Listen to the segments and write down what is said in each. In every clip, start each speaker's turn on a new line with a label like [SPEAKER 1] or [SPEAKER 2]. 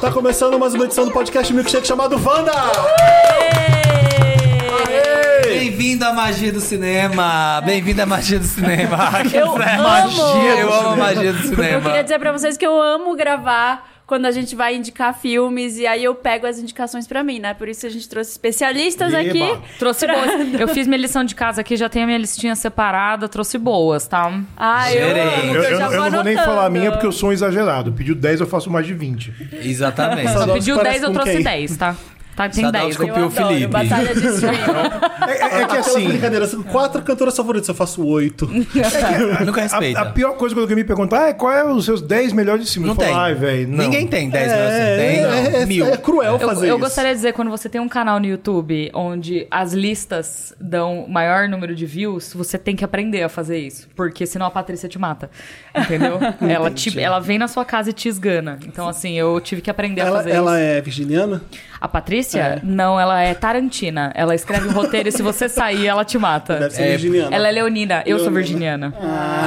[SPEAKER 1] Tá começando mais uma edição do podcast Milkshake chamado Wanda! Aê!
[SPEAKER 2] Bem-vindo à magia do cinema! Bem-vindo à magia do cinema! Que
[SPEAKER 3] Eu
[SPEAKER 2] inferno.
[SPEAKER 3] amo.
[SPEAKER 2] Eu amo a magia do
[SPEAKER 3] Eu
[SPEAKER 2] cinema!
[SPEAKER 3] queria dizer pra vocês que eu amo gravar quando a gente vai indicar filmes e aí eu pego as indicações pra mim, né? Por isso a gente trouxe especialistas
[SPEAKER 1] Eba.
[SPEAKER 3] aqui.
[SPEAKER 4] Trouxe
[SPEAKER 3] Pra-
[SPEAKER 4] boas. Eu fiz minha lição de casa aqui, já tenho a minha listinha separada, trouxe boas, tá?
[SPEAKER 3] Ah, eu amo,
[SPEAKER 2] Gerente.
[SPEAKER 3] que
[SPEAKER 5] Eu,
[SPEAKER 3] eu,
[SPEAKER 5] eu-
[SPEAKER 3] já
[SPEAKER 5] eu não vou nem
[SPEAKER 3] anotando.
[SPEAKER 5] falar a minha porque eu sou um exagerado. Pediu 10, eu faço mais de 20.
[SPEAKER 2] Exatamente.
[SPEAKER 1] Só
[SPEAKER 4] Só
[SPEAKER 1] Sadovski
[SPEAKER 4] pediu
[SPEAKER 1] parece
[SPEAKER 4] 10, eu
[SPEAKER 1] com
[SPEAKER 4] trouxe
[SPEAKER 1] quem?
[SPEAKER 4] 10, tá? Tá, tem
[SPEAKER 2] Sadovski
[SPEAKER 4] 10.
[SPEAKER 2] com
[SPEAKER 3] Eu
[SPEAKER 2] Pio
[SPEAKER 3] adoro,
[SPEAKER 2] Felipe.
[SPEAKER 3] Batalha de streaming.
[SPEAKER 5] É, é que assim,
[SPEAKER 1] Brincadeira, são quatro cantoras favoritas, eu faço oito.
[SPEAKER 2] Nunca respeita.
[SPEAKER 5] a, a pior coisa quando alguém me perguntar é qual é os seus 10 melhores de cima.
[SPEAKER 2] Não
[SPEAKER 5] eu falo,
[SPEAKER 2] tem.
[SPEAKER 5] Ai, velho, não.
[SPEAKER 2] Ninguém tem 10 pra você. Tem
[SPEAKER 1] é, é,
[SPEAKER 2] mil.
[SPEAKER 1] é cruel
[SPEAKER 4] Eu,
[SPEAKER 1] fazer
[SPEAKER 4] eu
[SPEAKER 1] isso.
[SPEAKER 4] gostaria de dizer, quando você tem um canal no YouTube onde as listas dão maior número de views, você tem que aprender a fazer isso. Porque senão a Patrícia te mata. Entendeu? ela, te, ela vem na sua casa e te esgana. Então, assim, eu tive que aprender a
[SPEAKER 1] Ela,
[SPEAKER 4] fazer
[SPEAKER 1] ela
[SPEAKER 4] isso.
[SPEAKER 1] é virginiana?
[SPEAKER 4] A Patrícia? Não, ela é tarantina. Ela escreve o roteiro e se você sair, ela te mata.
[SPEAKER 1] Deve ser virginiana.
[SPEAKER 4] Ela é leonina. Eu sou
[SPEAKER 1] Leonina.
[SPEAKER 4] virginiana.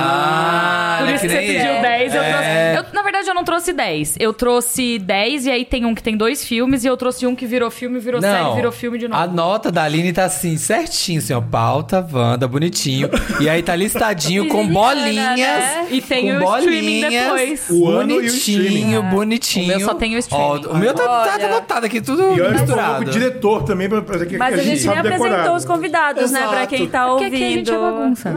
[SPEAKER 2] Ah,
[SPEAKER 4] Por
[SPEAKER 2] ela é
[SPEAKER 4] isso que você
[SPEAKER 2] nem
[SPEAKER 4] pediu
[SPEAKER 2] eu.
[SPEAKER 4] 10, eu
[SPEAKER 2] É.
[SPEAKER 4] trouxe. eu- na verdade, eu não trouxe 10. Eu trouxe 10 e aí tem um que tem dois filmes, e eu trouxe um que virou filme, virou série, virou filme de novo.
[SPEAKER 2] A nota da Aline tá assim, certinho, assim, ó. Pauta, Wanda, bonitinho. E aí tá listadinho com
[SPEAKER 3] Virginiana,
[SPEAKER 2] bolinhas.
[SPEAKER 3] né?
[SPEAKER 4] E tem
[SPEAKER 2] com
[SPEAKER 4] o streaming
[SPEAKER 2] bolinhas,
[SPEAKER 4] depois. É.
[SPEAKER 5] O ano e o
[SPEAKER 2] Bonitinho,
[SPEAKER 5] streaming.
[SPEAKER 2] bonitinho.
[SPEAKER 4] O meu só tem o streaming.
[SPEAKER 2] Ó, o meu tá, tá, tá
[SPEAKER 3] Olha.
[SPEAKER 2] anotado aqui, tudo
[SPEAKER 5] E olha que eu coloco o
[SPEAKER 2] misturado.
[SPEAKER 5] diretor também pra fazer que
[SPEAKER 3] Mas a gente nem
[SPEAKER 5] sabe
[SPEAKER 3] apresentou
[SPEAKER 5] decorar.
[SPEAKER 3] os convidados, né? Pra quem tá
[SPEAKER 4] Porque
[SPEAKER 3] ouvindo.
[SPEAKER 4] aqui a gente é bagunça.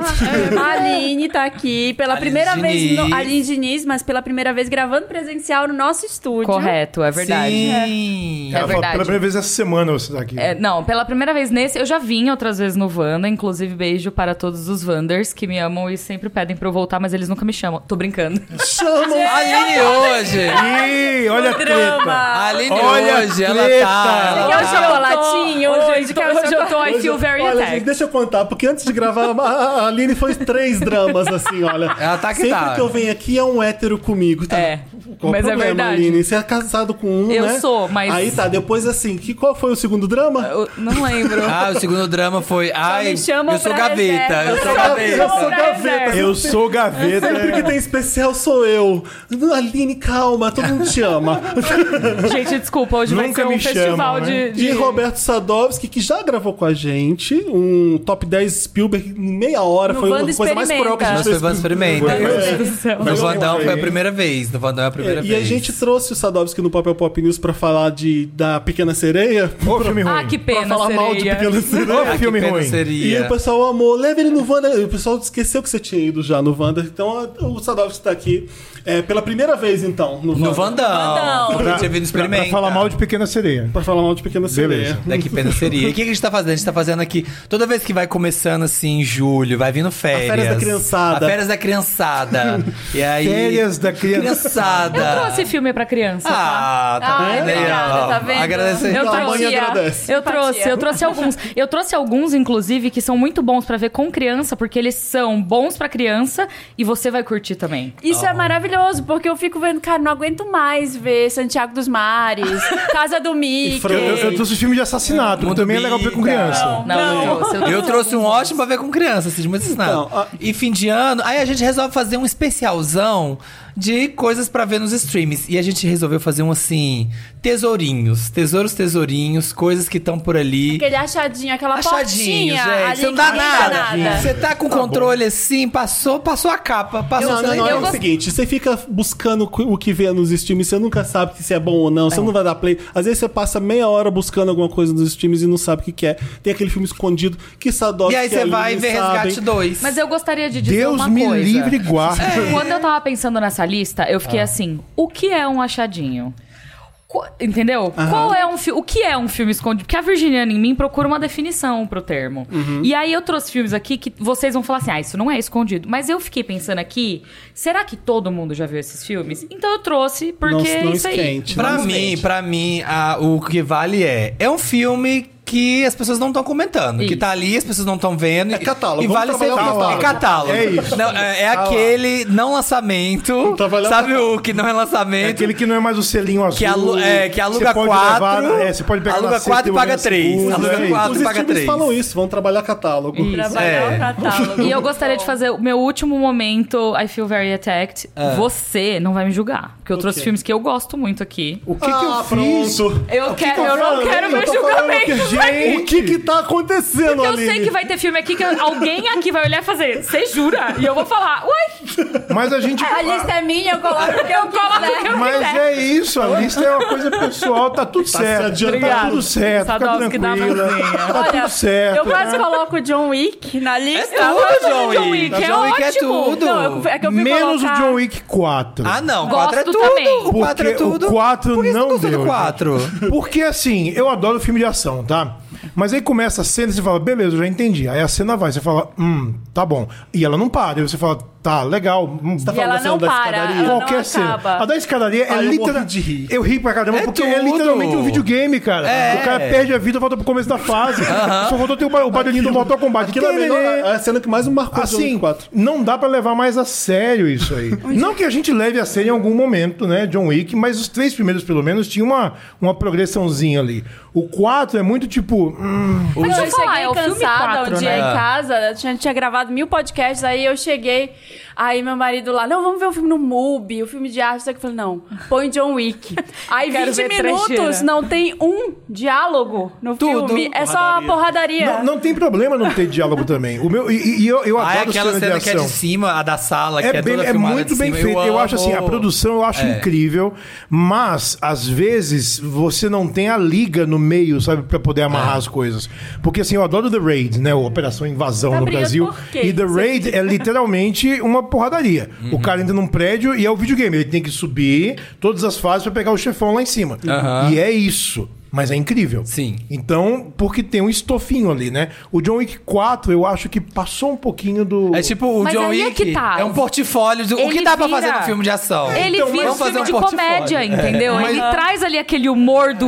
[SPEAKER 3] A Aline tá aqui pela
[SPEAKER 2] Aline
[SPEAKER 3] primeira vez.
[SPEAKER 2] Diniz.
[SPEAKER 3] No, Aline Diniz, mas pela primeira vez gravando presencial no nosso estúdio.
[SPEAKER 4] Correto, é verdade.
[SPEAKER 2] Sim.
[SPEAKER 4] É
[SPEAKER 5] Ela falou,
[SPEAKER 4] verdade.
[SPEAKER 5] Pela primeira vez essa semana você tá aqui.
[SPEAKER 4] É, não, pela primeira vez nesse, eu já vim outras vezes no Wanda, inclusive beijo para todos os Wanders que me amam e sempre pedem pra eu voltar, mas eles nunca me chamam. Tô brincando. É.
[SPEAKER 1] Chamam!
[SPEAKER 2] A Aline hoje.
[SPEAKER 5] Ih, olha a treta.
[SPEAKER 2] A Aline
[SPEAKER 5] Olha a
[SPEAKER 2] hoje, ela
[SPEAKER 5] treta.
[SPEAKER 2] tá.
[SPEAKER 3] Você
[SPEAKER 2] ela
[SPEAKER 4] é
[SPEAKER 3] quer o
[SPEAKER 2] tá-
[SPEAKER 3] chocolatinho?
[SPEAKER 4] Hoje,
[SPEAKER 3] Hoje, quer o
[SPEAKER 4] hoje eu tô, I feel very
[SPEAKER 1] olha,
[SPEAKER 4] attacked.
[SPEAKER 1] gente, deixa eu contar, porque antes de gravar, a a Aline foi três dramas, assim, olha.
[SPEAKER 2] Ela tá que
[SPEAKER 1] Sempre
[SPEAKER 2] tá.
[SPEAKER 1] que eu venho aqui é um hétero comigo, tá?
[SPEAKER 4] É,
[SPEAKER 1] Qual o
[SPEAKER 4] mas é
[SPEAKER 1] problema,
[SPEAKER 4] verdade.
[SPEAKER 1] Aline? Você é casado com um,
[SPEAKER 4] Eu
[SPEAKER 1] né?
[SPEAKER 4] sou, mas-
[SPEAKER 1] Aí tá, depois assim, que, qual foi o segundo drama?
[SPEAKER 4] Eu não lembro.
[SPEAKER 2] Ah, o segundo drama foi. Ai,
[SPEAKER 3] me chamam
[SPEAKER 2] eu sou
[SPEAKER 3] pra
[SPEAKER 2] gaveta.
[SPEAKER 3] reserva.
[SPEAKER 2] Eu sou
[SPEAKER 3] Só
[SPEAKER 1] Eu
[SPEAKER 2] gaveta.
[SPEAKER 1] sou gaveta.
[SPEAKER 5] Eu sou gaveta.
[SPEAKER 3] É.
[SPEAKER 1] Sempre que É, tem especial sou eu. Aline, calma, todo mundo te ama.
[SPEAKER 4] Gente, desculpa, hoje vai
[SPEAKER 5] Nunca
[SPEAKER 4] ser um
[SPEAKER 5] me
[SPEAKER 4] festival
[SPEAKER 5] chamam, né?
[SPEAKER 4] de,
[SPEAKER 1] E
[SPEAKER 4] de...
[SPEAKER 1] Roberto Sadovski, que já gravou com a gente um top 10 Spielberg em meia hora.
[SPEAKER 3] No
[SPEAKER 1] foi uma
[SPEAKER 3] Wanda
[SPEAKER 1] coisa mais cruel
[SPEAKER 3] Experimenta.
[SPEAKER 1] que a gente
[SPEAKER 2] Nós foi
[SPEAKER 1] fez.
[SPEAKER 2] Van Experimenta.
[SPEAKER 4] Meu Deus do céu.
[SPEAKER 2] No Vandão
[SPEAKER 5] Foi.
[SPEAKER 2] foi a primeira vez. No Vandão é a primeira
[SPEAKER 1] E
[SPEAKER 2] vez.
[SPEAKER 1] a gente trouxe o Sadovski no Papel Pop News pra falar de, da Pequena Sereia.
[SPEAKER 5] Ô, filme ruim.
[SPEAKER 4] Ah, que
[SPEAKER 1] Pra
[SPEAKER 4] pena,
[SPEAKER 1] falar mal de
[SPEAKER 4] sereia.
[SPEAKER 1] Pequena Sereia.
[SPEAKER 5] Ô, é um filme
[SPEAKER 2] Ah, pena
[SPEAKER 5] ruim.
[SPEAKER 1] E
[SPEAKER 2] seria.
[SPEAKER 1] o pessoal amou, leva ele no Wanda. O pessoal esqueceu que você tinha ido já no Wanda. Então o Sadovski tá aqui é, pela primeira vez, então, no Wanda.
[SPEAKER 2] No Vandão.
[SPEAKER 3] Vandão.
[SPEAKER 2] Porque eu tinha vindo
[SPEAKER 5] Pra,
[SPEAKER 2] experimenta.
[SPEAKER 5] pra falar mal de Pequena Sereia.
[SPEAKER 1] Pra falar mal de Pequena Sereia.
[SPEAKER 5] Beleza.
[SPEAKER 2] Da que pena seria. E o que a gente tá fazendo? A gente tá fazendo aqui. Toda vez que vai começando assim, em julho, vai vindo férias.
[SPEAKER 1] A férias da criançada.
[SPEAKER 2] A férias da criançada. E aí.
[SPEAKER 5] Férias da criança-
[SPEAKER 2] criançada.
[SPEAKER 4] Eu trouxe filme pra criança, tá?
[SPEAKER 2] É. Ah, tá
[SPEAKER 3] Ah,
[SPEAKER 2] vendo?
[SPEAKER 3] obrigada, tá vendo?
[SPEAKER 2] Agradecer.
[SPEAKER 4] Eu
[SPEAKER 1] Não, a mãe
[SPEAKER 4] trouxe, é.
[SPEAKER 1] agradece.
[SPEAKER 4] eu trouxe, eu trouxe alguns. Eu trouxe alguns, inclusive, que são muito bons pra ver com criança, porque eles são bons pra criança e você vai curtir também.
[SPEAKER 3] Isso é maravilhoso, porque eu fico vendo, cara, não aguento mais ver Santiago dos Mares, Casa do Mickey.
[SPEAKER 1] Fran-
[SPEAKER 5] Eu, eu, eu trouxe filme de assassinato,
[SPEAKER 2] Muito
[SPEAKER 5] também é legal pra ver com
[SPEAKER 2] bica.
[SPEAKER 5] criança.
[SPEAKER 4] Não, eu trouxe.
[SPEAKER 2] Eu
[SPEAKER 4] Eu
[SPEAKER 2] trouxe um ótimo pra ver com criança, assim, de muito ensinado.
[SPEAKER 1] Então, a-
[SPEAKER 2] E fim de ano, aí a gente resolve fazer um especialzão de coisas pra ver nos streams. E a gente resolveu fazer um assim, tesourinhos, tesouros, tesourinhos, coisas que estão por ali.
[SPEAKER 3] Aquele achadinho, aquela
[SPEAKER 2] Achadinhos,
[SPEAKER 3] portinha
[SPEAKER 2] gente.
[SPEAKER 3] ali
[SPEAKER 2] Você não
[SPEAKER 3] que
[SPEAKER 2] dá
[SPEAKER 3] ninguém
[SPEAKER 2] nada. Você tá com o controle assim, passou, passou a capa, passou
[SPEAKER 1] Não, não, não, é o seguinte, você fica buscando o que vê nos streams, você nunca sabe se é bom ou não, você não vai dar play. Às vezes você passa meia hora buscando alguma coisa nos streams e não sabe o que, que é. Tem aquele filme escondido que Sadovski
[SPEAKER 2] E aí você
[SPEAKER 1] Aline
[SPEAKER 2] vai ver
[SPEAKER 1] sabem.
[SPEAKER 2] Resgate 2.
[SPEAKER 4] Mas eu gostaria de dizer
[SPEAKER 5] Deus
[SPEAKER 4] uma
[SPEAKER 5] me
[SPEAKER 4] coisa.
[SPEAKER 5] livre e
[SPEAKER 2] É, um
[SPEAKER 1] É.
[SPEAKER 5] guarde. É
[SPEAKER 4] Quando eu tava pensando nessa lista, eu
[SPEAKER 1] Ah.
[SPEAKER 4] fiquei assim: o que é um achadinho? Qu- Entendeu? Qual é um fi- O que é um filme escondido? Porque a Virginiana em mim procura uma definição pro termo.
[SPEAKER 1] Uhum.
[SPEAKER 4] E aí eu trouxe filmes aqui que vocês vão falar assim: ah, isso não é escondido. Mas eu fiquei pensando aqui: será que todo mundo já viu esses filmes? Então eu trouxe, porque
[SPEAKER 1] Não- não
[SPEAKER 4] é isso aí.
[SPEAKER 1] esquente,
[SPEAKER 2] Pra
[SPEAKER 1] não
[SPEAKER 2] mim,
[SPEAKER 1] esquente.
[SPEAKER 2] pra mim, a- o que vale é. É um filme que as pessoas não estão comentando. Que
[SPEAKER 4] Isso.
[SPEAKER 2] tá ali, as pessoas não estão vendo.
[SPEAKER 1] É catálogo,
[SPEAKER 2] E
[SPEAKER 1] vamos
[SPEAKER 2] vale ser
[SPEAKER 1] trabalhar
[SPEAKER 5] o
[SPEAKER 2] visto. É
[SPEAKER 5] catálogo.
[SPEAKER 2] catálogo.
[SPEAKER 5] É isso.
[SPEAKER 2] Não, é é
[SPEAKER 5] Tá lá. tá
[SPEAKER 2] aquele não lançamento.
[SPEAKER 1] trabalhar o
[SPEAKER 2] Sabe o que não é lançamento?
[SPEAKER 5] É aquele que não é mais o selinho azul.
[SPEAKER 2] Que, alu é, que aluga
[SPEAKER 5] Você pode
[SPEAKER 2] 4.
[SPEAKER 5] levar- é, você pode pegar na
[SPEAKER 2] aluga
[SPEAKER 5] sexta
[SPEAKER 2] 4 e
[SPEAKER 5] e
[SPEAKER 2] paga
[SPEAKER 5] levar na
[SPEAKER 2] 3.
[SPEAKER 5] segunda, é
[SPEAKER 2] Aluga
[SPEAKER 5] isso.
[SPEAKER 2] 4
[SPEAKER 1] Os
[SPEAKER 2] e paga
[SPEAKER 1] streamers
[SPEAKER 2] 3.
[SPEAKER 1] falam isso, vão trabalhar catálogo.
[SPEAKER 4] Isso.
[SPEAKER 3] Trabalhar
[SPEAKER 2] É.
[SPEAKER 3] o catálogo.
[SPEAKER 4] E eu gostaria de fazer o meu último momento, I Feel Very Attacked. Você não vai me julgar, porque eu trouxe
[SPEAKER 1] Ah. quê?
[SPEAKER 4] filmes que eu gosto muito aqui.
[SPEAKER 5] O que, que eu
[SPEAKER 1] Ah,
[SPEAKER 5] fiz?
[SPEAKER 1] pronto.
[SPEAKER 4] Eu, quero,
[SPEAKER 1] Tá
[SPEAKER 4] eu não
[SPEAKER 1] falando,
[SPEAKER 4] quero
[SPEAKER 1] eu
[SPEAKER 4] ver
[SPEAKER 1] tô falando
[SPEAKER 4] julgamento.
[SPEAKER 1] que-
[SPEAKER 5] gente.
[SPEAKER 1] O que que tá acontecendo
[SPEAKER 4] Porque eu
[SPEAKER 1] ali?
[SPEAKER 4] sei que vai ter filme aqui que eu- alguém aqui vai olhar e fazer, você jura? E eu vou falar, uai,
[SPEAKER 5] Mas a gente.
[SPEAKER 3] A lista é minha, eu coloco o que eu
[SPEAKER 4] coloca o que
[SPEAKER 3] quiser.
[SPEAKER 4] eu
[SPEAKER 5] Mas
[SPEAKER 4] quiser.
[SPEAKER 5] é isso, a lista é uma coisa pessoal, tá tudo
[SPEAKER 1] Tá se
[SPEAKER 5] certo.
[SPEAKER 1] adiantando.
[SPEAKER 5] Tá tudo certo, fica
[SPEAKER 4] Sadowski dá uma
[SPEAKER 5] tranquila.
[SPEAKER 2] né?
[SPEAKER 4] mãozinha.
[SPEAKER 5] Tá tudo certo.
[SPEAKER 3] eu quase coloco o John Wick na
[SPEAKER 2] É
[SPEAKER 3] lista.
[SPEAKER 2] tudo, John
[SPEAKER 4] John
[SPEAKER 2] Wick.
[SPEAKER 4] Wick, é
[SPEAKER 2] John Wick é
[SPEAKER 4] ótimo.
[SPEAKER 2] tudo.
[SPEAKER 3] Não, eu- é que eu fui
[SPEAKER 5] Menos o
[SPEAKER 3] colocar-
[SPEAKER 5] John Wick 4.
[SPEAKER 2] Ah, não.
[SPEAKER 4] Gosto
[SPEAKER 2] 4 é tudo.
[SPEAKER 4] também.
[SPEAKER 2] O 4 é
[SPEAKER 5] Porque o
[SPEAKER 2] tudo.
[SPEAKER 5] quatro
[SPEAKER 2] Por isso que
[SPEAKER 5] não
[SPEAKER 2] tá eu gosto
[SPEAKER 5] deu,
[SPEAKER 2] do 4.
[SPEAKER 5] Porque assim, eu adoro filme de ação, tá? Mas aí começa a cena e você fala, beleza, eu já entendi. Aí a cena vai, você fala, hum, tá bom. E ela não para. E você fala, tá, legal. hum,
[SPEAKER 1] tá
[SPEAKER 3] E ela
[SPEAKER 1] Falando
[SPEAKER 3] não
[SPEAKER 1] da
[SPEAKER 3] para,
[SPEAKER 1] escadaria.
[SPEAKER 3] ela
[SPEAKER 5] Qualquer
[SPEAKER 3] não
[SPEAKER 5] cena.
[SPEAKER 3] acaba.
[SPEAKER 5] A da escadaria
[SPEAKER 1] Ah,
[SPEAKER 5] é
[SPEAKER 1] eu
[SPEAKER 5] literalmente.
[SPEAKER 1] morri de rir.
[SPEAKER 5] Eu ri pra caramba,
[SPEAKER 2] É
[SPEAKER 5] porque é
[SPEAKER 2] tudo.
[SPEAKER 5] literalmente um videogame, cara.
[SPEAKER 2] É.
[SPEAKER 5] O cara perde a vida, volta pro começo da fase. Só voltou ter o ba- o barulhinho do Mortal Kombat.
[SPEAKER 1] Aquilo é a, melhor, é a cena que mais me
[SPEAKER 2] Ah,
[SPEAKER 1] marcou de John
[SPEAKER 5] Assim,
[SPEAKER 1] Wick 4.
[SPEAKER 5] não dá pra levar mais a sério isso aí. não que a gente leve a sério em algum momento, né, John Wick, mas os três primeiros, pelo menos, tinha uma, uma progressãozinha ali. O quatro é muito tipo. hum,
[SPEAKER 4] Mas
[SPEAKER 3] eu
[SPEAKER 4] eu falar,
[SPEAKER 3] cheguei
[SPEAKER 4] é o filme
[SPEAKER 3] cansada
[SPEAKER 4] quatro,
[SPEAKER 3] um dia
[SPEAKER 4] né?
[SPEAKER 2] É.
[SPEAKER 3] em casa, eu tinha, tinha gravado mil podcasts, aí eu cheguei, aí meu marido lá, não, vamos ver o filme no MUBI, o filme de arte, só que eu falei, não, põe John Wick. Aí
[SPEAKER 4] Quero
[SPEAKER 3] 20
[SPEAKER 4] ver trecheira.
[SPEAKER 3] minutos, não tem um diálogo no
[SPEAKER 2] Tudo.
[SPEAKER 3] filme, é só a porradaria.
[SPEAKER 5] não, não tem problema não ter diálogo também. O meu, e, e eu, eu
[SPEAKER 2] Ah, é
[SPEAKER 5] adoro
[SPEAKER 2] aquela
[SPEAKER 5] cena,
[SPEAKER 2] cena
[SPEAKER 5] de
[SPEAKER 2] que é
[SPEAKER 5] ação.
[SPEAKER 2] de cima, a da sala, que é
[SPEAKER 5] bem-
[SPEAKER 2] toda
[SPEAKER 5] é
[SPEAKER 2] filmada
[SPEAKER 5] muito
[SPEAKER 2] de
[SPEAKER 5] bem
[SPEAKER 2] cima.
[SPEAKER 5] feito. Eu, acho assim, a
[SPEAKER 2] amo.
[SPEAKER 5] produção eu acho
[SPEAKER 2] É.
[SPEAKER 5] incrível, mas às vezes você não tem a liga no meio, sabe, Pra poder
[SPEAKER 2] É.
[SPEAKER 5] amarrar as coisas. Porque assim, eu adoro The Raid, né, o Operação Invasão
[SPEAKER 3] Tá
[SPEAKER 5] no
[SPEAKER 3] brigando
[SPEAKER 5] Brasil.
[SPEAKER 3] por quê?
[SPEAKER 5] E The
[SPEAKER 3] Isso
[SPEAKER 5] Raid é literalmente uma porradaria. O
[SPEAKER 2] Uhum.
[SPEAKER 5] cara entra num prédio e é o videogame, ele tem que subir todas as fases pra pegar o chefão lá em cima.
[SPEAKER 2] Aham.
[SPEAKER 5] E é isso. Mas é incrível.
[SPEAKER 2] Sim.
[SPEAKER 5] Então, porque tem um estofinho ali, né? O John Wick 4, eu acho que passou um pouquinho do.
[SPEAKER 2] É tipo o
[SPEAKER 4] Mas
[SPEAKER 2] John
[SPEAKER 4] aí é
[SPEAKER 2] Wick.
[SPEAKER 4] que tá.
[SPEAKER 2] um portfólio. Do, o
[SPEAKER 4] Ele
[SPEAKER 2] que dá pra
[SPEAKER 4] vira-
[SPEAKER 2] fazer no filme de ação?
[SPEAKER 4] Ele
[SPEAKER 5] Então,
[SPEAKER 4] vira um
[SPEAKER 5] mas-
[SPEAKER 4] filme
[SPEAKER 2] Vamos
[SPEAKER 4] de
[SPEAKER 2] fazer um
[SPEAKER 4] comédia,
[SPEAKER 2] portfólio.
[SPEAKER 4] entendeu?
[SPEAKER 5] É.
[SPEAKER 4] Ele
[SPEAKER 5] Mas-
[SPEAKER 4] traz ali aquele humor do,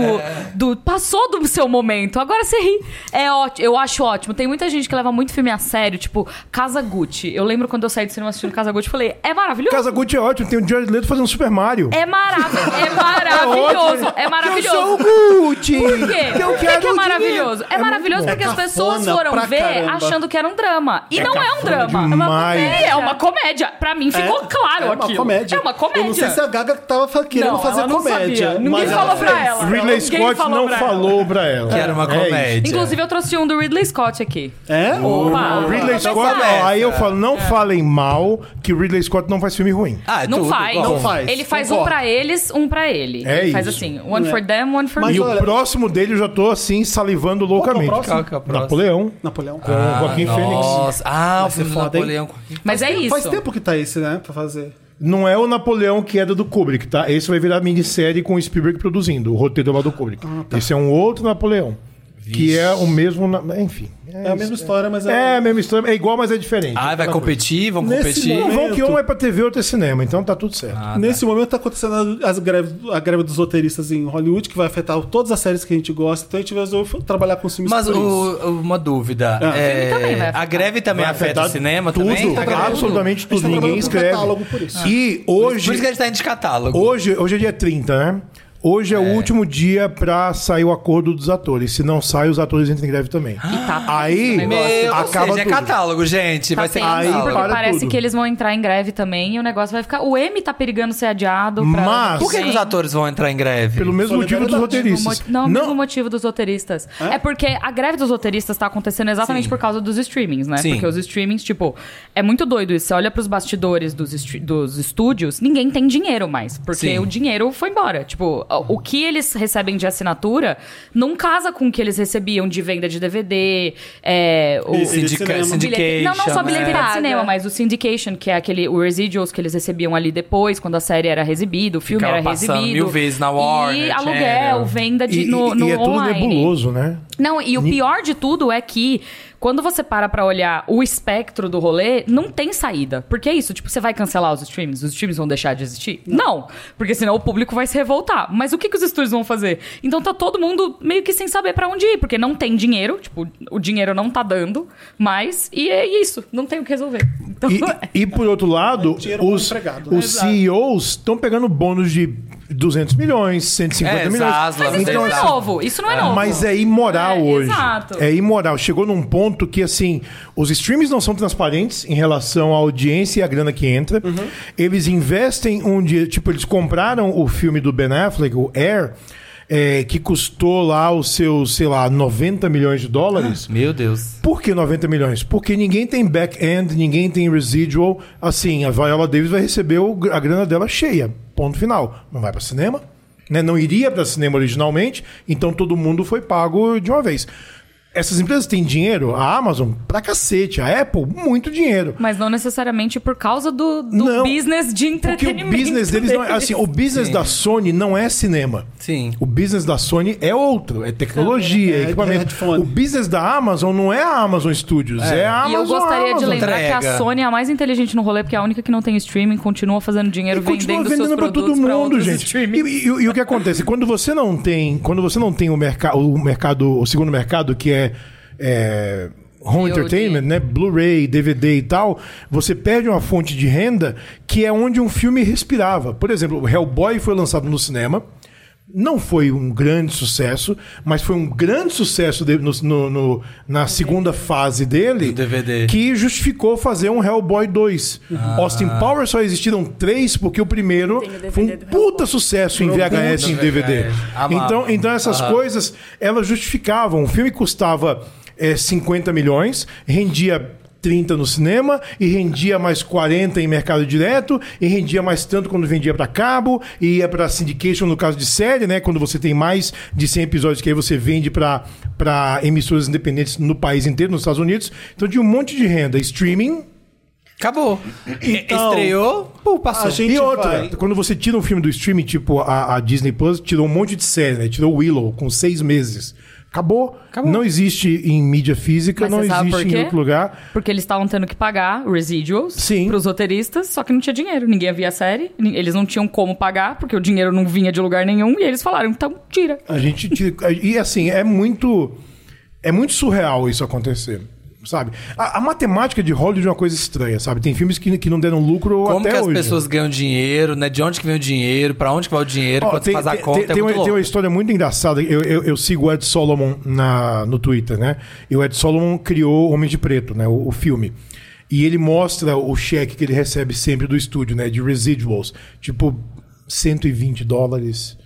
[SPEAKER 4] do. Passou do seu momento, agora você ri. É ótimo, eu acho ótimo. Tem muita gente que leva muito filme a sério, tipo Casa Gucci. Eu lembro quando eu saí do cinema assistindo Casa Gucci, eu falei, é maravilhoso.
[SPEAKER 5] Casa Gucci é ótimo, tem o Jared Leto fazendo Super Mario.
[SPEAKER 4] É, marav é maravilhoso. É maravilhoso.
[SPEAKER 5] Eu sou o Gucci.
[SPEAKER 4] Por quê?
[SPEAKER 5] Eu
[SPEAKER 4] Por que
[SPEAKER 5] quero
[SPEAKER 4] que é
[SPEAKER 5] dinheiro.
[SPEAKER 4] maravilhoso? É,
[SPEAKER 5] muito
[SPEAKER 4] maravilhoso
[SPEAKER 5] bom.
[SPEAKER 4] porque as
[SPEAKER 1] cafona
[SPEAKER 4] pessoas foram
[SPEAKER 1] pra
[SPEAKER 4] ver
[SPEAKER 1] caramba.
[SPEAKER 4] achando que era um drama. E não é um
[SPEAKER 5] cafona
[SPEAKER 4] drama.
[SPEAKER 5] demais.
[SPEAKER 4] É uma comédia. É uma comédia. Pra mim ficou claro
[SPEAKER 1] é uma
[SPEAKER 4] aquilo.
[SPEAKER 1] comédia.
[SPEAKER 4] É uma comédia.
[SPEAKER 1] Eu não sei se a Gaga tava querendo
[SPEAKER 4] Não,
[SPEAKER 1] fazer
[SPEAKER 4] ela não
[SPEAKER 1] comédia.
[SPEAKER 4] sabia. Ninguém
[SPEAKER 1] mas
[SPEAKER 4] falou
[SPEAKER 1] ela
[SPEAKER 4] pra
[SPEAKER 1] fez.
[SPEAKER 4] ela.
[SPEAKER 5] Ridley
[SPEAKER 4] Ninguém
[SPEAKER 5] Scott
[SPEAKER 4] falou
[SPEAKER 5] não
[SPEAKER 4] pra ela.
[SPEAKER 5] falou pra ela.
[SPEAKER 2] Que era uma
[SPEAKER 5] É isso.
[SPEAKER 2] comédia.
[SPEAKER 4] Inclusive, eu trouxe um do Ridley Scott aqui.
[SPEAKER 1] É?
[SPEAKER 4] Opa.
[SPEAKER 5] O Ridley
[SPEAKER 2] Então
[SPEAKER 5] Scott,
[SPEAKER 2] começa.
[SPEAKER 5] aí eu falo, não
[SPEAKER 4] É.
[SPEAKER 5] falem mal que o Ridley Scott não faz filme ruim.
[SPEAKER 2] Ah, é
[SPEAKER 4] não
[SPEAKER 2] tudo,
[SPEAKER 4] faz.
[SPEAKER 2] bom.
[SPEAKER 1] Não faz.
[SPEAKER 4] Ele faz um
[SPEAKER 1] Concordo.
[SPEAKER 4] pra eles, um pra ele.
[SPEAKER 5] É
[SPEAKER 4] ele faz
[SPEAKER 5] isso.
[SPEAKER 4] assim, one for them, one for
[SPEAKER 1] Mas
[SPEAKER 5] E
[SPEAKER 4] me.
[SPEAKER 5] o
[SPEAKER 1] olha-
[SPEAKER 5] próximo dele eu já tô assim, salivando loucamente.
[SPEAKER 1] próximo?
[SPEAKER 2] Qual que é o próximo?
[SPEAKER 5] Napoleão.
[SPEAKER 1] Napoleão.
[SPEAKER 5] Com o Joaquim Fênix.
[SPEAKER 2] Ah, Nossa. Ah, o
[SPEAKER 1] ser
[SPEAKER 2] filme do
[SPEAKER 1] foda, hein?
[SPEAKER 2] Napoleão.
[SPEAKER 4] Mas é isso.
[SPEAKER 1] Faz tempo que tá esse, né? Pra fazer.
[SPEAKER 5] Não é o Napoleão que era do Kubrick, tá? Esse vai virar minissérie com o Spielberg produzindo, o roteiro lá do Kubrick.
[SPEAKER 2] Ah, tá.
[SPEAKER 5] Esse é um outro Napoleão. Que é o mesmo. na- Enfim.
[SPEAKER 1] É a mesma história, mas Ah,
[SPEAKER 5] É a mesma história, é igual, mas é diferente.
[SPEAKER 2] Ah, vai
[SPEAKER 5] Aquela
[SPEAKER 2] competir, vão
[SPEAKER 1] Nesse
[SPEAKER 2] competir.
[SPEAKER 5] coisa.
[SPEAKER 1] momento-
[SPEAKER 5] Vão que um é pra TV, outro é cinema, então tá tudo certo.
[SPEAKER 2] Ah,
[SPEAKER 1] Nesse momento tá acontecendo as greve, a greve dos roteiristas em Hollywood, que vai afetar todas as séries que a gente gosta. Então a gente resolveu trabalhar com os filmes
[SPEAKER 2] Mas
[SPEAKER 1] por isso.
[SPEAKER 2] o- uma dúvida.
[SPEAKER 1] Ah.
[SPEAKER 2] é,
[SPEAKER 4] O filme também vai
[SPEAKER 2] a
[SPEAKER 4] afetar.
[SPEAKER 2] greve também
[SPEAKER 5] Vai
[SPEAKER 2] afeta o
[SPEAKER 5] afetar
[SPEAKER 2] cinema
[SPEAKER 5] tudo,
[SPEAKER 1] tá
[SPEAKER 2] também? A greve-
[SPEAKER 5] absolutamente
[SPEAKER 1] A gente
[SPEAKER 5] tudo.
[SPEAKER 1] tá
[SPEAKER 5] Ninguém
[SPEAKER 1] trabalhando com
[SPEAKER 5] escreve.
[SPEAKER 1] catálogo por isso.
[SPEAKER 5] E
[SPEAKER 2] Por isso que a
[SPEAKER 5] hoje,
[SPEAKER 2] gente tá indo de catálogo.
[SPEAKER 5] hoje, hoje é dia 30, né? Hoje é, o último dia pra sair o acordo dos atores. Se não sai, os atores entram em greve também.
[SPEAKER 4] tá.
[SPEAKER 5] Aí
[SPEAKER 4] Meu,
[SPEAKER 2] Ah. Meu, ou
[SPEAKER 5] acaba
[SPEAKER 2] seja, é
[SPEAKER 5] tudo.
[SPEAKER 2] catálogo, gente. Vai ser
[SPEAKER 4] Tá
[SPEAKER 5] Aí
[SPEAKER 4] tenso,
[SPEAKER 2] catálogo.
[SPEAKER 4] porque
[SPEAKER 5] para
[SPEAKER 4] parece
[SPEAKER 5] tudo.
[SPEAKER 4] que eles vão entrar em greve também e o negócio vai ficar. O M tá perigando ser adiado. Pra...
[SPEAKER 5] Mas-
[SPEAKER 2] Por que, que os atores vão entrar em greve?
[SPEAKER 5] Pelo mesmo motivo dos
[SPEAKER 1] Solidariedade.
[SPEAKER 4] Mo-
[SPEAKER 5] roteiristas.
[SPEAKER 4] Não, o mesmo motivo dos roteiristas. É porque a greve dos roteiristas tá acontecendo exatamente
[SPEAKER 2] Sim.
[SPEAKER 4] por causa dos streamings, né?
[SPEAKER 2] Sim.
[SPEAKER 4] Porque os streamings, tipo, é muito doido isso. Você olha pros bastidores dos, estre- dos estúdios, ninguém tem dinheiro mais. Porque
[SPEAKER 2] Sim.
[SPEAKER 4] o dinheiro foi embora. Tipo, o- o que eles recebem de assinatura não casa com o que eles recebiam de venda de DVD, é, o,
[SPEAKER 1] Esse
[SPEAKER 2] Sindica
[SPEAKER 1] cinema.
[SPEAKER 4] Bilhete-
[SPEAKER 2] syndication,
[SPEAKER 4] Não, não só bilheteria
[SPEAKER 2] né?
[SPEAKER 4] de
[SPEAKER 3] Paga.
[SPEAKER 4] cinema, mas o syndication, que é aquele o residuals que eles recebiam ali depois, quando a série era exibida, o filme
[SPEAKER 2] Ficava
[SPEAKER 4] era
[SPEAKER 2] passando
[SPEAKER 4] exibido.
[SPEAKER 2] mil vezes na Warner,
[SPEAKER 4] E aluguel,
[SPEAKER 2] Channel.
[SPEAKER 4] venda de,
[SPEAKER 5] E,
[SPEAKER 4] no,
[SPEAKER 5] e-
[SPEAKER 4] no
[SPEAKER 5] e é tudo
[SPEAKER 4] online.
[SPEAKER 5] nebuloso, né?
[SPEAKER 4] Não, e o pior de tudo é que quando você para pra olhar o espectro do rolê, não tem saída. Porque é isso, tipo, você vai cancelar os streams? Os streams vão deixar de existir? Não. Porque senão o público vai se revoltar. Mas o que, que os estúdios vão fazer? Então tá todo mundo meio que sem saber pra onde ir, porque não tem dinheiro, tipo, o dinheiro não tá dando mais, e é isso, não tem o que resolver. Então,
[SPEAKER 5] E, e por outro lado,
[SPEAKER 1] dinheiro mal
[SPEAKER 5] os,
[SPEAKER 1] empregado, né?
[SPEAKER 5] os CEOs estão pegando bônus de 200 milhões, 150
[SPEAKER 2] É,
[SPEAKER 5] milhões.
[SPEAKER 2] Zasla,
[SPEAKER 4] mas isso
[SPEAKER 2] Então,
[SPEAKER 4] não é
[SPEAKER 2] assim,
[SPEAKER 4] novo, isso não é novo.
[SPEAKER 5] Mas é imoral
[SPEAKER 4] É,
[SPEAKER 5] hoje.
[SPEAKER 4] exato.
[SPEAKER 5] É imoral. Chegou num ponto que, assim, os streams não são transparentes em relação à audiência e à grana que entra.
[SPEAKER 1] Uhum.
[SPEAKER 5] Eles investem um dia. Tipo, eles compraram o filme do Ben Affleck, o Air. é, que custou lá os seus, sei lá, 90 milhões de dólares.
[SPEAKER 2] Meu Deus.
[SPEAKER 5] Por que 90 milhões? Porque ninguém tem back-end, ninguém tem residual. Assim, a Viola Davis vai receber o- a grana dela cheia. Ponto final. Não vai para cinema. Né? Não iria para cinema originalmente, então todo mundo foi pago de uma vez. Essas empresas têm dinheiro, a Amazon, pra cacete, a Apple, muito dinheiro.
[SPEAKER 4] Mas não necessariamente por causa do, do
[SPEAKER 5] Não,
[SPEAKER 4] business de
[SPEAKER 5] Porque
[SPEAKER 4] entretenimento.
[SPEAKER 5] o business deles não é. Assim, o business
[SPEAKER 2] Sim.
[SPEAKER 5] da Sony não é cinema.
[SPEAKER 2] Sim.
[SPEAKER 5] O business da Sony é outro. É tecnologia, é,
[SPEAKER 1] É, é
[SPEAKER 5] equipamento.
[SPEAKER 1] headphone.
[SPEAKER 5] o business da Amazon não é a Amazon Studios, é, a Amazon.
[SPEAKER 4] E eu gostaria de
[SPEAKER 5] Amazon.
[SPEAKER 4] lembrar que a
[SPEAKER 2] Entrega.
[SPEAKER 4] Sony é a mais inteligente no rolê, porque é a única que não tem streaming, continua fazendo dinheiro,
[SPEAKER 5] E continua
[SPEAKER 4] vendendo, seus
[SPEAKER 5] vendendo pra
[SPEAKER 4] produtos
[SPEAKER 5] todo
[SPEAKER 4] pra
[SPEAKER 5] mundo,
[SPEAKER 4] outros
[SPEAKER 5] gente. E,
[SPEAKER 4] streaming.
[SPEAKER 5] e- e o que acontece? Quando você não tem, quando você não tem o mercado, o mercado, o segundo mercado que é, é, home
[SPEAKER 4] VOD.
[SPEAKER 5] entertainment, né, Blu-ray, DVD e tal, você perde uma fonte de renda que é onde um filme respirava. Por exemplo, o Hellboy foi lançado no cinema. Não foi um grande sucesso, mas foi um grande sucesso de- no- no- no- na segunda fase dele.
[SPEAKER 2] No DVD.
[SPEAKER 5] Que que justificou fazer um Hellboy 2. Austin Powers só existiram três porque o primeiro
[SPEAKER 3] Tem o DVD
[SPEAKER 5] foi um
[SPEAKER 3] do
[SPEAKER 5] puta sucesso em VHS e em
[SPEAKER 2] puta
[SPEAKER 5] DVD.
[SPEAKER 2] VHS. Amava.
[SPEAKER 5] Então, então essas coisas, elas justificavam. O filme custava eh, 50 milhões, rendia 30 no cinema e rendia mais 40 em mercado direto e rendia mais tanto quando vendia pra cabo e ia pra syndication no caso de série, né, quando você tem mais de 100 episódios que aí você vende pra para emissoras independentes no país inteiro, nos Estados Unidos. Então tinha um monte de renda, streaming
[SPEAKER 2] Acabou.
[SPEAKER 1] Então,
[SPEAKER 2] Estreou, pô, passou.
[SPEAKER 1] a gente-
[SPEAKER 5] e outra,
[SPEAKER 1] vai.
[SPEAKER 5] quando você tira um filme do streaming, tipo a, a Disney Plus, tirou um monte de série, né? Tirou Willow com seis meses. Acabou.
[SPEAKER 2] Acabou.
[SPEAKER 5] Não existe em mídia física,
[SPEAKER 4] Mas
[SPEAKER 5] não
[SPEAKER 4] você sabe por
[SPEAKER 5] existe em
[SPEAKER 4] quê?
[SPEAKER 5] outro lugar.
[SPEAKER 4] Porque eles estavam tendo que pagar residuals
[SPEAKER 5] Sim.
[SPEAKER 4] pros roteiristas, só que não tinha dinheiro. Ninguém havia série, ni- eles não tinham como pagar, porque o dinheiro não vinha de lugar nenhum, e eles falaram, então tira.
[SPEAKER 5] A gente tira- e assim, é muito é muito surreal isso acontecer. Sabe? A, a matemática de Hollywood é uma coisa estranha, sabe? Tem filmes que, que não deram lucro
[SPEAKER 2] Como
[SPEAKER 5] até
[SPEAKER 2] que as
[SPEAKER 5] hoje.
[SPEAKER 2] pessoas ganham dinheiro, né? De onde que vem o dinheiro, pra onde que vai o dinheiro,
[SPEAKER 5] Ó,
[SPEAKER 2] quando você faz a conta,
[SPEAKER 5] tem-
[SPEAKER 2] é
[SPEAKER 5] tem uma,
[SPEAKER 2] muito
[SPEAKER 5] tem uma
[SPEAKER 2] louco.
[SPEAKER 5] história muito engraçada. Eu, eu, eu sigo o Ed Solomon na, no Twitter, né? E o Ed Solomon criou Homem de Preto, né? O, o filme. E ele mostra o cheque que ele recebe sempre do estúdio, né? De residuals. Tipo, 120 dólares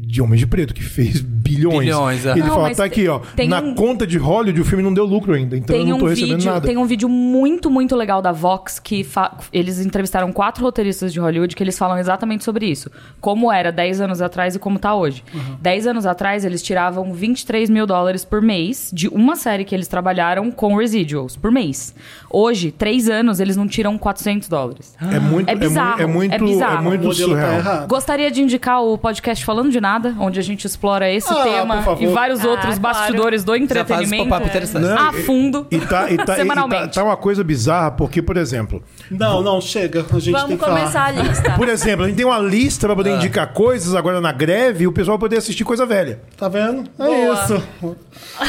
[SPEAKER 5] de Homem de Preto, que fez bilhões.
[SPEAKER 2] Bilhões, é.
[SPEAKER 5] Ele
[SPEAKER 4] Não,
[SPEAKER 5] fala,
[SPEAKER 4] mas
[SPEAKER 5] tá aqui, ó.
[SPEAKER 4] tem
[SPEAKER 5] na
[SPEAKER 4] um-
[SPEAKER 5] conta de Hollywood, o filme não deu lucro ainda. Então eu
[SPEAKER 4] tem
[SPEAKER 5] não tô
[SPEAKER 4] um
[SPEAKER 5] recebendo
[SPEAKER 4] vídeo,
[SPEAKER 5] nada.
[SPEAKER 4] tem um vídeo muito, muito legal da Vox que fa- eles entrevistaram quatro roteiristas de Hollywood que eles falam exatamente sobre isso. Como era 10 anos atrás e como tá hoje.
[SPEAKER 5] Uhum.
[SPEAKER 4] 10 anos atrás, eles tiravam 23 mil dólares por mês de uma série que eles trabalharam com residuals por mês. Hoje, 3 anos, eles não tiram 400 dólares.
[SPEAKER 5] É muito,
[SPEAKER 4] É bizarro,
[SPEAKER 5] é muito,
[SPEAKER 4] é bizarro.
[SPEAKER 5] muito
[SPEAKER 1] O modelo tá
[SPEAKER 5] surreal.
[SPEAKER 1] errado.
[SPEAKER 4] Gostaria de indicar o podcast Falando de Nada, onde a gente explora esse
[SPEAKER 1] Ah,
[SPEAKER 4] tema
[SPEAKER 1] por favor.
[SPEAKER 4] e vários
[SPEAKER 3] Ah, claro.
[SPEAKER 4] outros bastidores do
[SPEAKER 2] Já faz esse
[SPEAKER 4] entretenimento
[SPEAKER 2] pop-up interessante.
[SPEAKER 5] Não,
[SPEAKER 4] a fundo,
[SPEAKER 5] E tá, e tá, e- e tá-
[SPEAKER 4] semanalmente.
[SPEAKER 5] tá uma coisa bizarra, porque, por exemplo,
[SPEAKER 1] Não, não, chega. A gente tem
[SPEAKER 3] Vamos
[SPEAKER 5] tá.
[SPEAKER 1] que falar.
[SPEAKER 3] começar a lista.
[SPEAKER 5] Por exemplo, a gente tem uma lista pra
[SPEAKER 2] Ah.
[SPEAKER 5] poder indicar coisas agora na greve e o pessoal poder assistir coisa velha.
[SPEAKER 1] Tá vendo? É
[SPEAKER 3] Boa.
[SPEAKER 1] isso.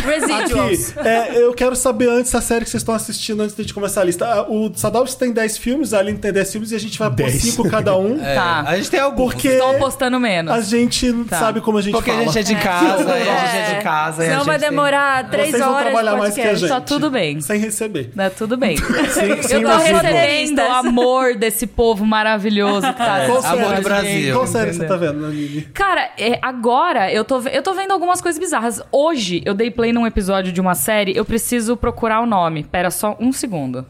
[SPEAKER 3] Residuals.
[SPEAKER 1] Aqui, é, eu quero saber antes a série que vocês estão assistindo antes da gente começar a lista. Ah, O Sadovski tem 10 filmes, a Aline tem 10 filmes e a gente vai pôr
[SPEAKER 5] Dez.
[SPEAKER 1] 5 cada um.
[SPEAKER 2] É,
[SPEAKER 4] Tá.
[SPEAKER 2] A gente tem alguns.
[SPEAKER 1] Porque
[SPEAKER 4] Estão postando menos.
[SPEAKER 1] a gente sabe como a gente
[SPEAKER 2] Porque
[SPEAKER 1] fala.
[SPEAKER 2] a gente é de casa, é, a gente é de casa. é, a
[SPEAKER 3] Senão
[SPEAKER 2] gente
[SPEAKER 3] vai
[SPEAKER 2] tem-
[SPEAKER 3] demorar três
[SPEAKER 1] Vocês vão
[SPEAKER 3] horas
[SPEAKER 1] trabalhar
[SPEAKER 3] de
[SPEAKER 1] mais que a
[SPEAKER 3] podcast.
[SPEAKER 1] gente.
[SPEAKER 4] Tá tudo bem.
[SPEAKER 1] Sem receber.
[SPEAKER 4] Tá tudo bem.
[SPEAKER 5] sem
[SPEAKER 4] eu tô
[SPEAKER 5] residual.
[SPEAKER 4] recebendo o amor desse povo maravilhoso que tá
[SPEAKER 1] Qual
[SPEAKER 2] amor
[SPEAKER 1] série?
[SPEAKER 2] do Brasil.
[SPEAKER 1] Qual série você
[SPEAKER 4] Entendeu?
[SPEAKER 1] tá vendo, Aline?
[SPEAKER 4] Cara, é, agora eu tô, ve- eu tô vendo algumas coisas bizarras. Hoje eu dei play num episódio de uma série, eu preciso procurar o nome. Pera só um segundo.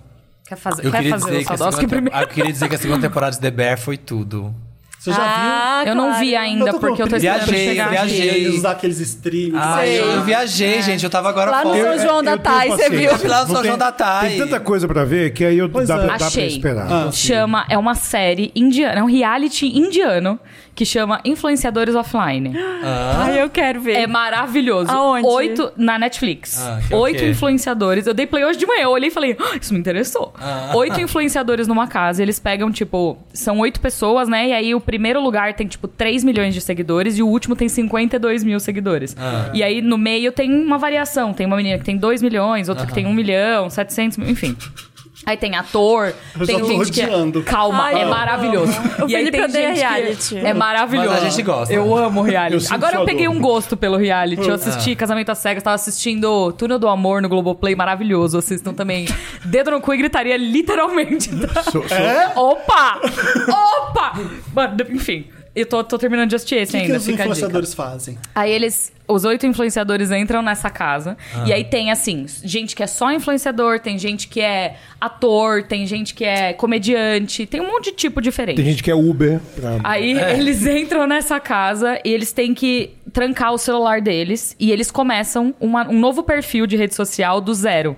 [SPEAKER 4] Quer fazer,
[SPEAKER 2] Eu
[SPEAKER 4] quer
[SPEAKER 2] queria,
[SPEAKER 4] fazer
[SPEAKER 2] dizer
[SPEAKER 4] o
[SPEAKER 2] que a
[SPEAKER 4] Sadowski
[SPEAKER 2] segunda,
[SPEAKER 4] primeiro?
[SPEAKER 2] eu queria dizer que a segunda temporada de The Bear foi tudo.
[SPEAKER 1] Você já
[SPEAKER 3] Ah,
[SPEAKER 4] eu não vi
[SPEAKER 3] claro.
[SPEAKER 1] Eu
[SPEAKER 4] ainda,
[SPEAKER 1] tô com
[SPEAKER 4] porque eu tô esperando
[SPEAKER 2] preguiçei,
[SPEAKER 4] chegar aqui.
[SPEAKER 1] viu?
[SPEAKER 2] viajei.
[SPEAKER 1] Eles usar aqueles streams.
[SPEAKER 2] Ah,
[SPEAKER 3] Sei.
[SPEAKER 2] eu viajei, gente. Eu tava agora
[SPEAKER 3] Lá no
[SPEAKER 2] fora.
[SPEAKER 3] São João da
[SPEAKER 5] eu tenho
[SPEAKER 3] Thay, você
[SPEAKER 5] paciência.
[SPEAKER 3] viu?
[SPEAKER 2] Lá no São João
[SPEAKER 5] Não tem-
[SPEAKER 2] da Thay.
[SPEAKER 5] Tem tanta coisa pra ver que aí eu dá,
[SPEAKER 1] é.
[SPEAKER 5] pra, dá pra
[SPEAKER 4] Achei.
[SPEAKER 5] esperar.
[SPEAKER 4] Chama, é uma série indiana, é um reality indiano que chama Influenciadores Offline.
[SPEAKER 3] Ai, Ah, eu quero ver.
[SPEAKER 4] É maravilhoso.
[SPEAKER 3] Aonde?
[SPEAKER 4] Oito na Netflix.
[SPEAKER 2] Ah, que é o
[SPEAKER 4] Oito
[SPEAKER 2] quê?
[SPEAKER 4] influenciadores. Eu dei play hoje de manhã, eu olhei e falei, "Ah, isso me interessou.
[SPEAKER 2] Ah.
[SPEAKER 4] Oito influenciadores numa casa, eles pegam, tipo, são oito pessoas, né? E aí o primeiro lugar tem, tipo, 3 milhões de seguidores e o último tem 52 mil seguidores.
[SPEAKER 2] Ah,
[SPEAKER 4] E aí no meio tem uma variação. Tem uma menina que tem 2 milhões, outra que tem 1 milhão, 700 mil, enfim. Aí tem ator,
[SPEAKER 1] Eu
[SPEAKER 4] tem
[SPEAKER 1] já tô
[SPEAKER 4] gente que. é-
[SPEAKER 1] odiando.
[SPEAKER 4] Calma,
[SPEAKER 3] Ai,
[SPEAKER 4] é
[SPEAKER 3] eu
[SPEAKER 4] maravilhoso.
[SPEAKER 3] amo. O
[SPEAKER 4] E aí
[SPEAKER 3] Felipe
[SPEAKER 4] tem
[SPEAKER 3] odeia
[SPEAKER 4] gente que-
[SPEAKER 3] reality.
[SPEAKER 4] É maravilhoso.
[SPEAKER 2] Mas a gente gosta.
[SPEAKER 4] Eu amo
[SPEAKER 5] Eu
[SPEAKER 4] reality.
[SPEAKER 5] sinto
[SPEAKER 4] Agora
[SPEAKER 5] sua
[SPEAKER 4] eu peguei
[SPEAKER 5] dor.
[SPEAKER 4] um gosto pelo reality.
[SPEAKER 1] Hum,
[SPEAKER 4] Eu
[SPEAKER 1] é.
[SPEAKER 4] assisti Casamento às Cegas, tava assistindo Túnel do Amor no Globoplay, maravilhoso. Assistam também Dedo no Cu e Gritaria, literalmente. tá?
[SPEAKER 5] Sou- sou-
[SPEAKER 4] Opa! Opa! Mano, enfim, eu tô, tô terminando de assistir esse
[SPEAKER 1] O que, que
[SPEAKER 4] ainda,
[SPEAKER 1] os
[SPEAKER 4] fica a dica.
[SPEAKER 1] influenciadores fazem?
[SPEAKER 4] Aí eles, os oito influenciadores entram nessa casa.
[SPEAKER 1] Ah.
[SPEAKER 4] E aí tem, assim, gente que é só influenciador, tem gente que é ator, tem gente que é comediante, tem um monte de tipo diferente.
[SPEAKER 5] Tem gente que é Uber. pra-
[SPEAKER 4] Aí eles entram nessa casa e eles têm que trancar o celular deles e eles começam uma- um novo perfil de rede social do zero.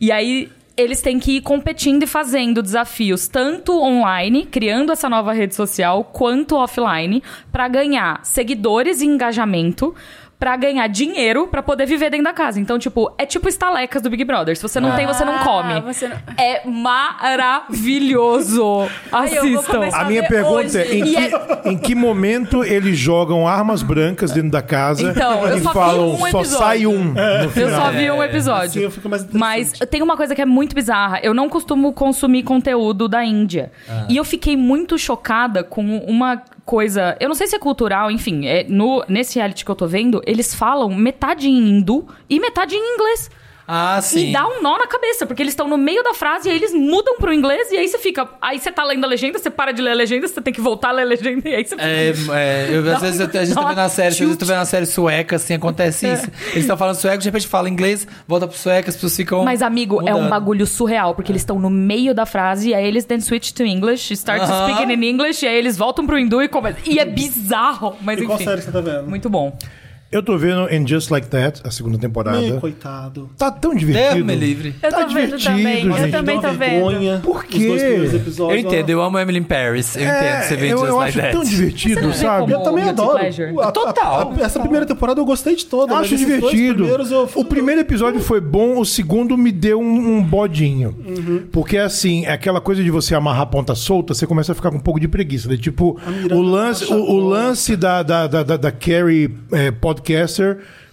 [SPEAKER 4] E aí eles têm que ir competindo e fazendo desafios tanto online, criando essa nova rede social, quanto offline, pra ganhar seguidores e engajamento. Pra ganhar dinheiro pra poder viver dentro da casa. Então, tipo, é tipo estalecas do Big Brother. Se você não tem, você não come.
[SPEAKER 3] Ah, você não-
[SPEAKER 4] É maravilhoso.
[SPEAKER 3] Ai, eu vou
[SPEAKER 4] Assistam.
[SPEAKER 3] começar
[SPEAKER 5] A minha
[SPEAKER 3] Saber
[SPEAKER 5] pergunta
[SPEAKER 3] hoje.
[SPEAKER 5] é em,
[SPEAKER 4] E
[SPEAKER 5] que,
[SPEAKER 4] é-
[SPEAKER 5] em que momento eles jogam armas brancas dentro da casa
[SPEAKER 4] Então, eu
[SPEAKER 5] e
[SPEAKER 4] só vi
[SPEAKER 5] falam
[SPEAKER 4] um
[SPEAKER 5] só
[SPEAKER 4] episódio."
[SPEAKER 5] sai um no
[SPEAKER 4] Eu
[SPEAKER 5] final?
[SPEAKER 4] só vi um
[SPEAKER 1] Assim
[SPEAKER 4] episódio.
[SPEAKER 1] eu fico mais
[SPEAKER 4] Mas
[SPEAKER 1] interessante.
[SPEAKER 4] tem uma coisa que é muito bizarra. Eu não costumo consumir conteúdo da Índia.
[SPEAKER 1] Ah.
[SPEAKER 4] E eu fiquei muito chocada com uma coisa. Eu não sei se é cultural, enfim. é, no, nesse reality que eu tô vendo, eles falam metade em hindu e metade em inglês.
[SPEAKER 2] Ah, sim.
[SPEAKER 4] E dá um nó na cabeça, porque eles estão no meio da frase e aí eles mudam pro inglês e aí você fica. Aí você tá lendo a legenda, você para de ler a legenda, você tem que voltar a ler a legenda e aí você fica.
[SPEAKER 2] É, é, eu,
[SPEAKER 4] Dá
[SPEAKER 2] às vezes
[SPEAKER 4] um-
[SPEAKER 2] eu, a gente tá vendo
[SPEAKER 4] dá uma
[SPEAKER 2] uma série, às vezes eu tô
[SPEAKER 4] tilt.
[SPEAKER 2] vendo uma série sueca, assim, acontece isso. Eles estão falando sueco, de repente fala inglês, volta pro sueco, as pessoas ficam.
[SPEAKER 4] Mas, amigo, é um
[SPEAKER 2] mudando.
[SPEAKER 4] bagulho surreal, porque eles estão no meio da frase, e aí eles then switch to English, start
[SPEAKER 2] Aham.
[SPEAKER 4] speaking in English, e aí eles voltam pro hindu e começam. E é bizarro, mas
[SPEAKER 1] E qual
[SPEAKER 4] enfim.
[SPEAKER 1] série você tá vendo?
[SPEAKER 4] Muito bom.
[SPEAKER 5] Eu tô vendo And Just Like That, a segunda temporada.
[SPEAKER 1] Ih, coitado.
[SPEAKER 5] Tá tão
[SPEAKER 2] Deus
[SPEAKER 5] divertido.
[SPEAKER 2] me livre.
[SPEAKER 3] Eu
[SPEAKER 5] Tá
[SPEAKER 3] tô vendo
[SPEAKER 5] divertido,
[SPEAKER 3] também.
[SPEAKER 5] gente.
[SPEAKER 3] Eu também
[SPEAKER 1] Dá
[SPEAKER 3] tô
[SPEAKER 1] uma
[SPEAKER 3] vendo.
[SPEAKER 1] vergonha.
[SPEAKER 5] Por
[SPEAKER 1] Os
[SPEAKER 5] quê?
[SPEAKER 1] dois primeiros episódios.
[SPEAKER 2] Eu entendo,
[SPEAKER 1] ó.
[SPEAKER 2] eu amo Emily in Paris. Eu entendo, você vê
[SPEAKER 5] É, eu,
[SPEAKER 2] Just
[SPEAKER 5] eu
[SPEAKER 2] Like
[SPEAKER 5] acho
[SPEAKER 2] That.
[SPEAKER 5] tão
[SPEAKER 4] Você não
[SPEAKER 5] divertido,
[SPEAKER 4] vê
[SPEAKER 5] sabe?
[SPEAKER 4] como-
[SPEAKER 1] Eu também
[SPEAKER 4] Guilty
[SPEAKER 1] adoro.
[SPEAKER 4] pleasure.
[SPEAKER 1] A- a-
[SPEAKER 2] Total.
[SPEAKER 1] a- essa primeira temporada eu gostei de toda. mas
[SPEAKER 5] Acho
[SPEAKER 1] esses dois
[SPEAKER 5] divertido.
[SPEAKER 1] primeiros eu-
[SPEAKER 5] O primeiro episódio foi bom, o segundo me deu um, um bodinho.
[SPEAKER 1] Uhum.
[SPEAKER 5] Porque, assim, é aquela coisa de você amarrar a ponta solta, você começa a ficar com um pouco de preguiça. né? Tipo,
[SPEAKER 1] Miranda tá
[SPEAKER 5] o lance, o,
[SPEAKER 1] acha
[SPEAKER 5] o lance da, da, da, da, da Carrie eh, podcaster.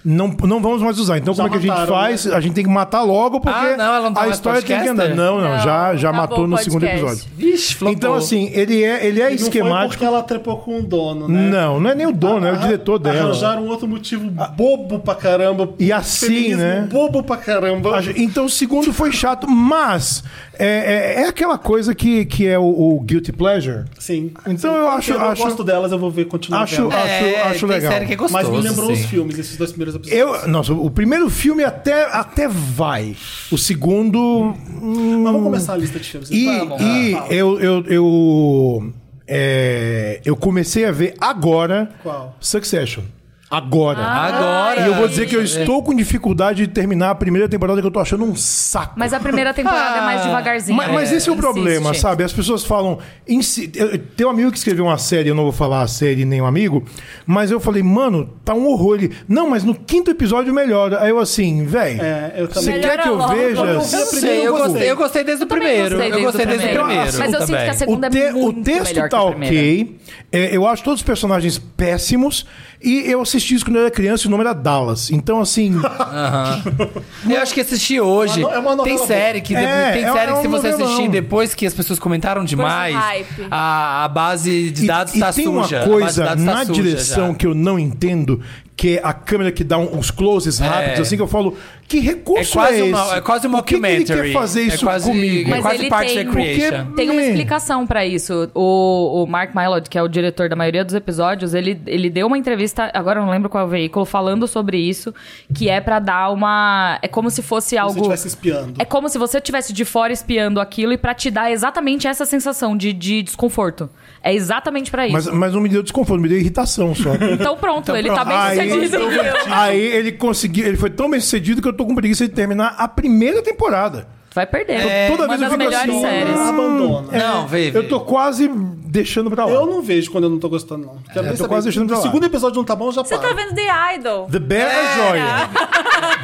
[SPEAKER 5] Não, não vamos mais usar. Então,
[SPEAKER 1] Já
[SPEAKER 5] como é que a gente
[SPEAKER 1] mataram, né?
[SPEAKER 5] faz? A gente tem que matar logo, porque
[SPEAKER 2] Ah, não, ela não tá
[SPEAKER 5] a
[SPEAKER 2] mais
[SPEAKER 5] história tem que andar.
[SPEAKER 2] podcaster?
[SPEAKER 5] Não, não,
[SPEAKER 3] Não,
[SPEAKER 5] já, já
[SPEAKER 3] acabou
[SPEAKER 5] matou
[SPEAKER 3] o
[SPEAKER 5] no segundo
[SPEAKER 3] podcast.
[SPEAKER 5] episódio.
[SPEAKER 2] Vixe, flopou.
[SPEAKER 5] Então, assim, ele é, ele
[SPEAKER 1] Não
[SPEAKER 5] é
[SPEAKER 1] foi
[SPEAKER 5] esquemático.
[SPEAKER 1] porque ela trepou com o dono, né?
[SPEAKER 5] Não, não é nem o dono, é o diretor dela.
[SPEAKER 1] Arranjaram um outro motivo bobo pra caramba.
[SPEAKER 5] E assim,
[SPEAKER 1] Feminismo
[SPEAKER 5] né?
[SPEAKER 1] bobo pra caramba.
[SPEAKER 5] Acho- Então o segundo foi chato, mas é, é- é aquela coisa que, que é o, o guilty pleasure.
[SPEAKER 1] Sim.
[SPEAKER 5] Então eu acho-
[SPEAKER 1] Eu
[SPEAKER 5] acho-
[SPEAKER 1] gosto delas, eu vou ver continuar
[SPEAKER 5] Acho-
[SPEAKER 1] vendo.
[SPEAKER 5] acho-
[SPEAKER 2] é,
[SPEAKER 5] acho
[SPEAKER 2] tem
[SPEAKER 5] legal.
[SPEAKER 2] série que é gostoso,
[SPEAKER 1] Mas me lembrou
[SPEAKER 2] sim.
[SPEAKER 1] os filmes, esses dois primeiros episódios.
[SPEAKER 5] Eu, nossa, o primeiro filme até, até vai. O segundo. hum,
[SPEAKER 1] Mas vamos começar a lista de filmes.
[SPEAKER 5] E,
[SPEAKER 1] Vamos.
[SPEAKER 5] e
[SPEAKER 1] Ah, fala.
[SPEAKER 5] eu, eu, eu, é, eu comecei a ver agora
[SPEAKER 1] Qual?
[SPEAKER 5] Succession. Agora.
[SPEAKER 2] Ah, Agora.
[SPEAKER 5] E eu vou dizer que eu estou com dificuldade de terminar a primeira temporada que eu tô achando um saco.
[SPEAKER 4] Mas a primeira temporada é
[SPEAKER 2] Ah.
[SPEAKER 4] mais devagarzinha.
[SPEAKER 5] Mas, mas esse é o
[SPEAKER 4] Insiste.
[SPEAKER 5] problema, sabe? As pessoas falam. "Insi- eu- Tem um amigo que escreveu uma série, eu não vou falar a série nem um amigo, mas eu falei, mano, tá um horror. Ele, não, mas no quinto episódio melhora. Aí eu assim, velho,
[SPEAKER 1] É, eu
[SPEAKER 5] você
[SPEAKER 1] também-
[SPEAKER 5] quer que eu
[SPEAKER 3] Melhora logo,
[SPEAKER 5] veja?
[SPEAKER 1] eu
[SPEAKER 2] Eu
[SPEAKER 1] vi
[SPEAKER 2] sei,
[SPEAKER 1] primeiro
[SPEAKER 2] eu
[SPEAKER 1] eu
[SPEAKER 2] gostei,
[SPEAKER 1] gostei.
[SPEAKER 2] eu gostei desde o
[SPEAKER 4] também
[SPEAKER 2] primeiro.
[SPEAKER 4] gostei
[SPEAKER 2] Eu gostei desde o primeiro.
[SPEAKER 4] Mas eu sinto que
[SPEAKER 2] também.
[SPEAKER 4] a segunda
[SPEAKER 5] o, te-
[SPEAKER 4] é muito
[SPEAKER 5] o texto
[SPEAKER 4] melhor
[SPEAKER 5] tá
[SPEAKER 4] que a primeira.
[SPEAKER 5] ok. É, eu acho todos os personagens péssimos. E eu assisti isso quando eu era criança e o nome era Dallas. Então, assim.
[SPEAKER 2] Eu acho que assisti hoje.
[SPEAKER 1] É uma no- é uma
[SPEAKER 2] tem
[SPEAKER 1] novela
[SPEAKER 2] série que, de-
[SPEAKER 5] É,
[SPEAKER 2] tem
[SPEAKER 5] é-
[SPEAKER 2] série
[SPEAKER 5] é
[SPEAKER 2] que se
[SPEAKER 5] um
[SPEAKER 2] você
[SPEAKER 5] novelão.
[SPEAKER 2] assistir depois que as pessoas comentaram demais,
[SPEAKER 3] hype.
[SPEAKER 2] a, a base de
[SPEAKER 5] e-
[SPEAKER 2] dados
[SPEAKER 5] e
[SPEAKER 2] tá
[SPEAKER 5] tem
[SPEAKER 2] suja.
[SPEAKER 5] uma
[SPEAKER 2] A base de
[SPEAKER 5] coisa
[SPEAKER 2] dados tá
[SPEAKER 5] na
[SPEAKER 2] suja
[SPEAKER 5] direção
[SPEAKER 2] já.
[SPEAKER 5] que eu não entendo que é a câmera que dá um- uns closes rápidos,
[SPEAKER 2] É.
[SPEAKER 5] assim, que eu falo, que recurso é,
[SPEAKER 2] É quase
[SPEAKER 5] esse?
[SPEAKER 2] uma- é quase um
[SPEAKER 5] Por que que ele quer
[SPEAKER 2] mockumentary.
[SPEAKER 5] fazer
[SPEAKER 2] É
[SPEAKER 5] isso
[SPEAKER 2] quase-
[SPEAKER 5] comigo?
[SPEAKER 2] é
[SPEAKER 4] Mas
[SPEAKER 2] quase
[SPEAKER 4] ele
[SPEAKER 2] parte
[SPEAKER 4] tem-
[SPEAKER 2] da creation.
[SPEAKER 5] Porque-
[SPEAKER 4] Tem uma
[SPEAKER 5] É.
[SPEAKER 4] explicação pra isso. O, o Mark Mylod, que é o diretor da maioria dos episódios, ele, ele deu uma entrevista, agora eu não lembro qual é veículo, falando sobre isso, que é pra dar uma. É como se fosse
[SPEAKER 1] Como se
[SPEAKER 4] algo.
[SPEAKER 1] eu estivesse espiando.
[SPEAKER 4] É como se você estivesse de fora espiando aquilo e pra te dar exatamente essa sensação de, de desconforto. É exatamente pra isso.
[SPEAKER 5] Mas, mas não me deu desconforto, me deu irritação só.
[SPEAKER 4] Então pronto, ele tá bem
[SPEAKER 5] Aí, então
[SPEAKER 4] sucedido.
[SPEAKER 5] aí ele conseguiu, ele foi tão bem sucedido que eu tô com preguiça de terminar a primeira temporada.
[SPEAKER 4] Vai perder.
[SPEAKER 5] É, toda
[SPEAKER 4] uma
[SPEAKER 5] vez eu fico
[SPEAKER 4] das melhores
[SPEAKER 5] assim,
[SPEAKER 4] séries.
[SPEAKER 5] "Ah,
[SPEAKER 1] Abandona.
[SPEAKER 2] Não, vê, vê.
[SPEAKER 5] Eu tô quase deixando pra lá.
[SPEAKER 1] Eu não vejo quando eu não tô gostando, não. Quero
[SPEAKER 5] eu
[SPEAKER 1] nem
[SPEAKER 5] É, tô
[SPEAKER 1] saber.
[SPEAKER 5] quase deixando pra
[SPEAKER 1] O
[SPEAKER 5] lá.
[SPEAKER 1] segundo episódio não tá bom, eu já
[SPEAKER 3] Você tá
[SPEAKER 1] paro.
[SPEAKER 3] vendo The Idol?
[SPEAKER 5] The Bear é joia.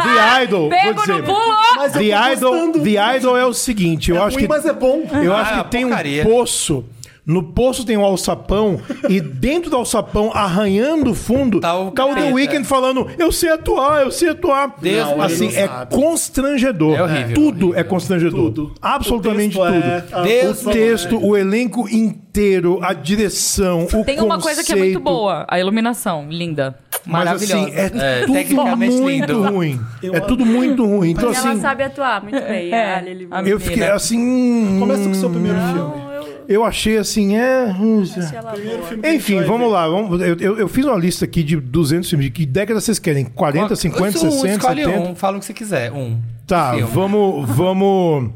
[SPEAKER 5] The Idol, vou
[SPEAKER 4] Pego
[SPEAKER 5] dizer.
[SPEAKER 4] no pulo!
[SPEAKER 1] Mas eu tô
[SPEAKER 5] The Idol,
[SPEAKER 1] gostando.
[SPEAKER 5] The Idol é o seguinte, eu
[SPEAKER 1] É
[SPEAKER 5] acho
[SPEAKER 1] ruim,
[SPEAKER 5] que
[SPEAKER 1] mas é bom.
[SPEAKER 5] Eu
[SPEAKER 2] Ah,
[SPEAKER 5] acho que tem
[SPEAKER 2] porcaria.
[SPEAKER 5] um poço. No poço tem um alçapão e dentro do alçapão, arranhando o fundo,
[SPEAKER 2] Tá o
[SPEAKER 5] tá o The
[SPEAKER 2] capeta.
[SPEAKER 5] Weeknd falando: Eu sei atuar, eu sei atuar.
[SPEAKER 2] Deus
[SPEAKER 5] Não,
[SPEAKER 2] me
[SPEAKER 5] assim,
[SPEAKER 1] livre.
[SPEAKER 5] é constrangedor.
[SPEAKER 2] É horrível,
[SPEAKER 5] tudo é constrangedor.
[SPEAKER 1] Tudo.
[SPEAKER 5] Absolutamente
[SPEAKER 1] O
[SPEAKER 5] tudo.
[SPEAKER 1] texto é-
[SPEAKER 2] Deus
[SPEAKER 5] o texto, o elenco inteiro, a direção, o
[SPEAKER 4] Tem uma coisa que é muito
[SPEAKER 5] conceito.
[SPEAKER 4] boa, a iluminação, linda,
[SPEAKER 5] Mas
[SPEAKER 4] maravilhosa.
[SPEAKER 5] assim, é,
[SPEAKER 2] É,
[SPEAKER 5] tudo
[SPEAKER 2] tecnicamente
[SPEAKER 5] muito
[SPEAKER 2] lindo.
[SPEAKER 5] ruim.
[SPEAKER 1] Eu
[SPEAKER 5] é
[SPEAKER 1] amo.
[SPEAKER 5] tudo muito ruim. Então,
[SPEAKER 3] Mas ela
[SPEAKER 5] assim,
[SPEAKER 3] sabe atuar muito bem.
[SPEAKER 4] É.
[SPEAKER 3] a Lily
[SPEAKER 4] A
[SPEAKER 3] Bloom.
[SPEAKER 5] eu fiquei
[SPEAKER 4] menina.
[SPEAKER 5] assim. hum,
[SPEAKER 1] Começa com o seu primeiro filme.
[SPEAKER 3] Não, eu
[SPEAKER 5] Eu achei assim, é. hum,
[SPEAKER 3] achei ela
[SPEAKER 1] Primeiro
[SPEAKER 3] boa.
[SPEAKER 1] filme que a gente
[SPEAKER 5] Enfim,
[SPEAKER 1] vai
[SPEAKER 5] vamos
[SPEAKER 1] ver.
[SPEAKER 2] né?
[SPEAKER 5] lá. Vamos, eu, eu, eu fiz uma lista aqui de 200 filmes. De que década vocês querem? 40, 50,
[SPEAKER 2] um,
[SPEAKER 5] 60,
[SPEAKER 2] escolhe
[SPEAKER 5] 70?
[SPEAKER 2] um, fala o que você quiser. Um.
[SPEAKER 5] Tá,
[SPEAKER 2] Filme.
[SPEAKER 5] vamos, vamos...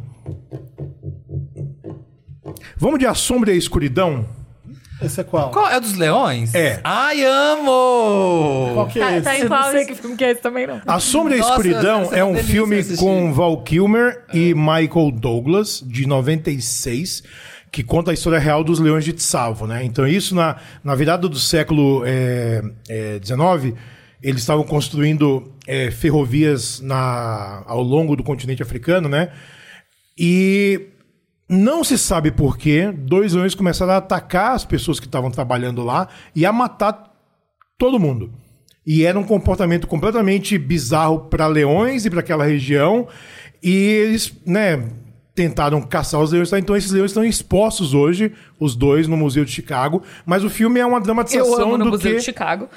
[SPEAKER 5] Vamos de A Sombra e a Escuridão?
[SPEAKER 1] Esse é qual?
[SPEAKER 2] Qual é o dos leões?
[SPEAKER 5] É.
[SPEAKER 2] Ai, amo!
[SPEAKER 1] Qual que é
[SPEAKER 3] Tá,
[SPEAKER 1] esse?
[SPEAKER 3] tá em
[SPEAKER 4] Eu
[SPEAKER 3] qual?
[SPEAKER 4] não sei que filme que é esse também, não.
[SPEAKER 5] A Sombra e a
[SPEAKER 2] Nossa,
[SPEAKER 5] Escuridão
[SPEAKER 2] essa
[SPEAKER 5] é
[SPEAKER 2] é uma
[SPEAKER 5] um
[SPEAKER 2] delícia
[SPEAKER 5] filme
[SPEAKER 2] assistir.
[SPEAKER 5] com Val Kilmer e Michael Douglas, de 96, que conta a história real dos leões de Tsavo, né? Então, isso na, na virada do século é, é, 19, eles estavam construindo é, ferrovias na, ao longo do continente africano, né? E não se sabe por quê, dois leões começaram a atacar as pessoas que estavam trabalhando lá e a matar todo mundo. E era um comportamento completamente bizarro para leões e para aquela região. E eles, né, tentaram caçar os leões. tá? Então esses leões estão expostos hoje, os dois, no Museu de Chicago. Mas o filme é uma dramatização
[SPEAKER 4] Eu amo no
[SPEAKER 5] do
[SPEAKER 4] Museu
[SPEAKER 5] que...
[SPEAKER 4] de Chicago.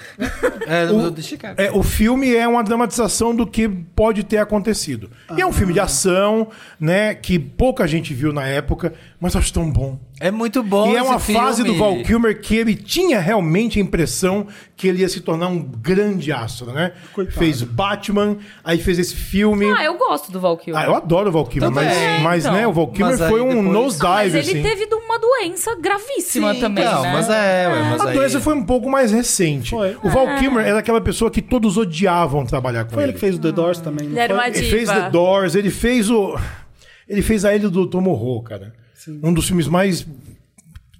[SPEAKER 2] É, do, do Chicago.
[SPEAKER 5] É, o filme é uma dramatização do que pode ter acontecido. E é um
[SPEAKER 4] Ah.
[SPEAKER 5] filme de ação, né? Que pouca gente viu na época, mas acho tão bom.
[SPEAKER 2] É muito bom
[SPEAKER 5] e é uma
[SPEAKER 2] esse
[SPEAKER 5] fase do
[SPEAKER 2] filme.
[SPEAKER 5] Val Kilmer que ele tinha realmente a impressão que ele ia se tornar um grande astro, né?
[SPEAKER 1] Coitado.
[SPEAKER 5] Fez Batman, aí fez esse filme.
[SPEAKER 4] Ah, eu gosto do Valkyrie.
[SPEAKER 2] é
[SPEAKER 5] Ah, eu adoro o Val Kilmer,
[SPEAKER 2] Também.
[SPEAKER 5] mas,
[SPEAKER 2] É,
[SPEAKER 5] mas,
[SPEAKER 4] então.
[SPEAKER 5] né, o Val Kilmer
[SPEAKER 2] Mas aí
[SPEAKER 5] foi um
[SPEAKER 2] depois-
[SPEAKER 5] nose
[SPEAKER 4] Ah, mas
[SPEAKER 5] dive,
[SPEAKER 4] ele
[SPEAKER 5] assim.
[SPEAKER 4] teve de uma doença gravíssima
[SPEAKER 2] Sim,
[SPEAKER 4] também,
[SPEAKER 2] não,
[SPEAKER 4] né?
[SPEAKER 2] mas é, ué, mas
[SPEAKER 5] A
[SPEAKER 2] aí...
[SPEAKER 5] doença foi um pouco mais recente.
[SPEAKER 1] Foi.
[SPEAKER 5] O
[SPEAKER 4] Ah.
[SPEAKER 5] Val Kilmer era aquela pessoa que todos odiavam trabalhar com
[SPEAKER 1] Foi ele que fez o The Doors também. não
[SPEAKER 3] Ele era
[SPEAKER 1] foi?
[SPEAKER 3] uma
[SPEAKER 5] Ele fez
[SPEAKER 3] diva.
[SPEAKER 5] The Doors, ele fez o. Ele fez a Ilha do Dr. Morro, cara. Um dos filmes mais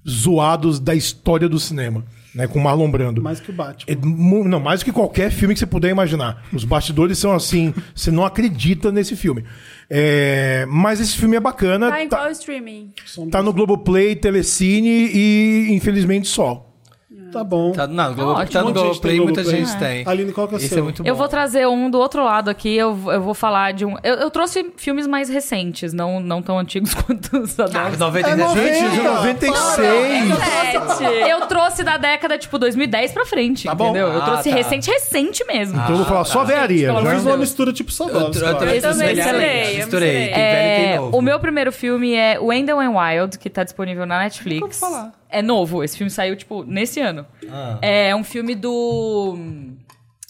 [SPEAKER 5] zoados da história do cinema, né? Com Marlon Brando.
[SPEAKER 1] Mais que o Batman.
[SPEAKER 5] É mu- não, mais do que qualquer filme que você puder imaginar. Os bastidores são assim, você não acredita nesse filme. É, mas esse filme é bacana.
[SPEAKER 3] Tá em
[SPEAKER 5] tá-
[SPEAKER 3] qual streaming?
[SPEAKER 5] tá no Globoplay, Telecine e, infelizmente, só.
[SPEAKER 1] Tá bom.
[SPEAKER 2] Tá, não, Globo,
[SPEAKER 4] Ah, Ótimo.
[SPEAKER 2] tá no
[SPEAKER 1] Muita gente
[SPEAKER 2] Globoplay,
[SPEAKER 1] tem
[SPEAKER 2] muita
[SPEAKER 1] Globoplay.
[SPEAKER 2] gente
[SPEAKER 1] É.
[SPEAKER 2] tem.
[SPEAKER 1] Aline, qual que é o
[SPEAKER 2] Esse
[SPEAKER 1] seu?
[SPEAKER 2] é muito bom.
[SPEAKER 4] Eu vou trazer um do outro lado aqui, eu, eu vou falar de um. Eu, eu trouxe filmes mais recentes, não, não tão antigos quanto os da
[SPEAKER 2] Ah,
[SPEAKER 4] década.
[SPEAKER 2] 90,
[SPEAKER 1] É
[SPEAKER 5] Gente, de
[SPEAKER 1] Eita,
[SPEAKER 5] 96!
[SPEAKER 3] Sete.
[SPEAKER 4] Eu trouxe da década, tipo, 2010 pra frente,
[SPEAKER 2] bom.
[SPEAKER 4] entendeu? eu
[SPEAKER 2] Ah,
[SPEAKER 4] trouxe
[SPEAKER 2] tá. Ah,
[SPEAKER 4] recente, recente mesmo.
[SPEAKER 5] Então eu vou falar
[SPEAKER 4] Ah, tá.
[SPEAKER 5] só velharia.
[SPEAKER 4] Pelo
[SPEAKER 1] Eu
[SPEAKER 5] né?
[SPEAKER 4] amor
[SPEAKER 1] fiz
[SPEAKER 4] de
[SPEAKER 1] uma
[SPEAKER 4] Deus.
[SPEAKER 1] mistura tipo Sodom.
[SPEAKER 2] Eu, eu
[SPEAKER 1] claro.
[SPEAKER 2] trouxe
[SPEAKER 3] Eu
[SPEAKER 2] misturei,
[SPEAKER 3] também misturei, eu
[SPEAKER 2] Ah, misturei.
[SPEAKER 3] misturei.
[SPEAKER 2] Tem velho e tem
[SPEAKER 4] É,
[SPEAKER 2] novo.
[SPEAKER 4] o meu primeiro filme é Wendell and Wild, que tá disponível na Netflix. É novo, esse filme saiu, tipo, nesse ano.
[SPEAKER 2] Ah.
[SPEAKER 4] É um filme do hum,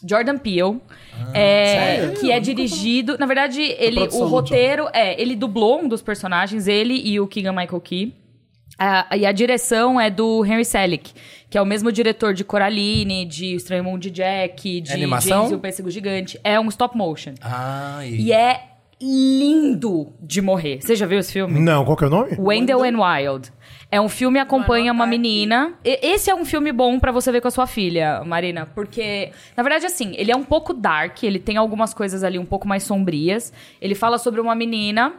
[SPEAKER 4] Jordan Peele,
[SPEAKER 1] Ah,
[SPEAKER 4] é, que é dirigido... Na verdade, ele,
[SPEAKER 1] produção
[SPEAKER 4] o
[SPEAKER 1] do
[SPEAKER 4] roteiro... É, ele dublou um dos personagens, ele e o Keegan-Michael Key. A- e a direção é do Henry Selick, que é o mesmo diretor de Coraline, de Estranho Mundo de Jack,
[SPEAKER 1] É
[SPEAKER 4] de
[SPEAKER 2] animação?
[SPEAKER 4] James e o Pêssego Gigante. É um stop motion.
[SPEAKER 2] Ai.
[SPEAKER 4] E é lindo de morrer. Você já viu esse filme?
[SPEAKER 5] Não, qual que é o nome?
[SPEAKER 4] Wendell and Wild. É um filme que acompanha uma
[SPEAKER 3] Vou anotar
[SPEAKER 4] menina. E- Esse é um filme bom pra você ver com a sua filha, Marina, porque na verdade assim, ele é um pouco dark, ele tem algumas coisas ali um pouco mais sombrias. Ele fala sobre uma menina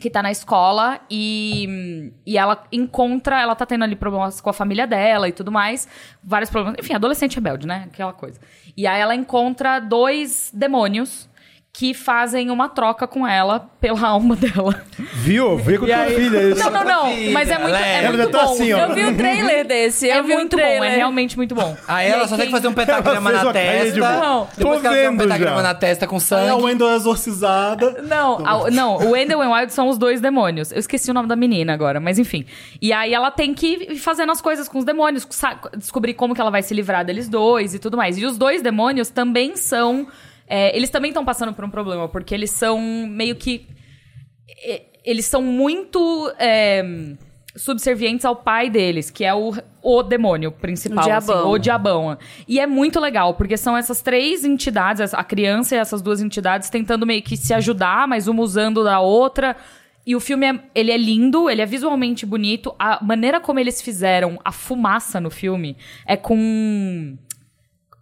[SPEAKER 4] que tá na escola e, e ela encontra, ela tá tendo ali problemas com a família dela e tudo mais, vários problemas, enfim, adolescente rebelde, né, aquela coisa. E aí ela encontra dois demônios que fazem uma troca com ela pela alma dela.
[SPEAKER 5] Viu? Vê com tua filha isso.
[SPEAKER 4] Não, não, não.
[SPEAKER 2] Filha,
[SPEAKER 4] Mas é muito, é
[SPEAKER 2] Ela
[SPEAKER 5] já
[SPEAKER 4] muito
[SPEAKER 5] tá
[SPEAKER 4] bom.
[SPEAKER 5] assim, ó.
[SPEAKER 3] Eu vi um trailer desse.
[SPEAKER 4] É
[SPEAKER 3] eu vi um
[SPEAKER 4] muito bom,
[SPEAKER 3] trailer.
[SPEAKER 4] é realmente muito bom.
[SPEAKER 2] Aí ela só
[SPEAKER 4] é
[SPEAKER 2] tem que fazer um pentagrama na
[SPEAKER 5] Ela fez uma cara de
[SPEAKER 2] testa.
[SPEAKER 5] boa.
[SPEAKER 2] Depois
[SPEAKER 5] Tô
[SPEAKER 2] que ela fez um
[SPEAKER 5] vendo
[SPEAKER 2] pentagrama
[SPEAKER 5] já. um
[SPEAKER 2] na testa com
[SPEAKER 1] Aí a
[SPEAKER 2] sangue. um
[SPEAKER 1] Wendell é exorcizada.
[SPEAKER 4] Não, a- não, o Wendell e o Wild são os dois demônios. Eu esqueci o nome da menina agora, mas enfim. E aí ela tem que ir fazendo as coisas com os demônios, sa- descobrir como que ela vai se livrar deles dois e tudo mais. E os dois demônios também são. é, eles também estão passando por um problema, porque eles são meio que. e- Eles são muito. é, subservientes ao pai deles, que é o, o demônio principal.
[SPEAKER 3] O diabão.
[SPEAKER 4] assim, o Diabão. E é muito legal, porque são essas três entidades, essa- a criança e essas duas entidades, tentando meio que se ajudar, mas uma usando da outra. E o filme, é, ele é lindo, ele é visualmente bonito. A maneira como eles fizeram a fumaça no filme é com...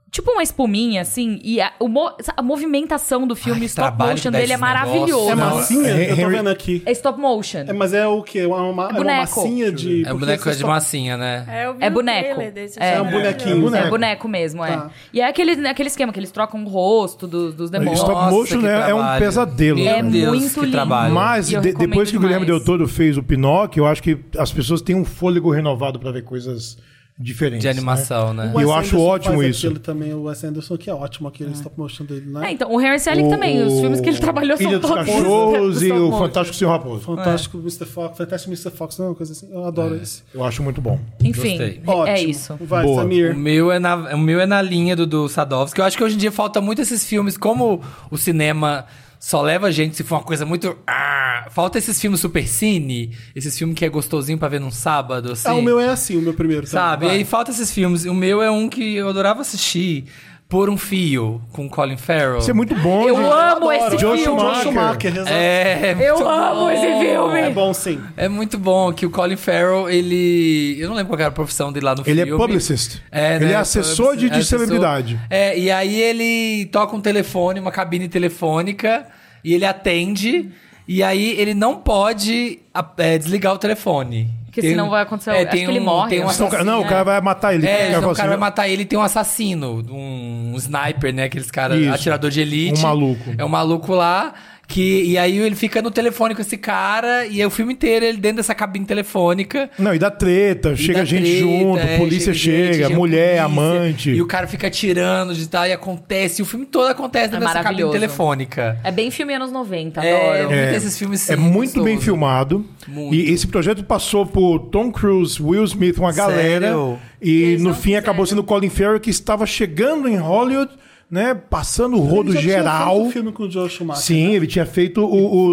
[SPEAKER 4] Tipo uma espuminha, assim, e a, o mo- a movimentação do
[SPEAKER 2] Ai,
[SPEAKER 4] filme, o
[SPEAKER 2] que
[SPEAKER 4] stop
[SPEAKER 2] trabalho que
[SPEAKER 4] motion
[SPEAKER 2] dá
[SPEAKER 4] dele é
[SPEAKER 2] esse negócio. né?
[SPEAKER 4] maravilhoso.
[SPEAKER 1] É
[SPEAKER 2] Não,
[SPEAKER 1] massinha?
[SPEAKER 5] é-
[SPEAKER 1] Eu tô
[SPEAKER 5] Henry-
[SPEAKER 1] vendo aqui.
[SPEAKER 4] É stop motion.
[SPEAKER 1] É, mas é o quê? É uma, é uma
[SPEAKER 4] boneco.
[SPEAKER 1] massinha de...
[SPEAKER 2] É
[SPEAKER 1] porque
[SPEAKER 2] boneco
[SPEAKER 1] vocês
[SPEAKER 2] de
[SPEAKER 1] falam-
[SPEAKER 2] massinha, né?
[SPEAKER 3] É, eu vi
[SPEAKER 4] É
[SPEAKER 3] um
[SPEAKER 4] boneco.
[SPEAKER 3] trailer desse,
[SPEAKER 4] É.
[SPEAKER 3] achei
[SPEAKER 1] É um bonequinho. né?
[SPEAKER 5] É boneco.
[SPEAKER 4] É boneco mesmo, é.
[SPEAKER 1] Tá.
[SPEAKER 4] E é aquele, aquele esquema que eles trocam o rosto dos, dos demônios.
[SPEAKER 5] Stop motion
[SPEAKER 2] que
[SPEAKER 5] é- é um
[SPEAKER 2] trabalho.
[SPEAKER 5] pesadelo.
[SPEAKER 2] Meu
[SPEAKER 4] É
[SPEAKER 2] Deus,
[SPEAKER 4] muito
[SPEAKER 2] que
[SPEAKER 4] lindo.
[SPEAKER 2] trabalho.
[SPEAKER 5] Mas
[SPEAKER 4] E eu
[SPEAKER 5] de-
[SPEAKER 4] recomendo
[SPEAKER 5] depois que o Guilherme
[SPEAKER 4] demais.
[SPEAKER 5] Del Toro fez o Pinóquio, eu acho que as pessoas têm um fôlego renovado pra ver coisas diferentes.
[SPEAKER 2] de animação,
[SPEAKER 1] O
[SPEAKER 2] né?
[SPEAKER 1] Wes
[SPEAKER 5] Eu acho
[SPEAKER 1] Anderson
[SPEAKER 5] ótimo
[SPEAKER 1] faz
[SPEAKER 5] isso.
[SPEAKER 1] Aquele também, o Wes Anderson, que é ótimo aquele stop motion dele, né?
[SPEAKER 4] É, então, o Harry Selick
[SPEAKER 5] O-
[SPEAKER 4] também. Os filmes que ele trabalhou
[SPEAKER 5] Ilha
[SPEAKER 4] são
[SPEAKER 5] dos
[SPEAKER 4] todos.
[SPEAKER 5] Cachorros e
[SPEAKER 4] stop
[SPEAKER 5] o
[SPEAKER 4] motion.
[SPEAKER 5] Fantástico Senhor Raposo.
[SPEAKER 1] Fantástico Mr. Fox, Fantástico Mr. Fox, não, coisa assim. Eu
[SPEAKER 2] É.
[SPEAKER 1] adoro esse.
[SPEAKER 5] Eu acho muito bom.
[SPEAKER 4] Enfim,
[SPEAKER 2] Gostei.
[SPEAKER 1] Ótimo.
[SPEAKER 4] é isso.
[SPEAKER 1] Vai,
[SPEAKER 5] Boa.
[SPEAKER 2] O
[SPEAKER 1] Samir.
[SPEAKER 2] meu, é na, o meu é na linha do, do Sadovski. Eu acho que hoje em dia falta muito esses filmes, como o cinema só leva a gente se for uma coisa muito. Ah, falta esses filmes super cine, esses filmes que é gostosinho pra ver num sábado, assim.
[SPEAKER 1] Ah, o meu é assim, o meu primeiro. tá?
[SPEAKER 2] Sabe? E
[SPEAKER 1] Vai.
[SPEAKER 2] aí falta esses filmes. O meu é um que eu adorava assistir por um fio com Colin Farrell.
[SPEAKER 5] Isso é muito bom.
[SPEAKER 4] Eu
[SPEAKER 5] gente.
[SPEAKER 4] amo
[SPEAKER 1] Adoro.
[SPEAKER 4] esse
[SPEAKER 5] Josh
[SPEAKER 1] Josh
[SPEAKER 4] filme.
[SPEAKER 5] Schumacher.
[SPEAKER 1] Schumacher. exato.
[SPEAKER 2] É, é
[SPEAKER 4] Eu
[SPEAKER 2] muito
[SPEAKER 4] amo
[SPEAKER 2] bom.
[SPEAKER 4] esse filme.
[SPEAKER 1] É bom sim.
[SPEAKER 2] É muito bom que o Colin Farrell, ele. Eu não lembro qual era a profissão dele lá no
[SPEAKER 5] Ele
[SPEAKER 2] filme.
[SPEAKER 5] é publicist.
[SPEAKER 2] É,
[SPEAKER 5] Ele
[SPEAKER 2] né?
[SPEAKER 5] é assessor de, de
[SPEAKER 2] É assessor.
[SPEAKER 5] celebridade.
[SPEAKER 2] É, e aí ele toca um telefone, uma cabine telefônica, e ele atende, e aí ele não pode a- é, desligar o telefone.
[SPEAKER 4] Porque senão vai acontecer- acho
[SPEAKER 2] tem
[SPEAKER 4] que ele morre,
[SPEAKER 2] Tem um
[SPEAKER 4] né?
[SPEAKER 5] Senão o cara-
[SPEAKER 2] assassino.
[SPEAKER 5] não, o cara vai matar ele.
[SPEAKER 2] É, senão
[SPEAKER 5] fala
[SPEAKER 2] o cara vai
[SPEAKER 5] assim,
[SPEAKER 2] matar ele tem um assassino, um, um sniper, né? Aqueles caras,
[SPEAKER 5] Isso.
[SPEAKER 2] atirador de elite.
[SPEAKER 5] Um maluco.
[SPEAKER 2] É um maluco lá. Que, e aí ele fica no telefone com esse cara, e é o filme inteiro ele dentro dessa cabine telefônica.
[SPEAKER 5] Não, e dá treta, chega
[SPEAKER 2] dá
[SPEAKER 5] gente
[SPEAKER 2] treta,
[SPEAKER 5] junto,
[SPEAKER 2] é,
[SPEAKER 5] polícia
[SPEAKER 2] gente,
[SPEAKER 5] chega, mulher, amante.
[SPEAKER 2] E o cara fica tirando de tal, e acontece. E o filme todo acontece nessa cabine
[SPEAKER 4] É maravilhoso.
[SPEAKER 2] telefônica.
[SPEAKER 4] É bem filme anos 90,
[SPEAKER 2] É,
[SPEAKER 4] adoro.
[SPEAKER 2] muito esses filmes
[SPEAKER 5] É
[SPEAKER 2] sim,
[SPEAKER 5] muito bem
[SPEAKER 2] gostoso.
[SPEAKER 5] filmado.
[SPEAKER 2] né? Muito.
[SPEAKER 5] E esse projeto passou por Tom Cruise, Will Smith, uma
[SPEAKER 2] Sério?
[SPEAKER 5] galera. E
[SPEAKER 3] Eles
[SPEAKER 5] no
[SPEAKER 3] não
[SPEAKER 5] fim
[SPEAKER 3] fizeram.
[SPEAKER 5] acabou sendo Colin Farrell que estava chegando em Hollywood, né? Passando o rodo
[SPEAKER 1] Ele já tinha feito
[SPEAKER 5] geral.
[SPEAKER 1] um filme com o Joe Schumacher.
[SPEAKER 5] Sim, ele tinha feito o,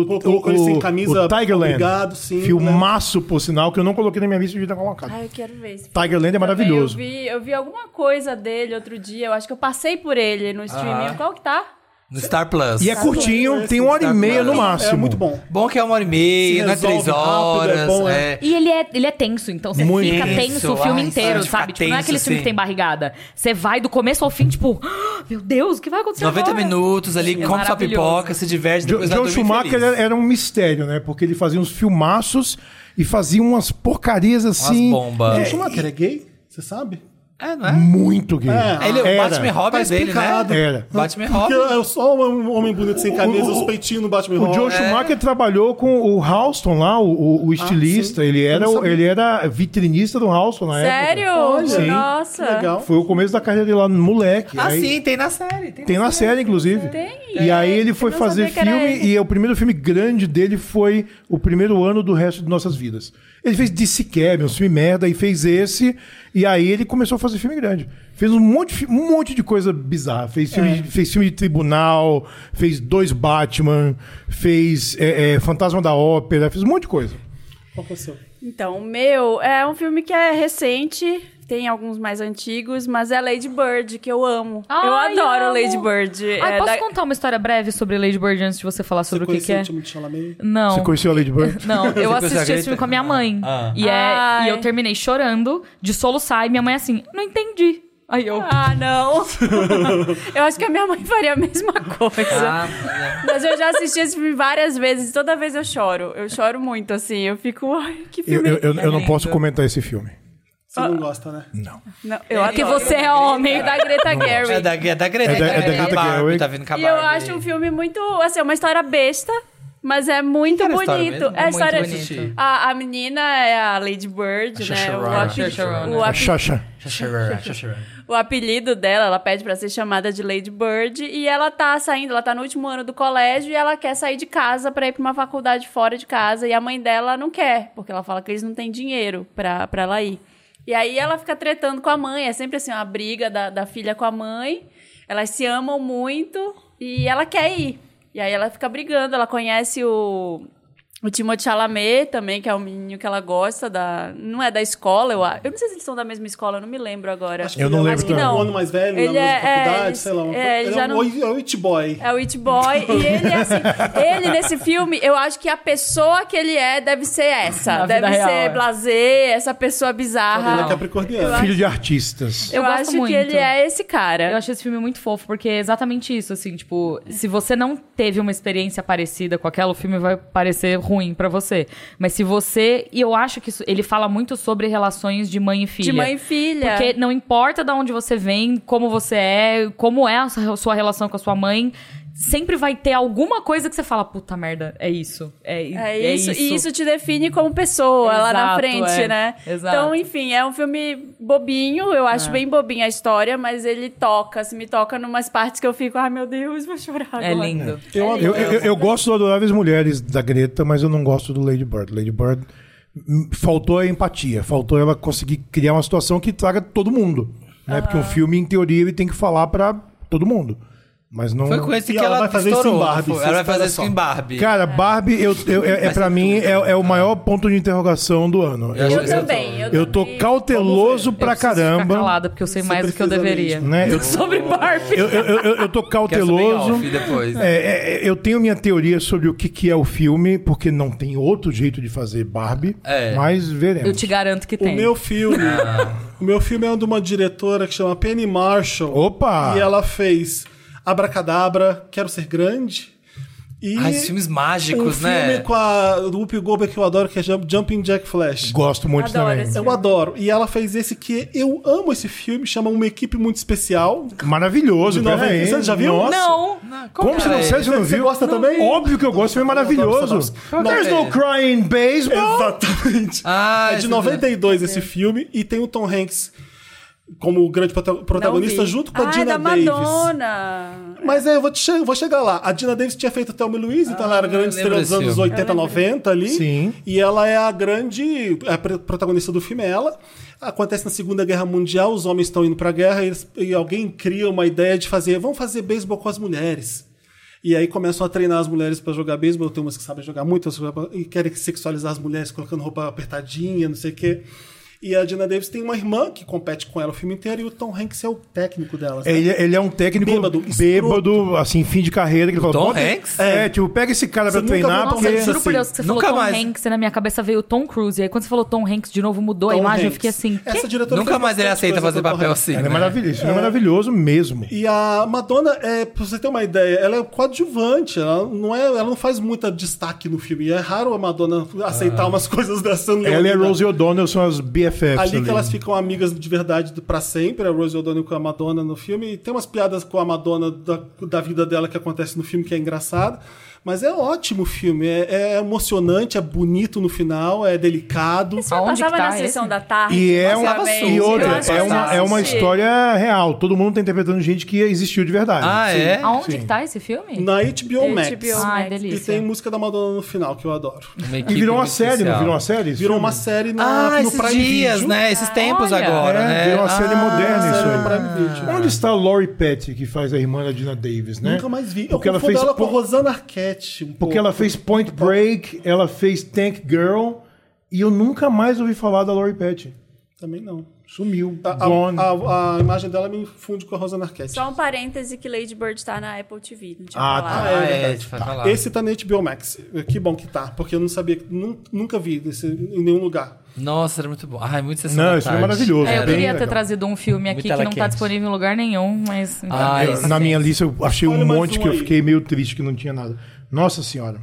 [SPEAKER 5] o,
[SPEAKER 1] Colocou- colocou
[SPEAKER 5] o,
[SPEAKER 1] ele sem
[SPEAKER 5] o-
[SPEAKER 1] camisa,
[SPEAKER 5] o Tigerland.
[SPEAKER 1] obrigado, sim, né?
[SPEAKER 5] Filmaço, por sinal, que eu não coloquei na minha lista de ter colocado.
[SPEAKER 3] Ah, eu quero ver esse filme.
[SPEAKER 5] Tigerland é maravilhoso.
[SPEAKER 3] Também, Eu vi, eu vi alguma coisa dele outro dia. Eu acho que eu passei por ele no streaming.
[SPEAKER 2] Ah.
[SPEAKER 3] Qual que tá?
[SPEAKER 2] No Star Plus.
[SPEAKER 5] E é curtinho, tem uma hora e meia no
[SPEAKER 2] É
[SPEAKER 5] máximo.
[SPEAKER 1] É muito bom.
[SPEAKER 2] Bom que é uma hora e
[SPEAKER 1] Se
[SPEAKER 2] meia, não é
[SPEAKER 1] resolve
[SPEAKER 2] três
[SPEAKER 1] rápido, é
[SPEAKER 2] horas.
[SPEAKER 1] bom, é.
[SPEAKER 2] é.
[SPEAKER 4] E ele é, ele é tenso, então você
[SPEAKER 5] Muito
[SPEAKER 4] fica
[SPEAKER 5] tenso.
[SPEAKER 4] tenso o filme
[SPEAKER 2] Ai,
[SPEAKER 4] inteiro,
[SPEAKER 2] você ah, fica
[SPEAKER 4] sabe? Tipo, não é
[SPEAKER 2] tenso,
[SPEAKER 4] aquele filme
[SPEAKER 2] sim.
[SPEAKER 4] que tem barrigada. Você vai do começo ao fim, tipo, "Ah, meu Deus, o que vai acontecer
[SPEAKER 2] 90
[SPEAKER 4] agora?
[SPEAKER 2] minutos ali,
[SPEAKER 4] É
[SPEAKER 2] come sua
[SPEAKER 4] maravilhoso.
[SPEAKER 2] pipoca, se diverte,
[SPEAKER 5] Jo-
[SPEAKER 2] depois vai
[SPEAKER 5] Joe
[SPEAKER 2] dormir
[SPEAKER 5] Schumacher
[SPEAKER 2] feliz.
[SPEAKER 5] era, era um mistério, né? Porque ele fazia uns filmaços e fazia umas porcarias assim.
[SPEAKER 2] bombas.
[SPEAKER 1] Joe Schumacher é gay? Você sabe?
[SPEAKER 2] É, não é?
[SPEAKER 5] Muito gay.
[SPEAKER 1] É.
[SPEAKER 2] Ele, o
[SPEAKER 5] Era.
[SPEAKER 2] Batman Robin
[SPEAKER 1] Tá
[SPEAKER 2] dele,
[SPEAKER 1] explicado.
[SPEAKER 2] né?
[SPEAKER 5] Era.
[SPEAKER 2] Batman
[SPEAKER 1] Porque
[SPEAKER 2] Robin.
[SPEAKER 1] eu sou um homem bonito sem camisa,
[SPEAKER 5] o-
[SPEAKER 1] os peitinhos no Batman
[SPEAKER 2] né?
[SPEAKER 5] O Joe
[SPEAKER 2] É.
[SPEAKER 1] Hall.
[SPEAKER 5] Schumacher trabalhou com o Halston lá, o- o, o estilista.
[SPEAKER 1] Ah, sim.
[SPEAKER 5] ele,
[SPEAKER 1] Eu
[SPEAKER 5] era,
[SPEAKER 1] não
[SPEAKER 5] o-
[SPEAKER 1] sabia.
[SPEAKER 5] ele era vitrinista do Halston na
[SPEAKER 3] Sério?
[SPEAKER 5] época. Sim.
[SPEAKER 3] Nossa.
[SPEAKER 1] Legal.
[SPEAKER 5] Foi o começo da carreira dele lá no moleque.
[SPEAKER 2] Ah,
[SPEAKER 5] Aí-
[SPEAKER 2] sim, tem na série. Tem,
[SPEAKER 5] Tem na série, inclusive.
[SPEAKER 3] Tem. É.
[SPEAKER 5] E aí ele
[SPEAKER 3] Eu
[SPEAKER 5] foi
[SPEAKER 3] não
[SPEAKER 5] fazer
[SPEAKER 3] sabia que era
[SPEAKER 5] filme
[SPEAKER 3] ele.
[SPEAKER 5] e o primeiro filme grande dele foi o primeiro ano do resto de nossas vidas. Ele fez DC Cab, um filme merda, e fez esse. E aí ele começou a fazer filme grande. Fez um monte, de fi- um monte de coisa bizarra. Fez filme,
[SPEAKER 3] É.
[SPEAKER 5] de, fez filme de tribunal, fez dois Batman, fez é, é, Fantasma da Ópera, fez um monte de coisa.
[SPEAKER 1] Qual que é o seu?
[SPEAKER 3] Então, o meu é um filme que é recente, tem alguns mais antigos, mas é Lady Bird, que eu amo. eu
[SPEAKER 4] Ai,
[SPEAKER 3] adoro
[SPEAKER 4] amo.
[SPEAKER 3] Lady Bird.
[SPEAKER 4] Ai,
[SPEAKER 3] é
[SPEAKER 4] posso
[SPEAKER 3] da-
[SPEAKER 4] contar uma história breve sobre Lady Bird antes de você falar sobre
[SPEAKER 1] Você
[SPEAKER 4] o que, que
[SPEAKER 1] conheceu
[SPEAKER 4] é?
[SPEAKER 1] o Timothée Chalamet?
[SPEAKER 4] Não.
[SPEAKER 5] Você conheceu a Lady Bird?
[SPEAKER 4] Não, eu
[SPEAKER 2] conheceu a
[SPEAKER 4] assisti
[SPEAKER 2] Greta?
[SPEAKER 4] esse filme com a minha mãe.
[SPEAKER 2] Ah.
[SPEAKER 4] E, é,
[SPEAKER 3] Ai.
[SPEAKER 4] e eu terminei chorando, de soluçar, e minha mãe assim, não entendi. Aí eu.
[SPEAKER 3] Ah, não. eu acho que a minha mãe faria a mesma coisa.
[SPEAKER 2] Ah, é.
[SPEAKER 3] Mas eu já assisti esse filme várias vezes, toda vez eu choro. Eu choro muito, assim. Eu fico, ai, que
[SPEAKER 5] Eu,
[SPEAKER 3] filme.
[SPEAKER 5] eu, eu- eu não
[SPEAKER 2] lindo.
[SPEAKER 5] posso comentar esse filme.
[SPEAKER 1] Você não gosta, né?
[SPEAKER 5] Não.
[SPEAKER 3] Não, eu
[SPEAKER 4] Porque
[SPEAKER 3] adoro.
[SPEAKER 4] você é homem.
[SPEAKER 3] É da Greta
[SPEAKER 2] É
[SPEAKER 3] Gerwig.
[SPEAKER 2] da, é da Greta,
[SPEAKER 5] É da- é
[SPEAKER 2] tá
[SPEAKER 5] da
[SPEAKER 2] vindo
[SPEAKER 5] Greta
[SPEAKER 2] com a Barbie,
[SPEAKER 5] Gerwig.
[SPEAKER 2] tá vindo com a
[SPEAKER 3] E eu
[SPEAKER 2] Barbie.
[SPEAKER 3] acho um filme muito. Assim, é uma história besta, mas é muito
[SPEAKER 2] É uma história
[SPEAKER 3] bonito.
[SPEAKER 2] mesmo? É
[SPEAKER 3] É a
[SPEAKER 2] muito
[SPEAKER 3] história.
[SPEAKER 2] bonito.
[SPEAKER 3] A, a menina é a Lady Bird,
[SPEAKER 2] A
[SPEAKER 3] né? O,
[SPEAKER 2] Shasharana.
[SPEAKER 3] api-
[SPEAKER 2] Shasharana.
[SPEAKER 3] o
[SPEAKER 5] A
[SPEAKER 3] api-
[SPEAKER 5] Xaxa.
[SPEAKER 2] Shasharara, shasharara.
[SPEAKER 3] o apelido dela, ela pede pra ser chamada de Lady Bird. E ela tá saindo, ela tá no último ano do colégio e ela quer sair de casa pra ir pra uma faculdade fora de casa. E a mãe dela não quer, porque ela fala que eles não têm dinheiro pra, pra ela ir. E aí ela fica tretando com a mãe. É sempre assim, uma briga da, da filha com a mãe. Elas se amam muito e ela quer ir. E aí ela fica brigando, ela conhece o. O Timothée Chalamet também, que é o menino que ela gosta da... Não é da escola, eu acho. Eu não sei se eles são da mesma escola, eu não me lembro agora.
[SPEAKER 5] Eu não
[SPEAKER 1] ele
[SPEAKER 5] lembro
[SPEAKER 1] é um-
[SPEAKER 5] também.
[SPEAKER 1] um ano mais velho,
[SPEAKER 3] Ele
[SPEAKER 1] na mesma
[SPEAKER 3] é-
[SPEAKER 1] faculdade,
[SPEAKER 3] é, ele-
[SPEAKER 1] sei lá. Uma...
[SPEAKER 3] é, ele
[SPEAKER 1] ele
[SPEAKER 3] já
[SPEAKER 1] é um
[SPEAKER 3] não-
[SPEAKER 1] oi- é um it boy.
[SPEAKER 3] É o It Boy. e ele, é assim, ele nesse filme, eu acho que a pessoa que ele é deve ser essa.
[SPEAKER 4] Na vida
[SPEAKER 3] deve
[SPEAKER 4] real,
[SPEAKER 3] ser
[SPEAKER 4] é.
[SPEAKER 3] blasé, essa pessoa
[SPEAKER 1] Ele é
[SPEAKER 3] bizarra.
[SPEAKER 1] capricorniano.
[SPEAKER 5] Filho de artistas.
[SPEAKER 3] Eu,
[SPEAKER 4] Eu gosto
[SPEAKER 3] acho
[SPEAKER 4] muito.
[SPEAKER 3] que ele é esse
[SPEAKER 4] Eu
[SPEAKER 3] cara.
[SPEAKER 4] achei esse filme muito fofo, porque é exatamente isso, assim, tipo, se você não teve uma experiência parecida com aquela, o filme vai parecer ruim pra você. Mas se você. E eu acho que isso- ele fala muito sobre relações de mãe e é filha.
[SPEAKER 3] De mãe e filha.
[SPEAKER 4] Porque não importa de onde você vem, como você é, como é a sua sua relação com a sua mãe, sempre vai ter alguma coisa que você fala, puta merda, é isso. É,
[SPEAKER 3] É isso, e isso te define como pessoa lá na
[SPEAKER 4] Exato,
[SPEAKER 3] frente,
[SPEAKER 4] é.
[SPEAKER 3] né?
[SPEAKER 4] Exato. É.
[SPEAKER 3] Então, enfim, é um filme bobinho, eu acho bem bobinha a história, mas ele toca, se me toca numas partes que eu fico, ai meu Deus, vou chorar agora.
[SPEAKER 4] É lindo.
[SPEAKER 5] Eu, eu, eu- eu gosto do Adoráveis Mulheres da Greta, mas eu não gosto do Lady Bird. Lady Bird hum, faltou a empatia, faltou ela conseguir criar uma situação que traga todo mundo. Né? Porque um filme, em teoria, ele tem que falar pra todo mundo. Mas não.
[SPEAKER 2] Foi com esse
[SPEAKER 1] E
[SPEAKER 2] que
[SPEAKER 1] ela
[SPEAKER 2] ela,
[SPEAKER 1] vai fazer isso em
[SPEAKER 2] estourou.
[SPEAKER 1] Barbie,
[SPEAKER 2] foi?
[SPEAKER 1] vocês
[SPEAKER 2] ela vai fazer
[SPEAKER 1] olha
[SPEAKER 2] isso
[SPEAKER 1] só.
[SPEAKER 2] em Barbie.
[SPEAKER 5] Cara, Barbie, eu, eu- é, é pra mim, é, é o maior ponto de interrogação do ano.
[SPEAKER 2] Eu
[SPEAKER 5] Eu,
[SPEAKER 3] Eu,
[SPEAKER 2] acho-
[SPEAKER 3] também, eu,
[SPEAKER 5] eu tô
[SPEAKER 3] também.
[SPEAKER 5] cauteloso pra
[SPEAKER 4] preciso Ficar
[SPEAKER 5] caramba.
[SPEAKER 4] calada, porque eu sei
[SPEAKER 1] Você
[SPEAKER 4] mais do que eu
[SPEAKER 1] precisa
[SPEAKER 4] deveria.
[SPEAKER 1] mesmo.
[SPEAKER 5] Né? Eu,
[SPEAKER 4] Sobre Barbie.
[SPEAKER 5] eu, eu, eu- eu tô
[SPEAKER 2] Quero saber em
[SPEAKER 5] cauteloso.
[SPEAKER 2] off depois.
[SPEAKER 5] É, é, é, eu tenho minha teoria sobre o que, que é o filme, porque não tem outro jeito de fazer Barbie,
[SPEAKER 2] É.
[SPEAKER 5] mas veremos.
[SPEAKER 4] Eu te garanto que
[SPEAKER 1] O
[SPEAKER 4] tem.
[SPEAKER 1] meu filme. o meu filme é um de uma diretora que chama Penny Marshall.
[SPEAKER 5] Opa!
[SPEAKER 1] E ela fez Abracadabra, Quero Ser Grande. E
[SPEAKER 2] Ai, esses filmes
[SPEAKER 1] um
[SPEAKER 2] mágicos,
[SPEAKER 1] filme
[SPEAKER 2] né?
[SPEAKER 1] com a Whoopi Goldberg que eu adoro, que é Jump- Jumping Jack Flash.
[SPEAKER 5] Gosto muito
[SPEAKER 3] Adoro
[SPEAKER 5] também.
[SPEAKER 3] esse
[SPEAKER 1] Eu adoro. E ela fez esse que eu amo esse filme, chama Uma Equipe Muito Especial.
[SPEAKER 5] Maravilhoso,
[SPEAKER 1] De 90.
[SPEAKER 5] peraí.
[SPEAKER 1] Você já viu?
[SPEAKER 5] Nossa.
[SPEAKER 4] Não.
[SPEAKER 5] Como você não
[SPEAKER 2] é
[SPEAKER 5] sabe, você não
[SPEAKER 1] Você
[SPEAKER 5] viu?
[SPEAKER 1] gosta também?
[SPEAKER 5] Óbvio que eu gosto, filme é
[SPEAKER 1] Eu
[SPEAKER 5] maravilhoso.
[SPEAKER 1] adoro essa
[SPEAKER 2] música.
[SPEAKER 5] There's no crying baseball.
[SPEAKER 1] Exatamente.
[SPEAKER 2] Ah,
[SPEAKER 1] é de
[SPEAKER 2] esse
[SPEAKER 1] 92 esse filme e tem o Tom Hanks como o grande prota- protagonista
[SPEAKER 3] Não vi.
[SPEAKER 1] junto com a
[SPEAKER 3] Ah, é
[SPEAKER 1] Dina
[SPEAKER 3] da
[SPEAKER 1] Davis.
[SPEAKER 3] Madonna.
[SPEAKER 1] Mas é, eu vou, te che- vou chegar lá. A Dina Davis tinha feito até o Luiz, então ela era
[SPEAKER 2] eu
[SPEAKER 1] a grande
[SPEAKER 2] Ah, lembro
[SPEAKER 1] estrela dos
[SPEAKER 2] desse
[SPEAKER 1] anos
[SPEAKER 2] filme.
[SPEAKER 1] 80, 90 ali.
[SPEAKER 5] Sim.
[SPEAKER 1] E ela é a grande é a pr- protagonista do filme, é ela. Acontece na Segunda Guerra Mundial, os homens estão indo pra guerra e, eles- e alguém cria uma ideia de fazer, vamos fazer beisebol com as mulheres. E aí começam a treinar as mulheres pra jogar beisebol. Tem umas que sabem jogar muito, outras que sabem- e querem sexualizar as mulheres colocando roupa apertadinha, não sei o quê. E a Dina Davis tem uma irmã que compete com ela o filme inteiro e o Tom Hanks é o técnico dela. sabe?
[SPEAKER 5] Ele, ele é um técnico
[SPEAKER 1] Bêbado,
[SPEAKER 5] bêbado, assim, fim de carreira. Que ele fala,
[SPEAKER 2] Tom
[SPEAKER 5] "Bota-
[SPEAKER 2] Hanks?
[SPEAKER 5] É, tipo, pega esse cara
[SPEAKER 1] Você
[SPEAKER 5] pra
[SPEAKER 1] nunca viu
[SPEAKER 5] treinar,
[SPEAKER 1] Tom
[SPEAKER 4] Nossa,
[SPEAKER 5] porque...
[SPEAKER 4] eu juro por
[SPEAKER 1] assim,
[SPEAKER 4] Deus que você falou
[SPEAKER 2] nunca
[SPEAKER 4] Tom
[SPEAKER 2] mais.
[SPEAKER 4] Hanks e na minha cabeça veio Tom Cruise. E aí quando você falou Tom Hanks de novo, mudou a
[SPEAKER 1] Tom
[SPEAKER 4] imagem. Eu
[SPEAKER 1] Hanks.
[SPEAKER 4] fiquei assim, quê?
[SPEAKER 1] Então, Essa diretora
[SPEAKER 2] Nunca
[SPEAKER 1] fez
[SPEAKER 2] mais ele
[SPEAKER 1] bastante
[SPEAKER 2] aceita
[SPEAKER 1] coisa
[SPEAKER 2] fazer
[SPEAKER 1] com o Tom
[SPEAKER 2] papel
[SPEAKER 1] Hanks.
[SPEAKER 2] assim.
[SPEAKER 5] Ele
[SPEAKER 2] né?
[SPEAKER 5] é maravilhoso, esse filme é maravilhoso mesmo.
[SPEAKER 1] E a Madonna, é, pra você ter uma ideia, ela é coadjuvante, ela não, é, ela não faz muito destaque no filme. E é raro a Madonna
[SPEAKER 2] Ah.
[SPEAKER 1] aceitar umas coisas dessa.
[SPEAKER 5] Ela é e a Rosie O'Donnell são as BFFs
[SPEAKER 1] Ali
[SPEAKER 5] ali.
[SPEAKER 1] que elas ficam amigas de verdade pra sempre, a Rose O'Donnell com a Madonna no filme. E tem umas piadas com a Madonna da, da vida dela que acontece no filme que é engraçado. Mas é ótimo o filme, é, é emocionante, é bonito no final, é delicado.
[SPEAKER 3] Esse filme
[SPEAKER 4] Aonde
[SPEAKER 3] passava
[SPEAKER 4] que tá
[SPEAKER 3] na sessão
[SPEAKER 4] esse?
[SPEAKER 3] da tarde.
[SPEAKER 5] E é
[SPEAKER 3] uma
[SPEAKER 5] uma,
[SPEAKER 2] passava
[SPEAKER 5] e
[SPEAKER 2] sujo.
[SPEAKER 5] outra,
[SPEAKER 2] Eu acho que
[SPEAKER 5] é uma,
[SPEAKER 2] passava
[SPEAKER 5] é uma
[SPEAKER 2] sujo.
[SPEAKER 5] história real. Todo mundo tá interpretando gente que existiu de verdade.
[SPEAKER 2] Ah, é?
[SPEAKER 4] Aonde que tá esse filme?
[SPEAKER 1] Na HBO Max.
[SPEAKER 3] HBO.
[SPEAKER 4] Ah,
[SPEAKER 3] E
[SPEAKER 1] E
[SPEAKER 4] delícia.
[SPEAKER 1] tem música da Madonna no final, que eu adoro.
[SPEAKER 2] Uma
[SPEAKER 5] E
[SPEAKER 2] equipe
[SPEAKER 5] virou uma
[SPEAKER 2] muito
[SPEAKER 5] série,
[SPEAKER 2] especial.
[SPEAKER 5] não virou uma série? esse
[SPEAKER 1] Virou
[SPEAKER 5] filme?
[SPEAKER 1] uma série na,
[SPEAKER 2] Ah,
[SPEAKER 1] no
[SPEAKER 2] esses
[SPEAKER 1] Prime
[SPEAKER 2] dias,
[SPEAKER 1] Video.
[SPEAKER 2] né? Esses tempos
[SPEAKER 4] olha.
[SPEAKER 2] agora,
[SPEAKER 5] É,
[SPEAKER 2] né?
[SPEAKER 5] virou uma série
[SPEAKER 2] Ah,
[SPEAKER 5] moderna isso
[SPEAKER 1] Série no
[SPEAKER 5] aí.
[SPEAKER 1] Prime Video.
[SPEAKER 5] Onde está a Lori Petty, que faz a irmã da Dina Davis, né?
[SPEAKER 1] É. Nunca mais vi. Eu
[SPEAKER 5] Porque ela
[SPEAKER 1] confundo
[SPEAKER 5] fez,
[SPEAKER 1] ela com
[SPEAKER 5] po-
[SPEAKER 1] a Rosana Arquette. Um
[SPEAKER 5] porque ela fez Point Break, ela fez Tank Girl, e eu nunca mais ouvi falar da Lori Petty.
[SPEAKER 1] Também não.
[SPEAKER 5] Sumiu.
[SPEAKER 1] A,
[SPEAKER 5] gone.
[SPEAKER 1] a, a- a imagem dela me funde com a Rosana Arquette.
[SPEAKER 3] Só um parêntese que Lady Bird tá na Apple TV, não tinha
[SPEAKER 5] Ah,
[SPEAKER 3] falado.
[SPEAKER 2] Ah,
[SPEAKER 1] É
[SPEAKER 2] é,
[SPEAKER 1] verdade.
[SPEAKER 2] deixa eu falar.
[SPEAKER 1] Esse tá na HBO Max. Que bom que tá, porque eu não sabia, nun- nunca vi desse em nenhum lugar.
[SPEAKER 2] Nossa, era muito bom. Ai, muito sessão
[SPEAKER 5] Não,
[SPEAKER 2] da
[SPEAKER 5] esse filme é
[SPEAKER 2] tarde.
[SPEAKER 5] maravilhoso.
[SPEAKER 4] É, eu
[SPEAKER 5] Era.
[SPEAKER 4] queria
[SPEAKER 5] Bem
[SPEAKER 4] ter
[SPEAKER 5] legal.
[SPEAKER 4] trazido um filme aqui
[SPEAKER 2] tela
[SPEAKER 4] que não tá
[SPEAKER 2] quente.
[SPEAKER 4] disponível em lugar nenhum, mas...
[SPEAKER 2] Ah,
[SPEAKER 5] Eu-
[SPEAKER 2] esse
[SPEAKER 5] na
[SPEAKER 2] sim.
[SPEAKER 5] minha lista eu achei
[SPEAKER 1] Olha
[SPEAKER 5] um
[SPEAKER 1] mais
[SPEAKER 5] monte
[SPEAKER 1] um
[SPEAKER 5] que eu
[SPEAKER 1] aí.
[SPEAKER 5] fiquei meio triste que não tinha nada. Nossa senhora.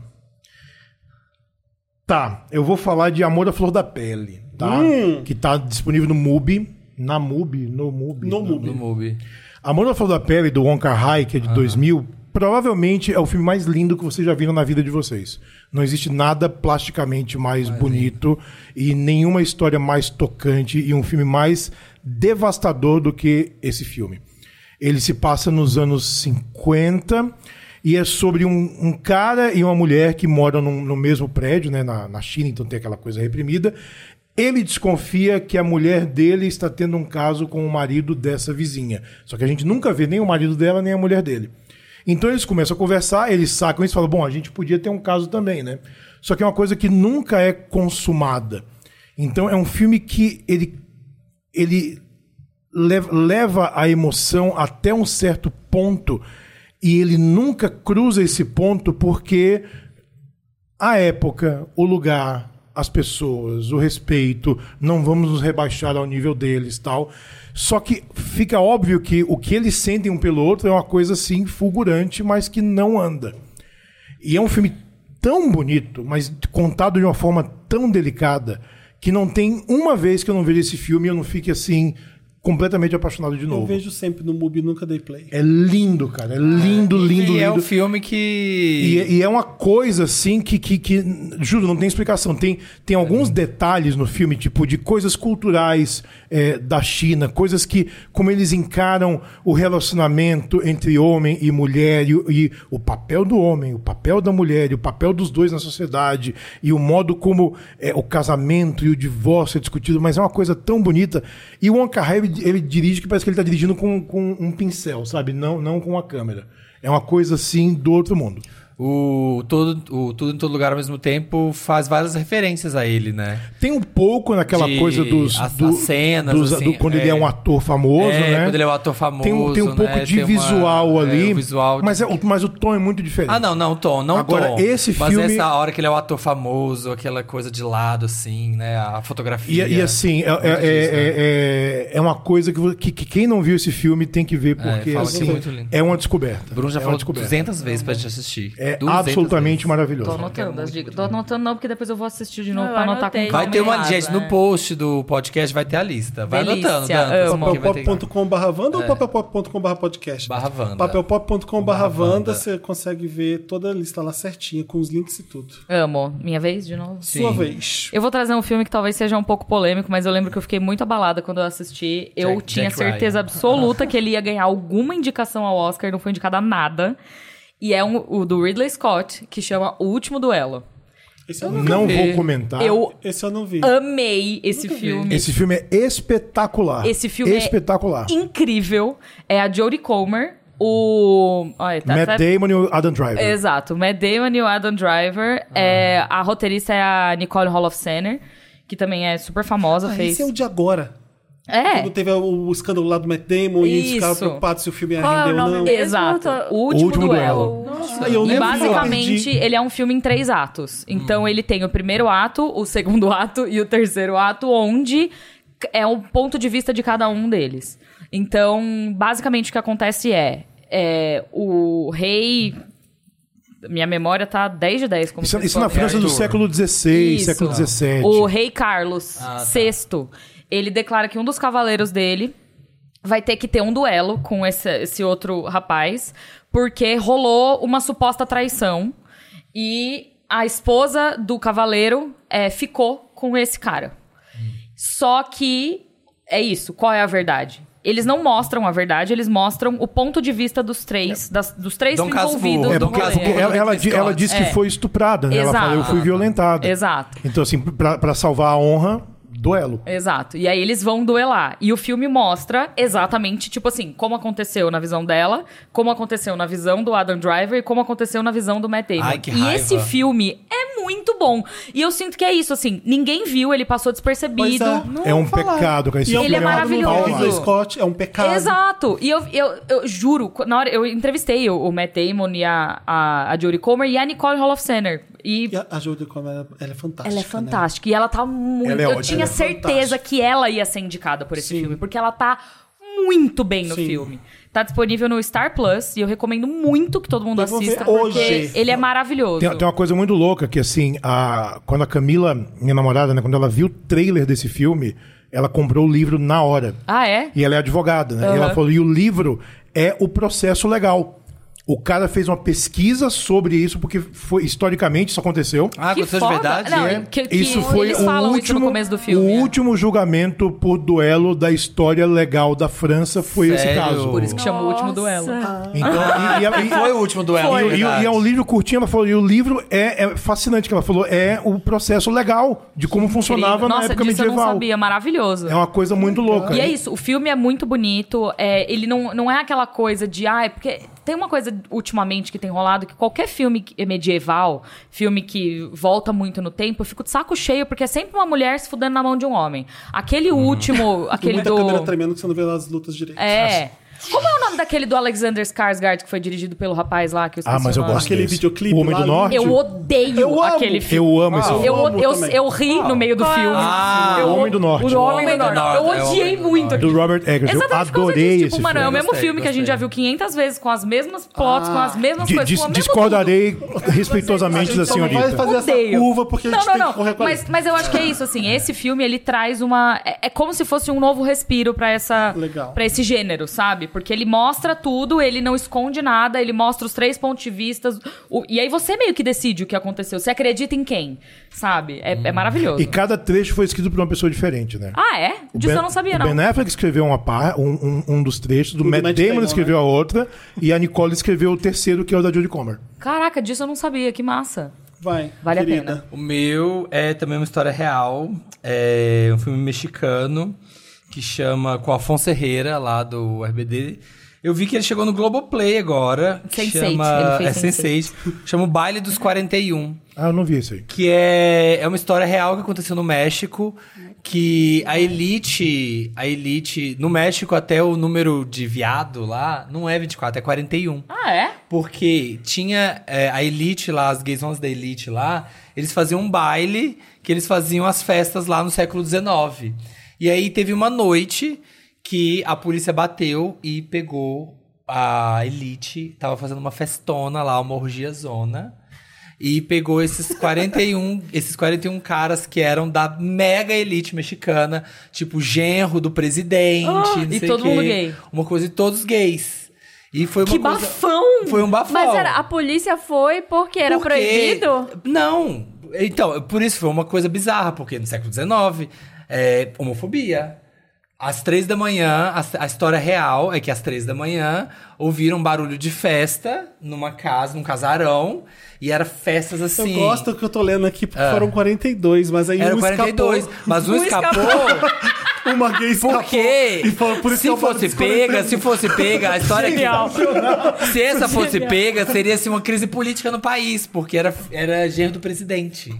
[SPEAKER 5] Tá, eu vou falar de Amor à Flor da Pele. tá?
[SPEAKER 1] Hum.
[SPEAKER 5] Que tá disponível no MUBI. Na MUBI? No MUBI.
[SPEAKER 1] No
[SPEAKER 5] na-
[SPEAKER 1] Mubi.
[SPEAKER 2] do Mubi.
[SPEAKER 5] A Mão da Flor da Pele, do Wong Kar-hai, que é de 2000, provavelmente é o filme mais lindo que vocês já viram na vida de vocês. Não existe nada plasticamente mais, bonito e nenhuma história mais tocante e um filme mais devastador do que esse filme. Ele se passa nos anos 50 e é sobre um, um cara e uma mulher que moram num- no mesmo prédio, né, na, na China, então tem aquela coisa reprimida. Ele desconfia que a mulher dele está tendo um caso com o marido dessa vizinha. Só que a gente nunca vê nem o marido dela, nem a mulher dele. Então eles começam a conversar, eles sacam isso e falam: bom, a gente podia ter um caso também, né? Só que é uma coisa que nunca é consumada. Então é um filme que ele, ele le- leva a emoção até um certo ponto e ele nunca cruza esse ponto porque a época, o lugar, as pessoas, o respeito, não vamos nos rebaixar ao nível deles, tal. Só que fica óbvio que o que eles sentem um pelo outro é uma coisa assim fulgurante, mas que não anda. E é um filme tão bonito, mas contado de uma forma tão delicada, que não tem uma vez que eu não vejo esse filme e eu não fique assim completamente apaixonado de
[SPEAKER 1] Eu
[SPEAKER 5] novo.
[SPEAKER 1] vejo sempre no Mubi, nunca dei play.
[SPEAKER 5] É lindo, cara. É lindo, lindo,
[SPEAKER 2] e
[SPEAKER 5] lindo.
[SPEAKER 2] é um filme que.
[SPEAKER 5] E, e é uma coisa assim que, que, que, juro, não tem explicação. Tem, tem alguns detalhes no filme, tipo, de coisas culturais é, da China, coisas que, como eles encaram o relacionamento entre homem e mulher, e, o- e o papel do homem, o papel da mulher, e o papel dos dois na sociedade, e o modo como é, o casamento e o divórcio é discutido, mas é uma coisa tão bonita. E o Wong Kar-wai, ele, ele dirige que parece que ele está dirigindo com, com um pincel, sabe? Não, não com a câmera. É uma coisa assim do outro mundo.
[SPEAKER 2] O, todo, o Tudo em Todo Lugar ao mesmo tempo faz várias referências a ele, né?
[SPEAKER 5] Tem um pouco naquela
[SPEAKER 2] De-
[SPEAKER 5] coisa dos.
[SPEAKER 2] as- as cenas,
[SPEAKER 5] dos-
[SPEAKER 2] assim,
[SPEAKER 5] do- quando ele
[SPEAKER 2] é.
[SPEAKER 5] é um ator famoso,
[SPEAKER 2] É,
[SPEAKER 5] né?
[SPEAKER 2] quando ele é um ator famoso,
[SPEAKER 5] Tem um, tem um
[SPEAKER 2] né?
[SPEAKER 5] pouco de
[SPEAKER 2] Tem uma-
[SPEAKER 5] visual
[SPEAKER 2] é,
[SPEAKER 5] ali.
[SPEAKER 2] o visual de-
[SPEAKER 5] mas, é, o- mas o tom é muito diferente.
[SPEAKER 2] Ah, não, não, Tom, não
[SPEAKER 5] Agora,
[SPEAKER 2] Tom.
[SPEAKER 5] esse
[SPEAKER 2] Mas
[SPEAKER 5] filme-
[SPEAKER 2] essa hora que ele é o ator famoso, aquela coisa de lado, assim, né? A
[SPEAKER 5] E,
[SPEAKER 2] fotografia.
[SPEAKER 5] e assim, é, é,
[SPEAKER 2] Muito disso, né?
[SPEAKER 5] é, é, é uma coisa que, vo- que, que quem não viu esse filme tem que ver,
[SPEAKER 2] É,
[SPEAKER 5] porque
[SPEAKER 2] fala que é
[SPEAKER 5] assim, é,
[SPEAKER 2] muito lindo.
[SPEAKER 5] uma descoberta.
[SPEAKER 2] O Bruno já
[SPEAKER 5] é uma
[SPEAKER 2] falou
[SPEAKER 5] descoberta.
[SPEAKER 2] 200 vezes pra gente assistir.
[SPEAKER 5] É
[SPEAKER 2] 200
[SPEAKER 5] absolutamente
[SPEAKER 2] vezes.
[SPEAKER 4] Tô
[SPEAKER 5] maravilhoso.
[SPEAKER 4] anotando as dicas. Tô anotando não, porque depois eu vou assistir de novo
[SPEAKER 3] Não,
[SPEAKER 4] pra
[SPEAKER 3] eu
[SPEAKER 4] anotar com
[SPEAKER 3] anotei.
[SPEAKER 2] Vai
[SPEAKER 4] calma
[SPEAKER 2] ter
[SPEAKER 4] em
[SPEAKER 2] uma.
[SPEAKER 4] casa,
[SPEAKER 2] Gente, no
[SPEAKER 4] né?
[SPEAKER 2] post do podcast vai ter a lista. Vai
[SPEAKER 4] Delícia,
[SPEAKER 2] anotando, Dantas.
[SPEAKER 4] amo.
[SPEAKER 2] porque vai ter-
[SPEAKER 1] papelpop.com.br Wanda ou papelpop.com.br podcast?
[SPEAKER 2] Barra Wanda.
[SPEAKER 1] Papelpop.com.br
[SPEAKER 2] Barra Wanda.
[SPEAKER 1] Wanda, você consegue ver toda a lista lá certinha, com os links e tudo.
[SPEAKER 4] Amo. Minha vez de novo?
[SPEAKER 1] Sua
[SPEAKER 2] Sim.
[SPEAKER 1] vez.
[SPEAKER 4] Eu vou trazer um filme que talvez seja um pouco polêmico, mas eu lembro que eu fiquei muito abalada quando eu assisti. Eu
[SPEAKER 2] Jack-
[SPEAKER 4] tinha
[SPEAKER 2] Jack
[SPEAKER 4] certeza
[SPEAKER 2] Ryan.
[SPEAKER 4] absoluta que ele ia ganhar alguma indicação ao Oscar, não foi indicado a nada. E é um, o do Ridley Scott, que chama O Último Duelo.
[SPEAKER 1] Esse eu, não,
[SPEAKER 5] Não
[SPEAKER 2] vi.
[SPEAKER 5] vou comentar.
[SPEAKER 4] Eu
[SPEAKER 1] esse eu não vi.
[SPEAKER 4] amei esse filme.
[SPEAKER 5] Esse filme é espetacular.
[SPEAKER 4] Esse filme é
[SPEAKER 5] espetacular.
[SPEAKER 4] Incrível. É a Jodie Comer, o... Ai, tá- tá-
[SPEAKER 5] Matt Damon e o Adam Driver.
[SPEAKER 4] Exato. Matt Damon e o Adam Driver.
[SPEAKER 1] Ah.
[SPEAKER 4] É, a roteirista é a Nicole Holofcener, que também é super famosa.
[SPEAKER 1] Ah,
[SPEAKER 4] fez...
[SPEAKER 1] Esse é o de agora.
[SPEAKER 4] É.
[SPEAKER 1] Quando teve o, o escândalo lá do Matt Damon e eles ficaram
[SPEAKER 4] Isso.
[SPEAKER 1] preocupados se o filme ia
[SPEAKER 3] Qual é o
[SPEAKER 1] render ou
[SPEAKER 3] nome
[SPEAKER 1] não.
[SPEAKER 3] dele? Mesmo
[SPEAKER 4] Exato.
[SPEAKER 3] eu tô-
[SPEAKER 4] O último,
[SPEAKER 5] O Último
[SPEAKER 4] duelo.
[SPEAKER 5] Duelo.
[SPEAKER 1] Nossa, eu Hum. nem
[SPEAKER 4] E
[SPEAKER 1] vi, eu
[SPEAKER 4] basicamente
[SPEAKER 1] perdi.
[SPEAKER 4] ele é um filme em três atos. Então ele tem o primeiro ato, o segundo ato e o terceiro ato, onde é o ponto de vista de cada um deles. Então, basicamente o que acontece é, é o rei. Minha memória tá 10 de 10 como
[SPEAKER 5] Isso,
[SPEAKER 4] vocês
[SPEAKER 5] isso na
[SPEAKER 4] podem
[SPEAKER 5] França do
[SPEAKER 2] Arthur.
[SPEAKER 5] século XVI,
[SPEAKER 4] isso.
[SPEAKER 5] século XVII.
[SPEAKER 4] O rei Carlos
[SPEAKER 2] Ah, tá.
[SPEAKER 4] VI, ele declara que um dos cavaleiros dele vai ter que ter um duelo com esse, esse outro rapaz, porque rolou uma suposta traição e a esposa do cavaleiro eh, ficou com esse cara. Só que é isso. Qual é a verdade? Eles não mostram a verdade, eles mostram o ponto de vista dos três, das- dos três
[SPEAKER 2] É. Dom Casmurro.
[SPEAKER 4] envolvidos.
[SPEAKER 5] É
[SPEAKER 4] no
[SPEAKER 2] Dom
[SPEAKER 5] porque,
[SPEAKER 2] Casmurro.
[SPEAKER 5] porque ela,
[SPEAKER 4] rolê.
[SPEAKER 5] ela, di- ela
[SPEAKER 2] Scott.
[SPEAKER 5] disse que
[SPEAKER 4] É.
[SPEAKER 5] foi estuprada, né? Ela
[SPEAKER 4] Exato.
[SPEAKER 5] falou, eu fui violentada.
[SPEAKER 4] Exato.
[SPEAKER 5] Então, assim, pra, pra salvar a honra, duelo.
[SPEAKER 4] Exato. E aí eles vão duelar. E o filme mostra exatamente, tipo assim, como aconteceu na visão dela, como aconteceu na visão do Adam Driver e como aconteceu na visão do Matt Damon.
[SPEAKER 2] Ai, que
[SPEAKER 4] e
[SPEAKER 2] raiva.
[SPEAKER 4] esse filme é muito bom. E eu sinto que é isso, assim, ninguém viu, ele passou
[SPEAKER 1] Pois
[SPEAKER 4] despercebido.
[SPEAKER 1] é.
[SPEAKER 5] é um pecado, cara. Esse um
[SPEAKER 1] E
[SPEAKER 4] Ele é
[SPEAKER 5] filme uma
[SPEAKER 4] maravilhoso.
[SPEAKER 1] O
[SPEAKER 5] palma.
[SPEAKER 1] Ridley Scott é um pecado.
[SPEAKER 4] Exato. E eu, eu, eu juro, qu- na hora eu entrevistei o, o Matt Damon e a, a, a Jodie Comer e a Nicole Holofcener. E
[SPEAKER 1] E a, a Jodie Comer, ela- ela é fantástica.
[SPEAKER 4] Ela é
[SPEAKER 1] né?
[SPEAKER 4] fantástica. E ela tá muito.
[SPEAKER 5] Ela é
[SPEAKER 4] eu
[SPEAKER 5] ótima.
[SPEAKER 4] tinha
[SPEAKER 5] Ela é
[SPEAKER 4] certeza
[SPEAKER 1] fantástica.
[SPEAKER 4] que ela ia ser indicada por esse
[SPEAKER 1] Sim.
[SPEAKER 4] filme, porque ela tá muito bem no
[SPEAKER 1] Sim.
[SPEAKER 4] filme. Tá disponível no Star Plus e eu recomendo muito que todo mundo
[SPEAKER 1] Eu vou ver
[SPEAKER 4] assista, porque
[SPEAKER 1] hoje.
[SPEAKER 4] ele é maravilhoso.
[SPEAKER 5] Tem, tem uma coisa muito louca que, assim, a, quando a Camila, minha namorada, né, quando ela viu o trailer desse filme, ela comprou o livro na hora.
[SPEAKER 4] Ah, é?
[SPEAKER 5] E ela é advogada, né? E ela
[SPEAKER 4] Aham.
[SPEAKER 5] falou: e o livro é o processo legal. O cara fez uma pesquisa sobre isso, porque foi, historicamente isso aconteceu.
[SPEAKER 2] Ah,
[SPEAKER 4] Que
[SPEAKER 2] aconteceu de
[SPEAKER 4] foda.
[SPEAKER 2] verdade?
[SPEAKER 4] Não,
[SPEAKER 2] é?
[SPEAKER 4] que- que
[SPEAKER 5] isso foi
[SPEAKER 4] eles
[SPEAKER 5] o
[SPEAKER 4] falam
[SPEAKER 5] último,
[SPEAKER 4] isso no começo do filme.
[SPEAKER 5] o
[SPEAKER 4] é.
[SPEAKER 5] último julgamento por duelo da história legal da França foi esse
[SPEAKER 2] Sério?
[SPEAKER 5] caso.
[SPEAKER 2] Por Ah.
[SPEAKER 4] Por isso que chama o último duelo.
[SPEAKER 5] Então, e, e- e-
[SPEAKER 2] Foi o último duelo,
[SPEAKER 5] Foi,
[SPEAKER 2] é
[SPEAKER 5] e,
[SPEAKER 2] verdade.
[SPEAKER 5] e é um livro curtinho, ela falou, e o livro é, é fascinante que ela falou, é o processo legal de como funcionava
[SPEAKER 4] Incrível.
[SPEAKER 5] na
[SPEAKER 4] Nossa,
[SPEAKER 5] época
[SPEAKER 4] disso eu não
[SPEAKER 5] medieval.
[SPEAKER 4] sabia, maravilhoso.
[SPEAKER 5] É uma coisa muito louca.
[SPEAKER 4] E é isso, o filme é muito bonito. é, ele não, não é aquela coisa de. Ah, é porque tem uma coisa ultimamente que tem rolado que qualquer filme que- é medieval, filme que volta muito no tempo, eu fico de saco cheio, porque é sempre uma mulher se fudendo na mão de um homem. Aquele
[SPEAKER 5] Hum.
[SPEAKER 4] último,
[SPEAKER 1] Tem
[SPEAKER 4] aquele
[SPEAKER 1] muita câmera
[SPEAKER 4] do.
[SPEAKER 1] tremendo que você não vê as lutas direito.
[SPEAKER 4] É. Como é o nome daquele do Alexander Skarsgård que foi dirigido pelo rapaz lá que eu esqueci
[SPEAKER 5] Ah, mas
[SPEAKER 4] o
[SPEAKER 5] eu
[SPEAKER 4] nome?
[SPEAKER 5] gosto
[SPEAKER 1] Aquele
[SPEAKER 5] desse.
[SPEAKER 1] videoclipe
[SPEAKER 5] O Homem
[SPEAKER 1] lá,
[SPEAKER 5] do Norte.
[SPEAKER 4] Eu odeio
[SPEAKER 1] Eu amo.
[SPEAKER 4] aquele filme.
[SPEAKER 5] Eu amo esse
[SPEAKER 1] Ah,
[SPEAKER 5] filme.
[SPEAKER 4] Eu,
[SPEAKER 1] amo
[SPEAKER 4] eu,
[SPEAKER 1] também.
[SPEAKER 4] eu ri no meio do filme.
[SPEAKER 2] Ah,
[SPEAKER 4] eu,
[SPEAKER 5] O Homem do Norte.
[SPEAKER 4] O Homem do Norte. Eu
[SPEAKER 2] É o Homem
[SPEAKER 4] odiei
[SPEAKER 2] do
[SPEAKER 4] muito.
[SPEAKER 5] Do Robert Eggers. Eu
[SPEAKER 4] Exatamente por causa
[SPEAKER 5] adorei
[SPEAKER 4] disso.
[SPEAKER 5] esse
[SPEAKER 4] Tipo, mano, é o
[SPEAKER 5] filme.
[SPEAKER 4] mesmo
[SPEAKER 2] Gostei,
[SPEAKER 4] filme que a gente
[SPEAKER 2] gostei.
[SPEAKER 4] já viu 500 vezes, com as mesmas plots, com as mesmas
[SPEAKER 5] Di-
[SPEAKER 4] coisas,
[SPEAKER 5] dis-
[SPEAKER 4] com a mesma é
[SPEAKER 5] discordarei
[SPEAKER 1] A
[SPEAKER 5] respeitosamente
[SPEAKER 1] gente
[SPEAKER 5] da
[SPEAKER 1] só não
[SPEAKER 4] Então,
[SPEAKER 1] vai
[SPEAKER 5] senhorita.
[SPEAKER 1] fazer essa
[SPEAKER 4] Odeio.
[SPEAKER 1] curva porque a gente
[SPEAKER 4] não, não,
[SPEAKER 1] tem
[SPEAKER 4] não.
[SPEAKER 1] que correr com a
[SPEAKER 4] mas, mas eu acho que é isso, assim. Esse filme, ele traz uma... É, é como se fosse um novo respiro pra essa...
[SPEAKER 1] Legal.
[SPEAKER 4] pra esse gênero, sabe? Porque ele mostra tudo, ele não esconde nada, ele mostra os três pontos de vista. o- e aí você meio que decide o que aconteceu. Você acredita em quem, sabe? É, é maravilhoso.
[SPEAKER 5] E cada trecho foi escrito por uma pessoa diferente, né?
[SPEAKER 4] Ah, é?
[SPEAKER 5] O
[SPEAKER 4] Disso
[SPEAKER 5] Ben-
[SPEAKER 4] eu não sabia,
[SPEAKER 5] o
[SPEAKER 4] não.
[SPEAKER 5] Ben Affleck escreveu uma par, um, um, um dos trechos,
[SPEAKER 1] do
[SPEAKER 5] do Matt
[SPEAKER 1] Matt
[SPEAKER 5] Damon
[SPEAKER 1] Damon,
[SPEAKER 5] escreveu a outra, e a Nicole escreveu o terceiro, que é o da Jodie Comer.
[SPEAKER 4] Caraca, disso eu não sabia. Que massa.
[SPEAKER 1] Vai,
[SPEAKER 4] Vale a
[SPEAKER 1] querida.
[SPEAKER 4] pena.
[SPEAKER 2] O meu é também uma história real. É um filme mexicano que chama com Afonso Herrera, lá do RBD. Eu vi que ele chegou no Globoplay agora. que
[SPEAKER 4] Sense8,
[SPEAKER 2] chama,
[SPEAKER 4] ele
[SPEAKER 2] é
[SPEAKER 4] fez
[SPEAKER 2] Sense8. Chama O Baile dos 41.
[SPEAKER 5] Ah, eu não vi isso aí.
[SPEAKER 2] Que é, é uma história real que aconteceu no México. Que a elite. A elite. No México, até o número de viado lá não é 24, é 41.
[SPEAKER 4] Ah, é?
[SPEAKER 2] Porque tinha é, a elite lá, as gaysons da elite lá, eles faziam um baile que eles faziam as festas lá no século XIX. E aí teve uma noite que a polícia bateu e pegou a elite, tava fazendo uma festona lá, uma orgia zona. E pegou esses 41, esses 41 caras que eram da mega elite mexicana, tipo genro do presidente,
[SPEAKER 4] Ah,
[SPEAKER 2] não
[SPEAKER 4] e
[SPEAKER 2] sei
[SPEAKER 4] todo
[SPEAKER 2] quê.
[SPEAKER 4] mundo gay.
[SPEAKER 2] Uma coisa de todos gays. E foi uma
[SPEAKER 4] Que
[SPEAKER 2] coisa-
[SPEAKER 4] bafão!
[SPEAKER 2] foi um bafão.
[SPEAKER 3] Mas era, a polícia foi porque era
[SPEAKER 2] Porque-
[SPEAKER 3] proibido?
[SPEAKER 2] Não. Então, por isso foi uma coisa bizarra, porque no século XIX, é, homofobia. Às três da manhã, a, a história real é que às três da manhã ouviram um barulho de festa numa casa, num casarão, e era festas
[SPEAKER 1] Eu
[SPEAKER 2] assim.
[SPEAKER 1] gosto que eu tô lendo aqui porque
[SPEAKER 2] Ah.
[SPEAKER 1] foram 42, mas aí
[SPEAKER 2] Era
[SPEAKER 1] um
[SPEAKER 2] 42,
[SPEAKER 1] escapou.
[SPEAKER 2] mas um
[SPEAKER 4] Um
[SPEAKER 2] escapou.
[SPEAKER 1] Uma gay escapou.
[SPEAKER 2] Porque
[SPEAKER 1] E foi- por isso que
[SPEAKER 2] se
[SPEAKER 1] eu falo
[SPEAKER 2] fosse
[SPEAKER 1] dos
[SPEAKER 2] pega,
[SPEAKER 1] 42.
[SPEAKER 2] se fosse pega, a história é que se essa fosse pega, seria assim, uma crise política no país, porque era era genro do presidente.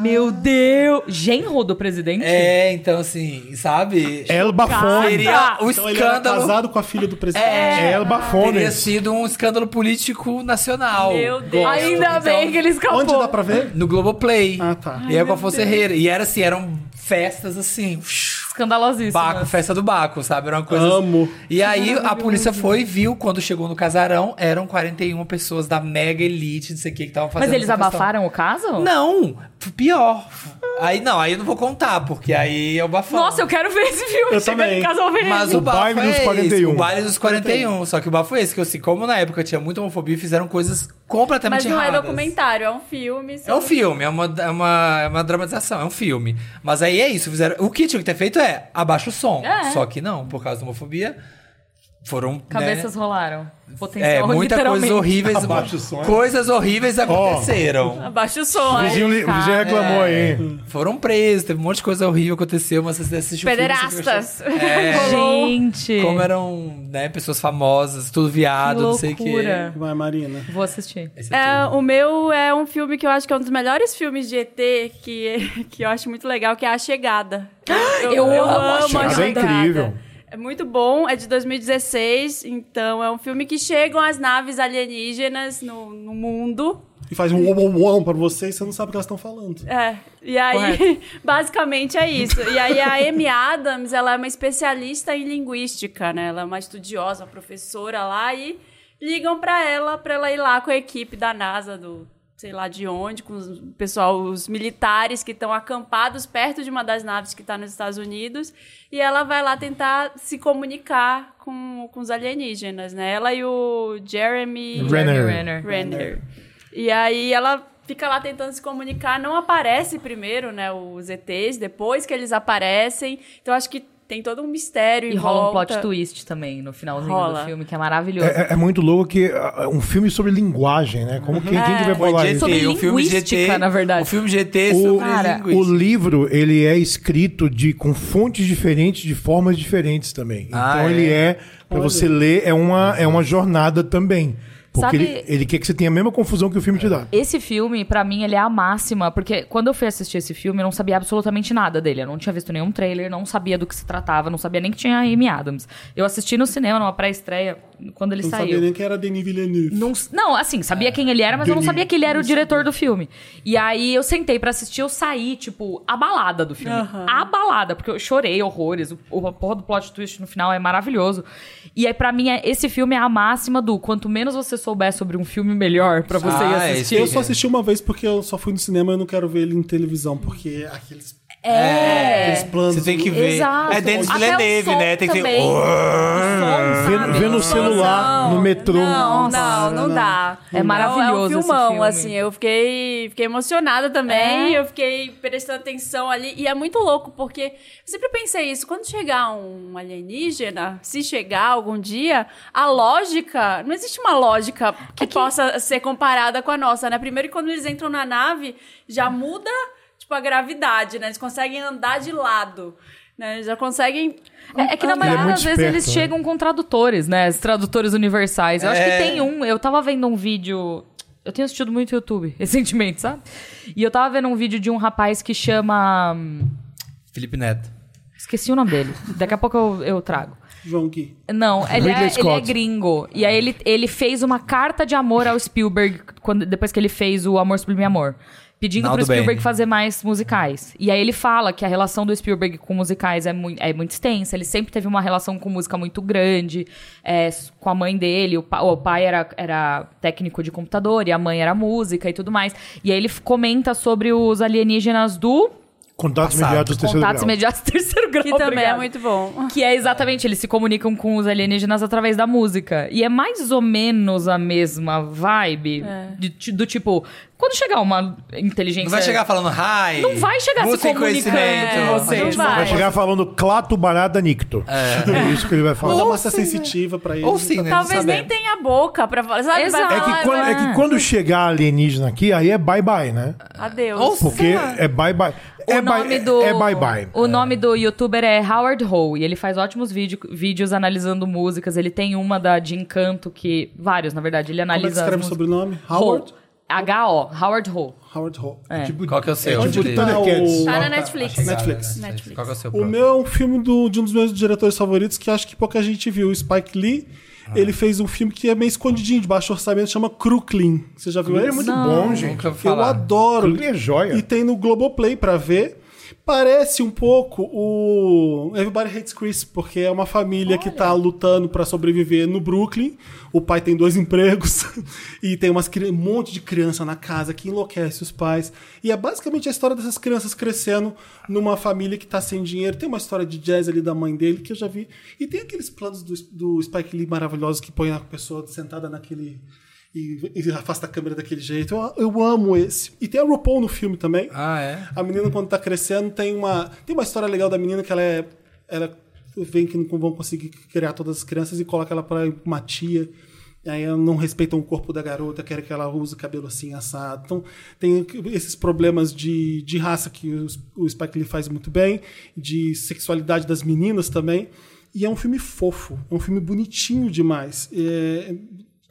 [SPEAKER 4] Meu Deus! Genro do presidente?
[SPEAKER 2] É, então assim, sabe?
[SPEAKER 5] El Bafone.
[SPEAKER 2] Seria um
[SPEAKER 1] É Então ele era
[SPEAKER 2] escândalo.
[SPEAKER 1] casado com a filha do presidente.
[SPEAKER 2] É.
[SPEAKER 5] El Bafone.
[SPEAKER 2] Teria sido um escândalo político nacional.
[SPEAKER 4] Meu Deus! Ainda
[SPEAKER 2] Então,
[SPEAKER 4] bem que ele escapou.
[SPEAKER 1] Onde dá pra ver?
[SPEAKER 2] No Globoplay.
[SPEAKER 1] Ah, tá.
[SPEAKER 2] E é com a Afonso Herrera. E era assim, eram festas assim.
[SPEAKER 4] Escandalosíssimo.
[SPEAKER 2] Baco, festa do Baco, sabe? Era uma coisa. assim.
[SPEAKER 1] Amo.
[SPEAKER 2] E aí a polícia foi e viu quando chegou no casarão, eram 41 pessoas da mega elite, não sei o que, que estavam fazendo.
[SPEAKER 4] Mas eles
[SPEAKER 2] essa festão.
[SPEAKER 4] abafaram o caso?
[SPEAKER 2] Não, f- pior. Aí não, aí eu não vou contar, porque aí é o bafão.
[SPEAKER 4] Nossa, eu quero ver esse filme.
[SPEAKER 1] Eu
[SPEAKER 4] Chega
[SPEAKER 1] também.
[SPEAKER 4] de casa eu vejo.
[SPEAKER 2] Mas o,
[SPEAKER 5] O
[SPEAKER 2] bafo
[SPEAKER 5] baile
[SPEAKER 2] é
[SPEAKER 5] dos
[SPEAKER 2] esse,
[SPEAKER 5] 41.
[SPEAKER 2] o baile dos 41. Só que o bafo é esse, que assim, como na época tinha muita homofobia, fizeram coisas completamente
[SPEAKER 3] Mas não
[SPEAKER 2] erradas.
[SPEAKER 3] é documentário, é um filme.
[SPEAKER 2] É um
[SPEAKER 3] sobre-
[SPEAKER 2] filme, é uma, é, uma, é uma dramatização, é um filme. Mas aí é isso, fizeram. O que tinha que ter feito é abaixa o som.
[SPEAKER 4] É.
[SPEAKER 2] Só que não, por causa da homofobia, foram.
[SPEAKER 4] Cabeças
[SPEAKER 2] né,
[SPEAKER 4] rolaram. Potencial,
[SPEAKER 2] é, muitas coisas
[SPEAKER 4] literalmente.
[SPEAKER 2] horríveis.
[SPEAKER 5] Abaixa o som. é.
[SPEAKER 2] Coisas horríveis aconteceram.
[SPEAKER 3] Abaixa o som,
[SPEAKER 5] O
[SPEAKER 3] é.
[SPEAKER 5] vizinho, li- o vizinho reclamou aí.
[SPEAKER 4] É.
[SPEAKER 5] hein?
[SPEAKER 2] Foram presos, teve um monte de coisa horrível aconteceu, mas você assistiu o filme, você fica
[SPEAKER 3] Pederastas.
[SPEAKER 2] É.
[SPEAKER 3] Rolou. um
[SPEAKER 4] Gente.
[SPEAKER 2] Como eram, né, pessoas famosas, tudo viado,
[SPEAKER 4] Que
[SPEAKER 2] não sei o quê.
[SPEAKER 4] loucura.
[SPEAKER 1] Vai, Marina.
[SPEAKER 4] Vou assistir.
[SPEAKER 2] Esse é
[SPEAKER 3] É,
[SPEAKER 2] tudo.
[SPEAKER 3] o meu é um filme que eu acho que é um dos melhores filmes de ET, que, que eu acho muito legal, que é A Chegada. Eu,
[SPEAKER 4] Eu amo A Chegada.
[SPEAKER 5] Mas é incrível.
[SPEAKER 3] É muito bom, é de 2016, então é um filme que chegam as naves alienígenas no, no mundo.
[SPEAKER 1] e faz um uom, uom pra você e você não sabe o que elas estão falando.
[SPEAKER 3] É, e aí, basicamente é isso. E aí, a Amy Adams, ela é uma especialista em linguística, né? Ela é uma estudiosa, uma professora lá, e ligam pra ela, pra ela ir lá com a equipe da NASA, do sei lá de onde, com os o pessoal, os militares que estão acampados perto de uma das naves que está nos Estados Unidos, e ela vai lá tentar se comunicar com, com os alienígenas, né? Ela e o Jeremy...
[SPEAKER 5] Renner.
[SPEAKER 4] Renner.
[SPEAKER 3] Renner. E aí ela fica lá tentando se comunicar, não aparece primeiro, né, os ETs, depois que eles aparecem. Então acho que tem todo um mistério
[SPEAKER 4] E
[SPEAKER 3] em
[SPEAKER 4] rola um
[SPEAKER 3] volta.
[SPEAKER 4] plot twist também no finalzinho
[SPEAKER 3] Rola.
[SPEAKER 4] do filme, que é maravilhoso.
[SPEAKER 5] É, é- é muito louco que ah, um filme sobre linguagem, né? Como
[SPEAKER 4] Uhum.
[SPEAKER 5] que,
[SPEAKER 4] É.
[SPEAKER 5] quem que vai
[SPEAKER 2] Foi
[SPEAKER 5] bolar
[SPEAKER 2] GT,
[SPEAKER 5] isso?
[SPEAKER 4] Sobre
[SPEAKER 2] o filme
[SPEAKER 4] linguística,
[SPEAKER 2] GT,
[SPEAKER 4] na verdade.
[SPEAKER 2] O filme GT
[SPEAKER 5] O,
[SPEAKER 2] sobre
[SPEAKER 4] Cara,
[SPEAKER 5] É, o
[SPEAKER 2] linguística.
[SPEAKER 5] livro, ele é escrito de, com fontes diferentes, de formas diferentes também.
[SPEAKER 2] Ah,
[SPEAKER 5] então
[SPEAKER 2] é?
[SPEAKER 5] ele é, pra você ler, é uma, é uma jornada também. Porque
[SPEAKER 4] Sabe-
[SPEAKER 5] ele, ele quer que você tenha a mesma confusão que o filme te dá.
[SPEAKER 4] Esse filme, pra mim, ele é a máxima, porque quando eu fui assistir esse filme, eu não sabia absolutamente nada dele. Eu não tinha visto nenhum trailer, não sabia do que se tratava, não sabia nem que tinha a Amy Adams. Eu assisti no cinema, numa pré-estreia, quando ele
[SPEAKER 1] Não
[SPEAKER 4] saiu.
[SPEAKER 1] sabia nem que era Denis Villeneuve.
[SPEAKER 4] Não, não, assim, sabia quem ele era, mas eu não
[SPEAKER 5] Denis-
[SPEAKER 4] sabia que ele era o diretor do filme. E aí eu sentei pra assistir, eu saí, tipo, abalada do filme. Abalada, porque eu chorei horrores. O, o a porra do plot twist no final é maravilhoso. E aí, pra mim, é- esse filme é a máxima do quanto menos você souber sobre um filme, melhor pra você ir
[SPEAKER 2] Ah, é,
[SPEAKER 4] assistir.
[SPEAKER 1] Eu só assisti uma vez porque eu só fui no cinema e eu não quero ver ele em televisão, porque aqueles,
[SPEAKER 3] É.
[SPEAKER 1] É. aqueles planos.
[SPEAKER 2] Você tem que ver.
[SPEAKER 4] Exato.
[SPEAKER 2] É Denis
[SPEAKER 4] Até o
[SPEAKER 2] Villeneuve,
[SPEAKER 4] som
[SPEAKER 2] né? Tem que ver.
[SPEAKER 4] também. som,
[SPEAKER 5] Vê,
[SPEAKER 4] sabe?
[SPEAKER 5] vê no celular, no metrô.
[SPEAKER 3] Não, não, não,
[SPEAKER 1] não.
[SPEAKER 3] dá.
[SPEAKER 4] É maravilhoso
[SPEAKER 3] É um
[SPEAKER 4] esse
[SPEAKER 3] filmão,
[SPEAKER 4] filme. É?
[SPEAKER 3] assim. Eu fiquei, fiquei emocionada também. Eu fiquei prestando atenção ali. E é muito louco, porque eu sempre pensei isso. Quando chegar um alienígena, se chegar algum dia, a lógica... Não existe uma lógica que,
[SPEAKER 4] É
[SPEAKER 3] possa ser comparada com a nossa, né? Primeiro, que quando eles entram na nave, já muda, tipo, a gravidade, né? Eles conseguem andar de lado. Né? Eles já conseguem...
[SPEAKER 4] É, é que na
[SPEAKER 3] andar.
[SPEAKER 4] maioria
[SPEAKER 5] muito
[SPEAKER 4] das vezes
[SPEAKER 5] esperto,
[SPEAKER 4] eles
[SPEAKER 5] né?
[SPEAKER 4] chegam com tradutores, né? Os tradutores universais. Eu acho
[SPEAKER 2] É.
[SPEAKER 4] que tem um. Eu tava vendo um vídeo. Eu tenho assistido muito YouTube recentemente, sabe? E eu tava vendo um vídeo de um rapaz que chama. hum,
[SPEAKER 2] Felipe Neto.
[SPEAKER 4] Esqueci o nome dele. Daqui a pouco eu, eu trago.
[SPEAKER 1] João Gui.
[SPEAKER 4] Não, ele é,
[SPEAKER 5] Ridley
[SPEAKER 4] ele é
[SPEAKER 5] Scott.
[SPEAKER 4] gringo. E aí ele, ele fez uma carta de amor ao Spielberg quando, depois que ele fez o Amor Sublime Amor. Pedindo
[SPEAKER 2] Naldo
[SPEAKER 4] pro Spielberg
[SPEAKER 2] Bene.
[SPEAKER 4] fazer mais musicais. E aí ele fala que a relação do Spielberg com musicais é, mui- é muito extensa. Ele sempre teve uma relação com música muito grande, é, s- com a mãe dele. O, pa- o pai era, era técnico de computador e a mãe era música e tudo mais. E aí ele f- comenta sobre os alienígenas do
[SPEAKER 5] Contatos
[SPEAKER 2] Passado.
[SPEAKER 5] imediatos do terceiro
[SPEAKER 4] Contatos
[SPEAKER 5] grau.
[SPEAKER 4] Imediatos Terceiro Grau.
[SPEAKER 3] Que também é
[SPEAKER 4] obrigada.
[SPEAKER 3] muito bom.
[SPEAKER 4] Que é exatamente, eles se comunicam com os alienígenas através da música. E é mais ou menos a mesma vibe de- ti- do tipo, quando chegar uma inteligência.
[SPEAKER 2] Não vai chegar falando hi.
[SPEAKER 4] É. Não vai chegar se
[SPEAKER 2] busquem
[SPEAKER 4] comunicando
[SPEAKER 2] conhecimento.
[SPEAKER 4] com vocês.
[SPEAKER 3] Não
[SPEAKER 5] Vai
[SPEAKER 3] vai.
[SPEAKER 5] chegar falando clato barada nicto. É. isso que ele vai
[SPEAKER 1] Dá
[SPEAKER 5] falar.
[SPEAKER 1] uma
[SPEAKER 3] né?
[SPEAKER 1] ser sensitiva pra ele. tá?
[SPEAKER 2] Ou sim, né?
[SPEAKER 3] Talvez
[SPEAKER 2] Não
[SPEAKER 3] nem
[SPEAKER 2] sabemos.
[SPEAKER 3] tenha boca pra falar. Sabe?
[SPEAKER 4] Exato.
[SPEAKER 3] Vai
[SPEAKER 5] É
[SPEAKER 3] falar,
[SPEAKER 5] que, quando,
[SPEAKER 4] vai.
[SPEAKER 5] é que quando chegar alienígena aqui, aí é bye-bye, né?
[SPEAKER 3] "Ah, Adeus.
[SPEAKER 2] Ou sim.
[SPEAKER 5] Porque é bye-bye.
[SPEAKER 4] O
[SPEAKER 5] É
[SPEAKER 4] nome
[SPEAKER 5] bye-
[SPEAKER 4] do
[SPEAKER 5] é bye-bye.
[SPEAKER 4] O nome do youtuber é Howard Ho e ele faz ótimos vídeo, vídeos analisando músicas. Ele tem uma da de encanto que vários, na verdade, ele
[SPEAKER 1] Como é que
[SPEAKER 4] analisa
[SPEAKER 1] escreve o
[SPEAKER 4] as músicas.
[SPEAKER 1] sobrenome? Howard?
[SPEAKER 4] H O, Howard Ho.
[SPEAKER 1] Howard Ho.
[SPEAKER 5] Tipo,
[SPEAKER 2] Qual que é o seu?
[SPEAKER 1] Onde que
[SPEAKER 2] Tipo,
[SPEAKER 1] tá
[SPEAKER 5] Thundercats.
[SPEAKER 1] o...
[SPEAKER 3] Tá na
[SPEAKER 1] Ah,
[SPEAKER 3] Netflix.
[SPEAKER 1] Netflix.
[SPEAKER 3] Netflix.
[SPEAKER 2] Qual que é o seu?
[SPEAKER 1] O
[SPEAKER 2] próximo?
[SPEAKER 1] meu é um filme do- de um dos meus diretores favoritos que acho que pouca gente viu, o Spike Lee.
[SPEAKER 2] Ah.
[SPEAKER 1] Ele fez um filme que é meio escondidinho, de baixo orçamento, chama Crooklyn. Você já viu ele? É muito
[SPEAKER 5] Bom, gente.
[SPEAKER 2] Nunca ouvi
[SPEAKER 1] Eu
[SPEAKER 2] falar.
[SPEAKER 1] adoro.
[SPEAKER 5] Crooklyn é joia.
[SPEAKER 1] E tem no Globoplay pra ver. Parece um pouco o Everybody Hates Chris, porque é uma família que tá lutando pra sobreviver no Brooklyn. O pai tem dois empregos e tem umas, cri- um monte de criança na casa que enlouquece os pais. E é basicamente a história dessas crianças crescendo numa família que tá sem dinheiro. Tem uma história de jazz ali da mãe dele que eu já vi. E tem aqueles planos do, do Spike Lee maravilhosos que põe a pessoa sentada naquele e, e afasta a câmera daquele jeito. Eu, eu amo esse. E tem a RuPaul no filme também.
[SPEAKER 2] Ah, é?
[SPEAKER 1] A menina, quando tá crescendo, tem uma. Tem uma história legal da menina que ela é. Ela vem que não vão conseguir criar todas as crianças e coloca ela pra uma tia. E Aí não respeitam o corpo da garota, querem que ela use o cabelo assim, assado. Então, tem esses problemas de, de raça que o, o Spike Lee faz muito bem, de sexualidade das meninas também. E é um filme fofo, é um filme bonitinho demais. É,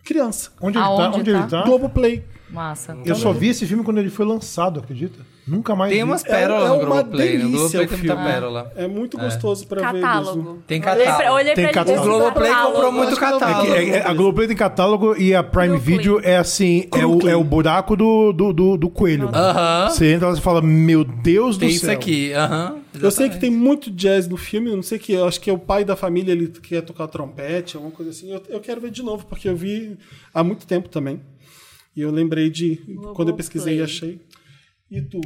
[SPEAKER 1] criança.
[SPEAKER 5] Onde ele tá?
[SPEAKER 4] Aonde
[SPEAKER 5] Onde ele
[SPEAKER 4] tá?
[SPEAKER 5] tá?
[SPEAKER 1] Globoplay.
[SPEAKER 4] Massa.
[SPEAKER 1] Então
[SPEAKER 5] Eu só vi esse filme quando ele foi lançado, acredita? Nunca mais
[SPEAKER 2] Tem
[SPEAKER 5] vi.
[SPEAKER 2] umas pérolas
[SPEAKER 1] é
[SPEAKER 2] no
[SPEAKER 1] uma
[SPEAKER 2] Globoplay. No
[SPEAKER 1] delícia
[SPEAKER 2] Globoplay
[SPEAKER 1] o
[SPEAKER 2] tem muita
[SPEAKER 1] filme.
[SPEAKER 2] pérola.
[SPEAKER 1] É muito gostoso pra ver mesmo.
[SPEAKER 3] Catálogo.
[SPEAKER 2] Tem
[SPEAKER 3] Olhei pra,
[SPEAKER 2] catálogo.
[SPEAKER 3] olhei
[SPEAKER 5] Tem
[SPEAKER 3] pra ele
[SPEAKER 5] catálogo.
[SPEAKER 2] O
[SPEAKER 3] desse
[SPEAKER 2] Globoplay comprou muito
[SPEAKER 5] É que-
[SPEAKER 2] catálogo.
[SPEAKER 5] é- é- a Globoplay tem catálogo e a Prime
[SPEAKER 3] Brooklyn.
[SPEAKER 5] Video é assim, é o, é o buraco do, do, do, do coelho.
[SPEAKER 2] Aham.
[SPEAKER 5] Você entra lá e fala, meu Deus
[SPEAKER 2] Tem
[SPEAKER 5] do
[SPEAKER 2] isso
[SPEAKER 5] céu.
[SPEAKER 2] aqui. Aham.
[SPEAKER 1] Eu sei que tem muito jazz no filme, eu não sei que, eu acho que é o pai da família, ele quer tocar trompete, alguma coisa assim. Eu, eu quero ver de novo, porque eu vi há muito tempo também. E eu lembrei de. quando eu pesquisei e achei. E tu?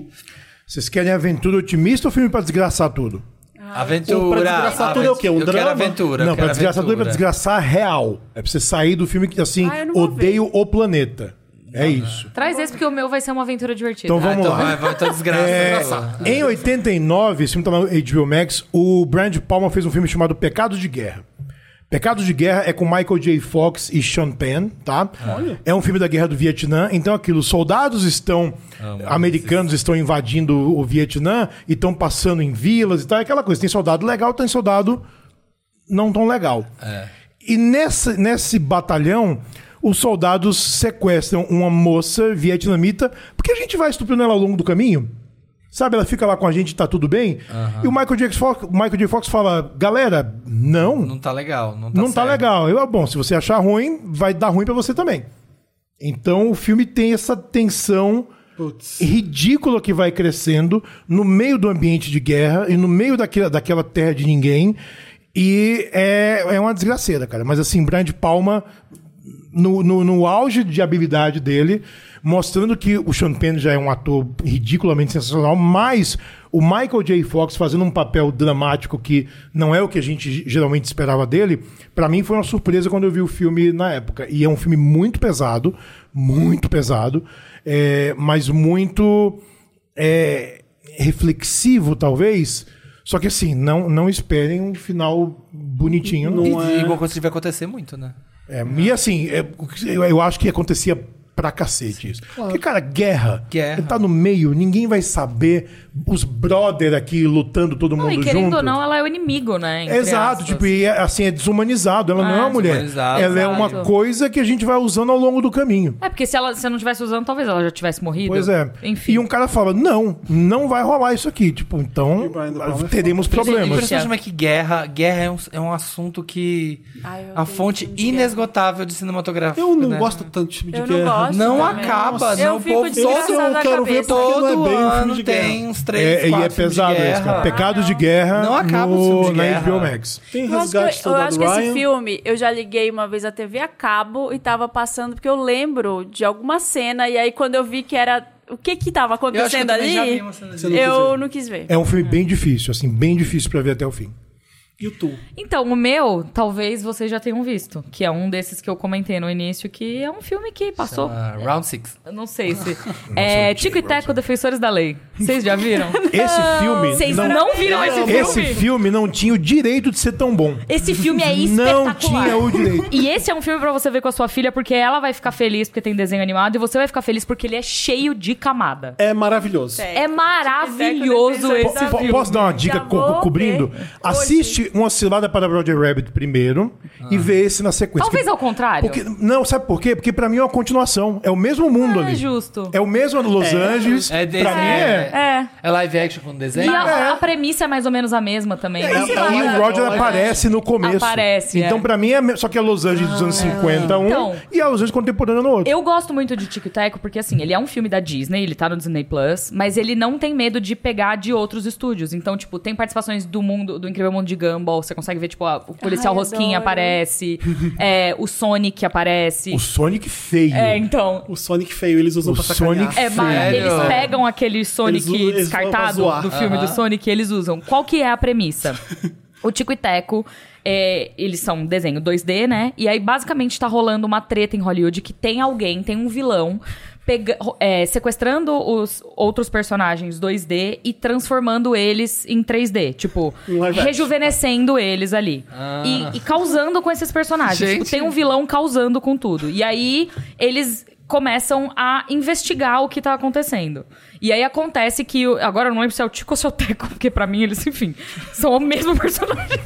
[SPEAKER 5] Vocês querem aventura otimista ou filme pra desgraçar tudo?
[SPEAKER 1] Ou pra
[SPEAKER 2] Aventura.
[SPEAKER 1] desgraçar tudo é o quê? Um
[SPEAKER 2] eu quero
[SPEAKER 1] drama?
[SPEAKER 2] aventura. eu
[SPEAKER 5] não, pra
[SPEAKER 2] quero
[SPEAKER 5] desgraçar tudo é pra
[SPEAKER 2] aventura.
[SPEAKER 5] desgraçar real. É pra você sair do filme que, assim,
[SPEAKER 3] Ah, eu não vou
[SPEAKER 5] odeio o planeta. É isso.
[SPEAKER 4] Traz esse porque o meu vai ser uma aventura divertida.
[SPEAKER 5] Então
[SPEAKER 2] Ah,
[SPEAKER 5] vamos
[SPEAKER 2] então
[SPEAKER 5] lá.
[SPEAKER 2] vai, vai, então desgraça.
[SPEAKER 5] É,
[SPEAKER 2] desgraça.
[SPEAKER 5] em 89, esse filme tá na HBO Max, o Brand Palma fez um filme chamado Pecados de Guerra. Pecados de Guerra é com Michael J. Fox e Sean Penn, tá? É um filme da Guerra do Vietnã, então aquilo, soldados estão, americanos estão invadindo o Vietnã e estão passando em vilas e tal, é aquela coisa, tem soldado legal, tem soldado não tão legal. E nessa, nesse batalhão, os soldados sequestram uma moça vietnamita, porque a gente vai estuprando ela ao longo do caminho. Sabe, ela fica lá com a gente, tá tudo bem. E o Michael J. Fox, Michael J. Fox fala: galera, não, não
[SPEAKER 2] Não tá legal. Não tá,
[SPEAKER 5] tá,
[SPEAKER 2] certo.
[SPEAKER 5] legal. Eu, ah, bom, se você achar ruim, vai dar ruim pra você também. Então o filme tem essa tensão
[SPEAKER 1] Putz.
[SPEAKER 5] ridícula que vai crescendo no meio do ambiente de guerra e no meio daquela, daquela terra de ninguém. E é, é uma desgraceira, cara. Mas assim, Brian de Palma, no, no, no auge de habilidade dele, mostrando que o Sean Penn já é um ator ridiculamente sensacional, mas o Michael J. Fox fazendo um papel dramático que não é o que a gente geralmente esperava dele, pra mim foi uma surpresa quando eu vi o filme na época. E é um filme muito pesado, muito pesado, é, mas muito é, reflexivo, talvez. Só que assim, não, não esperem um final bonitinho. Não
[SPEAKER 2] E, e igual coisa que vai acontecer muito, né?
[SPEAKER 5] é, e assim, é, o que- eu, eu acho que acontecia pra cacete isso. Porque, cara, guerra.
[SPEAKER 2] Guerra.
[SPEAKER 5] Ele tá no meio, ninguém vai saber. Os brother aqui lutando todo
[SPEAKER 4] Não,
[SPEAKER 5] mundo
[SPEAKER 4] e querendo
[SPEAKER 5] junto.
[SPEAKER 4] ou não, ela é o inimigo, né? Entre
[SPEAKER 5] Exato,
[SPEAKER 4] aspas.
[SPEAKER 5] tipo, e é, assim, é desumanizado. Ela
[SPEAKER 4] Ah,
[SPEAKER 5] não é uma mulher.
[SPEAKER 2] desumanizado.
[SPEAKER 5] Ela é uma
[SPEAKER 4] Exato.
[SPEAKER 5] coisa que a gente vai usando ao longo do caminho.
[SPEAKER 4] É, porque se ela se eu não tivesse usando, talvez ela já tivesse morrido.
[SPEAKER 5] Pois é.
[SPEAKER 4] Enfim.
[SPEAKER 5] E um cara fala: não, não vai rolar isso aqui. Tipo, então
[SPEAKER 1] E Brian De Palma é
[SPEAKER 5] teremos
[SPEAKER 2] E
[SPEAKER 5] problemas.
[SPEAKER 2] impressionante como é que guerra, guerra é um, é um assunto que.
[SPEAKER 3] Ai, eu
[SPEAKER 2] a
[SPEAKER 3] odeio
[SPEAKER 2] fonte
[SPEAKER 3] filme de guerra.
[SPEAKER 2] inesgotável de cinematografia.
[SPEAKER 1] Eu não
[SPEAKER 2] né?
[SPEAKER 1] gosto tanto de filme de
[SPEAKER 3] Eu não
[SPEAKER 1] guerra.
[SPEAKER 3] gosto.
[SPEAKER 2] Não
[SPEAKER 3] também.
[SPEAKER 2] acaba,
[SPEAKER 3] eu
[SPEAKER 2] não, o
[SPEAKER 3] fico
[SPEAKER 2] povo-
[SPEAKER 3] desgraçada
[SPEAKER 1] Esse eu
[SPEAKER 3] da
[SPEAKER 1] quero ver
[SPEAKER 3] cabeça.
[SPEAKER 1] todo-
[SPEAKER 2] Todo
[SPEAKER 1] Não é bem um filme
[SPEAKER 2] ano
[SPEAKER 1] de guerra.
[SPEAKER 2] tem uns três,
[SPEAKER 5] É, e é
[SPEAKER 2] quatro filmes de
[SPEAKER 5] pesado isso, cara.
[SPEAKER 2] guerra.
[SPEAKER 5] Pecados de guerra.
[SPEAKER 2] Não acaba os
[SPEAKER 5] no,
[SPEAKER 2] filmes de
[SPEAKER 5] na
[SPEAKER 2] guerra.
[SPEAKER 5] HBO Max.
[SPEAKER 1] Tem
[SPEAKER 3] Eu acho, que,
[SPEAKER 1] Resgate do
[SPEAKER 3] eu acho
[SPEAKER 1] Soldado
[SPEAKER 3] que esse
[SPEAKER 1] Ryan.
[SPEAKER 3] filme eu já liguei uma vez a TV a cabo e tava passando, porque eu lembro de alguma cena, e aí quando eu vi que era. O que que
[SPEAKER 2] Eu
[SPEAKER 3] tava
[SPEAKER 2] acho que eu
[SPEAKER 3] acontecendo
[SPEAKER 2] também
[SPEAKER 3] ali?
[SPEAKER 2] já vi uma cena disso.
[SPEAKER 1] Você não quis
[SPEAKER 3] eu
[SPEAKER 1] ver.
[SPEAKER 3] não quis ver.
[SPEAKER 5] É um filme bem difícil, assim, bem difícil pra ver até o fim.
[SPEAKER 1] E tu?
[SPEAKER 4] Então, o meu, talvez vocês já tenham visto, que é um desses que eu comentei no início, que é um filme que passou.
[SPEAKER 2] Ah, round six.
[SPEAKER 4] Eu não sei se. é Tico e Teco, Defensores da Lei. Vocês já viram?
[SPEAKER 5] Esse filme.
[SPEAKER 4] Vocês
[SPEAKER 5] não-
[SPEAKER 4] não, viram esse filme?
[SPEAKER 5] Esse filme não tinha o direito de ser tão bom.
[SPEAKER 4] Esse filme é
[SPEAKER 5] Não
[SPEAKER 4] espetacular.
[SPEAKER 5] tinha o direito.
[SPEAKER 4] E esse é um filme pra você ver com a sua filha, porque ela vai ficar feliz porque tem desenho animado e você vai ficar feliz porque ele é cheio de camada.
[SPEAKER 1] É maravilhoso.
[SPEAKER 4] É maravilhoso
[SPEAKER 3] Defensores
[SPEAKER 4] esse
[SPEAKER 3] da
[SPEAKER 5] Po-
[SPEAKER 4] filme.
[SPEAKER 5] posso dar uma dica
[SPEAKER 3] Já
[SPEAKER 5] co-
[SPEAKER 3] vou
[SPEAKER 5] cobrindo?
[SPEAKER 3] ver.
[SPEAKER 5] Assiste uma cilada para Roger Rabbit primeiro e vê esse na sequência.
[SPEAKER 4] Talvez ao contrário.
[SPEAKER 5] Porque, não, sabe por quê? Porque pra mim é uma continuação. É o mesmo mundo
[SPEAKER 4] Ah,
[SPEAKER 5] ali.
[SPEAKER 4] justo.
[SPEAKER 5] É o mesmo Los Angeles.
[SPEAKER 2] É desse,
[SPEAKER 5] pra mim é.
[SPEAKER 2] é. É live action com
[SPEAKER 4] E
[SPEAKER 2] desenho?
[SPEAKER 4] a,
[SPEAKER 5] né?
[SPEAKER 4] a premissa é mais ou menos a mesma também.
[SPEAKER 5] E,
[SPEAKER 4] né?
[SPEAKER 5] e o Roger aparece no começo.
[SPEAKER 4] Aparece, é.
[SPEAKER 5] Então, pra mim, é, me- só que é Los Angeles dos anos 50 um
[SPEAKER 4] Então.
[SPEAKER 5] e é Los Angeles contemporâneo no outro.
[SPEAKER 4] Eu gosto muito de Tico e Teco porque, assim, ele é um filme da Disney, ele tá no Disney Plus, mas ele não tem medo de pegar de outros estúdios. Então, tipo, tem participações do mundo, do Incrível Mundo de Gumball, você consegue ver, tipo, a- o policial
[SPEAKER 3] Ai,
[SPEAKER 4] Rosquinha
[SPEAKER 3] adoro.
[SPEAKER 4] aparece, é, o Sonic aparece.
[SPEAKER 5] O Sonic feio.
[SPEAKER 4] É, então.
[SPEAKER 1] O Sonic feio, eles usam
[SPEAKER 5] O
[SPEAKER 1] pra sacanear.
[SPEAKER 5] Sonic
[SPEAKER 4] É, mas
[SPEAKER 2] Sério?
[SPEAKER 4] eles pegam aquele
[SPEAKER 1] Eles
[SPEAKER 4] Sonic
[SPEAKER 1] usam- eles
[SPEAKER 4] descartado
[SPEAKER 1] vão pra zoar.
[SPEAKER 4] do filme do Sonic e eles usam. Qual que é a premissa? o Tico e Teco, é, eles são um desenho 2D, né? E aí, basicamente, tá rolando uma treta em Hollywood que tem alguém, tem um vilão... pega- ro- é, sequestrando os outros personagens 2D e transformando eles em 3D. Tipo,
[SPEAKER 1] Um live action.
[SPEAKER 4] rejuvenescendo eles ali. E, e causando com esses personagens. Tipo,
[SPEAKER 2] Ah. Gente.
[SPEAKER 4] tem um vilão causando com tudo. E aí eles começam a investigar o que tá acontecendo. E aí acontece que. o- Agora eu não lembro se é o Tico ou se é o Teco, porque pra mim eles, enfim, são o mesmo personagem.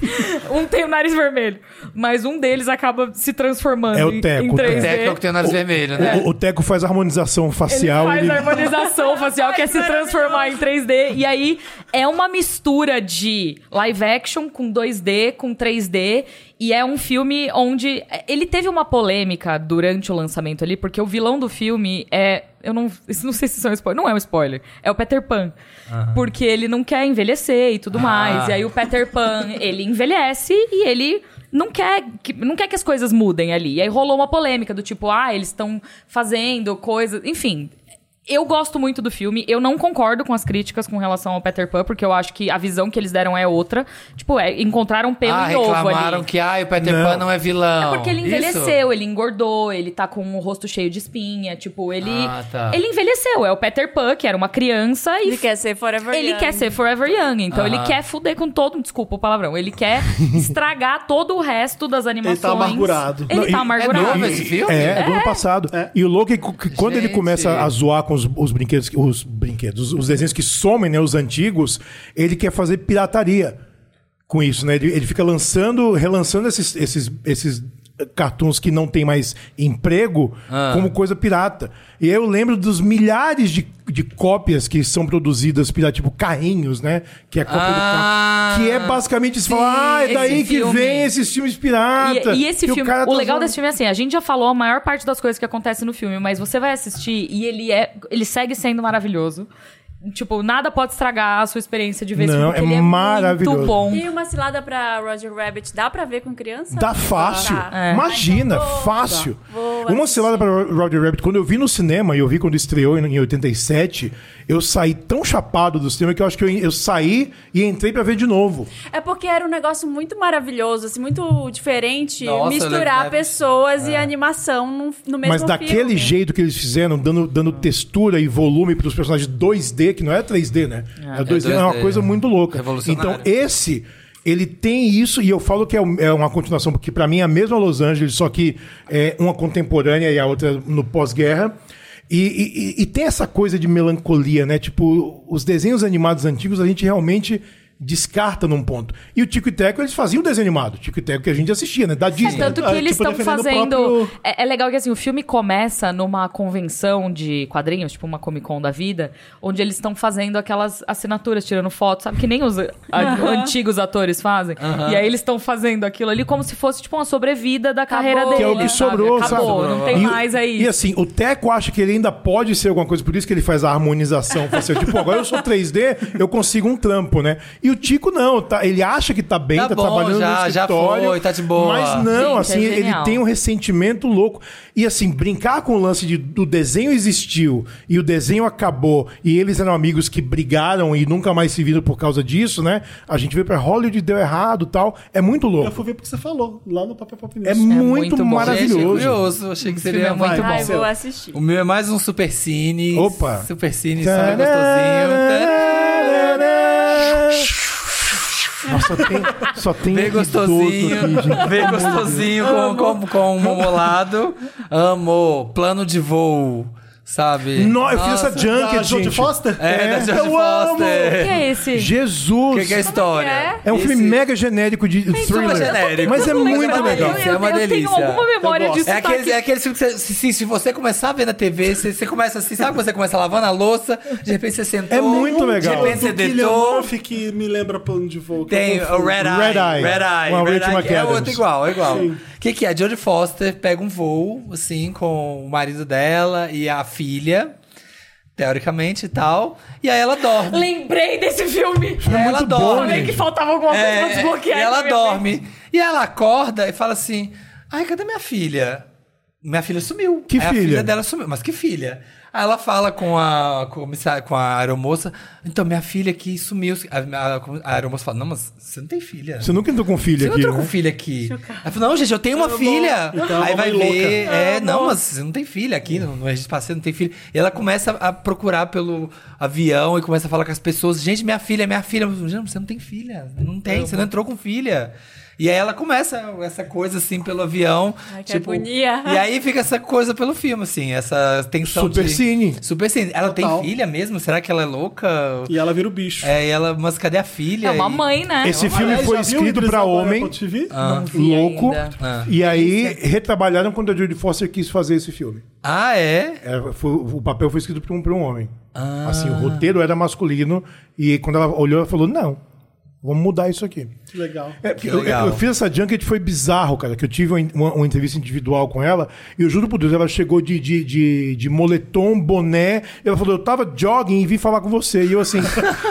[SPEAKER 4] um tem o nariz vermelho, mas um deles acaba se transformando
[SPEAKER 5] É o
[SPEAKER 4] em-
[SPEAKER 5] Teco,
[SPEAKER 4] em
[SPEAKER 5] o Teco.
[SPEAKER 4] 3D.
[SPEAKER 2] Teco é o que tem o nariz vermelho, né?
[SPEAKER 5] O, o Teco faz harmonização
[SPEAKER 4] é. Ele
[SPEAKER 5] facial.
[SPEAKER 4] faz
[SPEAKER 5] ele-
[SPEAKER 4] a harmonização facial, que é se transformar em 3D. E aí é uma mistura de live action com 2D, com 3D. E é um filme onde. é, Ele teve uma polêmica durante o lançamento ali, porque o vilão do filme é. Eu não, isso não sei se isso é um spoiler. Não é um spoiler. É o Peter Pan. Porque ele não quer envelhecer e tudo mais. E aí o Peter Pan, ele envelhece e ele não quer, que, não quer que as coisas mudem ali. E aí rolou uma polêmica do tipo, ah, eles estão fazendo coisas. Enfim. Eu gosto muito do filme, eu não concordo com as críticas com relação ao Peter Pan, porque eu acho que a visão que eles deram é outra. Tipo, é, encontraram pelo
[SPEAKER 2] ah,
[SPEAKER 4] em ovo ali.
[SPEAKER 2] reclamaram que ah, o Peter
[SPEAKER 5] Não.
[SPEAKER 2] Pan não é vilão.
[SPEAKER 4] É porque ele
[SPEAKER 2] Isso?
[SPEAKER 4] envelheceu, ele engordou, ele tá com o rosto cheio de espinha, tipo, ele...
[SPEAKER 2] Ah, tá.
[SPEAKER 4] Ele envelheceu, é o Peter Pan, que era uma criança e
[SPEAKER 3] Ele quer ser forever
[SPEAKER 4] ele
[SPEAKER 3] young.
[SPEAKER 4] quer ser forever young, então
[SPEAKER 2] Aham.
[SPEAKER 4] ele quer fuder com todo, desculpa o palavrão, ele quer estragar todo o resto das animações.
[SPEAKER 1] amargurado.
[SPEAKER 4] Ele
[SPEAKER 5] tá Não,
[SPEAKER 4] tá
[SPEAKER 5] e-
[SPEAKER 4] amargurado.
[SPEAKER 2] novo esse filme?
[SPEAKER 5] É, é do ano passado. E o louco é que que quando ele
[SPEAKER 2] Gente.
[SPEAKER 5] começa a zoar com os, os brinquedos, que- os brinquedos, os desenhos que somem, né, os antigos, ele quer fazer pirataria com isso, né? Ele, ele fica lançando, relançando esses, esses, esses cartoons que não tem mais emprego
[SPEAKER 4] Ah.
[SPEAKER 5] como coisa pirata. E eu lembro dos milhares de, de cópias que são produzidas, pirata, tipo carrinhos, né? Que é a cópia
[SPEAKER 2] Ah,
[SPEAKER 5] do carro. Que é basicamente isso, fala, ah, é
[SPEAKER 4] esse
[SPEAKER 5] daí que
[SPEAKER 4] filme.
[SPEAKER 5] vem esses filmes pirata.
[SPEAKER 4] E, e esse
[SPEAKER 5] que
[SPEAKER 4] filme,
[SPEAKER 5] cara tá
[SPEAKER 4] o, legal
[SPEAKER 5] zoando."
[SPEAKER 4] desse filme é assim, a gente já falou a maior parte das coisas que acontecem no filme, mas você vai assistir e ele é, ele segue sendo maravilhoso. Tipo, nada pode estragar a sua experiência de ver esse
[SPEAKER 5] Não,
[SPEAKER 4] filme, porque
[SPEAKER 5] é
[SPEAKER 4] ele é
[SPEAKER 5] maravilhoso.
[SPEAKER 4] muito bom.
[SPEAKER 3] E uma cilada pra Roger Rabbit, dá pra ver com criança?
[SPEAKER 5] Dá fácil.
[SPEAKER 3] Tá.
[SPEAKER 5] Imagina,
[SPEAKER 3] Ah, então vou-
[SPEAKER 5] fácil.
[SPEAKER 3] vou
[SPEAKER 5] Uma
[SPEAKER 3] assistir.
[SPEAKER 5] cilada para Roger Rabbit, quando eu vi no cinema, e eu vi quando estreou em em 87, eu saí tão chapado do cinema que eu acho que eu, eu saí e entrei pra ver de novo.
[SPEAKER 3] É porque era um negócio muito maravilhoso, assim, muito diferente
[SPEAKER 2] Nossa,
[SPEAKER 3] misturar
[SPEAKER 2] né?
[SPEAKER 3] pessoas e animação no, no mesmo
[SPEAKER 5] Mas daquele
[SPEAKER 3] filme.
[SPEAKER 5] jeito que eles fizeram, dando, dando textura e volume pros personagens 2D, que não é 3D, né? É, 2D, é uma
[SPEAKER 2] 2D,
[SPEAKER 5] coisa
[SPEAKER 2] é.
[SPEAKER 5] muito louca.
[SPEAKER 2] Revolucionário.
[SPEAKER 5] Então, esse, ele tem isso, e eu falo que é um- é uma continuação, porque pra mim é a mesma Los Angeles, só que é uma contemporânea e a outra no pós-guerra. E, e- e- e tem essa coisa de melancolia, né? Tipo, os desenhos animados antigos a gente realmente descarta num ponto. E o Tico e Teco, eles faziam o desenho animado. Tico e Teco que a gente assistia, né? Da
[SPEAKER 4] É,
[SPEAKER 5] Disney.
[SPEAKER 4] tanto que
[SPEAKER 1] Ah,
[SPEAKER 4] eles
[SPEAKER 1] tipo,
[SPEAKER 4] estão
[SPEAKER 1] defendendo o
[SPEAKER 4] fazendo.
[SPEAKER 1] próprio-
[SPEAKER 4] É, é legal que assim, o filme começa numa convenção de quadrinhos, tipo uma Comic Con da vida, onde eles estão fazendo aquelas assinaturas, tirando fotos, sabe? Que nem os a- antigos atores fazem. E aí eles estão fazendo aquilo ali como se fosse, tipo, uma sobrevida da carreira
[SPEAKER 3] Acabou.
[SPEAKER 4] dele.
[SPEAKER 5] Que é o que
[SPEAKER 4] sabe?
[SPEAKER 5] sobrou, sabe?
[SPEAKER 4] Acabou, não tem
[SPEAKER 5] E-
[SPEAKER 4] mais aí.
[SPEAKER 5] E assim, o Teco acha que ele ainda pode ser alguma coisa, por isso que ele faz a harmonização facial. tipo, agora eu sou 3D, eu consigo um trampo, né? E o Tico não, tá, ele acha que tá bem,
[SPEAKER 2] Tá
[SPEAKER 5] tá,
[SPEAKER 2] bom,
[SPEAKER 5] trabalhando
[SPEAKER 2] já-
[SPEAKER 5] no
[SPEAKER 2] já
[SPEAKER 5] escritório.
[SPEAKER 2] foi, tá de boa.
[SPEAKER 5] Mas não,
[SPEAKER 4] Gente,
[SPEAKER 5] assim,
[SPEAKER 4] é
[SPEAKER 5] ele
[SPEAKER 4] genial.
[SPEAKER 5] tem um ressentimento louco. E assim, brincar com o lance de, do desenho existiu e o desenho acabou e eles eram amigos que brigaram e nunca mais se viram por causa disso, né? A gente veio pra Hollywood, deu errado tal. É muito louco.
[SPEAKER 1] Eu fui ver porque você falou, lá no Papel Pop News.
[SPEAKER 5] É, muito,
[SPEAKER 4] muito bom.
[SPEAKER 2] Gente, é
[SPEAKER 5] maravilhoso.
[SPEAKER 2] curioso. Achei que seria
[SPEAKER 5] filme é
[SPEAKER 2] muito
[SPEAKER 5] vai.
[SPEAKER 2] bom.
[SPEAKER 3] Ai, Ah, vou assistir.
[SPEAKER 2] O meu é mais um Super Cine.
[SPEAKER 5] Opa.
[SPEAKER 2] Super Cine, sabe,
[SPEAKER 5] Nossa, tem, só tem
[SPEAKER 2] Bem gostosinho,
[SPEAKER 5] idoso aqui, gente.
[SPEAKER 2] bem gostosinho com, com, com um momolado. Amo plano de voo, sabe?
[SPEAKER 5] No, eu fiz essa
[SPEAKER 1] Da
[SPEAKER 5] junket,
[SPEAKER 1] Jodie
[SPEAKER 5] gente.
[SPEAKER 1] Foster?
[SPEAKER 2] É, da George
[SPEAKER 5] eu amo.
[SPEAKER 4] O que
[SPEAKER 2] Foster.
[SPEAKER 4] é esse?
[SPEAKER 2] O
[SPEAKER 5] Jesus.
[SPEAKER 2] que, que é a história?
[SPEAKER 5] É um filme
[SPEAKER 2] Esse- é um
[SPEAKER 5] mega genérico de thriller.
[SPEAKER 2] genérico. Mas
[SPEAKER 5] Mas é
[SPEAKER 2] é
[SPEAKER 5] muito
[SPEAKER 2] maravilhoso.
[SPEAKER 5] legal.
[SPEAKER 2] é uma
[SPEAKER 4] eu tenho
[SPEAKER 2] delícia.
[SPEAKER 4] alguma memória
[SPEAKER 1] Eu gosto.
[SPEAKER 4] disso.
[SPEAKER 2] É
[SPEAKER 4] tá
[SPEAKER 2] aquele,
[SPEAKER 4] aqui.
[SPEAKER 2] é aquele filme que você, se, se- se você começar a ver na TV, você, você começa assim, sabe quando você começa lavando a louça, de repente você sentou.
[SPEAKER 5] É muito
[SPEAKER 2] De
[SPEAKER 5] legal.
[SPEAKER 2] repente você
[SPEAKER 1] Do Cillian
[SPEAKER 2] deitou.
[SPEAKER 1] Murphy que me lembra plano de voo. que é
[SPEAKER 2] Tem
[SPEAKER 1] eu
[SPEAKER 2] o
[SPEAKER 1] confundo.
[SPEAKER 2] Red Eye.
[SPEAKER 5] Red Eye.
[SPEAKER 2] Red Eye.
[SPEAKER 5] Uma
[SPEAKER 2] Red
[SPEAKER 5] Rachel
[SPEAKER 2] Eye, que É
[SPEAKER 5] McAdams.
[SPEAKER 2] outro igual, é igual.
[SPEAKER 1] Sim.
[SPEAKER 2] O que, que é? A Jodie Foster pega um voo, assim, com o marido dela e a filha, teoricamente e tal. E aí ela dorme.
[SPEAKER 4] Lembrei desse filme.
[SPEAKER 2] E aí ela
[SPEAKER 5] muito bom, né?
[SPEAKER 2] dorme.
[SPEAKER 4] Falei que faltava alguma coisa pra
[SPEAKER 2] É,
[SPEAKER 4] desbloquear.
[SPEAKER 2] e
[SPEAKER 4] na
[SPEAKER 2] ela
[SPEAKER 4] minha mente.
[SPEAKER 2] dorme. E ela acorda e fala assim: Ai, cadê minha filha? Minha filha sumiu.
[SPEAKER 5] Que
[SPEAKER 2] Aí A
[SPEAKER 5] filha?
[SPEAKER 2] filha dela sumiu. Mas que filha? Aí ela fala com a comissária, com a aeromoça: Então, minha filha aqui sumiu. A, a- a aeromoça fala: Não, mas você não tem filha.
[SPEAKER 5] Você nunca entrou com filho
[SPEAKER 2] Você não
[SPEAKER 5] aqui,
[SPEAKER 2] entrou
[SPEAKER 5] né?
[SPEAKER 2] com filha aqui. Ela falou, não, gente, eu tenho uma
[SPEAKER 1] bom.
[SPEAKER 2] filha.
[SPEAKER 1] Então,
[SPEAKER 2] Aí
[SPEAKER 1] uma
[SPEAKER 2] vai
[SPEAKER 1] mãe
[SPEAKER 2] ver.
[SPEAKER 1] louca.
[SPEAKER 2] É, não, mas você não tem filha aqui, no, no registro passeio não é tem filha. E ela começa a procurar pelo avião e começa a falar com as pessoas. Gente, minha filha, minha filha. Gente, você não tem filha. Não tem, você não entrou com filha. E aí ela começa essa coisa assim pelo avião.
[SPEAKER 3] Ai, que
[SPEAKER 2] tipo,
[SPEAKER 3] agonia.
[SPEAKER 2] E aí fica essa coisa pelo filme, assim, essa tensão.
[SPEAKER 5] Super
[SPEAKER 2] de-
[SPEAKER 5] cine.
[SPEAKER 2] Super cine. Ela
[SPEAKER 1] Total.
[SPEAKER 2] tem filha mesmo? Será que ela é louca?
[SPEAKER 1] E ela vira o bicho.
[SPEAKER 2] É, e ela, mas cadê a filha?
[SPEAKER 4] É uma
[SPEAKER 2] E-
[SPEAKER 4] mãe, né?
[SPEAKER 5] Esse filme
[SPEAKER 1] Aliás,
[SPEAKER 5] foi
[SPEAKER 1] já viu
[SPEAKER 5] escrito
[SPEAKER 1] Idris
[SPEAKER 5] pra
[SPEAKER 1] Elba né? na
[SPEAKER 5] homem.
[SPEAKER 1] Apple TV?
[SPEAKER 4] vi
[SPEAKER 5] Louco.
[SPEAKER 4] ainda.
[SPEAKER 2] Ah.
[SPEAKER 5] E aí retrabalharam quando a Judy Foster quis fazer esse filme.
[SPEAKER 2] Ah, é?
[SPEAKER 5] É, foi- o papel foi escrito para um, pra um homem.
[SPEAKER 2] Ah.
[SPEAKER 5] Assim, o roteiro era masculino e quando ela olhou, ela falou: não, vamos mudar isso aqui.
[SPEAKER 1] Que legal.
[SPEAKER 5] É, porque eu,
[SPEAKER 2] legal.
[SPEAKER 5] eu fiz essa junket, foi bizarro, cara. Que eu tive uma, uma- uma entrevista individual com ela, e eu juro por Deus, ela chegou de, de, de, de moletom, boné. e Ela falou: Eu tava jogging e vim falar com você. E eu, assim,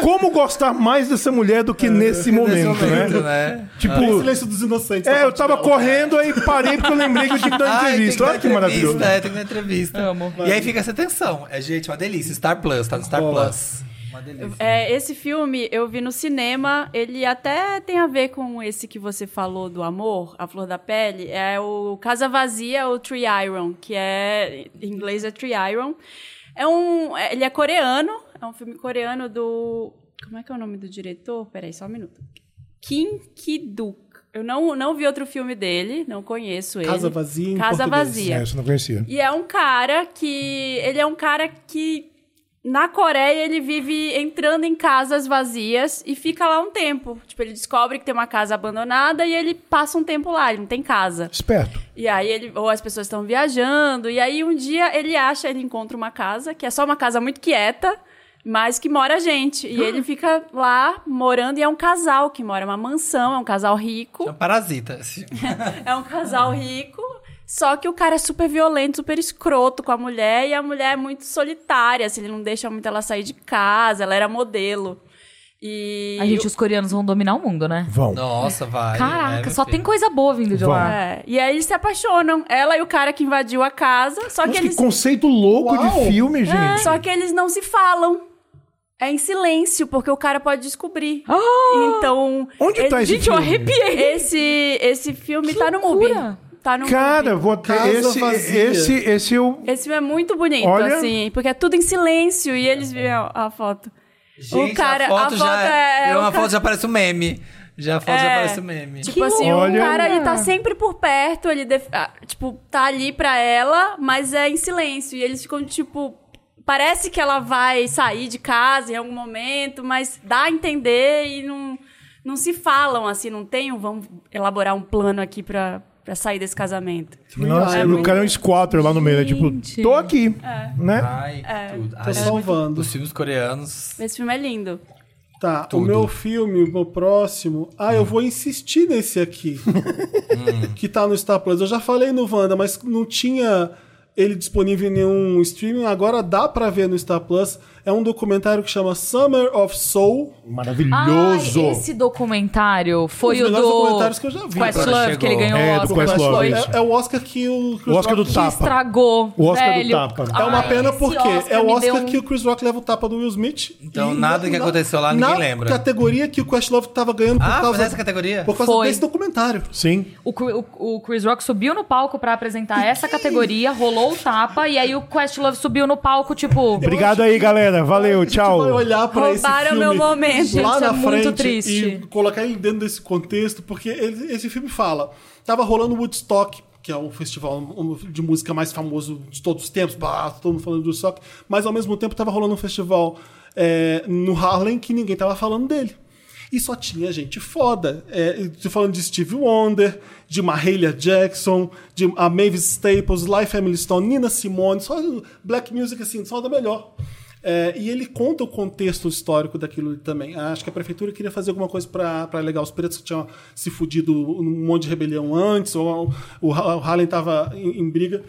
[SPEAKER 5] como gostar mais dessa mulher do que nesse momento,
[SPEAKER 2] Nesse momento,
[SPEAKER 5] né?
[SPEAKER 2] né?
[SPEAKER 5] Tipo,
[SPEAKER 1] Tem Ah, silêncio dos inocentes.
[SPEAKER 5] é,
[SPEAKER 1] na
[SPEAKER 5] eu
[SPEAKER 1] parte
[SPEAKER 5] tava
[SPEAKER 1] dela.
[SPEAKER 5] correndo aí parei porque eu lembrei que eu tinha que dar uma
[SPEAKER 2] Ai, tem
[SPEAKER 5] entrevista.
[SPEAKER 2] dar
[SPEAKER 5] Olha que
[SPEAKER 2] entrevista,
[SPEAKER 5] maravilhoso.
[SPEAKER 2] É, tem que dar entrevista.
[SPEAKER 4] Amo.
[SPEAKER 2] E aí fica essa tensão. É, gente, uma delícia. Star Plus, tá no Star Plus. Uma delícia.
[SPEAKER 3] É, esse filme eu vi no cinema, ele até tem a ver com esse que você falou do amor, A Flor da Pele, é o Casa Vazia, o Three Iron, que é, em inglês é Three Iron. É um, é- ele é coreano, é um filme coreano do, como é que é o nome do diretor? Peraí, só um minuto. Kim Ki-duk. Eu não, não vi outro filme dele, não conheço ele.
[SPEAKER 1] Casa Vazia em
[SPEAKER 3] Casa
[SPEAKER 1] português.
[SPEAKER 3] Vazia.
[SPEAKER 5] É, isso eu não conhecia.
[SPEAKER 3] E é um cara que. Ele é um cara que. Na Coreia, ele vive entrando em casas vazias e fica lá um tempo. Tipo, ele descobre que tem uma casa abandonada e ele passa um tempo lá, ele não tem casa.
[SPEAKER 5] Esperto.
[SPEAKER 3] E aí ele. Ou as pessoas estão viajando. E aí um dia ele acha, ele encontra uma casa, que é só uma casa muito quieta, mas que mora gente. E ele fica lá morando, e é um casal que mora, é uma mansão, é um casal rico.
[SPEAKER 2] É um parasita. assim.
[SPEAKER 3] É um casal rico, só que o cara é super violento, super escroto com a mulher, e a mulher é muito solitária, assim, ele não deixa muito ela sair de casa, ela era modelo. E.
[SPEAKER 4] A gente, os coreanos vão dominar o mundo, né?
[SPEAKER 5] Vão.
[SPEAKER 2] Nossa, vai. né,
[SPEAKER 4] Caraca,
[SPEAKER 2] meu
[SPEAKER 4] só
[SPEAKER 2] filho?
[SPEAKER 4] tem coisa boa vindo de lá.
[SPEAKER 3] É, e aí eles se apaixonam. Ela e o cara que invadiu a casa, só que
[SPEAKER 5] Nossa, que
[SPEAKER 3] eles.
[SPEAKER 5] conceito louco
[SPEAKER 1] Uau.
[SPEAKER 5] de filme, gente.
[SPEAKER 3] É, só que eles não se falam. É em silêncio, porque o cara pode descobrir. Então.
[SPEAKER 5] Onde
[SPEAKER 3] ele-
[SPEAKER 5] tá esse
[SPEAKER 3] Gente, eu
[SPEAKER 5] filme?
[SPEAKER 3] arrepiei. Esse, esse filme
[SPEAKER 4] Que
[SPEAKER 3] tá no
[SPEAKER 4] loucura.
[SPEAKER 3] Mubi. Tá no
[SPEAKER 5] Cara,
[SPEAKER 3] Mubi.
[SPEAKER 5] vou até.
[SPEAKER 1] Casa
[SPEAKER 5] Esse,
[SPEAKER 1] vazia.
[SPEAKER 5] esse, esse eu.
[SPEAKER 3] Esse filme é muito bonito,
[SPEAKER 5] Olha.
[SPEAKER 3] assim, porque é tudo em silêncio e eles viram a foto.
[SPEAKER 2] Gente,
[SPEAKER 3] o cara-
[SPEAKER 2] a foto
[SPEAKER 3] a
[SPEAKER 2] já.
[SPEAKER 3] foto é-
[SPEAKER 2] é uma
[SPEAKER 3] o cara-
[SPEAKER 2] foto já parece um meme. Já a foto já
[SPEAKER 3] É.
[SPEAKER 2] parece um meme.
[SPEAKER 3] Tipo
[SPEAKER 4] Que
[SPEAKER 3] assim,
[SPEAKER 5] Olha.
[SPEAKER 3] o cara ele tá sempre por perto, ele def- ah, tipo, tá ali pra ela, mas é em silêncio. E eles ficam, tipo, parece que ela vai sair de casa em algum momento, mas dá a entender e não, não se falam, assim, não tem um vamos elaborar um plano aqui pra, pra sair desse casamento.
[SPEAKER 5] Nossa,
[SPEAKER 1] É
[SPEAKER 5] e o cara é um squatter lá no meio, né?
[SPEAKER 4] Gente.
[SPEAKER 5] Tipo, tô aqui. Né?
[SPEAKER 2] Ai, que tudo. Ai,
[SPEAKER 1] Tô salvando.
[SPEAKER 2] Os filmes coreanos.
[SPEAKER 3] Esse filme é lindo.
[SPEAKER 1] Tá,
[SPEAKER 2] Tudo.
[SPEAKER 1] o meu filme, o meu próximo. Ah, eu vou insistir nesse aqui.
[SPEAKER 5] Hum.
[SPEAKER 1] que tá no Star Plus. Eu já falei no Wanda, mas não tinha ele disponível em nenhum streaming. Agora dá pra ver no Star Plus. É um documentário que chama Summer of Soul.
[SPEAKER 5] Maravilhoso.
[SPEAKER 4] Ai, esse documentário foi
[SPEAKER 1] Um
[SPEAKER 4] o
[SPEAKER 1] dos
[SPEAKER 4] do
[SPEAKER 1] melhores documentários que eu já vi.
[SPEAKER 4] Quest
[SPEAKER 2] Agora
[SPEAKER 4] Love,
[SPEAKER 2] chegou.
[SPEAKER 4] que ele ganhou
[SPEAKER 5] É,
[SPEAKER 4] o
[SPEAKER 5] do
[SPEAKER 4] Oscar.
[SPEAKER 5] Questlove.
[SPEAKER 4] foi.
[SPEAKER 5] Isso.
[SPEAKER 1] É, é o Oscar que o Chris
[SPEAKER 5] O Oscar
[SPEAKER 1] Rock
[SPEAKER 5] do Tapa.
[SPEAKER 4] Estragou.
[SPEAKER 5] O Oscar do
[SPEAKER 4] velho.
[SPEAKER 5] tapa.
[SPEAKER 1] É uma
[SPEAKER 4] Ai,
[SPEAKER 1] pena
[SPEAKER 4] Ah, esse
[SPEAKER 1] porque é o
[SPEAKER 4] me
[SPEAKER 1] Oscar
[SPEAKER 4] deu um-
[SPEAKER 1] que o Chris Rock leva o tapa do Will Smith.
[SPEAKER 2] Então, nada que aconteceu lá, ninguém
[SPEAKER 1] na
[SPEAKER 2] lembra.
[SPEAKER 1] categoria que o Questlove tava ganhando por
[SPEAKER 2] Ah,
[SPEAKER 1] causa
[SPEAKER 2] foi nessa categoria?
[SPEAKER 1] Por causa
[SPEAKER 4] Foi.
[SPEAKER 1] desse documentário.
[SPEAKER 5] Sim.
[SPEAKER 4] O, Cri- o- o Chris Rock subiu no palco pra apresentar essa
[SPEAKER 1] é
[SPEAKER 4] categoria, rolou o tapa, e aí o Questlove subiu no palco, tipo...
[SPEAKER 5] Obrigado aí, galera. Valeu,
[SPEAKER 1] A gente vai
[SPEAKER 5] tchau.
[SPEAKER 1] olhar pra
[SPEAKER 3] Roubaram
[SPEAKER 1] esse filme
[SPEAKER 3] meu momento.
[SPEAKER 1] lá
[SPEAKER 4] Isso
[SPEAKER 1] na
[SPEAKER 4] é muito
[SPEAKER 1] frente
[SPEAKER 4] triste.
[SPEAKER 1] e colocar ele dentro desse contexto, porque ele- esse filme fala, tava rolando Woodstock, que é o festival de música mais famoso de todos os tempos, bah, todo mundo falando do Woodstock, mas ao mesmo tempo tava rolando um festival é, no Harlem que ninguém tava falando dele. E só tinha gente foda. É, tô falando de Steve Wonder, de Mahalia Jackson, de a Mavis Staples, Life Emily Stone, Nina Simone, só black music assim, só da melhor. É, e ele conta o contexto histórico daquilo também. Ah, Acho que a prefeitura queria fazer alguma coisa para alegar os pretos que tinham se fudido num monte de rebelião antes, ou o, Ha- o Harlem estava em, em briga.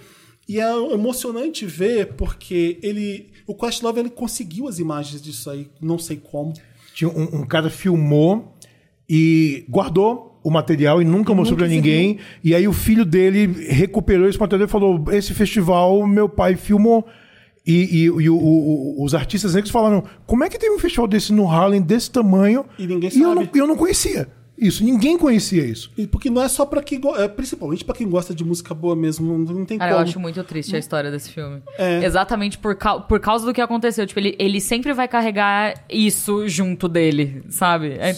[SPEAKER 1] E é emocionante ver porque ele, o Questlove ele conseguiu as imagens disso aí, não sei como.
[SPEAKER 5] Tinha um, um cara filmou e guardou o material e nunca mostrou pra ninguém. E aí o filho dele recuperou esse material e falou: esse festival meu pai filmou. E, e- e o- o- o- os artistas negros falaram: como é que tem um festival desse no Harlem desse tamanho?
[SPEAKER 1] E ninguém
[SPEAKER 5] eu
[SPEAKER 1] sabe.
[SPEAKER 5] não- eu não conhecia isso, ninguém conhecia isso.
[SPEAKER 1] E porque não é só para quem, go- é principalmente para quem gosta de música boa mesmo, não não tem
[SPEAKER 4] Cara, eu
[SPEAKER 1] como.
[SPEAKER 4] acho muito triste a história desse filme.
[SPEAKER 1] É.
[SPEAKER 4] Exatamente por, cau- por causa do que aconteceu. Tipo, ele, ele sempre vai carregar isso junto dele, sabe? É-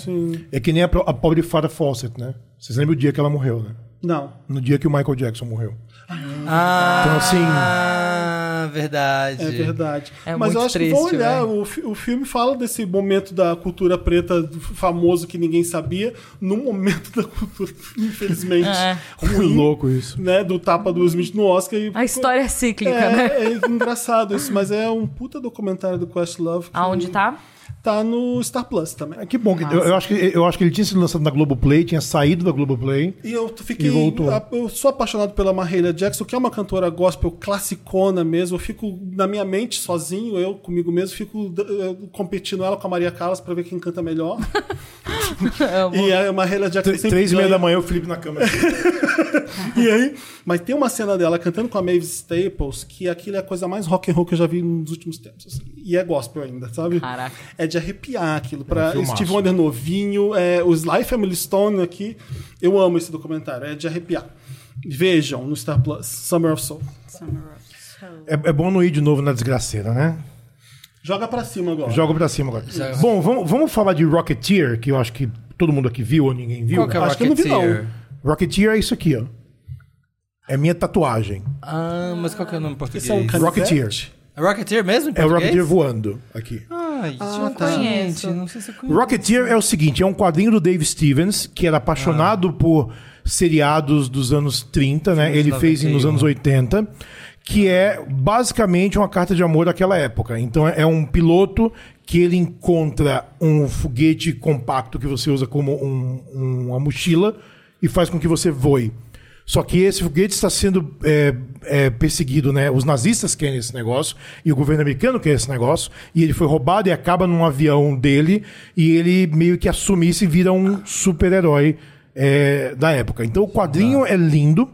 [SPEAKER 5] É que nem a, pro- a pobre Farah Fawcett, né? Vocês lembram o dia que ela morreu, né?
[SPEAKER 1] Não.
[SPEAKER 5] No dia que o Michael Jackson morreu.
[SPEAKER 2] Ah,
[SPEAKER 5] Então, assim- Ah,
[SPEAKER 2] verdade.
[SPEAKER 1] É verdade.
[SPEAKER 2] É
[SPEAKER 1] Mas
[SPEAKER 2] muito
[SPEAKER 1] eu acho que
[SPEAKER 2] triste,
[SPEAKER 1] vão
[SPEAKER 4] né?
[SPEAKER 1] olhar.
[SPEAKER 2] velho.
[SPEAKER 1] O, fi- o filme fala desse momento da cultura preta do f- famoso que ninguém sabia, no momento da cultura, infelizmente,
[SPEAKER 4] É.
[SPEAKER 5] Que
[SPEAKER 1] ruim,
[SPEAKER 5] louco isso.
[SPEAKER 1] né? Do tapa do Will Smith no Oscar. E,
[SPEAKER 4] A história é cíclica, né?
[SPEAKER 1] é, é engraçado isso, mas é um puta documentário do Questlove que
[SPEAKER 4] Aonde tá?
[SPEAKER 1] tá no Star Plus também.
[SPEAKER 5] Ah, Que bom que eu, eu acho que eu acho que ele tinha sido lançado na Globoplay, tinha saído da Globoplay.
[SPEAKER 1] E eu fiquei.
[SPEAKER 5] E voltou.
[SPEAKER 1] a- Eu sou apaixonado pela Mahalia Jackson, que é uma cantora gospel classicona mesmo. Eu fico na minha mente sozinho, eu comigo mesmo, fico eh, competindo ela com a Maria Callas pra ver quem canta melhor. e a Mahalia Jackson
[SPEAKER 5] Tr-
[SPEAKER 1] sempre
[SPEAKER 5] Três e
[SPEAKER 1] ganha.
[SPEAKER 5] meia da manhã o Felipe na câmera.
[SPEAKER 1] E aí, mas tem uma cena dela cantando com a Mavis Staples, que aquilo é a coisa mais rock and roll que eu já vi nos últimos tempos. assim. E é gospel ainda, sabe?
[SPEAKER 4] Caraca.
[SPEAKER 1] É de arrepiar aquilo. Pra
[SPEAKER 5] É um filmaço.
[SPEAKER 1] Steve Wonder novinho, é, o Sly Family Stone aqui. Eu amo esse documentário, é de arrepiar. Vejam no Star Plus, Summer of Soul.
[SPEAKER 5] é, é bom não ir de novo na desgraceira, né?
[SPEAKER 1] Joga pra cima agora.
[SPEAKER 5] Joga pra cima agora. Bom, vamos, vamos falar de Rocketeer, que eu acho que todo mundo aqui viu ou ninguém viu.
[SPEAKER 2] Qual que é o
[SPEAKER 1] Acho que eu não vi,
[SPEAKER 2] Rocketeer?
[SPEAKER 1] não.
[SPEAKER 5] Rocketeer é isso aqui, ó. É minha tatuagem.
[SPEAKER 2] Ah, mas qual que é o nome em português?
[SPEAKER 1] Esse é um canivete?
[SPEAKER 5] Rocketeer.
[SPEAKER 2] É Rocketeer mesmo? em
[SPEAKER 5] É o
[SPEAKER 2] português?
[SPEAKER 5] Rocketeer voando aqui.
[SPEAKER 2] Ai, isso
[SPEAKER 1] Ah,
[SPEAKER 2] eu
[SPEAKER 1] tá.
[SPEAKER 2] Gente, não sei se eu conheço.
[SPEAKER 5] Rocketeer é o seguinte, é um quadrinho do Dave Stevens, que era apaixonado por seriados dos anos 30, né? Ele fez nos
[SPEAKER 2] 91.
[SPEAKER 5] anos 80, que é basicamente uma carta de amor daquela época. Então é é um piloto que ele encontra um foguete compacto que você usa como um- um- uma mochila e faz com que você voe. Só que esse foguete está sendo é, é, perseguido, né? Os nazistas querem esse negócio e o governo americano quer esse negócio. E ele foi roubado e acaba num avião dele e ele meio que assume isso e vira um super-herói é, da época. Então o quadrinho é lindo.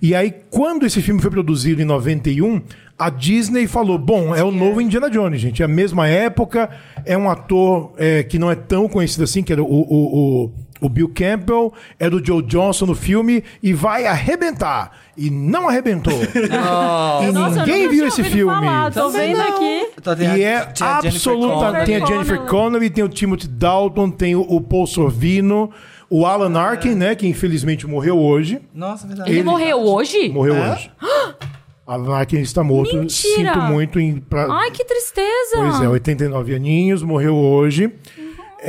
[SPEAKER 5] E aí, quando esse filme foi produzido em 91, a Disney falou: bom, é o novo Indiana Jones, gente. É a mesma época, é um ator é, que não é tão conhecido assim, que era o- o- o o Bill Campbell é do Joe Johnson no filme e vai arrebentar. E não arrebentou. e
[SPEAKER 4] Nossa, eu
[SPEAKER 5] ninguém
[SPEAKER 4] nunca
[SPEAKER 5] viu
[SPEAKER 4] tinha
[SPEAKER 5] esse
[SPEAKER 4] ouvido
[SPEAKER 5] filme.
[SPEAKER 4] falar, Ah, tô
[SPEAKER 2] Também
[SPEAKER 4] vendo
[SPEAKER 2] não.
[SPEAKER 4] aqui.
[SPEAKER 2] Tá, tem a-
[SPEAKER 5] E é
[SPEAKER 2] tem a Jennifer
[SPEAKER 5] absolutamente.
[SPEAKER 2] Connelly.
[SPEAKER 5] Tem a Jennifer Connelly, tem o Timothy Dalton, tem o- o Paul Sorvino, o
[SPEAKER 4] É.
[SPEAKER 5] Alan Arkin, né? Que infelizmente morreu hoje.
[SPEAKER 2] Nossa, verdade.
[SPEAKER 4] Ele, morreu
[SPEAKER 2] tipo
[SPEAKER 4] hoje?
[SPEAKER 5] Morreu hoje. Alan Arkin está morto.
[SPEAKER 4] É? Mentira!
[SPEAKER 5] Sinto muito em. pra-
[SPEAKER 4] Ai, que tristeza.
[SPEAKER 5] Pois é, 89 aninhos, morreu hoje.
[SPEAKER 2] E o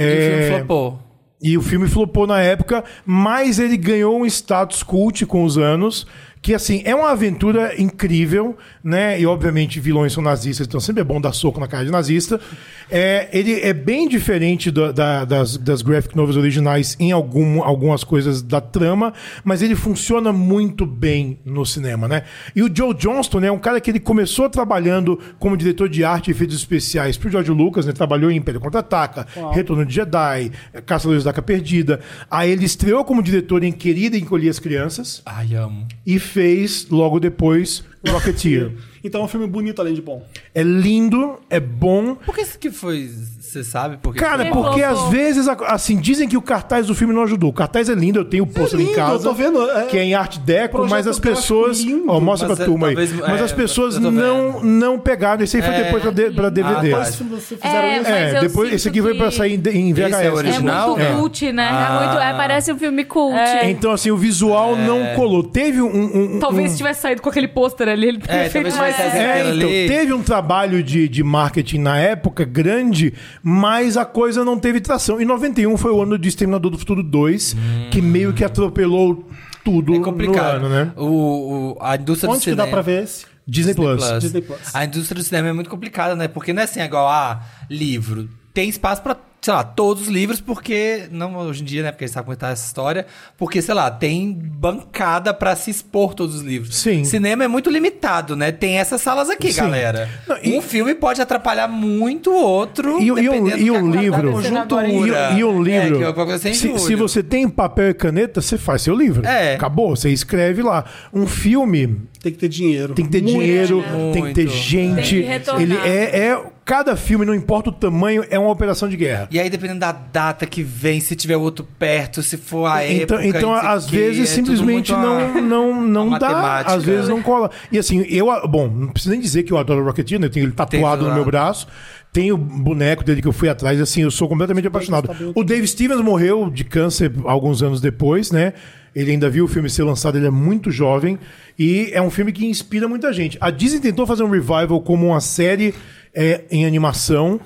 [SPEAKER 2] filme
[SPEAKER 5] É...
[SPEAKER 2] flopou.
[SPEAKER 5] E o filme flopou na época, mas ele ganhou um status cult com os anos. Que, assim, é uma aventura incrível, né? E, obviamente, vilões são nazistas, então sempre é bom dar soco na cara de nazista. É, ele é bem diferente da- da- das, das graphic novels originais em algum, algumas coisas da trama, mas ele funciona muito bem no cinema, né? E o Joe Johnston né, é um cara que ele começou trabalhando como diretor de arte e efeitos especiais pro George Lucas, né? Trabalhou em Império Contra-Ataca, Retorno de Jedi, Caçadores da Arca Perdida. Aí ele estreou como diretor em Querida Encolher as Crianças
[SPEAKER 2] Ai, amo.
[SPEAKER 5] e fez, logo depois, Rocketeer.
[SPEAKER 1] Então é um filme bonito além de bom.
[SPEAKER 5] é lindo, é bom,
[SPEAKER 2] Por que isso que foi... Você sabe por que
[SPEAKER 5] Cara,
[SPEAKER 2] foi?
[SPEAKER 5] porque às vezes, a- assim, dizem que o cartaz do filme não ajudou. O cartaz é lindo, eu tenho o pôster em
[SPEAKER 1] lindo, eu
[SPEAKER 5] casa.
[SPEAKER 1] tô vendo, é.
[SPEAKER 5] que é em arte deco,
[SPEAKER 1] Projeto
[SPEAKER 5] mas as
[SPEAKER 1] gráfico
[SPEAKER 5] pessoas.
[SPEAKER 1] lindo.
[SPEAKER 5] Ó, mostra
[SPEAKER 2] Mas
[SPEAKER 5] pra
[SPEAKER 2] é,
[SPEAKER 5] turma aí.
[SPEAKER 2] talvez,
[SPEAKER 5] mas
[SPEAKER 2] é,
[SPEAKER 5] as pessoas
[SPEAKER 2] eu tô vendo.
[SPEAKER 5] não, não pegaram. Esse aí foi
[SPEAKER 2] É.
[SPEAKER 5] depois pra, D- pra DVD.
[SPEAKER 2] Ah, tá.
[SPEAKER 1] Mas se fizeram
[SPEAKER 4] É,
[SPEAKER 1] isso.
[SPEAKER 4] mas
[SPEAKER 5] É,
[SPEAKER 4] eu
[SPEAKER 5] depois,
[SPEAKER 4] sinto
[SPEAKER 5] esse aqui foi pra
[SPEAKER 4] que
[SPEAKER 5] sair em, em VHS.
[SPEAKER 2] Esse é Ah. o
[SPEAKER 5] depois.
[SPEAKER 4] É
[SPEAKER 2] Original? É.
[SPEAKER 4] muito
[SPEAKER 5] É.
[SPEAKER 4] cult, né?
[SPEAKER 3] É muito, é, parece um filme cult.
[SPEAKER 5] Então, assim, o visual não colou. Teve um. um- um-
[SPEAKER 4] É. Talvez
[SPEAKER 5] um-
[SPEAKER 4] tivesse saído com aquele pôster ali, ele teria
[SPEAKER 2] Então, É,
[SPEAKER 4] feito
[SPEAKER 2] talvez
[SPEAKER 4] mais.
[SPEAKER 2] tivesse-
[SPEAKER 5] É,
[SPEAKER 2] Aquela
[SPEAKER 5] então,
[SPEAKER 2] ali.
[SPEAKER 5] teve um trabalho de, de marketing na época grande, mas a coisa não teve tração. E 91 foi o ano de Exterminador do Futuro 2, que meio que atropelou tudo
[SPEAKER 2] Hum. É complicado.
[SPEAKER 5] no ano, né?
[SPEAKER 2] O, o- a indústria
[SPEAKER 1] Onde
[SPEAKER 2] do
[SPEAKER 1] que
[SPEAKER 3] Né?
[SPEAKER 2] cinema...
[SPEAKER 1] dá pra ver esse?
[SPEAKER 5] Disney, Plus.
[SPEAKER 1] Disney Plus.
[SPEAKER 2] A indústria do cinema é muito complicada, né? Porque não é assim, igual, ah, livro. Tem espaço pra, sei lá, todos os livros, porque, não hoje em dia, né? Porque a gente sabe contar essa história. Porque, sei lá, tem bancada pra se expor todos os livros.
[SPEAKER 5] Sim.
[SPEAKER 2] Cinema é muito limitado, né? Tem essas salas aqui,
[SPEAKER 5] Sim.
[SPEAKER 2] galera.
[SPEAKER 5] Não, e-
[SPEAKER 2] Um filme pode atrapalhar muito o outro.
[SPEAKER 5] E, o- e, o-
[SPEAKER 2] dependendo do
[SPEAKER 5] e
[SPEAKER 2] que
[SPEAKER 5] um
[SPEAKER 2] acontecer
[SPEAKER 5] livro.
[SPEAKER 2] na Conjuntura.
[SPEAKER 5] E, o- e um
[SPEAKER 2] É,
[SPEAKER 5] livro.
[SPEAKER 2] que é uma coisa sem
[SPEAKER 5] se, se
[SPEAKER 2] julho.
[SPEAKER 5] você tem papel e caneta, você faz seu livro.
[SPEAKER 2] É.
[SPEAKER 5] Acabou, você escreve lá. Um filme,
[SPEAKER 1] Tem que ter dinheiro.
[SPEAKER 5] Tem que ter dinheiro, tem que ter
[SPEAKER 2] né? Muito.
[SPEAKER 5] gente.
[SPEAKER 3] Tem que retornar.
[SPEAKER 5] ele é, é- cada filme, não importa o tamanho, é uma operação de guerra.
[SPEAKER 2] E aí, dependendo da data que vem, se tiver outro perto, se for Ah, é, a
[SPEAKER 5] Então,
[SPEAKER 2] época...
[SPEAKER 5] então
[SPEAKER 2] não sei
[SPEAKER 5] às
[SPEAKER 2] o quê,
[SPEAKER 5] vezes
[SPEAKER 2] é
[SPEAKER 5] simplesmente
[SPEAKER 2] tudo muito
[SPEAKER 5] não
[SPEAKER 2] a-
[SPEAKER 5] não
[SPEAKER 2] uma
[SPEAKER 5] não dá,
[SPEAKER 2] matemática.
[SPEAKER 5] às ah, vezes não cola. E assim, eu, bom, não precisa nem dizer que eu adoro Rocketeer, né? Eu tenho ele tatuado
[SPEAKER 2] tudo
[SPEAKER 5] no
[SPEAKER 2] lá.
[SPEAKER 5] meu braço. Tem o boneco dele que eu fui atrás, assim, eu sou completamente apaixonado. O Dave Stevens morreu de câncer alguns anos depois, né? Ele ainda viu o filme ser lançado, ele é muito jovem. E é um filme que inspira muita gente. A Disney tentou fazer um revival como uma série é, em animação,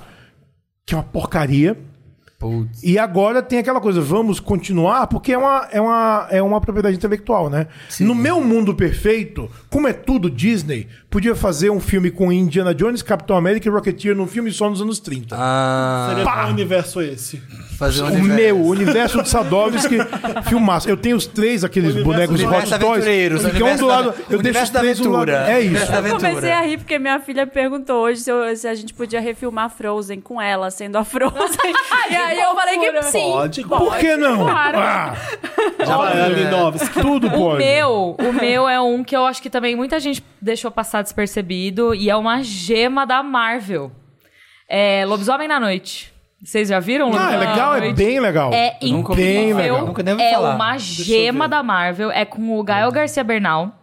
[SPEAKER 5] que é uma porcaria.
[SPEAKER 2] Putz.
[SPEAKER 5] E agora tem aquela coisa, vamos continuar, porque é uma, é uma, é uma propriedade intelectual, né? No meu mundo perfeito, como é tudo Disney, podia fazer um filme com Indiana Jones, Capitão América e Rocketeer num filme só nos anos 30.
[SPEAKER 2] Ah,
[SPEAKER 1] Seria qual universo é esse?
[SPEAKER 2] fazer um
[SPEAKER 5] O meu, o universo de Sadovski, filmaço. Eu tenho os três, aqueles bonecos de Hot
[SPEAKER 2] Universo
[SPEAKER 5] Toys.
[SPEAKER 2] aventureiros,
[SPEAKER 5] que é um
[SPEAKER 2] universo
[SPEAKER 5] do lado.
[SPEAKER 2] da-
[SPEAKER 5] Eu deixo os
[SPEAKER 2] universo da
[SPEAKER 5] três do lado.
[SPEAKER 2] aventura.
[SPEAKER 5] É isso.
[SPEAKER 2] Universo da
[SPEAKER 3] Eu
[SPEAKER 2] aventura.
[SPEAKER 3] comecei a rir porque minha filha perguntou hoje se, eu- se a gente podia refilmar Frozen com ela, sendo a Frozen. e aí eu falei que sim.
[SPEAKER 1] Pode, né,
[SPEAKER 5] Por que não? Ah,
[SPEAKER 1] Já vai, Alinowski.
[SPEAKER 5] tudo
[SPEAKER 4] O
[SPEAKER 5] pode.
[SPEAKER 4] meu, o meu é um que eu acho que também muita gente deixou passar despercebido e é uma gema da Marvel. É Lobisomem na Noite. Vocês já viram?
[SPEAKER 5] Ah, é
[SPEAKER 4] Lobisomem na
[SPEAKER 5] legal, é
[SPEAKER 4] Noite?
[SPEAKER 5] bem legal.
[SPEAKER 4] É
[SPEAKER 2] Nunca ouvi
[SPEAKER 5] Bem falar.
[SPEAKER 4] incrível.
[SPEAKER 5] legal.
[SPEAKER 2] Nunca nem ouvi
[SPEAKER 4] é
[SPEAKER 2] falar.
[SPEAKER 4] uma gema da Marvel. É com o Gael Garcia Bernal.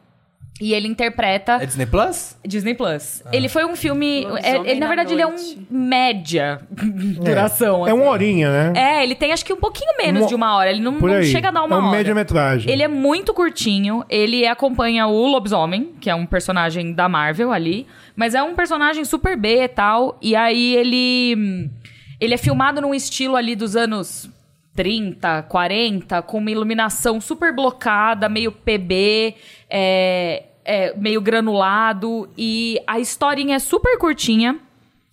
[SPEAKER 4] E ele interpreta
[SPEAKER 2] É Disney Plus?
[SPEAKER 4] Disney Plus. Ele foi um filme.
[SPEAKER 3] Lobisomem
[SPEAKER 4] é- ele, na
[SPEAKER 3] na
[SPEAKER 4] verdade, ele é
[SPEAKER 3] noite.
[SPEAKER 4] um média duração.
[SPEAKER 5] É
[SPEAKER 4] assim.
[SPEAKER 5] uma horinha, né?
[SPEAKER 4] É, ele tem acho que um pouquinho menos
[SPEAKER 5] Mo-
[SPEAKER 4] de uma hora. Ele não,
[SPEAKER 5] Por
[SPEAKER 4] não
[SPEAKER 5] aí.
[SPEAKER 4] chega a dar uma
[SPEAKER 5] é um
[SPEAKER 4] hora.
[SPEAKER 5] média-metragem.
[SPEAKER 4] Ele é muito curtinho, ele acompanha o Lobisomem, que é um personagem da Marvel ali, mas é um personagem super B e tal, e aí ele ele é filmado num estilo ali dos anos 30, 40, com uma iluminação super blocada, meio PB, é, é, meio granulado, e a historinha é super curtinha,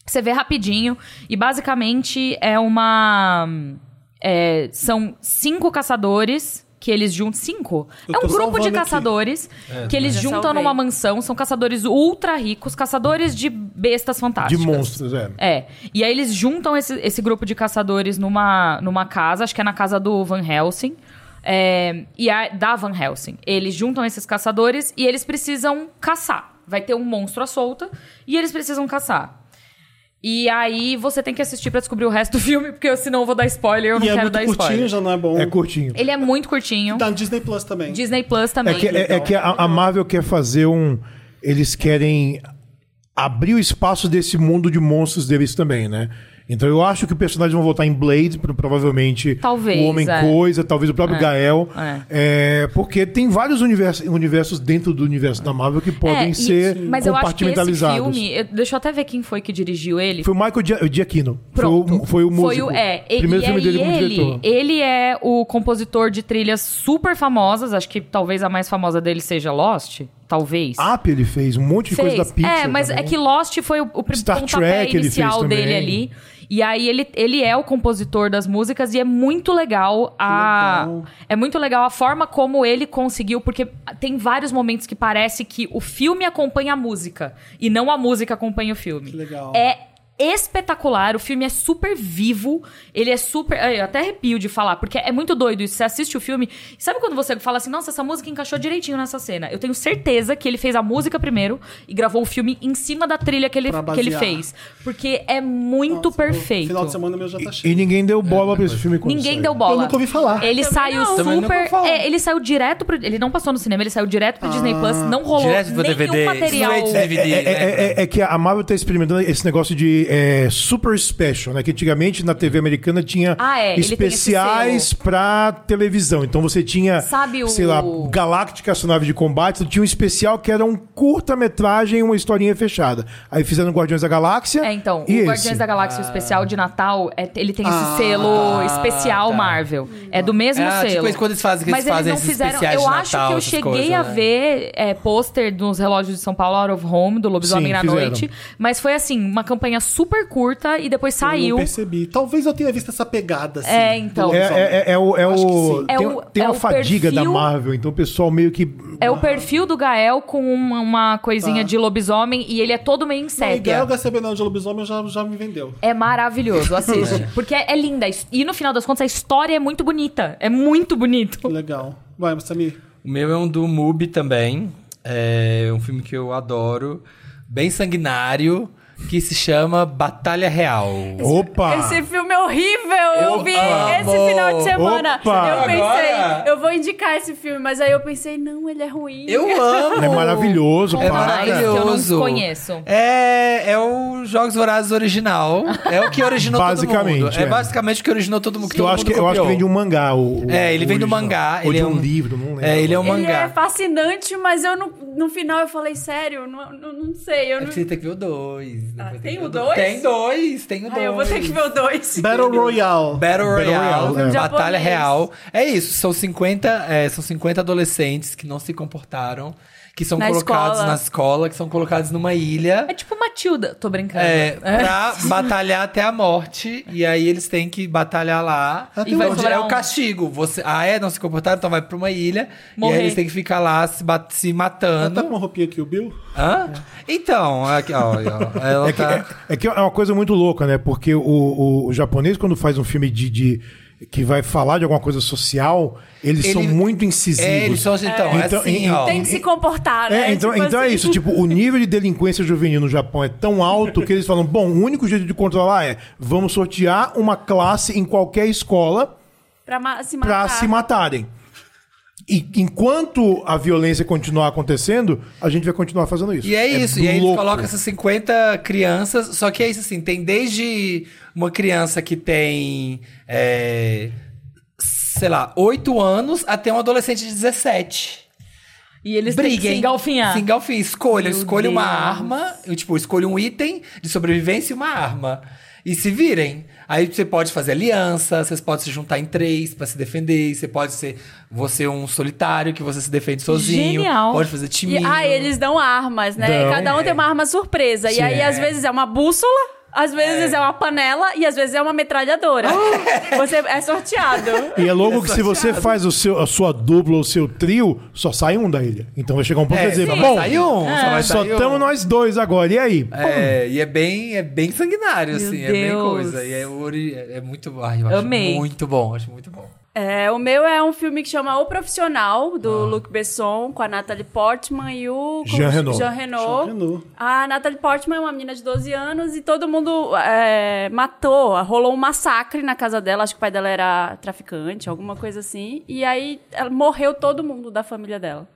[SPEAKER 4] você vê rapidinho, e basicamente é uma... É, são cinco caçadores que eles juntam. Cinco?
[SPEAKER 1] Eu
[SPEAKER 4] é um
[SPEAKER 1] tô
[SPEAKER 4] grupo de
[SPEAKER 1] salvando aqui. É.
[SPEAKER 4] caçadores que eles
[SPEAKER 3] Já
[SPEAKER 4] juntam
[SPEAKER 3] salvei.
[SPEAKER 4] numa mansão. São caçadores ultra ricos, caçadores de bestas
[SPEAKER 5] De
[SPEAKER 4] fantásticas.
[SPEAKER 5] monstros, é.
[SPEAKER 4] É. E aí eles juntam esse, esse grupo de caçadores numa, numa casa, acho que é na casa do Van Helsing. é, e a, da Van Helsing. Eles juntam esses caçadores e eles precisam caçar. Vai ter um monstro à solta e eles precisam caçar. E aí você tem que assistir pra descobrir o resto do filme, porque senão eu vou dar spoiler, eu não
[SPEAKER 1] E é
[SPEAKER 4] quero
[SPEAKER 1] muito
[SPEAKER 4] dar
[SPEAKER 1] curtinho,
[SPEAKER 4] spoiler.
[SPEAKER 1] já não é bom.
[SPEAKER 5] É curtinho.
[SPEAKER 4] Ele é muito curtinho.
[SPEAKER 1] Tá no Disney Plus também.
[SPEAKER 4] Disney Plus
[SPEAKER 5] É
[SPEAKER 4] também.
[SPEAKER 5] que, é, é que a, a Marvel quer fazer um. Eles querem abrir o espaço desse mundo de monstros deles também, né? Então eu acho que o personagem vão voltar em Blade, pro- provavelmente.
[SPEAKER 4] Talvez,
[SPEAKER 5] O Homem
[SPEAKER 4] é.
[SPEAKER 5] Coisa, talvez o próprio Gael.
[SPEAKER 4] é.
[SPEAKER 5] É, porque tem vários universos, universos dentro do universo da Marvel que podem
[SPEAKER 4] É, e-
[SPEAKER 5] ser
[SPEAKER 4] mas eu acho que esse
[SPEAKER 5] compartimentalizados.
[SPEAKER 4] filme, eu- deixa eu até ver quem foi que dirigiu ele.
[SPEAKER 5] Foi o Michael Gia- Giacchino. Foi
[SPEAKER 4] Pronto.
[SPEAKER 5] o, foi o músico.
[SPEAKER 4] é, e,
[SPEAKER 5] Primeiro
[SPEAKER 4] e
[SPEAKER 5] filme
[SPEAKER 4] aí
[SPEAKER 5] dele como
[SPEAKER 4] ele,
[SPEAKER 5] diretor.
[SPEAKER 4] ele é o compositor de trilhas super famosas, acho que talvez a mais famosa dele seja Lost, talvez.
[SPEAKER 5] App ele fez, um monte de coisa
[SPEAKER 4] Fez.
[SPEAKER 5] da Pixar.
[SPEAKER 4] É, mas
[SPEAKER 5] também.
[SPEAKER 4] é que Lost foi o, o prim-
[SPEAKER 5] Star
[SPEAKER 4] pontapé
[SPEAKER 5] Trek ele
[SPEAKER 4] inicial
[SPEAKER 5] fez também.
[SPEAKER 4] dele ali. E aí ele, ele é o compositor das músicas e é muito legal a
[SPEAKER 1] legal.
[SPEAKER 4] é muito legal a forma como ele conseguiu porque tem vários momentos que parece que o filme acompanha a música e não a música acompanha o filme.
[SPEAKER 1] Que legal.
[SPEAKER 4] É espetacular, o filme é super vivo, ele é super. Eu até arrepio de falar, porque é muito doido isso. Você assiste o filme, sabe quando você fala assim, nossa, essa música encaixou direitinho nessa cena? Eu tenho certeza que ele fez a música primeiro e gravou o filme em cima da trilha que ele,
[SPEAKER 1] Pra
[SPEAKER 4] que ele
[SPEAKER 1] basear.
[SPEAKER 4] fez. Porque é muito
[SPEAKER 1] Nossa,
[SPEAKER 4] perfeito.
[SPEAKER 1] O final de semana meu já tá cheio.
[SPEAKER 5] E ninguém deu bola pra esse filme quando
[SPEAKER 4] Ninguém
[SPEAKER 5] saiu.
[SPEAKER 4] deu bola.
[SPEAKER 1] Eu nunca ouvi falar.
[SPEAKER 4] Ele saiu
[SPEAKER 2] Também nunca ouvi
[SPEAKER 4] super.
[SPEAKER 2] falar.
[SPEAKER 4] é, ele saiu direto pro. Ele não passou no cinema, ele saiu direto pro Disney Plus, não rolou
[SPEAKER 2] Direto pro
[SPEAKER 4] nenhum
[SPEAKER 2] DVD,
[SPEAKER 4] material.
[SPEAKER 2] straight to DVD, né?
[SPEAKER 5] É, é- é- é que a Marvel tá experimentando esse negócio de é, super special, né? Que antigamente na TV americana tinha
[SPEAKER 4] Ah, é, ele tem esse
[SPEAKER 5] especiais pra televisão. Então você tinha,
[SPEAKER 4] Sabe o-
[SPEAKER 5] sei lá, Galáctica, a sua nave de combate, você tinha um especial que era um curta-metragem e uma historinha fechada. Aí fizeram Guardiões da Galáxia.
[SPEAKER 4] É, então,
[SPEAKER 5] e
[SPEAKER 4] o
[SPEAKER 5] esse.
[SPEAKER 4] Guardiões da Galáxia o especial de Natal, é- ele tem esse
[SPEAKER 1] Ah,
[SPEAKER 4] selo especial
[SPEAKER 2] tá.
[SPEAKER 4] Marvel. É do mesmo
[SPEAKER 2] Ah, tipo
[SPEAKER 4] selo.
[SPEAKER 2] isso, quando eles fazem- que
[SPEAKER 4] Mas
[SPEAKER 2] eles fazem
[SPEAKER 4] eles não
[SPEAKER 2] esses
[SPEAKER 4] fizeram.
[SPEAKER 2] especiais
[SPEAKER 4] Eu
[SPEAKER 2] de
[SPEAKER 4] acho
[SPEAKER 2] Natal,
[SPEAKER 4] que eu
[SPEAKER 2] essas
[SPEAKER 4] cheguei
[SPEAKER 2] coisas,
[SPEAKER 4] a
[SPEAKER 2] né?
[SPEAKER 4] ver é, pôster nos relógios de São Paulo, Out of Home, do Lobisomem
[SPEAKER 5] Sim,
[SPEAKER 4] na
[SPEAKER 5] fizeram.
[SPEAKER 4] noite. Mas foi assim, uma campanha super curta e depois
[SPEAKER 1] Eu
[SPEAKER 4] saiu.
[SPEAKER 1] não percebi. Talvez eu tenha visto essa pegada, assim.
[SPEAKER 4] É, então.
[SPEAKER 5] É, é- é- é o. é
[SPEAKER 1] Acho que
[SPEAKER 5] o-
[SPEAKER 1] sim.
[SPEAKER 5] tem
[SPEAKER 4] É o-
[SPEAKER 5] tem
[SPEAKER 4] é
[SPEAKER 5] uma
[SPEAKER 4] o
[SPEAKER 5] fadiga da
[SPEAKER 4] perfil-
[SPEAKER 5] Marvel, então o pessoal meio que.
[SPEAKER 4] É o perfil do Gael com uma, uma coisinha
[SPEAKER 1] Tá.
[SPEAKER 4] de lobisomem e ele é todo meio em
[SPEAKER 1] O
[SPEAKER 4] sépia.
[SPEAKER 1] Gael Garcia Bernal de Lobisomem já, já me vendeu.
[SPEAKER 4] É maravilhoso, assiste. Porque é, é linda. E no final das contas, a história é muito bonita. É muito
[SPEAKER 1] Que
[SPEAKER 4] bonito.
[SPEAKER 1] legal. Vai, Samir.
[SPEAKER 2] O meu é um do Mubi também. É um filme que eu adoro. Bem sanguinário. Que se chama Batalha Real.
[SPEAKER 5] Opa!
[SPEAKER 3] Esse filme eu horrível. Eu vi
[SPEAKER 2] Opa.
[SPEAKER 3] esse final de semana.
[SPEAKER 5] Opa.
[SPEAKER 3] Eu pensei,
[SPEAKER 2] Agora?
[SPEAKER 3] eu vou indicar esse filme, mas aí eu pensei, não, ele é ruim.
[SPEAKER 2] Eu amo!
[SPEAKER 5] É maravilhoso,
[SPEAKER 4] É
[SPEAKER 5] para.
[SPEAKER 2] um
[SPEAKER 5] né?
[SPEAKER 4] maravilhoso. que eu não conheço.
[SPEAKER 2] É, é o Jogos Vorazes original. É o que originou
[SPEAKER 5] Basicamente,
[SPEAKER 2] todo mundo. É.
[SPEAKER 5] é.
[SPEAKER 2] basicamente o que originou todo mundo. Que
[SPEAKER 5] Eu
[SPEAKER 2] todo
[SPEAKER 5] acho, que,
[SPEAKER 2] mundo
[SPEAKER 5] eu acho que
[SPEAKER 2] copiou.
[SPEAKER 5] vem de um mangá. O, o-
[SPEAKER 2] É, ele vem do
[SPEAKER 5] original.
[SPEAKER 2] mangá,
[SPEAKER 5] Ou
[SPEAKER 2] ele
[SPEAKER 5] de
[SPEAKER 2] é
[SPEAKER 5] um,
[SPEAKER 2] um-
[SPEAKER 5] livro, não lembro.
[SPEAKER 2] É, ele é um
[SPEAKER 3] Ele
[SPEAKER 2] mangá.
[SPEAKER 3] é fascinante, mas eu não- no final eu falei, sério, não, não, não sei. Eu
[SPEAKER 2] É
[SPEAKER 3] não...
[SPEAKER 2] porque você tem que ver o dois.
[SPEAKER 3] Ah,
[SPEAKER 2] Depois
[SPEAKER 3] tem
[SPEAKER 2] que ver
[SPEAKER 3] o dois?
[SPEAKER 2] Tem dois, tem o dois.
[SPEAKER 3] Ai, eu vou ter que ver o dois.
[SPEAKER 1] Battle Royale.
[SPEAKER 2] Battle
[SPEAKER 5] Battle
[SPEAKER 2] Royale,
[SPEAKER 5] Royale,
[SPEAKER 3] é.
[SPEAKER 2] Batalha
[SPEAKER 3] Japonês.
[SPEAKER 2] Real. É isso, são 50, é, são 50 adolescentes que não se comportaram, que são
[SPEAKER 3] Na
[SPEAKER 2] colocados
[SPEAKER 3] escola.
[SPEAKER 2] na escola, que são colocados numa ilha.
[SPEAKER 4] É tipo Matilda. Tô brincando.
[SPEAKER 2] É, pra batalhar até a morte. E aí eles têm que batalhar lá.
[SPEAKER 1] Ah, tem
[SPEAKER 2] e
[SPEAKER 1] um-
[SPEAKER 2] vai
[SPEAKER 4] vai
[SPEAKER 2] é
[SPEAKER 4] sobrar
[SPEAKER 2] o
[SPEAKER 4] um.
[SPEAKER 2] castigo. Você, ah, é? Não se comportaram? Então vai pra uma ilha. E
[SPEAKER 4] Morrer.
[SPEAKER 2] aí eles têm que ficar lá se, bat- se
[SPEAKER 1] Ela tá
[SPEAKER 2] matando.
[SPEAKER 1] com uma roupinha aqui, o Bill?
[SPEAKER 2] Hã? Então, aqui, ó, ó, ela
[SPEAKER 5] É que,
[SPEAKER 2] tá...
[SPEAKER 5] é, é que é uma coisa muito louca, né? Porque o, o- o japonês, quando faz um filme de, de- que vai falar de alguma coisa social, eles
[SPEAKER 2] Ele-
[SPEAKER 5] são muito incisivos.
[SPEAKER 2] É, eles são, então, é
[SPEAKER 5] Então,
[SPEAKER 2] assim,
[SPEAKER 5] e-
[SPEAKER 2] ó.
[SPEAKER 3] Tem que se comportar, né?
[SPEAKER 5] É, então,
[SPEAKER 3] Tipo
[SPEAKER 5] então é
[SPEAKER 3] assim.
[SPEAKER 5] isso. Tipo, o nível de delinquência juvenil no Japão é tão alto que eles falam: bom, o único jeito de controlar é vamos sortear uma classe em qualquer escola
[SPEAKER 3] Pra ma- se matar.
[SPEAKER 5] pra se matarem. E enquanto a violência continuar acontecendo, a gente vai continuar fazendo isso.
[SPEAKER 2] E é isso, e aí eles
[SPEAKER 5] louco.
[SPEAKER 2] colocam essas 50 crianças, só que é isso assim, tem desde uma criança que tem, é, sei lá, 8 anos até um adolescente de 17.
[SPEAKER 4] E eles têm que se
[SPEAKER 2] hein?
[SPEAKER 4] engalfinhar.
[SPEAKER 2] Se engalfinha, escolha,
[SPEAKER 4] Meu
[SPEAKER 2] escolha uma
[SPEAKER 4] Deus.
[SPEAKER 2] arma, eu, tipo, escolha um item de sobrevivência e uma arma. E se virem. Aí você pode fazer aliança, vocês podem se juntar em três pra se defender, você pode ser você um solitário que você se defende sozinho,
[SPEAKER 4] Genial.
[SPEAKER 2] pode fazer
[SPEAKER 3] E,
[SPEAKER 2] timinho.
[SPEAKER 3] ah, eles dão armas, né?
[SPEAKER 5] Dão.
[SPEAKER 3] Cada um tem uma arma surpresa. E
[SPEAKER 2] Sim.
[SPEAKER 3] aí, às vezes, é uma bússola, às vezes é, uma panela e às vezes é uma metralhadora. Você é sorteado.
[SPEAKER 5] E é louco que se você faz o seu, a sua dupla ou o seu trio, só sai um da ilha. Então vai chegar um ponto
[SPEAKER 2] É,
[SPEAKER 5] e dizer,
[SPEAKER 2] só vai
[SPEAKER 5] bom,
[SPEAKER 2] sair um,
[SPEAKER 3] Ah.
[SPEAKER 2] só vai
[SPEAKER 5] só
[SPEAKER 2] sair um.
[SPEAKER 5] estamos nós dois agora. E aí?
[SPEAKER 2] É, e é bem, é bem sanguinário,
[SPEAKER 4] Meu
[SPEAKER 2] assim, é bem
[SPEAKER 4] Deus.
[SPEAKER 2] coisa. E é, ori- é muito. Ai, eu acho
[SPEAKER 4] Amei.
[SPEAKER 2] muito bom, acho muito bom.
[SPEAKER 3] É, o meu é um filme que chama O Profissional, do Luc Besson, com a Natalie Portman e o...
[SPEAKER 5] Jean
[SPEAKER 3] com-
[SPEAKER 5] Reno.
[SPEAKER 3] Jean Reno.
[SPEAKER 1] Jean Reno.
[SPEAKER 3] A Natalie Portman é uma menina de 12 anos e todo mundo é, matou. Rolou um massacre na casa dela. Acho que o pai dela era traficante, alguma coisa assim. E aí ela- morreu todo mundo da família dela.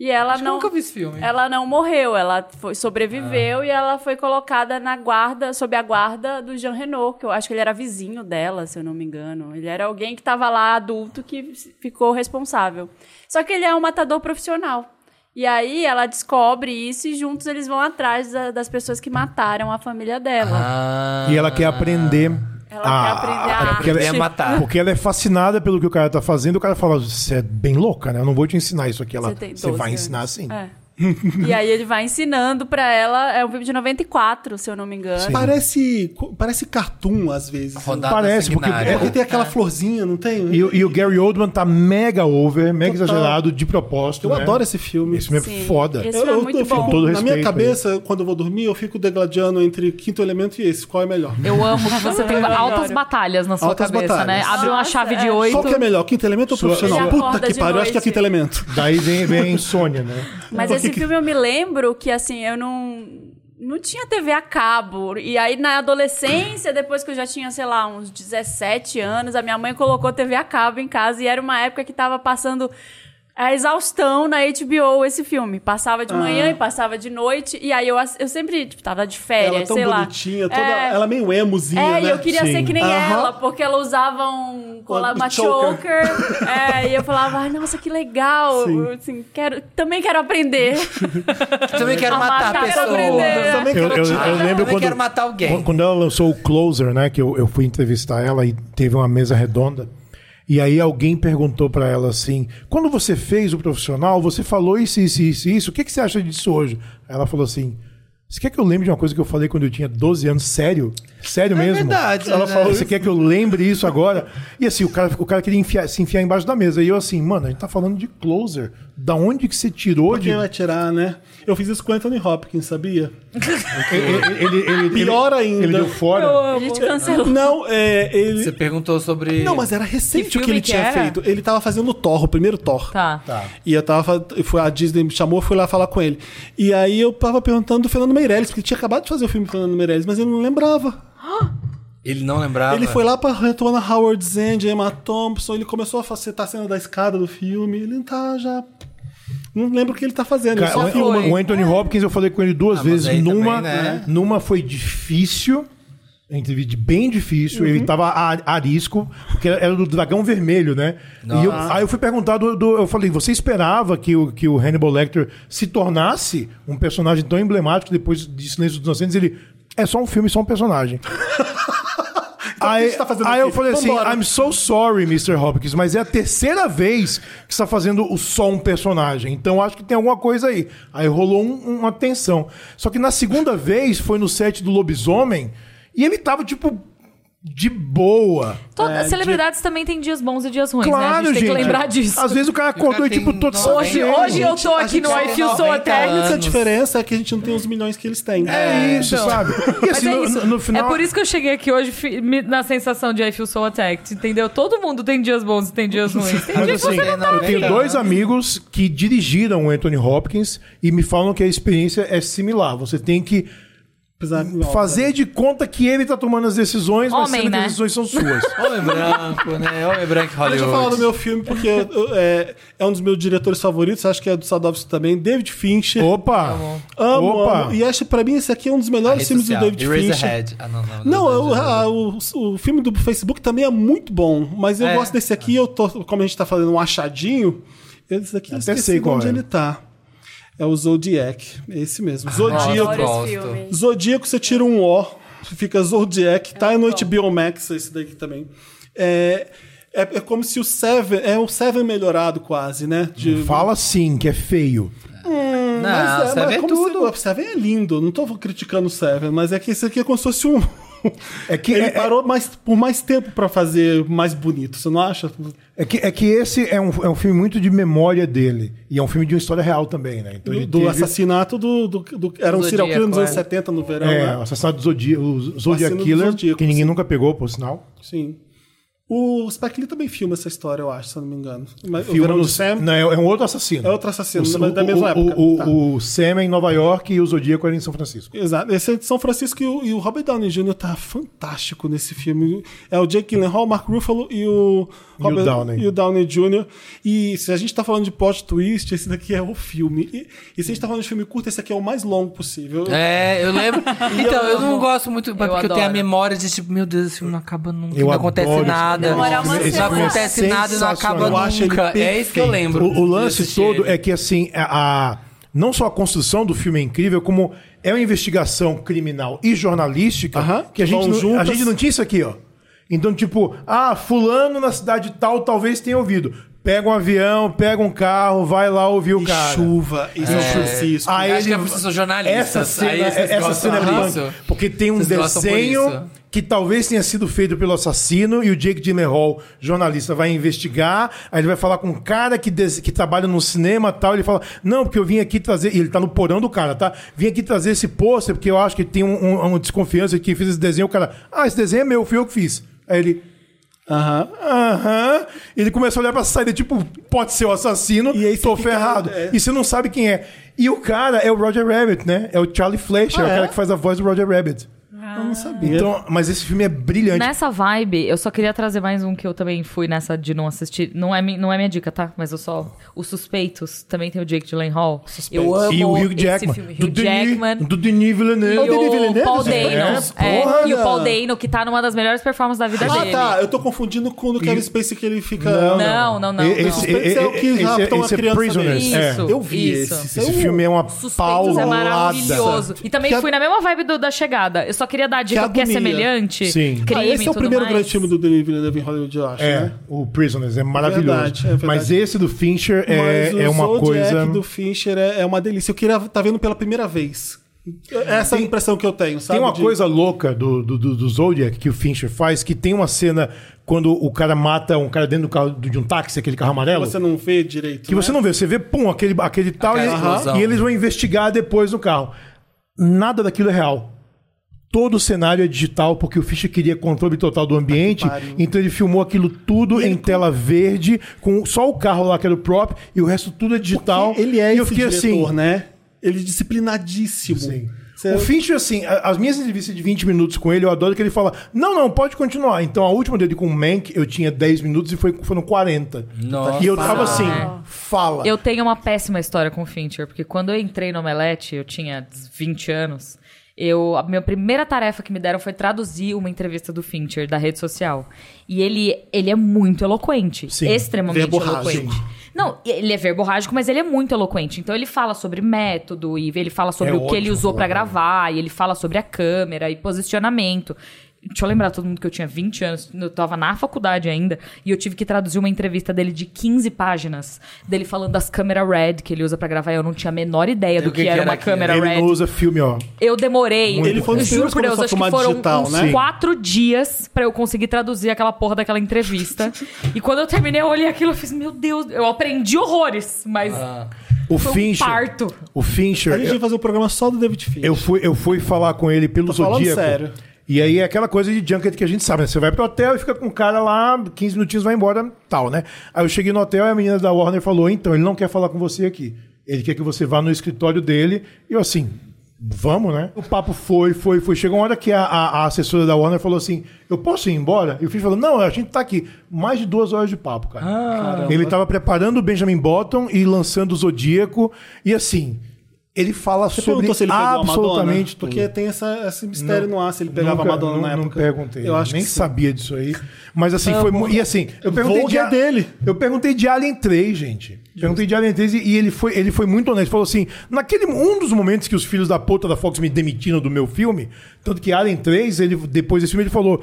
[SPEAKER 3] E ela
[SPEAKER 2] Acho que eu
[SPEAKER 3] não...
[SPEAKER 2] nunca vi esse filme.
[SPEAKER 3] Ela não morreu, ela foi- sobreviveu e ela foi colocada na guarda, sob a guarda do Jean Renault, que eu acho que ele era vizinho dela, se eu não me engano. Ele era alguém que estava lá adulto que s- ficou responsável. Só que ele é um matador profissional. E aí ela descobre isso e juntos eles vão atrás da- das pessoas que mataram a família dela.
[SPEAKER 2] Ah,
[SPEAKER 5] E ela quer aprender.
[SPEAKER 3] Ela quer aprender a
[SPEAKER 5] porque ela é-
[SPEAKER 2] aprender a matar.
[SPEAKER 5] Porque ela é fascinada pelo que o cara tá fazendo. O cara fala, você é bem louca, né? Eu não vou te ensinar isso aqui. Ela,
[SPEAKER 3] Você tem
[SPEAKER 5] você
[SPEAKER 3] 12
[SPEAKER 5] vai
[SPEAKER 3] anos."
[SPEAKER 5] ensinar sim.
[SPEAKER 3] É. e aí ele vai ensinando pra ela, é um filme de 94, se eu não me engano.
[SPEAKER 5] Sim.
[SPEAKER 1] Parece, parece cartoon, às vezes.
[SPEAKER 2] Ah,
[SPEAKER 1] É
[SPEAKER 2] Rodada
[SPEAKER 5] Parece, porque- é
[SPEAKER 2] sanguinária.
[SPEAKER 1] Porque tem aquela florzinha, não tem?
[SPEAKER 5] E, e o Gary Oldman tá mega over, mega
[SPEAKER 1] Total.
[SPEAKER 5] exagerado, de propósito.
[SPEAKER 1] Eu
[SPEAKER 5] né?
[SPEAKER 1] adoro esse filme.
[SPEAKER 5] Esse filme é
[SPEAKER 3] Sim.
[SPEAKER 5] foda.
[SPEAKER 3] Esse filme é muito
[SPEAKER 1] fico-
[SPEAKER 3] bom.
[SPEAKER 5] Todo
[SPEAKER 1] na minha
[SPEAKER 5] respeito,
[SPEAKER 1] cabeça, quando eu vou dormir, eu fico degladiando entre Quinto Elemento e esse. Qual é melhor?
[SPEAKER 4] Eu amo que você tem altas batalhas na sua
[SPEAKER 1] Altas
[SPEAKER 4] cabeça,
[SPEAKER 1] batalhas.
[SPEAKER 4] né? Abre uma
[SPEAKER 3] Nossa,
[SPEAKER 4] chave de
[SPEAKER 3] é.
[SPEAKER 4] oito.
[SPEAKER 1] Qual que é melhor, Quinto Elemento ou
[SPEAKER 5] Sua-
[SPEAKER 1] Profissional?
[SPEAKER 5] Ele
[SPEAKER 3] acorda
[SPEAKER 1] Puta que
[SPEAKER 3] de
[SPEAKER 1] pariu, eu acho que é
[SPEAKER 3] noite.
[SPEAKER 1] Quinto Elemento.
[SPEAKER 5] Daí vem, vem a insônia, né?
[SPEAKER 3] Mas esse filme eu me lembro que, assim, eu não. Não tinha TV a cabo. E aí, na adolescência, depois que eu já tinha, sei lá, uns 17 anos, a minha mãe colocou TV a cabo em casa e era uma época que tava passando a exaustão na HBO esse filme. Passava de
[SPEAKER 1] Ah.
[SPEAKER 3] manhã e passava de noite. E aí eu, ass- eu sempre, tipo, tava de férias,
[SPEAKER 1] Ela é tão
[SPEAKER 3] sei
[SPEAKER 1] bonitinha,
[SPEAKER 3] lá.
[SPEAKER 1] toda,
[SPEAKER 3] É.
[SPEAKER 1] ela é meio emozinha,
[SPEAKER 3] É, e
[SPEAKER 1] né?
[SPEAKER 3] eu queria
[SPEAKER 5] Sim.
[SPEAKER 3] ser que nem
[SPEAKER 1] Aham.
[SPEAKER 3] ela, porque ela usava um colar,
[SPEAKER 1] Um
[SPEAKER 3] uma choker.
[SPEAKER 1] choker.
[SPEAKER 3] É, e eu falava, ai, nossa, que legal.
[SPEAKER 1] Sim.
[SPEAKER 3] Eu, assim, quero, também quero aprender.
[SPEAKER 2] Eu também quero
[SPEAKER 4] A
[SPEAKER 2] matar
[SPEAKER 4] matar
[SPEAKER 2] pessoas.
[SPEAKER 3] aprender.
[SPEAKER 2] Eu também
[SPEAKER 5] Eu,
[SPEAKER 2] quero
[SPEAKER 5] eu-
[SPEAKER 2] atirar.
[SPEAKER 5] eu lembro
[SPEAKER 2] também
[SPEAKER 5] quando,
[SPEAKER 2] quero matar alguém.
[SPEAKER 5] quando ela lançou o Closer, né? Que eu, eu fui entrevistar ela e teve uma mesa redonda. E aí alguém perguntou pra ela assim: quando você fez o profissional, você falou isso, isso, isso, isso. O que, que você acha disso hoje? Aí Ela falou assim: você quer que eu lembre de uma coisa que eu falei quando eu tinha 12 anos? Sério? Sério mesmo?
[SPEAKER 2] É verdade,
[SPEAKER 5] Ela
[SPEAKER 2] né?
[SPEAKER 5] falou: você quer que eu lembre isso agora? E assim, o cara, o cara queria enfiar- se enfiar embaixo da mesa. E eu assim, mano, a gente tá falando de closer. Da onde que você tirou de.
[SPEAKER 1] Quem vai tirar, né? Eu fiz isso com Anthony Hopkins, sabia?
[SPEAKER 5] Ele, ele- ele-
[SPEAKER 1] Pior
[SPEAKER 5] ele-
[SPEAKER 1] ainda.
[SPEAKER 5] Ele deu fora.
[SPEAKER 3] A gente cancelou.
[SPEAKER 1] Não, é, ele...
[SPEAKER 2] Você perguntou sobre.
[SPEAKER 1] Não, mas era recente
[SPEAKER 4] Que
[SPEAKER 1] o que ele
[SPEAKER 4] filme que
[SPEAKER 1] tinha
[SPEAKER 4] era?
[SPEAKER 1] feito. Ele tava fazendo o Thor, o primeiro Thor.
[SPEAKER 4] Tá.
[SPEAKER 1] E eu tava. Foi, a Disney me chamou, eu fui lá falar com ele. E aí eu tava perguntando do Fernando Meirelles, porque ele tinha acabado de fazer o filme do Fernando Meirelles, mas ele não lembrava.
[SPEAKER 2] Ele não
[SPEAKER 5] Ah,
[SPEAKER 2] lembrava.
[SPEAKER 1] Ele foi lá pra Retorna Howard Zend, Emma Thompson, ele começou a facetar a cena da escada do filme, ele tá já. Não lembro o que ele tá fazendo. ele
[SPEAKER 5] Cara,
[SPEAKER 1] só
[SPEAKER 5] o-
[SPEAKER 1] filma.
[SPEAKER 5] o, Anthony Hopkins, eu falei com ele duas
[SPEAKER 2] Ah, mas
[SPEAKER 5] vezes.
[SPEAKER 2] aí também,
[SPEAKER 5] numa,
[SPEAKER 2] né?
[SPEAKER 5] numa foi difícil. Entre bem difícil, ele tava a, a risco, porque era do Dragão Vermelho, né? E eu- aí eu fui perguntar, do, do- eu falei, você esperava que o, que o Hannibal Lecter se tornasse um personagem tão emblemático depois de Silêncio dos Inocentes? Ele, é só um filme, só um personagem.
[SPEAKER 1] que
[SPEAKER 5] aí
[SPEAKER 1] você tá fazendo
[SPEAKER 5] aí
[SPEAKER 1] aqui?
[SPEAKER 5] eu falei assim,
[SPEAKER 1] Vambora.
[SPEAKER 5] I'm so sorry, Mr. Hopkins, mas é a terceira vez que você tá fazendo o só um personagem. Então acho que tem alguma coisa aí. Aí rolou um- uma tensão. Só que na segunda vez foi no set do Lobisomem e ele tava tipo de boa.
[SPEAKER 4] Todas
[SPEAKER 3] É,
[SPEAKER 4] as celebridades também têm dias bons e dias ruins, né? A
[SPEAKER 5] Claro,
[SPEAKER 4] gente,
[SPEAKER 5] gente.
[SPEAKER 4] tem que lembrar disso.
[SPEAKER 5] Às vezes o cara acordou e
[SPEAKER 2] tem
[SPEAKER 5] tipo todo
[SPEAKER 2] 90
[SPEAKER 4] Hoje,
[SPEAKER 5] sabido.
[SPEAKER 4] hoje eu tô
[SPEAKER 2] A
[SPEAKER 4] aqui
[SPEAKER 2] gente
[SPEAKER 4] no
[SPEAKER 1] tá
[SPEAKER 2] já
[SPEAKER 4] I
[SPEAKER 2] tem
[SPEAKER 4] Feel So
[SPEAKER 2] 90
[SPEAKER 1] A única
[SPEAKER 4] Attacked.
[SPEAKER 2] anos.
[SPEAKER 1] diferença é que a gente não tem os milhões que eles têm.
[SPEAKER 5] É isso, sabe? E
[SPEAKER 4] Mas
[SPEAKER 5] assim,
[SPEAKER 4] é
[SPEAKER 5] no-
[SPEAKER 4] isso.
[SPEAKER 5] no, no final.
[SPEAKER 4] É por isso que eu cheguei aqui hoje fi- me- na sensação de I Feel So Attacked, entendeu? Todo mundo tem dias bons e tem dias ruins. Tem
[SPEAKER 5] Mas
[SPEAKER 4] dias
[SPEAKER 5] assim, eu tenho dois amigos que dirigiram o Anthony Hopkins e me falam que a experiência é similar. Você tem que
[SPEAKER 1] Apesar-
[SPEAKER 5] fazer de conta que ele tá tomando as decisões, mas
[SPEAKER 4] Homem,
[SPEAKER 5] sendo que
[SPEAKER 4] né?
[SPEAKER 5] as decisões são suas.
[SPEAKER 2] Homem branco, né? Homem branco em
[SPEAKER 1] Deixa eu falar do
[SPEAKER 2] Hollywood.
[SPEAKER 1] meu filme, porque eu- eu- é, é um dos meus diretores favoritos, acho que é do Sadovski também, David Fincher.
[SPEAKER 5] Opa!
[SPEAKER 1] Amo,
[SPEAKER 5] Opa!
[SPEAKER 1] amo. E acho, pra mim, esse aqui é um dos melhores filmes do David Fincher.
[SPEAKER 2] Eraserhead. Ah, não, não.
[SPEAKER 1] Não, eu-
[SPEAKER 2] Eraserhead.
[SPEAKER 1] ah, o, o filme do Facebook também é muito bom, mas eu
[SPEAKER 2] É.
[SPEAKER 1] gosto desse aqui, eu tô, como a gente tá fazendo um achadinho, esse daqui eu
[SPEAKER 5] Até
[SPEAKER 1] esqueci
[SPEAKER 5] sei
[SPEAKER 1] de
[SPEAKER 5] qual
[SPEAKER 1] onde
[SPEAKER 5] é.
[SPEAKER 1] ele tá. É o Zodiac, é esse mesmo. Zodíaco.
[SPEAKER 3] Adoro
[SPEAKER 2] gosto.
[SPEAKER 3] esse filme.
[SPEAKER 1] Zodíaco, você tira um O, fica Zodiac, tá no HBO Max esse daqui também. É, é, é como se o Seven, é o Seven melhorado quase, né? De-
[SPEAKER 5] Fala sim, que é feio.
[SPEAKER 2] Não,
[SPEAKER 1] mas, é,
[SPEAKER 2] você
[SPEAKER 1] mas
[SPEAKER 2] vê
[SPEAKER 1] como
[SPEAKER 2] tudo.
[SPEAKER 1] Se, o Seven é lindo, não tô criticando o Seven, mas é que esse aqui é como se fosse um...
[SPEAKER 5] É que-
[SPEAKER 1] Ele
[SPEAKER 5] é-
[SPEAKER 1] parou mais, por mais tempo pra fazer mais bonito, você não acha?
[SPEAKER 5] É que, é que esse é um, é um filme muito de memória dele. E é um filme de uma história real também, né? Então
[SPEAKER 1] Do,
[SPEAKER 5] ele
[SPEAKER 1] do
[SPEAKER 5] teve-
[SPEAKER 1] assassinato do, do, do- Era um
[SPEAKER 2] Zodíaco,
[SPEAKER 1] serial killer nos anos
[SPEAKER 2] é.
[SPEAKER 1] 70, no verão,
[SPEAKER 5] É,
[SPEAKER 1] né?
[SPEAKER 5] o assassinato do Zodíaco, o
[SPEAKER 1] Assassino
[SPEAKER 5] Zodiac
[SPEAKER 1] do
[SPEAKER 5] Killer,
[SPEAKER 1] Zodíaco,
[SPEAKER 5] que ninguém
[SPEAKER 1] sim.
[SPEAKER 5] nunca pegou, por sinal.
[SPEAKER 1] Sim. O Spike Lee também filma essa história, eu acho, se eu não me engano. Mas o
[SPEAKER 5] Filma
[SPEAKER 1] Verão
[SPEAKER 5] no-
[SPEAKER 1] de Sam...
[SPEAKER 5] Não, é, é um outro assassino.
[SPEAKER 1] É outro assassino,
[SPEAKER 5] O-
[SPEAKER 1] mas
[SPEAKER 5] o-
[SPEAKER 1] da mesma
[SPEAKER 5] o-
[SPEAKER 1] época.
[SPEAKER 5] O,
[SPEAKER 1] Tá.
[SPEAKER 5] o Sam é em Nova York e o Zodíaco era em São Francisco.
[SPEAKER 1] Exato. Esse é de São Francisco e o, e o Robert Downey Jr. tá fantástico nesse filme. É o Jake Gyllenhaal, o Mark Ruffalo e o
[SPEAKER 5] E o Downey.
[SPEAKER 1] e o Downey Jr. E se a gente tá falando de plot twist, esse daqui é o filme. E, e se a gente tá falando de filme curto, esse aqui é o mais longo possível.
[SPEAKER 2] É, eu lembro. Então, eu não gosto muito, mas
[SPEAKER 4] Eu
[SPEAKER 2] porque eu tenho a
[SPEAKER 4] adoro.
[SPEAKER 2] memória de tipo, meu Deus, esse filme não acaba nunca,
[SPEAKER 5] Eu
[SPEAKER 2] não
[SPEAKER 5] adoro
[SPEAKER 2] acontece
[SPEAKER 5] esse
[SPEAKER 2] nada.
[SPEAKER 5] filme.
[SPEAKER 3] Demora uma
[SPEAKER 2] não
[SPEAKER 3] semana.
[SPEAKER 2] acontece nada, não acaba
[SPEAKER 5] Sensacional.
[SPEAKER 1] Eu acho ele
[SPEAKER 2] nunca. É isso que eu lembro.
[SPEAKER 5] O, o lance
[SPEAKER 2] de assistir
[SPEAKER 5] todo
[SPEAKER 2] ele.
[SPEAKER 5] é que, assim, a, a- não só a construção do filme é incrível, como é uma investigação criminal e jornalística
[SPEAKER 1] Aham,
[SPEAKER 5] que a gente,
[SPEAKER 1] vão
[SPEAKER 5] não, a
[SPEAKER 1] juntas.
[SPEAKER 5] gente não tinha isso aqui, ó. Então, tipo, ah, fulano na cidade tal talvez tenha ouvido. Pega um avião, pega um carro, vai lá ouvir o
[SPEAKER 1] E
[SPEAKER 5] cara.
[SPEAKER 1] chuva e São Francisco.
[SPEAKER 5] Aí
[SPEAKER 2] Acho que é
[SPEAKER 5] ele-
[SPEAKER 2] por ser jornalista.
[SPEAKER 5] Essa cena,
[SPEAKER 2] Aí vocês
[SPEAKER 5] essa
[SPEAKER 2] gostam
[SPEAKER 5] cena é
[SPEAKER 2] disso.
[SPEAKER 5] punk, porque tem um
[SPEAKER 2] Vocês gostam por
[SPEAKER 5] desenho
[SPEAKER 2] isso.
[SPEAKER 5] que talvez tenha sido feito pelo assassino e o Jake Gyllenhaal, jornalista, vai investigar, aí ele vai falar com um cara que, des- que trabalha no cinema e tal, ele fala, não, porque eu vim aqui trazer, e ele tá no porão do cara, tá? Vim aqui trazer esse pôster porque eu acho que tem um, um- uma desconfiança de quem fez esse desenho, o cara, ah, esse desenho é meu, fui eu que fiz. Aí ele...
[SPEAKER 1] Aham.
[SPEAKER 5] Aham. Ele começa a olhar pra saída, tipo, pode ser o assassino,
[SPEAKER 1] E aí você
[SPEAKER 5] tô
[SPEAKER 1] fica-
[SPEAKER 5] ferrado.
[SPEAKER 1] é.
[SPEAKER 5] E você não sabe quem é. E o cara é o Roger Rabbit, né? É o Charlie Fleischer,
[SPEAKER 1] Ah,
[SPEAKER 5] é o
[SPEAKER 1] é?
[SPEAKER 5] cara que faz a voz do Roger Rabbit.
[SPEAKER 4] Ah,
[SPEAKER 1] Eu não sabia.
[SPEAKER 5] Então, mas esse filme é brilhante.
[SPEAKER 4] Nessa vibe, eu só queria trazer mais um que eu também fui nessa de não assistir. Não é, mi- não é minha dica, tá? Mas eu só. Os Suspeitos também tem o Jake Gyllenhaal. Eu amo
[SPEAKER 5] e o Hugh Jackman.
[SPEAKER 4] esse filme. Hugh
[SPEAKER 5] do Denis-
[SPEAKER 4] Jackman.
[SPEAKER 5] do Denis
[SPEAKER 4] E
[SPEAKER 5] Villeneuve.
[SPEAKER 4] o Paul
[SPEAKER 5] gente?
[SPEAKER 4] Dano.
[SPEAKER 5] É,
[SPEAKER 4] É,
[SPEAKER 5] porra,
[SPEAKER 4] e o Paul
[SPEAKER 1] não.
[SPEAKER 4] Dano, que tá numa das melhores performances da vida
[SPEAKER 1] Ah,
[SPEAKER 4] dele.
[SPEAKER 1] tá. Eu tô confundindo com o do Kevin Spacey que ele fica...
[SPEAKER 4] Não, não, não.
[SPEAKER 5] E-
[SPEAKER 4] não.
[SPEAKER 5] Esse,
[SPEAKER 1] Suspense é o que
[SPEAKER 5] esse-
[SPEAKER 1] raptam a
[SPEAKER 5] esse é
[SPEAKER 1] criança
[SPEAKER 5] Prisoners.
[SPEAKER 1] dele.
[SPEAKER 5] é.
[SPEAKER 4] Isso.
[SPEAKER 1] Eu vi
[SPEAKER 4] Isso.
[SPEAKER 1] esse.
[SPEAKER 5] Esse
[SPEAKER 1] Eu-
[SPEAKER 5] filme é uma
[SPEAKER 4] Suspeitos é
[SPEAKER 5] paulada.
[SPEAKER 4] maravilhoso. E também
[SPEAKER 1] Que a-
[SPEAKER 4] fui na mesma vibe do- da chegada. Eu só queria dar a dica
[SPEAKER 1] Que
[SPEAKER 4] porque é
[SPEAKER 1] agonia.
[SPEAKER 4] semelhante.
[SPEAKER 5] Sim.
[SPEAKER 4] Crime,
[SPEAKER 1] Ah, esse é o
[SPEAKER 4] tudo
[SPEAKER 1] primeiro
[SPEAKER 4] mais.
[SPEAKER 1] grande filme do Denis Villeneuve em Hollywood, eu acho,
[SPEAKER 5] É,
[SPEAKER 1] né?
[SPEAKER 5] o Prisoners é maravilhoso.
[SPEAKER 1] Verdade, é verdade.
[SPEAKER 5] Mas esse do Fincher
[SPEAKER 1] Mas o
[SPEAKER 5] é, é uma
[SPEAKER 1] Zodiac
[SPEAKER 5] coisa.
[SPEAKER 1] do Fincher é, é uma delícia. Eu queria estar vendo pela primeira vez. Essa é a impressão que eu tenho, sabe?
[SPEAKER 5] Tem uma
[SPEAKER 1] De-
[SPEAKER 5] coisa louca do, do, do- do Zodiac que o Fincher faz, que tem uma cena quando o cara mata um cara dentro do carro, de um táxi, aquele carro
[SPEAKER 1] que
[SPEAKER 5] amarelo.
[SPEAKER 1] você não né? vê direito.
[SPEAKER 5] que você não vê, você vê, pum, aquele, aquele tal,
[SPEAKER 2] Aquela
[SPEAKER 5] e,
[SPEAKER 2] explosão.
[SPEAKER 5] e eles vão investigar depois no carro. Nada daquilo é real. Todo o cenário é digital, porque o Fischer queria controle total do ambiente,
[SPEAKER 1] pariu.
[SPEAKER 5] então ele filmou aquilo tudo em tela verde, com só o carro lá que era o prop, e o resto tudo é digital.
[SPEAKER 1] Ele é
[SPEAKER 5] e
[SPEAKER 1] esse
[SPEAKER 5] eu fiquei
[SPEAKER 1] diretor,
[SPEAKER 5] assim,
[SPEAKER 1] né? Ele é disciplinadíssimo.
[SPEAKER 5] Sim.
[SPEAKER 1] Você-
[SPEAKER 5] O Fincher, assim, a- as minhas entrevistas de 20 minutos com ele, eu adoro que ele fala: não, não, pode continuar. Então a última dele com o Mank, eu tinha 10 minutos e foi, foram 40.
[SPEAKER 2] Nossa.
[SPEAKER 5] E eu tava assim, fala.
[SPEAKER 4] Eu tenho uma péssima história com o Fincher, porque quando eu entrei no Omelete, eu tinha 20 anos, eu, a minha primeira tarefa que me deram foi traduzir uma entrevista do Fincher da rede social. E ele, ele é muito eloquente.
[SPEAKER 5] Sim,
[SPEAKER 4] extremamente
[SPEAKER 1] verborrágico.
[SPEAKER 4] eloquente. Não, ele é verborrágico, mas ele é muito eloquente. Então ele fala sobre método e ele fala sobre
[SPEAKER 5] É
[SPEAKER 4] o que ele
[SPEAKER 5] ótimo
[SPEAKER 4] usou pra
[SPEAKER 5] falar, né?
[SPEAKER 4] gravar gravar, e ele fala sobre a câmera e posicionamento. Deixa eu lembrar todo mundo que eu tinha 20 anos, eu tava na faculdade ainda, e eu tive que traduzir uma entrevista dele de 15 páginas, dele falando das câmeras red que ele usa pra gravar, eu não tinha a menor ideia do
[SPEAKER 2] o
[SPEAKER 4] que,
[SPEAKER 2] que que
[SPEAKER 4] era
[SPEAKER 2] era
[SPEAKER 4] uma
[SPEAKER 2] aquilo?
[SPEAKER 4] câmera
[SPEAKER 5] Ele
[SPEAKER 4] red.
[SPEAKER 5] não usa filme, ó.
[SPEAKER 4] Eu demorei,
[SPEAKER 1] Ele foi um dos
[SPEAKER 4] juro
[SPEAKER 1] primeiros que
[SPEAKER 4] por Deus,
[SPEAKER 1] começou a
[SPEAKER 4] acho que
[SPEAKER 1] tomar
[SPEAKER 4] foram
[SPEAKER 1] digital,
[SPEAKER 4] uns
[SPEAKER 1] né?
[SPEAKER 4] quatro dias pra eu conseguir traduzir aquela porra daquela entrevista. e quando eu terminei, eu olhei aquilo e fiz, meu Deus, eu aprendi horrores, mas
[SPEAKER 1] Ah.
[SPEAKER 5] O
[SPEAKER 4] foi um
[SPEAKER 5] Fincher.
[SPEAKER 4] parto.
[SPEAKER 5] O
[SPEAKER 1] A
[SPEAKER 5] Fincher.
[SPEAKER 1] gente
[SPEAKER 5] Eu,
[SPEAKER 1] vai fazer um programa só do David Fincher.
[SPEAKER 5] eu fui, eu fui falar com ele pelo
[SPEAKER 1] Tô falando
[SPEAKER 5] Zodíaco.
[SPEAKER 1] sério.
[SPEAKER 5] E aí é aquela coisa de junket que a gente sabe, né? Você vai pro hotel e fica com o cara lá, 15 minutinhos, vai embora, tal, né? Aí eu cheguei no hotel e a menina da Warner falou: então, ele não quer falar com você aqui. Ele quer que você vá no escritório dele. E eu assim. Vamos, né? O papo foi, foi, foi. Chegou uma hora que a, a- a assessora da Warner falou assim: Eu posso ir embora? E o Fincher falou: Não, a gente tá aqui. Mais de duas horas de papo, cara.
[SPEAKER 1] Ah,
[SPEAKER 5] ele tava preparando o Benjamin Button e lançando o Zodíaco. E assim, ele fala
[SPEAKER 1] Você
[SPEAKER 5] sobre
[SPEAKER 1] perguntou se ele pegou a Madonna?
[SPEAKER 5] absolutamente tudo.
[SPEAKER 1] Porque tem essa, esse mistério no ar se ele pegava
[SPEAKER 5] Nunca-
[SPEAKER 1] a Madonna
[SPEAKER 5] nu-
[SPEAKER 1] na época.
[SPEAKER 5] Não perguntei.
[SPEAKER 1] Eu acho
[SPEAKER 5] nem
[SPEAKER 1] que sim.
[SPEAKER 5] sabia disso aí. Mas assim, foi mu- E assim, eu perguntei
[SPEAKER 1] Vogue é
[SPEAKER 5] A-
[SPEAKER 1] dele.
[SPEAKER 5] Eu perguntei de Alien 3, gente. Perguntei de Alien 3 e e ele foi, ele foi muito honesto. Falou assim: naquele um dos momentos que os filhos da puta da Fox me demitiram do meu filme, tanto que Alien 3, ele, depois desse filme, ele falou: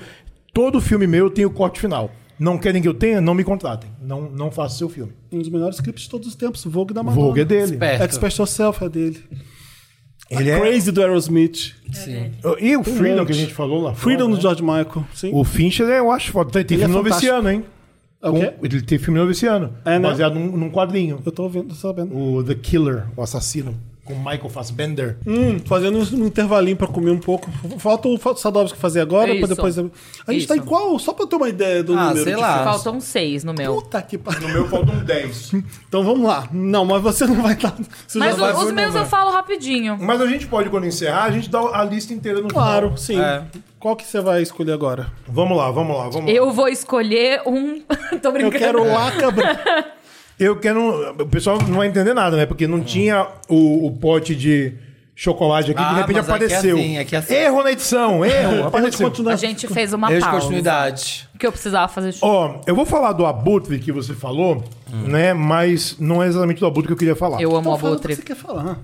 [SPEAKER 5] todo filme meu tem o corte final. Não querem que eu tenha? Não me contratem. Não, não faça seu filme.
[SPEAKER 1] Um dos melhores clipes de todos os tempos. Vogue da Madonna.
[SPEAKER 5] Vogue é dele.
[SPEAKER 2] Esperto.
[SPEAKER 1] Expert Yourself é dele.
[SPEAKER 5] Ele é.
[SPEAKER 1] Crazy do Aerosmith.
[SPEAKER 2] Sim.
[SPEAKER 5] E o Freedom
[SPEAKER 1] monte.
[SPEAKER 5] que a gente falou lá. fora,
[SPEAKER 1] Freedom
[SPEAKER 5] né?
[SPEAKER 1] do George Michael. Sim.
[SPEAKER 5] O Fincher, eu acho foda. Tem, tem
[SPEAKER 1] Ele é
[SPEAKER 5] filme novo esse
[SPEAKER 1] fantástico.
[SPEAKER 5] ano, hein?
[SPEAKER 1] É o quê?
[SPEAKER 5] Com- Ele teve filme novo esse ano.
[SPEAKER 1] É, né?
[SPEAKER 5] Baseado num, num quadrinho.
[SPEAKER 1] Eu tô ouvindo, tô sabendo.
[SPEAKER 5] O The Killer, o assassino. Com Michael Fassbender.
[SPEAKER 1] Hum, fazendo um, um intervalinho pra comer um pouco. Falta o, falta o Sadovski fazer agora,
[SPEAKER 4] Isso.
[SPEAKER 1] pra depois. A gente tá
[SPEAKER 4] Isso.
[SPEAKER 1] em qual? Só pra eu ter uma ideia do
[SPEAKER 2] Ah,
[SPEAKER 1] número.
[SPEAKER 2] sei
[SPEAKER 1] de-
[SPEAKER 2] lá.
[SPEAKER 4] Faltam seis no meu.
[SPEAKER 1] Puta que pariu.
[SPEAKER 5] meu falta um 10.
[SPEAKER 1] Então vamos lá. Não, mas você não vai estar. Você
[SPEAKER 4] Mas
[SPEAKER 1] já vai- né?
[SPEAKER 4] o- os meus eu falo rapidinho.
[SPEAKER 5] Mas a gente pode, quando encerrar, a gente dá a lista inteira no
[SPEAKER 1] Claro,
[SPEAKER 5] final.
[SPEAKER 1] sim.
[SPEAKER 2] É.
[SPEAKER 1] Qual que você vai escolher agora?
[SPEAKER 5] Vamos lá, vamos lá, vamos lá.
[SPEAKER 4] Eu vou escolher um. Tô
[SPEAKER 1] Eu
[SPEAKER 4] brincando.
[SPEAKER 1] quero laca branca.
[SPEAKER 5] Eu quero. O pessoal não vai entender nada, né? Porque não tinha o, o pote de chocolate aqui,
[SPEAKER 2] Ah,
[SPEAKER 5] de repente
[SPEAKER 2] mas aqui é
[SPEAKER 5] apareceu.
[SPEAKER 2] assim, aqui é assim.
[SPEAKER 5] Erro na edição, erro. apareceu.
[SPEAKER 4] A
[SPEAKER 1] Continua.
[SPEAKER 4] gente fez uma
[SPEAKER 2] Erro de
[SPEAKER 4] pausa.
[SPEAKER 2] continuidade.
[SPEAKER 4] Porque eu precisava fazer show.
[SPEAKER 5] Ó, eu vou falar do abutre que você falou, né? Mas não é exatamente do abutre que eu queria falar.
[SPEAKER 4] eu amo
[SPEAKER 1] Então fala
[SPEAKER 4] a
[SPEAKER 1] o que
[SPEAKER 4] Abutre.
[SPEAKER 1] você quer falar.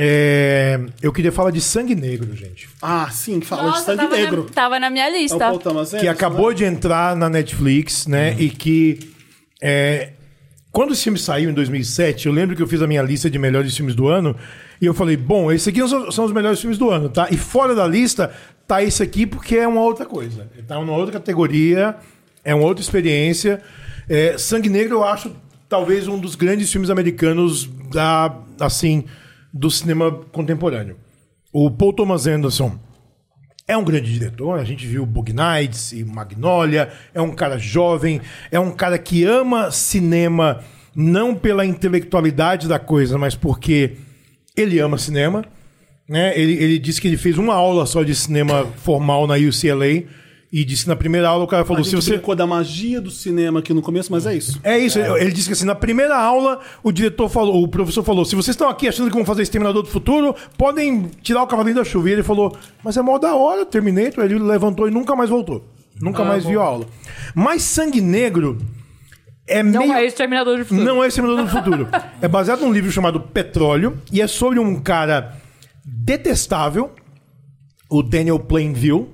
[SPEAKER 5] É, eu queria falar de Sangue Negro, gente.
[SPEAKER 1] Ah, sim, fala de sangue
[SPEAKER 3] tava,
[SPEAKER 1] negro.
[SPEAKER 3] Na, tá tava na minha
[SPEAKER 1] É o
[SPEAKER 3] lista.
[SPEAKER 1] Paul Thomas
[SPEAKER 5] que
[SPEAKER 1] Anderson,
[SPEAKER 5] acabou de entrar na Netflix, né? E que. é, quando esse filme saiu em 2007, eu lembro que eu fiz a minha lista de melhores filmes do ano. E eu falei, bom, esse aqui não são, são os melhores filmes do ano, tá? E fora da lista, tá esse aqui porque é uma outra coisa. Tá uma outra categoria, é uma outra experiência. É, Sangue Negro, eu acho talvez um dos grandes filmes americanos da, assim, do cinema contemporâneo. O Paul Thomas Anderson é um grande diretor, a gente viu Bug Nights e Magnolia, é um cara jovem, é um cara que ama cinema não pela intelectualidade da coisa, mas porque ele ama cinema. Né? Ele, ele disse que ele fez uma aula só de cinema formal na UCLA e disse que na primeira aula o cara
[SPEAKER 1] A
[SPEAKER 5] falou:
[SPEAKER 1] gente
[SPEAKER 5] se você.
[SPEAKER 1] brincou da magia do cinema aqui no começo, mas é isso.
[SPEAKER 5] É isso, ele- ele disse que assim, na primeira aula, o diretor falou, o professor falou: se vocês estão aqui achando que vão fazer Exterminador do Futuro, podem tirar o cavalinho da chuva. E ele falou: Mas é mó da hora, Terminator. Ele levantou e nunca mais voltou. Nunca mais viu a aula. Mas Sangue Negro é
[SPEAKER 4] Não
[SPEAKER 5] meio.
[SPEAKER 4] é Exterminador de Futuro.
[SPEAKER 5] Não é Exterminador do Futuro. é baseado num livro chamado Petróleo e é sobre um cara detestável, o Daniel Plainville,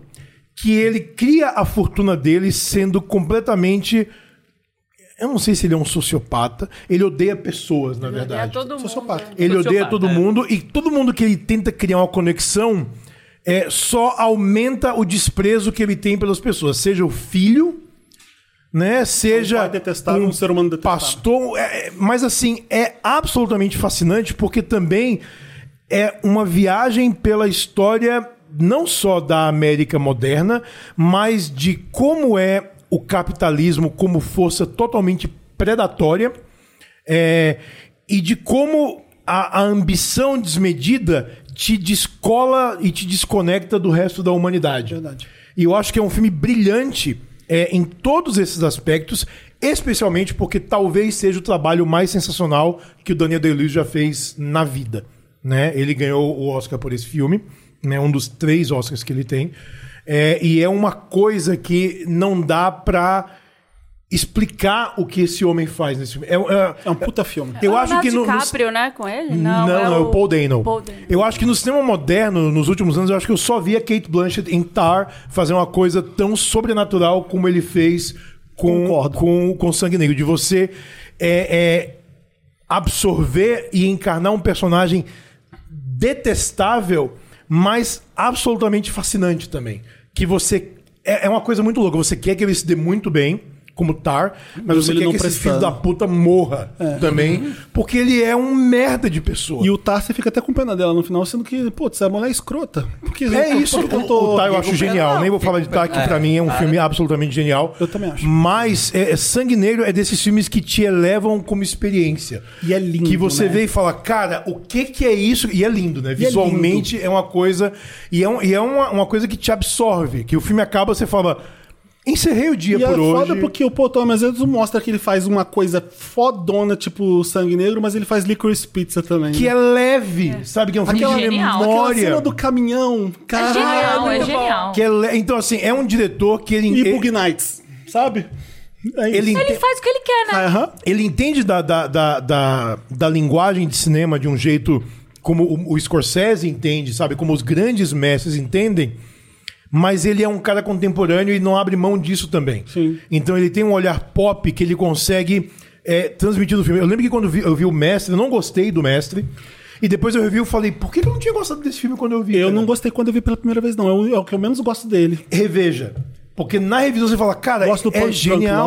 [SPEAKER 5] que ele cria a fortuna dele sendo completamente. Eu não sei se ele é um sociopata. Ele odeia pessoas, na verdade.
[SPEAKER 3] É todo mundo.
[SPEAKER 1] Sociopata.
[SPEAKER 5] Ele odeia
[SPEAKER 4] Sociopata,
[SPEAKER 5] todo mundo e todo mundo que ele tenta criar uma conexão é, só aumenta o desprezo que ele tem pelas pessoas, seja o filho, né? Seja
[SPEAKER 1] pai detestável, um ser humano detestável.
[SPEAKER 5] pastor. é, é, mas assim, é absolutamente fascinante porque também é uma viagem pela história não só da América moderna, mas de como é o capitalismo como força totalmente predatória é, e de como a, a ambição desmedida te descola e te desconecta do resto da humanidade.
[SPEAKER 1] Verdade.
[SPEAKER 5] E eu acho que é um filme brilhante é, em todos esses aspectos, especialmente porque talvez seja o trabalho mais sensacional que o Daniel Day-Lewis já fez na vida. Né? Ele ganhou o Oscar por esse filme, né? um dos três Oscars que ele tem. É, e é uma coisa que não dá pra explicar o que esse homem faz nesse filme. É, é-
[SPEAKER 1] É um puta filme.
[SPEAKER 5] eu
[SPEAKER 3] o
[SPEAKER 5] acho que no,
[SPEAKER 3] Leonardo
[SPEAKER 5] no-
[SPEAKER 3] DiCaprio, né? Com ele?
[SPEAKER 5] não,
[SPEAKER 3] Não,
[SPEAKER 5] não,
[SPEAKER 3] é
[SPEAKER 5] é o Paul Dano.
[SPEAKER 3] Paul Dano.
[SPEAKER 5] Eu acho que no cinema moderno, nos últimos anos, eu acho que eu só vi a Kate Blanchett em Tar fazer uma coisa tão sobrenatural como ele fez com,
[SPEAKER 1] Concordo.
[SPEAKER 5] com, com Sangue Negro. De você é, é, absorver e encarnar um personagem detestável, mas absolutamente fascinante também. Que você. É, é uma coisa muito louca. Você quer que ele se dê muito bem, como Tar, mas
[SPEAKER 1] Mas
[SPEAKER 5] você
[SPEAKER 1] ele
[SPEAKER 5] quer
[SPEAKER 1] não
[SPEAKER 5] que esse
[SPEAKER 1] prestando.
[SPEAKER 5] filho da puta morra também, porque ele é um merda de pessoa.
[SPEAKER 1] E o Tar, você fica até com pena dela no final, sendo que, putz, a mulher é escrota. Porque
[SPEAKER 5] é isso, o, o Tar eu acho genial.
[SPEAKER 2] não,
[SPEAKER 5] Nem vou falar de Tar, que pra mim é um filme absolutamente genial.
[SPEAKER 1] Eu também acho.
[SPEAKER 5] Mas é, é, Sangue Negro é desses filmes que te elevam como experiência.
[SPEAKER 1] E é lindo,
[SPEAKER 5] Que você
[SPEAKER 1] né?
[SPEAKER 5] vê e fala, cara, o que que é isso? E é lindo, né?
[SPEAKER 1] é
[SPEAKER 5] Visualmente é, uma coisa... E é, um- e é uma, uma coisa que te absorve. Que o filme acaba, você fala... Encerrei o dia
[SPEAKER 1] E é
[SPEAKER 5] por hoje.
[SPEAKER 1] foda porque o Paul Thomas Anderson mostra que ele faz uma coisa fodona, tipo Sangue Negro, mas ele faz Licorice Pizza também.
[SPEAKER 5] Que
[SPEAKER 1] né?
[SPEAKER 5] é leve, sabe? Que é um filme de
[SPEAKER 4] Genial.
[SPEAKER 1] Aquela
[SPEAKER 5] memória.
[SPEAKER 1] cena do caminhão,
[SPEAKER 4] É
[SPEAKER 1] caralho.
[SPEAKER 4] genial, é
[SPEAKER 3] muito bom.
[SPEAKER 4] genial.
[SPEAKER 5] Que é le- Então, assim, é um diretor que ele...
[SPEAKER 1] E
[SPEAKER 5] ele-
[SPEAKER 1] Bug Nights, sabe? É isso.
[SPEAKER 5] Ele
[SPEAKER 4] Ele faz o que ele quer, né?
[SPEAKER 1] Aham.
[SPEAKER 5] ele entende da, da, da, da, da linguagem de cinema de um jeito como o, o Scorsese entende, sabe? Como os grandes mestres entendem. Mas ele é um cara contemporâneo e não abre mão disso também.
[SPEAKER 1] Sim.
[SPEAKER 5] Então ele tem um olhar pop que ele consegue é, transmitir no filme. Eu lembro que quando vi- eu vi o Mestre, eu não gostei do Mestre. E depois eu revi e falei, por que que eu não tinha gostado desse filme quando eu vi?
[SPEAKER 1] Eu
[SPEAKER 5] cara?
[SPEAKER 1] não gostei quando eu vi pela primeira vez, não. É o, é o que eu menos gosto dele.
[SPEAKER 5] reveja. Porque na revisão você fala, cara,
[SPEAKER 1] Gosto do
[SPEAKER 5] é
[SPEAKER 1] Punch
[SPEAKER 5] genial.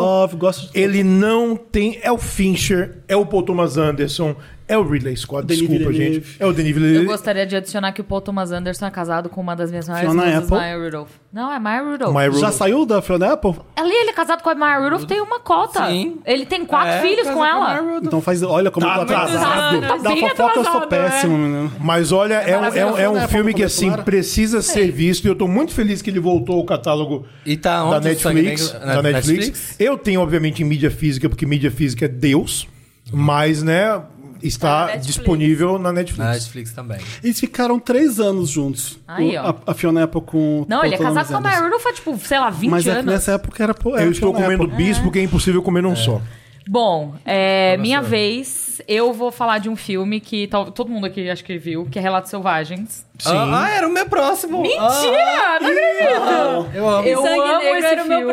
[SPEAKER 1] Drunk Love, gosto de-
[SPEAKER 5] Ele não tem. É o Fincher, é o Paul Thomas Anderson, é o Ridley Scott,
[SPEAKER 1] Denis
[SPEAKER 5] desculpa,
[SPEAKER 1] Villeneuve.
[SPEAKER 5] gente. É o Denis
[SPEAKER 4] Eu
[SPEAKER 5] Villeneuve.
[SPEAKER 4] gostaria de adicionar que o Paul Thomas Anderson é casado com uma das minhas maiores
[SPEAKER 1] Fiona
[SPEAKER 4] musas,
[SPEAKER 1] Apple?
[SPEAKER 4] Maya Rudolph. Não, é Maya Rudolph.
[SPEAKER 5] My
[SPEAKER 1] Já
[SPEAKER 5] Rudolph.
[SPEAKER 1] saiu da Fiona Apple?
[SPEAKER 4] Ali ele é casado com a Maya Rudolph, tem uma cota.
[SPEAKER 2] Sim.
[SPEAKER 4] Ele tem quatro
[SPEAKER 2] É,
[SPEAKER 4] filhos
[SPEAKER 2] casa
[SPEAKER 4] com
[SPEAKER 2] a
[SPEAKER 4] ela.
[SPEAKER 2] Mary Rudolph.
[SPEAKER 1] Então faz. Olha como
[SPEAKER 5] Tá
[SPEAKER 1] eu tô atrasado.
[SPEAKER 5] atrasado,
[SPEAKER 4] tá
[SPEAKER 1] da
[SPEAKER 4] bem
[SPEAKER 1] fofoca eu sou
[SPEAKER 4] atrasado, é.
[SPEAKER 1] péssimo, menino.
[SPEAKER 5] Mas olha, é, um, é, um, é um
[SPEAKER 1] né?
[SPEAKER 5] filme
[SPEAKER 1] Vamos
[SPEAKER 5] que assim
[SPEAKER 1] começar.
[SPEAKER 5] precisa
[SPEAKER 2] É.
[SPEAKER 5] ser visto. E eu tô muito feliz que ele voltou ao catálogo
[SPEAKER 2] E tá
[SPEAKER 5] da
[SPEAKER 2] onde o Sangue
[SPEAKER 5] Netflix,
[SPEAKER 2] Negro?
[SPEAKER 5] da
[SPEAKER 2] Na-
[SPEAKER 5] Netflix.
[SPEAKER 2] Netflix?
[SPEAKER 5] Eu tenho, obviamente, em mídia física, porque mídia física é Deus, mas, né,
[SPEAKER 3] Tá na
[SPEAKER 5] está
[SPEAKER 3] Netflix.
[SPEAKER 5] disponível na Netflix.
[SPEAKER 2] Na Ah, Netflix também.
[SPEAKER 1] Eles ficaram três anos juntos.
[SPEAKER 4] Aí,
[SPEAKER 1] O-
[SPEAKER 4] ó.
[SPEAKER 1] A, a Fiona Apple com.
[SPEAKER 4] Não, ele é
[SPEAKER 1] com o Thomas
[SPEAKER 4] casado com a Maya
[SPEAKER 1] Anderson.
[SPEAKER 4] Rudolph há, tipo, sei lá, 20
[SPEAKER 1] Mas é que
[SPEAKER 4] anos.
[SPEAKER 1] nessa época era.
[SPEAKER 2] Ah,
[SPEAKER 1] pô, era
[SPEAKER 5] Eu estou
[SPEAKER 1] Fiona
[SPEAKER 5] comendo
[SPEAKER 1] um Apple.
[SPEAKER 5] bis porque é impossível comer um só.
[SPEAKER 4] Bom, é, minha
[SPEAKER 2] sua.
[SPEAKER 4] vez, eu vou falar de um filme que tal- todo mundo aqui acho que viu, que é Relatos Selvagens.
[SPEAKER 5] Sim.
[SPEAKER 2] Ah, ah, era o meu próximo. Ah!
[SPEAKER 4] Mentira! não acredito!
[SPEAKER 2] eu amo.
[SPEAKER 4] Eu
[SPEAKER 3] Sangue
[SPEAKER 4] amo
[SPEAKER 3] Negro
[SPEAKER 4] esse
[SPEAKER 3] era o meu
[SPEAKER 4] filme.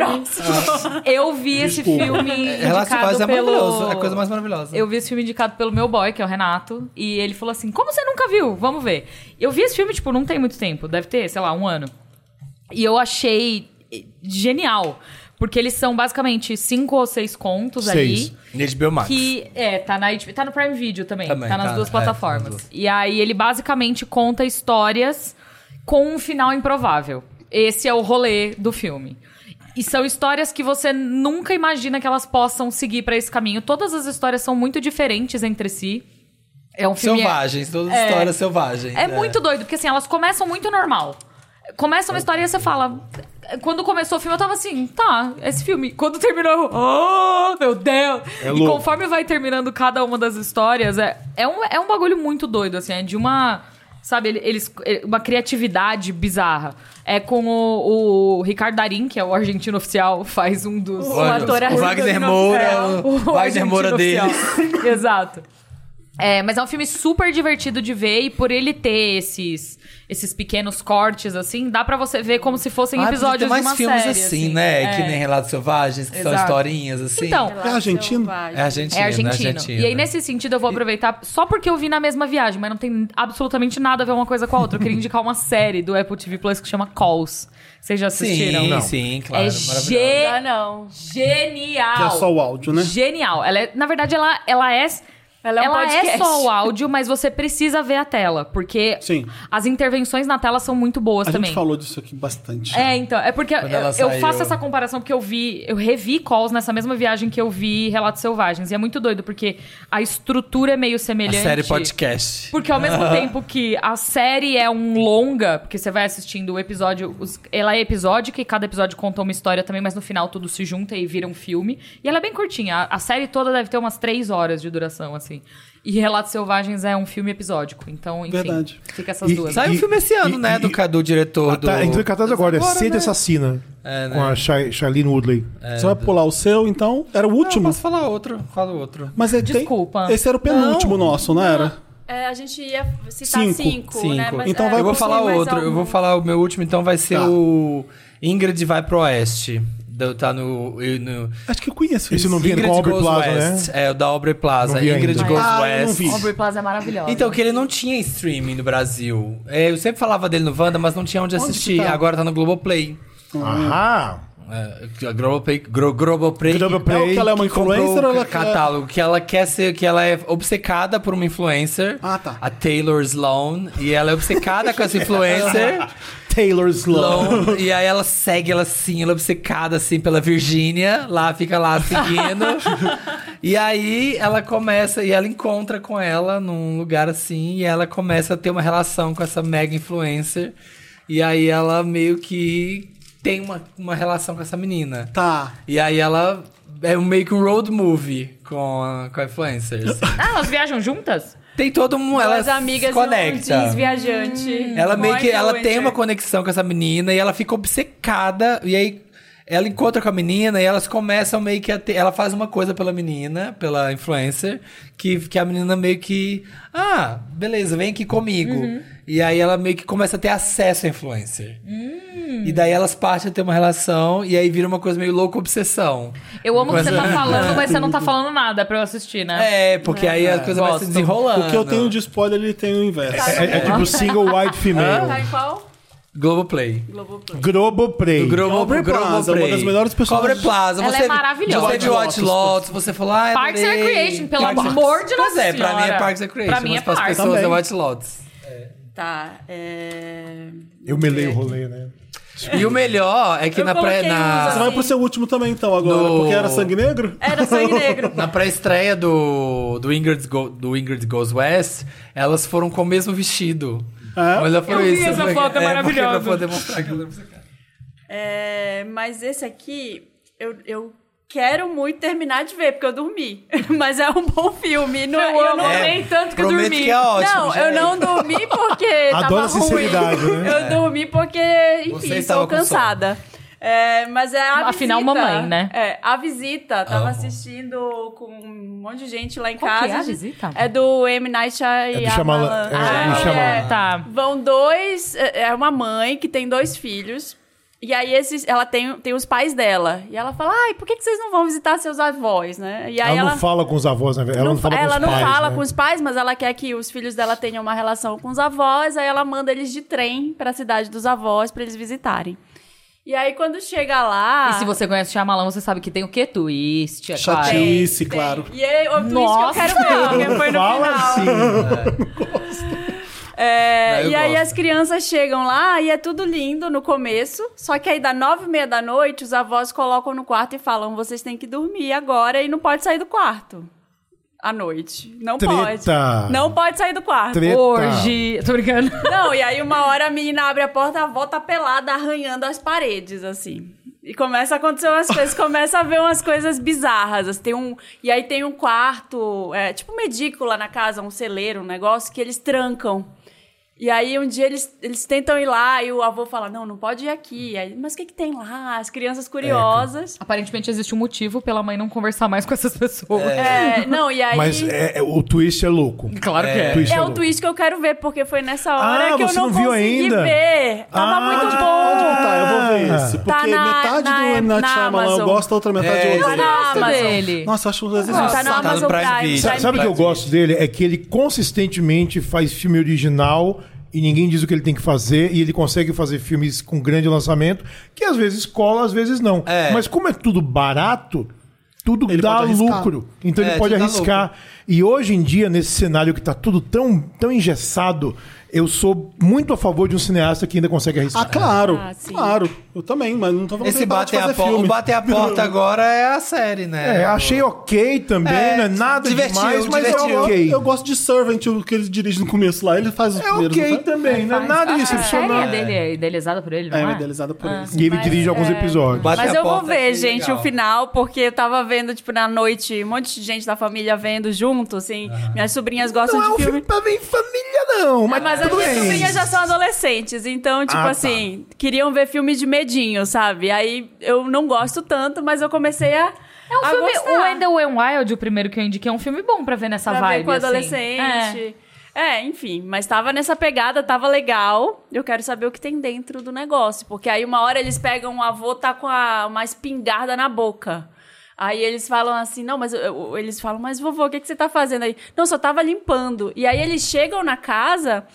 [SPEAKER 4] Eu vi esse filme
[SPEAKER 2] Relatos Pais
[SPEAKER 4] indicado
[SPEAKER 2] é maravilhoso.
[SPEAKER 4] pelo...
[SPEAKER 2] É a coisa mais maravilhosa.
[SPEAKER 4] Eu vi esse filme indicado pelo meu boy, que é o Renato, e ele falou assim: Como você nunca viu? Vamos ver. Eu vi esse filme, tipo, não tem muito tempo, deve ter, sei lá, um ano. E eu achei eh, genial. Porque eles são basicamente cinco ou seis contos
[SPEAKER 5] Seis.
[SPEAKER 4] ali.
[SPEAKER 2] Ned Belmax.
[SPEAKER 4] Que é, tá na HBO, tá no Prime Video também,
[SPEAKER 2] Também,
[SPEAKER 4] tá nas
[SPEAKER 2] tá,
[SPEAKER 4] duas
[SPEAKER 2] é,
[SPEAKER 4] plataformas.
[SPEAKER 2] nas duas.
[SPEAKER 4] E aí ele basicamente conta histórias com um final improvável. Esse é o rolê do filme. E são histórias que você nunca imagina que elas possam seguir pra esse caminho. Todas as histórias são muito diferentes entre si. É um filme
[SPEAKER 2] Selvagens, todas as
[SPEAKER 4] É.
[SPEAKER 2] histórias selvagens.
[SPEAKER 4] é muito doido, porque assim, elas começam muito normal. Começa uma história e você fala. Quando começou o filme, eu tava assim, tá, esse filme. Quando terminou, eu, oh, meu Deus!
[SPEAKER 5] É
[SPEAKER 4] e
[SPEAKER 5] louco.
[SPEAKER 4] conforme vai terminando cada uma das histórias, é, é, um, é um bagulho muito doido, assim, é de uma. Sabe, ele- eles. ele- Uma criatividade bizarra. É com o, o Ricardo Darim, que é o argentino oficial, faz um dos.
[SPEAKER 2] O ator
[SPEAKER 4] argentino
[SPEAKER 2] Wagner Moura,
[SPEAKER 4] oficial.
[SPEAKER 2] o Wagner
[SPEAKER 4] argentino
[SPEAKER 2] Moura
[SPEAKER 4] oficial.
[SPEAKER 2] deles.
[SPEAKER 4] Exato. É, mas é um filme super divertido de ver e por ele ter esses, esses pequenos cortes, assim, dá pra você ver como se fossem
[SPEAKER 2] Ah,
[SPEAKER 4] episódios
[SPEAKER 2] tem mais
[SPEAKER 4] de uma
[SPEAKER 2] filmes
[SPEAKER 4] série.
[SPEAKER 2] assim, né?
[SPEAKER 4] É.
[SPEAKER 2] Que nem Relatos Selvagens, que são
[SPEAKER 4] Exato.
[SPEAKER 2] historinhas, assim.
[SPEAKER 4] Então,
[SPEAKER 1] É argentino?
[SPEAKER 2] É argentino,
[SPEAKER 4] é argentino.
[SPEAKER 2] argentino. né?
[SPEAKER 4] E aí, nesse sentido, eu vou aproveitar só porque eu vi na mesma viagem, mas não tem absolutamente nada a ver uma coisa com a outra. Eu queria indicar uma série do Apple TV Plus que chama Calls. Vocês já assistiram?
[SPEAKER 2] Sim,
[SPEAKER 4] Não.
[SPEAKER 2] sim, claro.
[SPEAKER 4] É
[SPEAKER 2] maravilhoso.
[SPEAKER 3] Ah,
[SPEAKER 4] ge
[SPEAKER 3] não.
[SPEAKER 4] genial.
[SPEAKER 1] Que é só o áudio, né?
[SPEAKER 4] Genial. Ela é- na verdade, ela, ela é.
[SPEAKER 3] Ela é um
[SPEAKER 4] ela é
[SPEAKER 3] podcast.
[SPEAKER 4] só o áudio, mas você precisa ver a tela, porque
[SPEAKER 1] Sim.
[SPEAKER 4] as intervenções na tela são muito boas
[SPEAKER 1] A
[SPEAKER 4] também.
[SPEAKER 1] gente falou disso aqui bastante.
[SPEAKER 4] É, então, é porque eu,
[SPEAKER 2] Quando ela
[SPEAKER 4] eu
[SPEAKER 2] saiu.
[SPEAKER 4] faço essa comparação porque eu vi, eu revi calls nessa mesma viagem que eu vi Relatos Selvagens. E é muito doido, porque a estrutura é meio
[SPEAKER 2] A
[SPEAKER 4] semelhante.
[SPEAKER 2] série podcast.
[SPEAKER 4] Porque ao mesmo tempo que a série é um longa, porque você vai assistindo o episódio, os- ela é episódica e cada episódio conta uma história também, mas no final tudo se junta e vira um filme. E ela é bem curtinha. A, a série toda deve ter umas três horas de duração, assim. E Relatos Selvagens é um filme episódico. Então, enfim,
[SPEAKER 1] Verdade.
[SPEAKER 4] fica essas
[SPEAKER 5] E-
[SPEAKER 4] duas.
[SPEAKER 2] Saiu um
[SPEAKER 5] E-
[SPEAKER 2] filme esse ano,
[SPEAKER 5] e-
[SPEAKER 2] né?
[SPEAKER 5] e-
[SPEAKER 2] do, ca- do diretor do.
[SPEAKER 5] Tá, entrou em cartaz agora, é Sede
[SPEAKER 2] né?
[SPEAKER 5] Assassina.
[SPEAKER 2] É, né? É.
[SPEAKER 5] Com a Sha- Shailene Woodley.
[SPEAKER 1] Você vai pular o seu, então? Era o
[SPEAKER 2] Não,
[SPEAKER 1] último?
[SPEAKER 2] posso falar outro. Fala outro.
[SPEAKER 1] Mas é, tem-
[SPEAKER 4] Desculpa.
[SPEAKER 1] Esse era o penúltimo nosso, não era?
[SPEAKER 3] É, a gente ia citar
[SPEAKER 1] Cinco.
[SPEAKER 3] cinco,
[SPEAKER 2] Cinco.
[SPEAKER 3] né? Mas,
[SPEAKER 1] Então
[SPEAKER 3] é,
[SPEAKER 1] vai-
[SPEAKER 2] eu vou
[SPEAKER 3] tem
[SPEAKER 2] falar
[SPEAKER 3] mais
[SPEAKER 2] outro. Eu
[SPEAKER 3] algum.
[SPEAKER 2] vou falar o meu último, então vai ser
[SPEAKER 1] um Tá.
[SPEAKER 2] o Ingrid vai pro Oeste. Do- tá no. no
[SPEAKER 1] Acho que eu conheço
[SPEAKER 5] Esse
[SPEAKER 1] isso.
[SPEAKER 5] não vi ainda com a Aubrey Plaza,
[SPEAKER 2] West.
[SPEAKER 1] né?
[SPEAKER 2] É, o da Aubrey Plaza.
[SPEAKER 5] Não vi
[SPEAKER 2] Ingrid
[SPEAKER 5] ainda.
[SPEAKER 2] Goes
[SPEAKER 1] Ah, eu não
[SPEAKER 2] West.
[SPEAKER 1] vi.
[SPEAKER 4] Aubrey Plaza é maravilhosa.
[SPEAKER 2] Então, que ele não tinha streaming no Brasil. É, eu sempre falava dele no Wanda, mas não tinha onde,
[SPEAKER 1] Onde
[SPEAKER 2] assistir.
[SPEAKER 1] que tá?
[SPEAKER 2] Agora tá no Globoplay.
[SPEAKER 5] Aham!
[SPEAKER 2] É, a Globoplay, Gro, Globoplay,
[SPEAKER 5] Globoplay.
[SPEAKER 1] É o que ela é uma
[SPEAKER 2] que comprou
[SPEAKER 1] influencer
[SPEAKER 2] o
[SPEAKER 1] ou ela
[SPEAKER 2] ca- catálogo que ela quer ser que ela é obcecada por uma influencer
[SPEAKER 1] Ah, tá.
[SPEAKER 2] a Taylor Sloan e ela é obcecada com essa influencer
[SPEAKER 1] Taylor Sloan.
[SPEAKER 2] Sloan, e aí ela segue ela assim, ela é obcecada assim pela Virgínia, lá fica lá seguindo. e aí ela começa e ela encontra com ela num lugar assim e ela começa a ter uma relação com essa mega influencer. E aí ela meio que tem uma, uma relação com essa menina.
[SPEAKER 1] Tá.
[SPEAKER 2] E aí ela é um- meio que um road movie com a, com a influencer. assim.
[SPEAKER 4] Ah, elas viajam juntas?
[SPEAKER 2] Tem todo um.
[SPEAKER 3] Duas
[SPEAKER 2] Ela se
[SPEAKER 3] amigas
[SPEAKER 2] conecta.
[SPEAKER 3] e um jeans viajante.
[SPEAKER 2] Ela
[SPEAKER 1] Uhum.
[SPEAKER 3] Com
[SPEAKER 2] meio
[SPEAKER 3] a
[SPEAKER 2] que ela tem
[SPEAKER 3] influencer.
[SPEAKER 2] uma conexão com essa menina e ela fica obcecada e aí ela encontra com a menina e elas começam meio que a ter, ela faz uma coisa pela menina, pela influencer, que, que a menina meio que, ah, beleza, vem aqui comigo. E aí ela meio que começa a ter acesso à influencer. E daí elas partem a ter uma relação e aí vira uma coisa meio louca obsessão.
[SPEAKER 4] Eu amo o que você
[SPEAKER 2] Mas-
[SPEAKER 4] tá falando, mas você não tá falando nada pra eu assistir, né?
[SPEAKER 2] É, porque aí a coisa vai se
[SPEAKER 4] Gosto.
[SPEAKER 2] desenrolando.
[SPEAKER 1] O que eu tenho de spoiler, ele tem o inverso.
[SPEAKER 5] É, é tipo single
[SPEAKER 3] Tá
[SPEAKER 5] white female.
[SPEAKER 3] em qual?
[SPEAKER 2] Globoplay.
[SPEAKER 3] Globoplay.
[SPEAKER 5] Globoplay.
[SPEAKER 2] Do Grobo,
[SPEAKER 1] Cobra
[SPEAKER 2] Grobo
[SPEAKER 1] Plaza, uma
[SPEAKER 2] Play.
[SPEAKER 1] das melhores pessoas.
[SPEAKER 2] Cobra Plaza.
[SPEAKER 4] Ela
[SPEAKER 2] você,
[SPEAKER 4] é maravilhosa.
[SPEAKER 2] Você de Watch Lotus, você falou... Ai,
[SPEAKER 4] Parks and
[SPEAKER 2] adorei.
[SPEAKER 4] Recreation, pelo
[SPEAKER 2] Parks and-
[SPEAKER 4] amor de
[SPEAKER 2] Pois
[SPEAKER 4] Nossa
[SPEAKER 2] é, pra mim é
[SPEAKER 4] Senhora.
[SPEAKER 2] Parks and Recreation.
[SPEAKER 4] Pra mim é
[SPEAKER 2] mas pras
[SPEAKER 4] Parks.
[SPEAKER 2] pessoas é
[SPEAKER 1] Também.
[SPEAKER 2] Watch Lotus.
[SPEAKER 3] Tá. É...
[SPEAKER 5] Eu melei o rolê, né?
[SPEAKER 2] E o melhor é que
[SPEAKER 3] Eu
[SPEAKER 2] na pré...
[SPEAKER 3] coloquei uns
[SPEAKER 1] Você
[SPEAKER 2] Na...
[SPEAKER 3] assim.
[SPEAKER 1] vai pro seu último também, então, agora.
[SPEAKER 2] No-
[SPEAKER 1] Porque era Sangue Negro?
[SPEAKER 3] Era sangue negro.
[SPEAKER 2] Na pré-estreia do, do, Ingrid Go, do Ingrid Goes West, elas foram com o mesmo vestido.
[SPEAKER 1] É?
[SPEAKER 2] Olha, foi
[SPEAKER 4] Eu vi
[SPEAKER 2] isso.
[SPEAKER 4] essa
[SPEAKER 2] porque-
[SPEAKER 4] foto, é
[SPEAKER 2] porque
[SPEAKER 4] maravilhosa. Tá
[SPEAKER 2] Pra poder mostrar que ela era obcecada.
[SPEAKER 3] É, mas esse aqui, eu, eu quero muito terminar de ver, porque eu dormi. Mas é um bom filme. Não, eu, não,
[SPEAKER 2] É.
[SPEAKER 4] amei tanto que eu
[SPEAKER 2] Prometo
[SPEAKER 4] dormi.
[SPEAKER 2] que é ótimo,
[SPEAKER 3] não, eu
[SPEAKER 2] gente.
[SPEAKER 3] não dormi porque
[SPEAKER 5] Adoro
[SPEAKER 3] tava
[SPEAKER 5] a sinceridade,
[SPEAKER 3] ruim.
[SPEAKER 5] né?
[SPEAKER 3] Eu dormi porque,
[SPEAKER 2] Você
[SPEAKER 3] enfim,
[SPEAKER 2] estava
[SPEAKER 3] estou
[SPEAKER 2] com sono.
[SPEAKER 3] cansada. É, mas é a
[SPEAKER 4] Afinal,
[SPEAKER 3] visita,
[SPEAKER 4] mamãe, né?
[SPEAKER 3] É, a visita. Tava
[SPEAKER 2] Amo.
[SPEAKER 3] assistindo com um monte de gente lá em
[SPEAKER 4] Qual
[SPEAKER 3] casa.
[SPEAKER 4] que é A Visita?
[SPEAKER 3] É do M. Night Shyamalan.
[SPEAKER 5] É do Shyamalan. É,
[SPEAKER 4] Ah,
[SPEAKER 5] do Shyamalan.
[SPEAKER 4] tá.
[SPEAKER 3] Vão dois. É é uma mãe que tem dois filhos. E aí esses, ela tem, tem os pais dela. E ela fala: ai, por que, que vocês não vão visitar seus avós, né? E aí
[SPEAKER 5] Ela
[SPEAKER 3] ela.
[SPEAKER 5] não fala com os avós, né? Ela não, fala com
[SPEAKER 3] ela
[SPEAKER 5] os
[SPEAKER 3] não
[SPEAKER 5] pais.
[SPEAKER 3] fala
[SPEAKER 5] né?
[SPEAKER 3] com os pais, mas ela quer que os filhos dela tenham uma relação com os avós, aí ela manda eles de trem pra cidade dos avós pra eles visitarem. E aí quando chega lá,
[SPEAKER 4] E se você conhece Shyamalan, você sabe que tem o quê? Twist, é claro.
[SPEAKER 1] Chatinho. Isso,
[SPEAKER 3] tem-
[SPEAKER 1] claro.
[SPEAKER 3] E é, aí, o
[SPEAKER 4] Nossa!
[SPEAKER 3] twist que eu quero ver, porque foi no
[SPEAKER 5] Fala
[SPEAKER 3] final.
[SPEAKER 5] assim.
[SPEAKER 3] É,
[SPEAKER 2] Ah, eu
[SPEAKER 3] e aí
[SPEAKER 2] gosto.
[SPEAKER 3] as crianças chegam lá e é tudo lindo no começo, só que aí dá nove e meia da noite, os avós colocam no quarto e falam, vocês têm que dormir agora e não pode sair do quarto à noite. Não
[SPEAKER 5] Treta.
[SPEAKER 3] pode. Não pode sair do quarto.
[SPEAKER 5] Treta.
[SPEAKER 4] Hoje. Tô brincando.
[SPEAKER 3] Não, e aí uma hora a menina abre a porta, a avó tá pelada, arranhando as paredes, assim. E começa a acontecer umas coisas, começa a ver umas coisas bizarras. assim, Tem um, e aí tem um quarto, é, tipo uma edícula na casa, um celeiro, um negócio, que eles trancam. E aí um dia eles, eles tentam ir lá e o avô fala, não, não pode ir aqui. E aí, Mas o que que tem lá? As crianças curiosas.
[SPEAKER 4] Aparentemente existe um motivo pela mãe não conversar mais com essas pessoas.
[SPEAKER 3] É, não, e aí...
[SPEAKER 5] Mas é- é- o twist é louco.
[SPEAKER 4] Claro que
[SPEAKER 5] O
[SPEAKER 4] é.
[SPEAKER 5] twist
[SPEAKER 3] É o
[SPEAKER 5] louco.
[SPEAKER 3] twist que eu quero ver, porque foi nessa hora
[SPEAKER 5] Ah,
[SPEAKER 3] que eu
[SPEAKER 5] você
[SPEAKER 3] não,
[SPEAKER 5] não viu
[SPEAKER 3] consegui
[SPEAKER 5] ainda?
[SPEAKER 3] ver. Tava
[SPEAKER 5] Ah,
[SPEAKER 3] Então tá muito
[SPEAKER 5] de
[SPEAKER 3] bom.
[SPEAKER 1] Ah, tá, eu vou ver esse. Porque
[SPEAKER 3] Tá na-
[SPEAKER 1] metade
[SPEAKER 3] na-
[SPEAKER 1] do M. Night
[SPEAKER 3] na
[SPEAKER 1] Shyamalan eu
[SPEAKER 3] Amazon.
[SPEAKER 1] gosto, a outra metade
[SPEAKER 2] É,
[SPEAKER 1] eu
[SPEAKER 2] isso aí.
[SPEAKER 1] odeio.
[SPEAKER 3] na
[SPEAKER 4] Gosto
[SPEAKER 3] Amazon.
[SPEAKER 4] dele.
[SPEAKER 1] Nossa, eu acho às vezes...
[SPEAKER 3] Não, tá
[SPEAKER 2] Tá
[SPEAKER 3] na
[SPEAKER 2] no
[SPEAKER 3] Amazon
[SPEAKER 2] Prime
[SPEAKER 3] Prime.
[SPEAKER 2] Video.
[SPEAKER 5] Sa-
[SPEAKER 3] Prime
[SPEAKER 5] Sabe, o que eu gosto dele? É que ele consistentemente faz filme original e ninguém diz o que ele tem que fazer e ele consegue fazer filmes com grande lançamento que às vezes cola, às vezes não.
[SPEAKER 2] É.
[SPEAKER 5] Mas como é tudo barato, tudo
[SPEAKER 1] Ele
[SPEAKER 5] dá
[SPEAKER 1] pode arriscar.
[SPEAKER 5] lucro. Então
[SPEAKER 2] É,
[SPEAKER 5] ele pode
[SPEAKER 2] tudo dá
[SPEAKER 5] arriscar. E hoje em dia, nesse cenário que tá tudo tão, tão engessado, eu sou muito a favor de um cineasta que ainda consegue
[SPEAKER 1] Ah,
[SPEAKER 5] arriscar.
[SPEAKER 1] claro.
[SPEAKER 3] Ah, sim.
[SPEAKER 1] claro. Eu também, mas não tô falando
[SPEAKER 2] Esse
[SPEAKER 1] que para de
[SPEAKER 2] bater a
[SPEAKER 1] fazer
[SPEAKER 2] porta.
[SPEAKER 1] filme.
[SPEAKER 2] O bater a porta agora é a série, né?
[SPEAKER 5] É, achei ok também,
[SPEAKER 2] É,
[SPEAKER 5] não é nada
[SPEAKER 2] divertiu,
[SPEAKER 5] demais, mas
[SPEAKER 2] divertiu.
[SPEAKER 5] é ok.
[SPEAKER 1] Eu gosto de Servant, o que ele dirige no começo lá. Ele faz os
[SPEAKER 5] É
[SPEAKER 1] primeiros.
[SPEAKER 5] ok
[SPEAKER 1] não faz?
[SPEAKER 5] também, não é
[SPEAKER 4] Faz-
[SPEAKER 5] nada
[SPEAKER 4] a- A série
[SPEAKER 5] decepcionante.
[SPEAKER 4] dele é idealizada por
[SPEAKER 2] então.
[SPEAKER 4] ele, não
[SPEAKER 1] É,
[SPEAKER 4] é?
[SPEAKER 1] é idealizada por
[SPEAKER 3] Ah.
[SPEAKER 1] ele.
[SPEAKER 5] E ele dirige
[SPEAKER 1] é-
[SPEAKER 5] alguns episódios.
[SPEAKER 2] Bate
[SPEAKER 3] Mas
[SPEAKER 2] a
[SPEAKER 3] eu vou
[SPEAKER 2] porta,
[SPEAKER 3] ver,
[SPEAKER 2] assim,
[SPEAKER 3] gente,
[SPEAKER 2] legal.
[SPEAKER 3] o final, porque eu tava vendo, tipo, na noite, um monte de gente da família vendo junto, assim. Minhas sobrinhas gostam
[SPEAKER 5] Não é
[SPEAKER 3] de
[SPEAKER 5] um filme pra ver em família, não. Mas,
[SPEAKER 3] Mas as
[SPEAKER 5] tudo
[SPEAKER 3] minhas
[SPEAKER 5] bem.
[SPEAKER 3] sobrinhas já são adolescentes, então, tipo
[SPEAKER 5] Ah, tá.
[SPEAKER 3] assim, queriam ver filme de medinho, sabe? Aí eu não gosto tanto, mas eu comecei a.
[SPEAKER 4] É um
[SPEAKER 3] a
[SPEAKER 4] filme.
[SPEAKER 3] gostar.
[SPEAKER 4] O Wendell and Wild, o primeiro que eu indiquei, é um filme bom pra ver nessa
[SPEAKER 3] pra
[SPEAKER 4] vibe.
[SPEAKER 3] ver com
[SPEAKER 4] assim. É.
[SPEAKER 3] adolescente. É. enfim, mas tava nessa pegada, tava legal. Eu quero saber o que tem dentro do negócio, porque aí uma hora eles pegam um avô tá com a- uma espingarda na boca. Aí eles falam assim, não, mas eu- eu- eles falam, mas vovô, o que, que você tá fazendo aí? Não, só tava limpando. E aí eles chegam na casa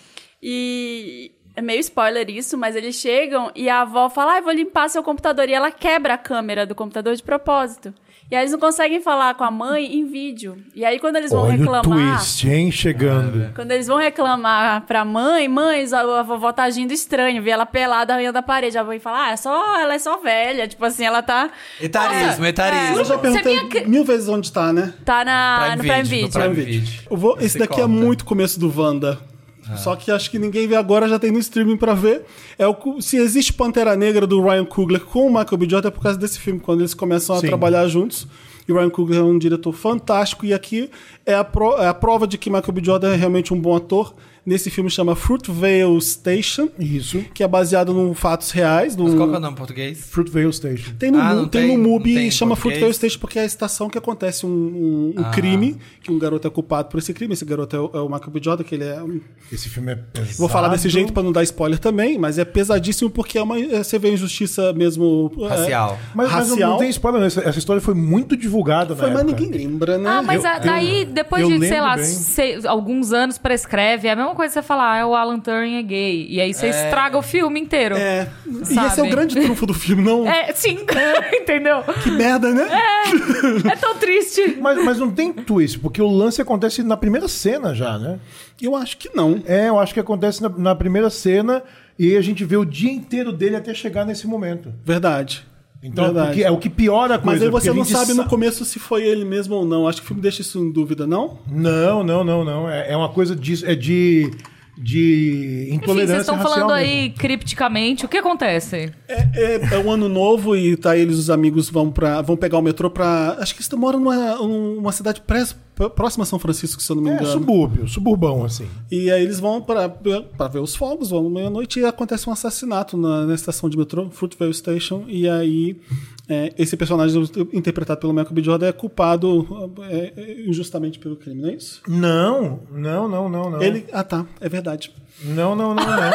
[SPEAKER 3] e é meio spoiler isso, mas eles chegam e a avó fala, ah, eu vou limpar seu computador. E ela quebra a câmera do computador de propósito. E aí eles não conseguem falar com a mãe em vídeo. E aí quando eles vão
[SPEAKER 5] Olha o
[SPEAKER 3] reclamar...
[SPEAKER 5] twist, hein,
[SPEAKER 1] É.
[SPEAKER 5] chegando.
[SPEAKER 3] Quando eles vão reclamar pra mãe, mãe, a a vovó tá agindo estranho, vê ela pelada arranhando a parede. A mãe fala, ah, é só, ela é só velha. Tipo assim, ela tá,
[SPEAKER 5] É.
[SPEAKER 2] Etarismo,
[SPEAKER 1] Eu
[SPEAKER 2] etarismo.
[SPEAKER 1] já perguntei mil vezes onde tá, né?
[SPEAKER 3] tá na, no Prime
[SPEAKER 2] no
[SPEAKER 3] Video.
[SPEAKER 2] Prime
[SPEAKER 1] Prime
[SPEAKER 2] Video.
[SPEAKER 1] Eu vou- esse
[SPEAKER 2] Você Ah.
[SPEAKER 1] daqui é
[SPEAKER 2] corta.
[SPEAKER 1] muito começo do Wanda. Só que acho que ninguém vê agora, já tem no streaming pra ver. É o, cu- se existe Pantera Negra do Ryan Coogler com o Michael B. Jordan é por causa desse filme, quando eles começam a
[SPEAKER 5] Sim.
[SPEAKER 1] trabalhar juntos. E o Ryan Coogler é um diretor fantástico. E aqui é a, pro- é a prova de que Michael B. Jordan é realmente um bom ator. Nesse filme chama Fruitvale Station,
[SPEAKER 5] Isso.
[SPEAKER 1] que é baseado em fatos reais. num-
[SPEAKER 2] Mas qual que é o nome em português?
[SPEAKER 5] Fruitvale Station.
[SPEAKER 1] tem no,
[SPEAKER 2] Ah,
[SPEAKER 1] Mu-
[SPEAKER 2] não
[SPEAKER 1] tem,
[SPEAKER 2] tem-
[SPEAKER 1] no
[SPEAKER 2] não
[SPEAKER 1] MUBI
[SPEAKER 2] tem em
[SPEAKER 1] e chama
[SPEAKER 2] português?
[SPEAKER 1] Fruitvale Station porque é a estação que acontece um, um-
[SPEAKER 5] Ah.
[SPEAKER 1] um crime, que um garoto é culpado por esse crime. Esse garoto é o, é o Michael B. Jordan, que ele é... um-
[SPEAKER 5] Esse filme é pesado.
[SPEAKER 1] Vou falar desse jeito pra não dar spoiler também, mas é pesadíssimo porque é uma, é, você vê injustiça mesmo...
[SPEAKER 5] Uhum.
[SPEAKER 1] é,
[SPEAKER 2] Racial.
[SPEAKER 5] Mas, mas não-
[SPEAKER 1] racial.
[SPEAKER 5] não tem spoiler, não. essa, essa história foi muito divulgada
[SPEAKER 1] Foi,
[SPEAKER 5] na
[SPEAKER 1] mas
[SPEAKER 5] época.
[SPEAKER 1] ninguém lembra, né?
[SPEAKER 4] Ah, mas
[SPEAKER 1] Eu-
[SPEAKER 4] a- daí, depois
[SPEAKER 5] eu
[SPEAKER 4] de, sei
[SPEAKER 5] lembro
[SPEAKER 4] lá,
[SPEAKER 5] bem.
[SPEAKER 4] se- alguns anos prescreve, é a mesma coisa que você falar, ah, o Alan Turing é gay. E aí você estraga o filme inteiro.
[SPEAKER 1] É. E esse é o
[SPEAKER 4] Sabe?
[SPEAKER 1] grande trunfo do filme, não...
[SPEAKER 4] É, sim, entendeu?
[SPEAKER 1] Que merda, né?
[SPEAKER 4] É tão triste.
[SPEAKER 5] Mas, mas não tem twist, porque o lance acontece na primeira cena já, né?
[SPEAKER 1] Eu acho que não.
[SPEAKER 5] É, eu acho que acontece na, na primeira cena e a gente vê o dia inteiro dele até chegar nesse momento.
[SPEAKER 1] Verdade.
[SPEAKER 5] Então,
[SPEAKER 1] Verdade.
[SPEAKER 5] porque é o que piora a coisa.
[SPEAKER 1] Mas aí você
[SPEAKER 5] porque a
[SPEAKER 1] não
[SPEAKER 5] gente
[SPEAKER 1] sabe
[SPEAKER 5] sa-
[SPEAKER 1] no começo se foi ele mesmo ou não. Acho que o filme deixa isso em dúvida, não?
[SPEAKER 5] Não, não, não, não. É, é uma coisa de, é de, de
[SPEAKER 4] Enfim,
[SPEAKER 5] intolerância
[SPEAKER 4] vocês estão
[SPEAKER 5] racial
[SPEAKER 4] falando
[SPEAKER 5] mesmo.
[SPEAKER 4] aí cripticamente, o que acontece?
[SPEAKER 1] É, é, é um ano novo e tá eles os amigos vão para vão pegar o metrô pra. acho que eles moram numa uma cidade pré- próxima a São Francisco, se eu não me
[SPEAKER 5] É,
[SPEAKER 1] engano.
[SPEAKER 5] subúrbio, suburbão, assim.
[SPEAKER 1] e aí eles vão pra pra ver os fogos, vão meia-noite e acontece um assassinato na, na estação de metrô, Fruitvale Station, e aí é, esse personagem interpretado pelo Michael B. Jordan é culpado é, é, injustamente pelo crime, não é isso?
[SPEAKER 5] Não, não, não, não, não.
[SPEAKER 1] Ele, ah tá, é verdade.
[SPEAKER 5] Não, não, não, não.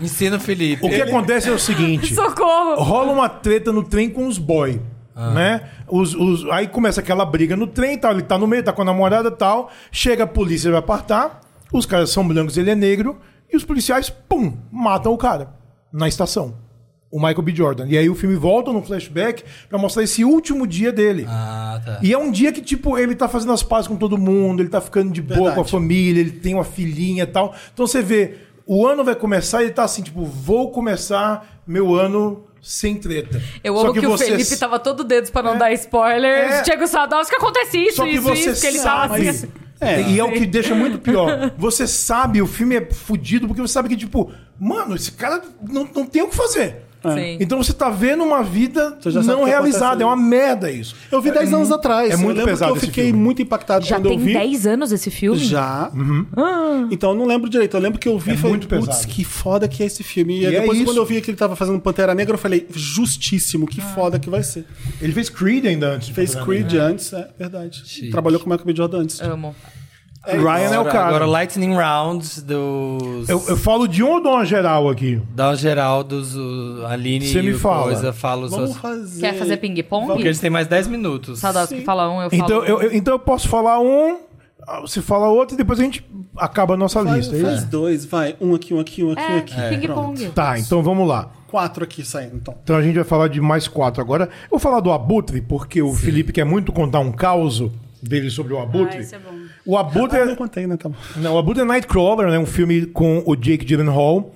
[SPEAKER 2] Ensina o Felipe.
[SPEAKER 5] o que acontece é o seguinte.
[SPEAKER 4] Socorro!
[SPEAKER 5] rola uma treta no trem com os boy. Né? Os, os- aí começa aquela briga no trem, tal, ele tá no meio, tá com a namorada e tal. Chega a polícia vai apartar. Os caras são brancos, ele é negro. E os policiais, pum, matam o cara na estação. O Michael B. Jordan. E aí o filme volta num flashback pra mostrar esse último dia dele.
[SPEAKER 2] Ah, tá.
[SPEAKER 5] E é um dia que, tipo, ele tá fazendo as pazes com todo mundo, ele tá ficando de boa
[SPEAKER 1] Verdade.
[SPEAKER 5] com a família, ele tem uma filhinha e tal. Então você vê, o ano vai começar e ele tá assim, tipo, vou começar meu ano sem treta.
[SPEAKER 4] Eu
[SPEAKER 5] Só
[SPEAKER 4] amo que, o
[SPEAKER 5] você-
[SPEAKER 4] Felipe tá tava todo dedo pra não dar spoiler.
[SPEAKER 5] É.
[SPEAKER 4] Chega o Sadowski, acontece isso,
[SPEAKER 5] Só que
[SPEAKER 4] isso,
[SPEAKER 5] você
[SPEAKER 4] isso, que ele tava
[SPEAKER 5] sabe.
[SPEAKER 4] assim.
[SPEAKER 1] É.
[SPEAKER 5] E é o que deixa muito pior. Você sabe, o filme é fudido, porque você sabe que, tipo, mano, esse cara não, não tem o que fazer.
[SPEAKER 4] Sim.
[SPEAKER 5] Então você tá vendo uma vida
[SPEAKER 1] Você já sabe o
[SPEAKER 5] não
[SPEAKER 1] que acontece
[SPEAKER 5] realizada, é uma merda isso.
[SPEAKER 1] Eu vi 10 anos atrás.
[SPEAKER 5] é muito
[SPEAKER 1] eu lembro que
[SPEAKER 5] pesado
[SPEAKER 1] eu
[SPEAKER 5] esse
[SPEAKER 1] fiquei
[SPEAKER 5] filme.
[SPEAKER 1] muito impactado
[SPEAKER 4] Já
[SPEAKER 1] quando eu
[SPEAKER 4] tem
[SPEAKER 1] vi.
[SPEAKER 4] 10 anos esse filme?
[SPEAKER 1] Já. Então eu não lembro direito. Eu lembro que eu vi
[SPEAKER 5] Ah.
[SPEAKER 1] e
[SPEAKER 5] É
[SPEAKER 1] falei,
[SPEAKER 5] muito
[SPEAKER 1] putz,
[SPEAKER 5] pesado.
[SPEAKER 1] que foda que é esse filme. E,
[SPEAKER 5] E é
[SPEAKER 1] depois,
[SPEAKER 5] isso.
[SPEAKER 1] quando eu vi que ele tava fazendo Pantera Negra, eu falei, justíssimo, que foda que vai ser.
[SPEAKER 5] Ele fez Creed ainda antes. de
[SPEAKER 1] Fez
[SPEAKER 5] Pantera É.
[SPEAKER 1] Creed antes, é verdade.
[SPEAKER 2] Chique.
[SPEAKER 1] Trabalhou com o Michael B. Jordan antes.
[SPEAKER 4] Amo.
[SPEAKER 5] Negra. Ryan é o
[SPEAKER 2] Agora-
[SPEAKER 5] cara.
[SPEAKER 2] Agora, Lightning Round dos...
[SPEAKER 5] Eu, eu falo de um ou de uma geral aqui?
[SPEAKER 2] Dá o geral dos... o- Aline
[SPEAKER 5] Você me
[SPEAKER 2] e o
[SPEAKER 5] fala.
[SPEAKER 2] Coisa, falo
[SPEAKER 1] Vamos
[SPEAKER 2] só...
[SPEAKER 1] fazer.
[SPEAKER 4] Quer fazer
[SPEAKER 2] Porque
[SPEAKER 4] ping-pong?
[SPEAKER 2] eles têm mais 10 minutos.
[SPEAKER 4] Sadowski
[SPEAKER 1] Sim.
[SPEAKER 4] fala um, eu falo
[SPEAKER 5] Então eu, eu- então eu posso falar um, ah, você fala outro e depois a gente acaba a nossa
[SPEAKER 1] Faz,
[SPEAKER 5] lista. é
[SPEAKER 1] faz
[SPEAKER 5] isso?
[SPEAKER 1] dois, vai. Um aqui, um aqui, um aqui, um
[SPEAKER 3] É,
[SPEAKER 1] aqui. Pronto.
[SPEAKER 4] ping-pong.
[SPEAKER 5] Tá, então vamos lá.
[SPEAKER 1] Quatro aqui saindo, então.
[SPEAKER 5] Então a gente vai falar de mais quatro agora. Eu vou falar do Abutre, porque o Felipe quer muito contar um caos dele sobre o Abutre.
[SPEAKER 3] isso é bom.
[SPEAKER 5] O Abutre. é,
[SPEAKER 1] Ah, não contei, né? Tá bom.
[SPEAKER 5] Não, a Buda Nightcrawler é né, um filme com o Jake Gyllenhaal,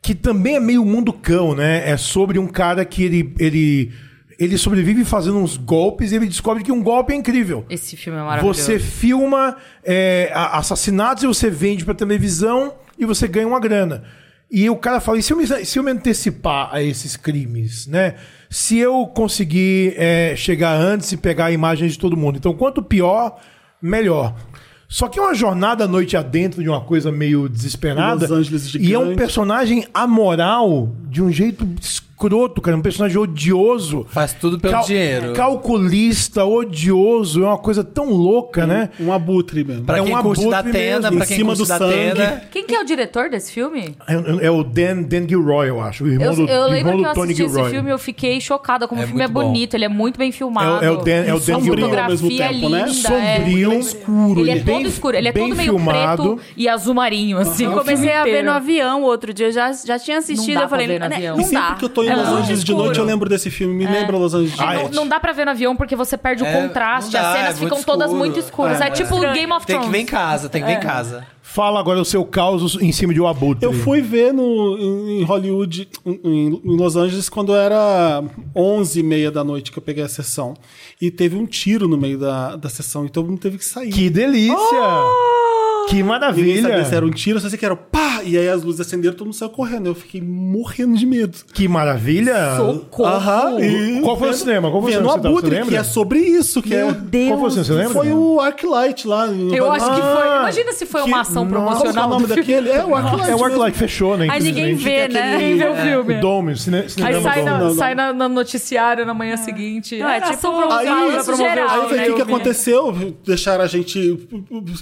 [SPEAKER 5] que também é meio mundo cão, né? É sobre um cara que ele, ele, ele sobrevive fazendo uns golpes e ele descobre que um golpe é incrível.
[SPEAKER 4] Esse filme é maravilhoso.
[SPEAKER 5] Você filma é, a- assassinatos e você vende pra televisão e você ganha uma grana. E o cara fala: e se eu me, se eu me antecipar a esses crimes, né? Se eu conseguir é, chegar antes e pegar a imagem de todo mundo. Então, quanto pior, melhor. Só que é uma jornada à noite adentro de uma coisa meio desesperada.
[SPEAKER 1] Los Angeles
[SPEAKER 5] e é um
[SPEAKER 1] gigante.
[SPEAKER 5] personagem amoral de um jeito escroto, cara. Um personagem odioso.
[SPEAKER 2] Faz tudo pelo
[SPEAKER 5] Cal-
[SPEAKER 2] dinheiro.
[SPEAKER 5] Calculista, odioso, é uma coisa tão louca, né?
[SPEAKER 1] Um abutre mesmo.
[SPEAKER 2] Pra
[SPEAKER 5] É
[SPEAKER 2] quem
[SPEAKER 5] um
[SPEAKER 2] curte da
[SPEAKER 5] abutre
[SPEAKER 2] Atena,
[SPEAKER 5] mesmo,
[SPEAKER 2] pra
[SPEAKER 1] em
[SPEAKER 2] quem
[SPEAKER 1] cima
[SPEAKER 2] curte
[SPEAKER 1] do
[SPEAKER 2] da
[SPEAKER 1] sangue.
[SPEAKER 2] Atena.
[SPEAKER 4] Quem que é o diretor desse filme?
[SPEAKER 5] É, é o Dan, Dan Gilroy, eu acho. O irmão
[SPEAKER 4] Eu,
[SPEAKER 5] do,
[SPEAKER 4] eu lembro
[SPEAKER 5] irmão
[SPEAKER 4] que
[SPEAKER 5] do
[SPEAKER 4] eu
[SPEAKER 5] Tony
[SPEAKER 4] assisti
[SPEAKER 5] Gilroy.
[SPEAKER 4] esse filme e eu fiquei chocada como
[SPEAKER 2] É
[SPEAKER 4] o filme é
[SPEAKER 2] muito bom.
[SPEAKER 4] bonito, ele é muito bem filmado.
[SPEAKER 5] É o- é o Dan- é o Dan
[SPEAKER 4] a
[SPEAKER 5] Gilroy.
[SPEAKER 4] fotografia é
[SPEAKER 1] Ao mesmo tempo, né?
[SPEAKER 4] linda, é.
[SPEAKER 5] Sombrio, escuro.
[SPEAKER 4] Ele é
[SPEAKER 5] bem-
[SPEAKER 4] todo escuro, ele é
[SPEAKER 5] bem
[SPEAKER 4] todo meio
[SPEAKER 5] filmado.
[SPEAKER 4] preto e azul marinho, assim.
[SPEAKER 3] Eu
[SPEAKER 4] o filme
[SPEAKER 3] comecei a ver
[SPEAKER 4] inteiro.
[SPEAKER 3] no avião outro dia, eu já, já tinha assistido,
[SPEAKER 4] dá
[SPEAKER 3] eu falei,
[SPEAKER 4] pra ver no
[SPEAKER 3] né,
[SPEAKER 4] avião.
[SPEAKER 1] E
[SPEAKER 3] não
[SPEAKER 1] sempre
[SPEAKER 3] dá.
[SPEAKER 1] que eu tô em
[SPEAKER 4] É
[SPEAKER 1] Los
[SPEAKER 4] muito
[SPEAKER 1] Angeles de noite,
[SPEAKER 4] escuro.
[SPEAKER 1] eu lembro desse filme. Me lembra Los Angeles de
[SPEAKER 5] Ah,
[SPEAKER 1] noite.
[SPEAKER 5] é.
[SPEAKER 4] Não, não dá pra ver no avião porque você perde o
[SPEAKER 2] É,
[SPEAKER 4] contraste,
[SPEAKER 2] não dá,
[SPEAKER 4] as cenas
[SPEAKER 2] é
[SPEAKER 4] ficam
[SPEAKER 2] muito
[SPEAKER 4] todas
[SPEAKER 2] escuro.
[SPEAKER 4] muito escuras.
[SPEAKER 2] É,
[SPEAKER 4] É,
[SPEAKER 2] é.
[SPEAKER 4] tipo Game of
[SPEAKER 2] Tem
[SPEAKER 4] Thrones.
[SPEAKER 2] que ver em casa, tem que
[SPEAKER 4] É.
[SPEAKER 2] ver em casa.
[SPEAKER 5] Fala agora o seu caos em cima de um abutre.
[SPEAKER 1] Eu fui ver no, em em Hollywood, em- em Los Angeles, quando era 11 e meia da noite que eu peguei a sessão. E teve um tiro no meio da, da sessão, e todo mundo teve que sair.
[SPEAKER 5] Que delícia!
[SPEAKER 4] Oh!
[SPEAKER 5] Que
[SPEAKER 1] Ninguém
[SPEAKER 5] maravilha!
[SPEAKER 1] sabia se era um tiro, só sei que era pá! E aí as luzes acenderam, todo mundo saiu correndo. Eu fiquei morrendo de medo.
[SPEAKER 5] Que maravilha!
[SPEAKER 1] Aham. e-
[SPEAKER 5] Qual foi o cinema? Qual foi
[SPEAKER 1] Vendo
[SPEAKER 5] o cinema que você tava? Você
[SPEAKER 1] Abutre,
[SPEAKER 5] lembra?
[SPEAKER 1] que é sobre isso. Que é,
[SPEAKER 5] Qual foi o seu, você lembra?
[SPEAKER 1] Foi o Arclight lá. em
[SPEAKER 4] Eu acho que foi.
[SPEAKER 5] Ah,
[SPEAKER 4] Imagina se foi
[SPEAKER 1] que-
[SPEAKER 4] uma ação
[SPEAKER 5] Nossa,
[SPEAKER 1] Qual que é o
[SPEAKER 4] promocional
[SPEAKER 1] nome
[SPEAKER 4] do filme.
[SPEAKER 1] daquele? É o Arclight. É.
[SPEAKER 5] É o Arclight fechou, né?
[SPEAKER 3] Aí ninguém vê,
[SPEAKER 5] infelizmente.
[SPEAKER 3] né?
[SPEAKER 1] Aquele-
[SPEAKER 4] Vê o filme.
[SPEAKER 5] O Dome, o cine, cinema
[SPEAKER 4] Aí sai,
[SPEAKER 5] Dome.
[SPEAKER 4] na-
[SPEAKER 1] não, não.
[SPEAKER 4] sai na- no noticiário na manhã seguinte. Ah,
[SPEAKER 3] Não, é
[SPEAKER 4] Era
[SPEAKER 3] tipo
[SPEAKER 4] ação
[SPEAKER 3] um
[SPEAKER 1] Aí,
[SPEAKER 4] promocional pra
[SPEAKER 3] balanço
[SPEAKER 4] promover
[SPEAKER 3] geral,
[SPEAKER 1] aí
[SPEAKER 4] filme.
[SPEAKER 1] foi o
[SPEAKER 3] né,
[SPEAKER 1] que, que
[SPEAKER 3] eu vi.
[SPEAKER 1] aconteceu? Deixaram a gente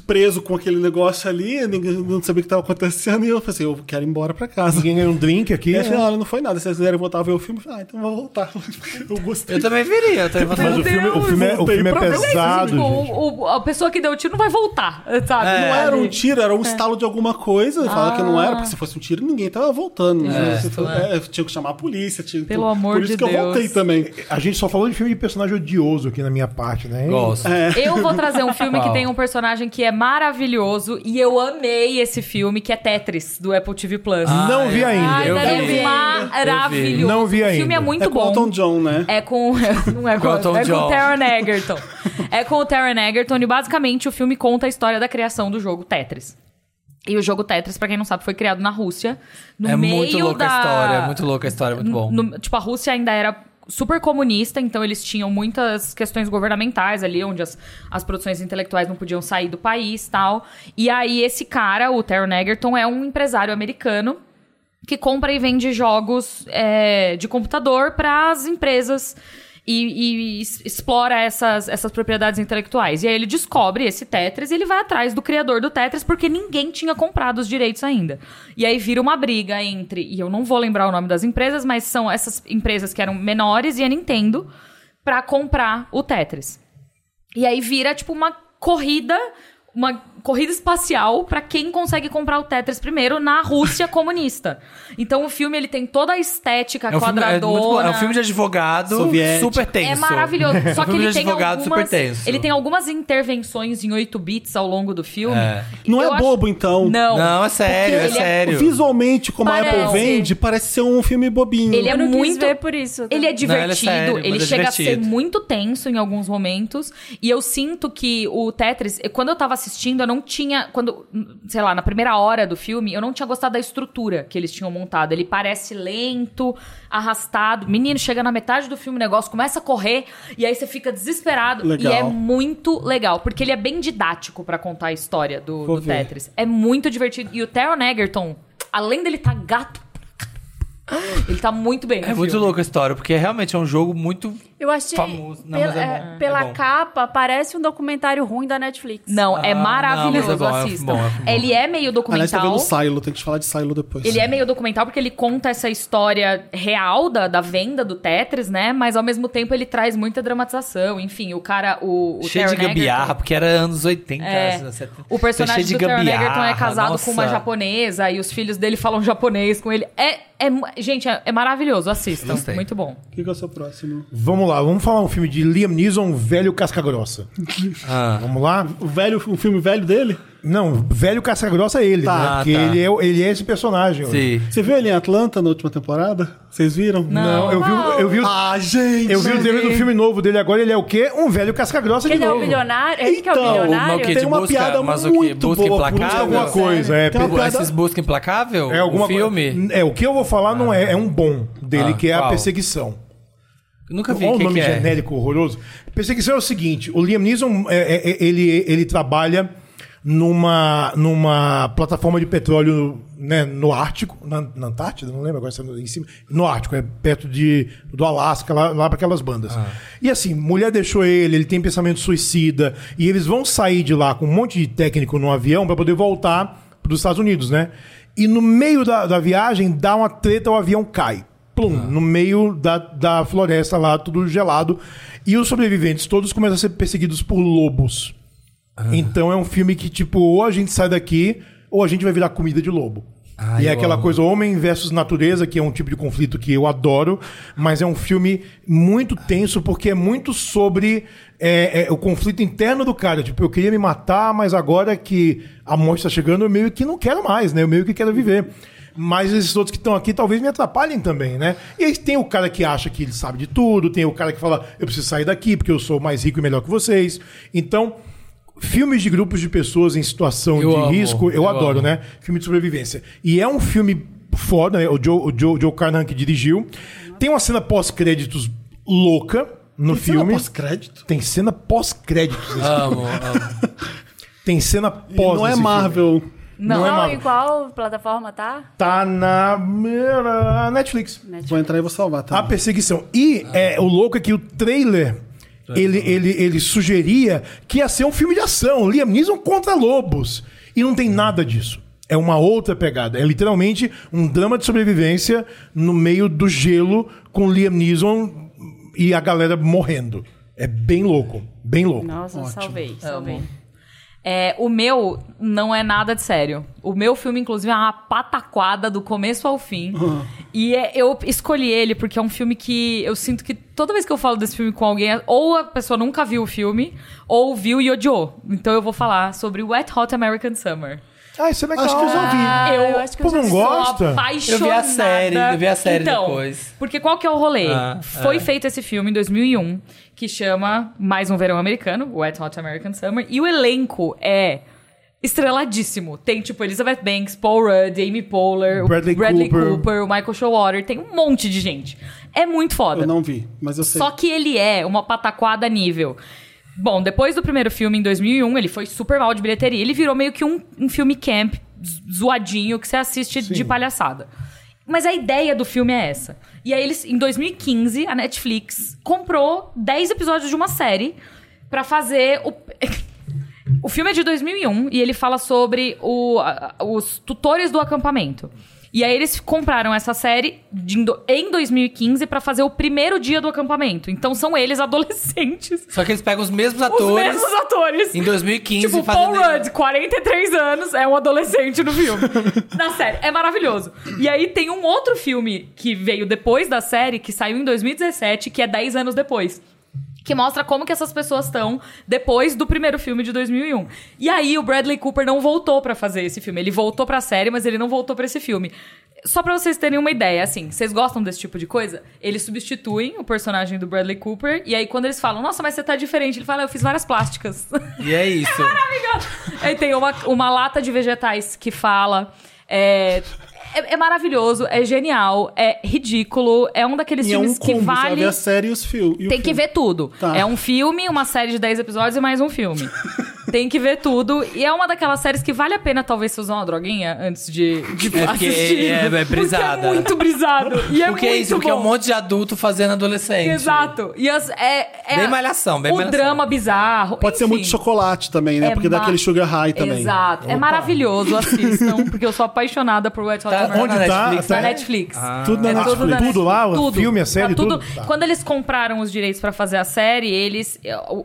[SPEAKER 1] preso com aquele negócio ali, ninguém não sabia o que estava acontecendo, e eu falei assim, eu quero ir embora pra casa.
[SPEAKER 5] Ninguém ganhou um drink aqui.
[SPEAKER 1] E aí, não, não foi nada. Se vocês quiserem voltar a ver o filme, eu falei, ah, então vou voltar. Eu gostei.
[SPEAKER 2] Eu também viria, eu também vou
[SPEAKER 5] Mas o filme, o filme é, o filme é
[SPEAKER 1] Voltei pra-
[SPEAKER 5] pesado,
[SPEAKER 4] Tipo,
[SPEAKER 5] gente.
[SPEAKER 4] o- o- a pessoa que deu o tiro não vai voltar, sabe? é
[SPEAKER 1] Não era
[SPEAKER 2] é.
[SPEAKER 1] um
[SPEAKER 4] Ali.
[SPEAKER 1] tiro, era um estalo de alguma coisa. E Falaram que não
[SPEAKER 4] Ah.
[SPEAKER 1] era, porque se fosse um tiro, ninguém tava voltando. né?
[SPEAKER 2] É,
[SPEAKER 1] Se for- é, tinha que chamar a polícia. Tinha,
[SPEAKER 4] Pelo
[SPEAKER 1] tudo.
[SPEAKER 4] amor
[SPEAKER 1] Por isso
[SPEAKER 4] de
[SPEAKER 1] que eu
[SPEAKER 4] Deus.
[SPEAKER 1] voltei também.
[SPEAKER 5] A gente só falou de filme de personagem odioso aqui na minha parte, né?
[SPEAKER 2] Gosto.
[SPEAKER 3] É.
[SPEAKER 4] Eu vou trazer um filme que
[SPEAKER 2] Qual?
[SPEAKER 4] tem um personagem que é maravilhoso e eu amei esse filme, que é Tetris, do Apple TV Plus.
[SPEAKER 5] Não vi ainda.
[SPEAKER 4] Ai,
[SPEAKER 2] Ah, eu
[SPEAKER 4] cara,
[SPEAKER 2] vi.
[SPEAKER 4] é maravilhoso.
[SPEAKER 5] Não vi
[SPEAKER 4] O filme
[SPEAKER 5] ainda.
[SPEAKER 4] é muito
[SPEAKER 1] é com o
[SPEAKER 4] bom.
[SPEAKER 1] Elton John, né?
[SPEAKER 4] É com. Não é com,
[SPEAKER 2] Elton
[SPEAKER 4] é com
[SPEAKER 2] John.
[SPEAKER 4] o Taron Egerton. é com o Taron Egerton e basicamente o filme conta a história da criação do jogo Tetris. E o jogo Tetris, pra quem não sabe, foi criado na Rússia. No
[SPEAKER 2] É
[SPEAKER 4] meio
[SPEAKER 2] muito louca
[SPEAKER 4] da...
[SPEAKER 2] a história, é muito louca a história, muito bom.
[SPEAKER 4] no- tipo, a Rússia ainda era super comunista, então eles tinham muitas questões governamentais ali, onde as, as produções intelectuais não podiam sair do país tal. E aí esse cara, o Taron Egerton, é um empresário americano que compra e vende jogos é, de computador para as empresas e, e es- explora essas, essas propriedades intelectuais. E aí ele descobre esse Tetris e ele vai atrás do criador do Tetris porque ninguém tinha comprado os direitos ainda. E aí vira uma briga entre, e eu não vou lembrar o nome das empresas, mas são essas empresas que eram menores e a Nintendo para comprar o Tetris. E aí vira, tipo, uma corrida, uma corrida espacial pra quem consegue comprar o Tetris primeiro na Rússia comunista. Então o filme ele tem toda a estética
[SPEAKER 2] É um, filme, é, muito bom,
[SPEAKER 4] quadradona.
[SPEAKER 2] é um filme de advogado
[SPEAKER 1] Soviético.
[SPEAKER 2] super tenso.
[SPEAKER 4] É maravilhoso. Só
[SPEAKER 2] um
[SPEAKER 4] que
[SPEAKER 2] filme
[SPEAKER 4] ele
[SPEAKER 2] de
[SPEAKER 4] tem,
[SPEAKER 2] advogado super
[SPEAKER 4] algumas,
[SPEAKER 2] tenso.
[SPEAKER 4] ele tem algumas intervenções em 8 bits ao longo do filme.
[SPEAKER 2] É.
[SPEAKER 1] Não
[SPEAKER 4] Eu
[SPEAKER 1] é
[SPEAKER 4] acho-
[SPEAKER 1] bobo, então.
[SPEAKER 4] Não.
[SPEAKER 2] Não, é sério, é
[SPEAKER 4] Porque ele é-
[SPEAKER 2] sério.
[SPEAKER 1] Visualmente, como a Apple
[SPEAKER 4] Parece.
[SPEAKER 1] vende, parece ser um filme bobinho.
[SPEAKER 4] Ele é
[SPEAKER 3] Eu não quis
[SPEAKER 4] muito
[SPEAKER 3] ver por
[SPEAKER 1] né?
[SPEAKER 3] isso.
[SPEAKER 4] Ele é
[SPEAKER 2] Não, ele é
[SPEAKER 4] divertido,
[SPEAKER 2] sério,
[SPEAKER 4] ele,
[SPEAKER 2] mas é
[SPEAKER 4] chega a ser
[SPEAKER 2] divertido.
[SPEAKER 4] muito tenso em alguns momentos. E eu sinto que o Tetris, eh, quando eu tava assistindo, eu não tinha. Quando, hum, sei lá, na primeira hora do filme, eu não tinha gostado da estrutura que eles tinham montado. Ele parece lento, arrastado. Menino, chega na metade do filme, o negócio começa a correr, e aí você fica desesperado.
[SPEAKER 1] Legal.
[SPEAKER 4] E é muito legal, porque ele é bem didático pra contar a história do, do
[SPEAKER 1] ver.
[SPEAKER 4] Tetris. É muito divertido. E o Taron Egerton, além dele tá gato Ele tá muito bem.
[SPEAKER 2] É muito louca a história, porque realmente é um jogo muito.
[SPEAKER 3] Eu achei.
[SPEAKER 2] Famoso. Não,
[SPEAKER 3] pela
[SPEAKER 2] mas é bom.
[SPEAKER 3] é,
[SPEAKER 2] É
[SPEAKER 3] pela
[SPEAKER 2] bom.
[SPEAKER 3] capa, parece um documentário ruim da Netflix.
[SPEAKER 4] Não, é
[SPEAKER 2] Ah, não,
[SPEAKER 4] maravilhoso.
[SPEAKER 2] mas é bom, é
[SPEAKER 4] assistam.
[SPEAKER 2] bom, é bom.
[SPEAKER 4] Ele é meio
[SPEAKER 1] Aliás, tá
[SPEAKER 4] documental.
[SPEAKER 1] vendo o Silo, tem que falar de Silo depois.
[SPEAKER 4] Ele é meio documental porque ele conta essa história real da, da venda do Tetris, né? Mas ao mesmo tempo ele traz muita dramatização. Enfim, o cara, o, o
[SPEAKER 2] Cheio de
[SPEAKER 4] Taron Egerton-
[SPEAKER 2] gambiarra, porque era anos 80.
[SPEAKER 4] É.
[SPEAKER 2] anos 70.
[SPEAKER 4] O personagem
[SPEAKER 2] É cheio
[SPEAKER 4] do Taron Egerton é
[SPEAKER 2] gambiarra,
[SPEAKER 4] casado
[SPEAKER 2] nossa.
[SPEAKER 4] com uma japonesa e os filhos dele falam japonês com ele. É, é mu- gente, é, é maravilhoso. Assistam.
[SPEAKER 2] Gostei.
[SPEAKER 4] Muito bom.
[SPEAKER 1] O que, que é o seu próximo?
[SPEAKER 5] Vamos lá, vamos falar um filme de Liam Neeson, velho casca grossa.
[SPEAKER 2] Ah.
[SPEAKER 5] Vamos lá?
[SPEAKER 1] O velho, o filme velho dele?
[SPEAKER 5] Não, velho casca grossa é ele,
[SPEAKER 2] Tá.
[SPEAKER 5] né?
[SPEAKER 2] Ah,
[SPEAKER 5] Porque
[SPEAKER 2] tá.
[SPEAKER 5] ele, é, o- ele é esse personagem. hoje.
[SPEAKER 2] Sim.
[SPEAKER 1] Você viu ele em Atlanta na última temporada? Vocês viram?
[SPEAKER 5] Não, eu vi, o- eu vi, o-
[SPEAKER 1] Ah, gente!
[SPEAKER 5] eu vi o trailer do filme novo dele agora, ele é o quê? Um velho casca grossa
[SPEAKER 3] Que
[SPEAKER 5] de
[SPEAKER 3] ele é o
[SPEAKER 5] novo.
[SPEAKER 3] bilionário? É ele que é o
[SPEAKER 1] Então,
[SPEAKER 3] bilionário?
[SPEAKER 2] o que-
[SPEAKER 1] Tem uma
[SPEAKER 2] busca-
[SPEAKER 1] piada
[SPEAKER 2] mas o quê?
[SPEAKER 1] muito
[SPEAKER 2] Busca
[SPEAKER 1] boa. por
[SPEAKER 2] implacável?
[SPEAKER 1] último,
[SPEAKER 5] Alguma coisa, é.
[SPEAKER 1] Tem uma
[SPEAKER 5] pe-
[SPEAKER 1] piada-
[SPEAKER 2] Esses busca implacável?
[SPEAKER 5] É alguma
[SPEAKER 2] o filme?
[SPEAKER 5] coisa. É, o que eu vou falar não é, é um bom dele,
[SPEAKER 2] Ah,
[SPEAKER 5] que é a
[SPEAKER 2] qual?
[SPEAKER 5] perseguição.
[SPEAKER 2] Nunca vi.
[SPEAKER 5] Olha o
[SPEAKER 2] que
[SPEAKER 5] nome
[SPEAKER 2] que é?
[SPEAKER 5] genérico horroroso. Perseguição é o seguinte: o Liam Neeson é, é, é, ele, ele trabalha numa, numa plataforma de petróleo né, no Ártico, na, na Antártida, não lembro agora se é no- em cima. No Ártico, é perto de, do Alasca, lá, lá para aquelas bandas.
[SPEAKER 2] Ah.
[SPEAKER 5] E assim, mulher deixou ele, ele tem pensamento suicida, e eles vão sair de lá com um monte de técnico no avião para poder voltar para os Estados Unidos, né? E no meio da, da viagem dá uma treta, o avião cai plum,
[SPEAKER 2] Ah.
[SPEAKER 5] no meio da, da floresta lá, tudo gelado. E os sobreviventes todos começam a ser perseguidos por lobos.
[SPEAKER 2] Ah.
[SPEAKER 5] Então é um filme que, tipo, ou a gente sai daqui, ou a gente vai virar comida de lobo.
[SPEAKER 2] Ah,
[SPEAKER 5] e é
[SPEAKER 2] eu
[SPEAKER 5] aquela
[SPEAKER 2] amo.
[SPEAKER 5] coisa homem versus natureza, que é um tipo de conflito que eu adoro, mas é um filme muito tenso, porque é muito sobre é, é, o conflito interno do cara. Tipo, eu queria me matar, mas agora que a morte está chegando, eu meio que não quero mais, né? Eu meio que quero viver. Mas esses outros que estão aqui talvez me atrapalhem também, né? E aí tem o cara que acha que ele sabe de tudo, tem o cara que fala, eu preciso sair daqui porque eu sou mais rico e melhor que vocês. Então, filmes de grupos de pessoas em situação
[SPEAKER 2] Eu
[SPEAKER 5] de
[SPEAKER 2] amo,
[SPEAKER 5] risco, eu,
[SPEAKER 2] eu
[SPEAKER 5] adoro,
[SPEAKER 2] amo.
[SPEAKER 5] né? Filme de sobrevivência. E é um filme foda, né? O Joe, o Joe, Joe Carnahan que dirigiu. Tem uma cena pós-créditos louca no
[SPEAKER 1] Tem cena
[SPEAKER 5] filme.
[SPEAKER 1] pós-crédito?
[SPEAKER 5] Tem cena pós-créditos. nesse-
[SPEAKER 2] Amo, amo.
[SPEAKER 5] Tem cena
[SPEAKER 1] E
[SPEAKER 5] pós
[SPEAKER 1] não é
[SPEAKER 5] nesse filme.
[SPEAKER 1] Marvel.
[SPEAKER 5] Não, é
[SPEAKER 3] Qual,
[SPEAKER 5] Marvel.
[SPEAKER 3] em qual plataforma tá?
[SPEAKER 5] Tá na Netflix.
[SPEAKER 1] Vou entrar e vou salvar,
[SPEAKER 5] A
[SPEAKER 1] tá?
[SPEAKER 5] perseguição. E é, o louco é que o trailer. Ele, ele, ele sugeria que ia ser um filme de ação, Liam Neeson contra lobos. E não tem nada disso. É uma outra pegada. É literalmente um drama de sobrevivência no meio do gelo com Liam Neeson e a galera morrendo. É bem louco, bem louco.
[SPEAKER 3] Nossa, salvei, salvei.
[SPEAKER 4] É, o meu não é nada de sério. O meu filme, inclusive, é uma pataquada do começo ao fim. E é- eu escolhi ele porque é um filme que eu sinto que toda vez que eu falo desse filme com alguém, é, ou a pessoa nunca viu o filme, ou viu e odiou. Então eu vou falar sobre Wet Hot American Summer.
[SPEAKER 5] Ah, isso é legal.
[SPEAKER 1] Acho que eu já vi.
[SPEAKER 3] Ah,
[SPEAKER 4] eu-
[SPEAKER 3] acho que
[SPEAKER 5] Pô,
[SPEAKER 3] eu já
[SPEAKER 5] não
[SPEAKER 3] assisti.
[SPEAKER 5] gosto.
[SPEAKER 4] Sou
[SPEAKER 5] Gosta?
[SPEAKER 4] apaixonada.
[SPEAKER 2] Eu vi a série, eu vi a série
[SPEAKER 4] então,
[SPEAKER 2] depois.
[SPEAKER 4] Porque qual que é o rolê?
[SPEAKER 2] Ah,
[SPEAKER 4] Foi
[SPEAKER 2] é.
[SPEAKER 4] feito esse filme em 2001, que chama Mais um Verão Americano, Wet Hot American Summer, e o elenco é estreladíssimo. Tem, tipo, Elizabeth Banks, Paul Rudd, Amy Poehler, o
[SPEAKER 5] Bradley Cooper.
[SPEAKER 4] Cooper. o Michael Showalter, tem um monte de gente. É muito foda.
[SPEAKER 1] Eu não vi, mas eu sei.
[SPEAKER 4] Só que ele é uma pataquada nível. Bom, depois do primeiro filme, em 2001, ele foi super mal de bilheteria. Ele virou meio que um, um filme camp z- zoadinho que você assiste de palhaçada. Mas a ideia do filme é essa. E aí, eles, em 2015, a Netflix comprou 10 episódios de uma série pra fazer o. O filme é de 2001 e ele fala sobre o- a- a- os tutores do acampamento. E aí eles compraram essa série de- em do- em 2015 pra fazer o primeiro dia do acampamento. Então são eles adolescentes,
[SPEAKER 2] Só que eles pegam os mesmos
[SPEAKER 4] os
[SPEAKER 2] atores
[SPEAKER 4] mesmos atores.
[SPEAKER 2] em 2015
[SPEAKER 4] Tipo, Paul
[SPEAKER 2] fazendo.
[SPEAKER 4] Rudd, 43 anos, é um adolescente no filme. na série. É maravilhoso. E aí tem um outro filme que veio depois da série, que saiu em 2017, que é 10 anos depois. Que mostra como que essas pessoas estão depois do primeiro filme de 2001. E aí o Bradley Cooper não voltou pra fazer esse filme. Ele voltou pra série, mas ele não voltou pra esse filme. Só pra vocês terem uma ideia, assim, vocês gostam desse tipo de coisa? Eles substituem o personagem do Bradley Cooper. E aí quando eles falam, nossa, mas você tá diferente. Ele fala, eu fiz várias plásticas.
[SPEAKER 2] E é isso.
[SPEAKER 4] Aí É, tem uma, uma lata de vegetais que fala. É, é, é maravilhoso, é genial, é ridículo. É um daqueles
[SPEAKER 1] E é um
[SPEAKER 4] filmes que
[SPEAKER 1] combo, sabe?
[SPEAKER 4] vale.
[SPEAKER 1] A série e os fil- e o um filme.
[SPEAKER 4] Tem que ver tudo.
[SPEAKER 1] Tá.
[SPEAKER 4] É um filme, uma série de 10 episódios e mais um filme. Tem que ver tudo. E é uma daquelas séries que vale a pena talvez você usar uma droguinha antes de, de
[SPEAKER 2] É porque
[SPEAKER 4] assistir.
[SPEAKER 2] é- é
[SPEAKER 4] Porque
[SPEAKER 2] brisada.
[SPEAKER 4] é muito brisado. E é
[SPEAKER 2] porque é
[SPEAKER 4] muito
[SPEAKER 2] isso, porque é
[SPEAKER 4] bom.
[SPEAKER 2] um monte de adulto fazendo adolescente.
[SPEAKER 4] Exato. E as, é, é
[SPEAKER 2] Bem
[SPEAKER 4] a-
[SPEAKER 2] malhação, bem
[SPEAKER 4] O
[SPEAKER 2] malhação.
[SPEAKER 4] drama bizarro.
[SPEAKER 1] Pode ser
[SPEAKER 4] enfim.
[SPEAKER 1] muito chocolate também, né? Porque dá
[SPEAKER 4] É, ma-
[SPEAKER 1] aquele sugar high também.
[SPEAKER 4] Exato. É maravilhoso, assistam, porque eu sou apaixonada por Wet Hot
[SPEAKER 2] Tá-
[SPEAKER 4] American
[SPEAKER 2] onde
[SPEAKER 4] Pie.
[SPEAKER 5] tá?
[SPEAKER 2] Netflix,
[SPEAKER 5] Tá-
[SPEAKER 4] Na Netflix.
[SPEAKER 1] Tudo na
[SPEAKER 4] É
[SPEAKER 1] Netflix.
[SPEAKER 4] tudo na
[SPEAKER 5] Tudo lá, o filme, a série,
[SPEAKER 4] tudo.
[SPEAKER 5] tudo? Tá.
[SPEAKER 4] Quando eles compraram os direitos pra fazer a série, eles.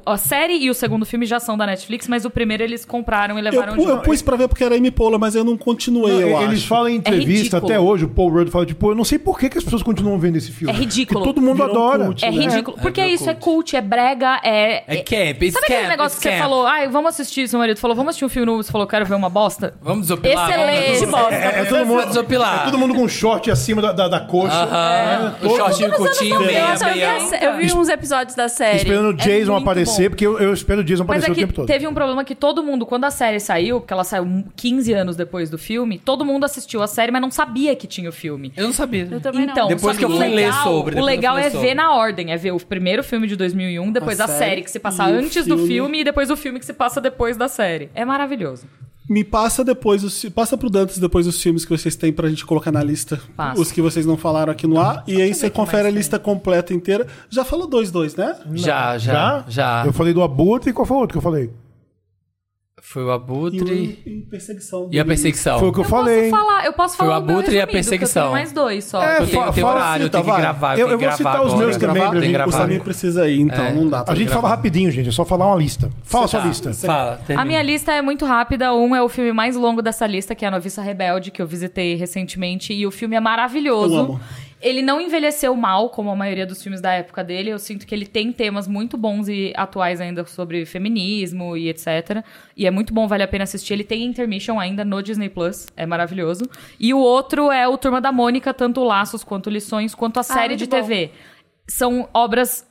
[SPEAKER 4] A série e o segundo filme já são da Netflix, mas o primeiro eles compraram e
[SPEAKER 1] Eu,
[SPEAKER 4] levaram
[SPEAKER 1] pu-
[SPEAKER 4] de
[SPEAKER 1] eu
[SPEAKER 4] volta.
[SPEAKER 1] pus pra ver porque era Amy Pola, mas eu não continuei, eu
[SPEAKER 5] eles
[SPEAKER 1] acho.
[SPEAKER 5] falam em entrevista
[SPEAKER 4] É ridículo.
[SPEAKER 5] até hoje, o Paul Rudd fala, tipo, eu não sei por que, que as pessoas continuam vendo esse filme.
[SPEAKER 4] É ridículo.
[SPEAKER 5] Porque todo mundo
[SPEAKER 1] Virou
[SPEAKER 5] adora.
[SPEAKER 1] cult,
[SPEAKER 4] É
[SPEAKER 1] né?
[SPEAKER 4] ridículo. Porque
[SPEAKER 2] virou
[SPEAKER 4] isso é
[SPEAKER 2] cult.
[SPEAKER 4] cult, é brega, é.
[SPEAKER 2] É camp, it's
[SPEAKER 4] Sabe aquele
[SPEAKER 2] camp, it's
[SPEAKER 4] negócio que você
[SPEAKER 2] camp.
[SPEAKER 4] falou, ai, vamos assistir, seu marido falou, vamos assistir um filme novo, você falou, quero ver uma bosta?
[SPEAKER 2] Vamos desopilar.
[SPEAKER 4] Excelente,
[SPEAKER 2] vamos
[SPEAKER 4] bosta.
[SPEAKER 2] desopilar.
[SPEAKER 5] É, é todo mundo,
[SPEAKER 2] Vamos tá desopilar.
[SPEAKER 5] é todo mundo com short acima da, da, da coxa.
[SPEAKER 2] Aham. O shortinho curtinho, meia,
[SPEAKER 3] Nossa, eu vi,
[SPEAKER 2] meia.
[SPEAKER 3] a sé- eu vi uns episódios da série.
[SPEAKER 5] Esperando o
[SPEAKER 3] É
[SPEAKER 5] Jason
[SPEAKER 3] muito
[SPEAKER 5] aparecer, porque eu, eu espero o Jason
[SPEAKER 4] Mas
[SPEAKER 5] aparecer
[SPEAKER 4] é
[SPEAKER 5] o
[SPEAKER 4] que
[SPEAKER 5] tempo todo.
[SPEAKER 4] teve um problema que todo mundo, quando a série saiu, porque ela saiu 15 anos depois do filme, todo mundo assistiu a série, mas não sabia que tinha o filme.
[SPEAKER 2] Eu não sabia.
[SPEAKER 3] Eu também
[SPEAKER 4] Então,
[SPEAKER 3] não.
[SPEAKER 2] Depois
[SPEAKER 4] só
[SPEAKER 2] que eu
[SPEAKER 4] o
[SPEAKER 2] fui ler
[SPEAKER 4] legal-
[SPEAKER 2] sobre, depois
[SPEAKER 4] O
[SPEAKER 2] eu
[SPEAKER 4] legal
[SPEAKER 2] fui ler
[SPEAKER 4] é
[SPEAKER 2] sobre.
[SPEAKER 4] ver na ordem, é ver o primeiro filme de 2001, depois a,
[SPEAKER 1] A
[SPEAKER 4] série,
[SPEAKER 1] série
[SPEAKER 4] que se passa
[SPEAKER 1] e o
[SPEAKER 4] antes do
[SPEAKER 1] filme.
[SPEAKER 4] filme e depois o filme que se passa depois da série. É maravilhoso.
[SPEAKER 1] Me passa depois, os, passa pro Dantas depois os filmes que vocês têm pra gente colocar na lista.
[SPEAKER 4] Passa.
[SPEAKER 1] Os que vocês não falaram aqui no ar. E aí você confere a lista completa inteira. Já falou dois, dois, né?
[SPEAKER 2] Já, já, já.
[SPEAKER 5] Eu falei do Abutre e qual foi o outro que eu falei?
[SPEAKER 2] Foi o
[SPEAKER 1] E, o-
[SPEAKER 2] Abutre
[SPEAKER 1] e perseguição.
[SPEAKER 2] e a perseguição.
[SPEAKER 5] Foi o que eu,
[SPEAKER 4] Eu
[SPEAKER 5] falei.
[SPEAKER 4] posso falar, eu posso
[SPEAKER 2] Foi
[SPEAKER 4] falar
[SPEAKER 2] o Abutre e a
[SPEAKER 4] meu resumido, que Eu
[SPEAKER 2] perseguição.
[SPEAKER 4] tenho mais dois só.
[SPEAKER 5] É,
[SPEAKER 2] Eu tenho,
[SPEAKER 5] Fa-
[SPEAKER 2] eu tenho
[SPEAKER 5] fala,
[SPEAKER 2] horário, assim, tá, eu
[SPEAKER 5] cita,
[SPEAKER 2] tenho que
[SPEAKER 5] vai.
[SPEAKER 2] gravar.
[SPEAKER 5] Eu-
[SPEAKER 2] tenho que
[SPEAKER 5] eu vou citar
[SPEAKER 2] gravar
[SPEAKER 5] os
[SPEAKER 2] agora.
[SPEAKER 5] meus também,
[SPEAKER 2] Tem
[SPEAKER 5] pra
[SPEAKER 2] que
[SPEAKER 5] mim,
[SPEAKER 1] O
[SPEAKER 2] gravar.
[SPEAKER 1] Samir precisa ir, então. Não dá pra
[SPEAKER 5] A gente
[SPEAKER 1] gravar.
[SPEAKER 5] fala rapidinho, gente. É só falar uma lista. Fala a sua
[SPEAKER 2] Tá.
[SPEAKER 5] lista.
[SPEAKER 2] Fala,
[SPEAKER 4] A
[SPEAKER 2] termina.
[SPEAKER 4] minha lista é muito rápida. Um é o filme mais longo dessa lista, que é A Noviça Rebelde, que eu visitei recentemente. E o filme é maravilhoso.
[SPEAKER 1] Eu amo.
[SPEAKER 4] Ele não envelheceu mal, como a maioria dos filmes da época dele. Eu sinto que ele tem temas muito bons e atuais ainda sobre feminismo e etc. E é muito bom, vale a pena assistir. Ele tem Intermission ainda no Disney Plus, é maravilhoso. E o outro é o Turma da Mônica, tanto Laços quanto Lições, quanto a série
[SPEAKER 3] Ah, é muito
[SPEAKER 4] de
[SPEAKER 3] bom.
[SPEAKER 4] TV. São obras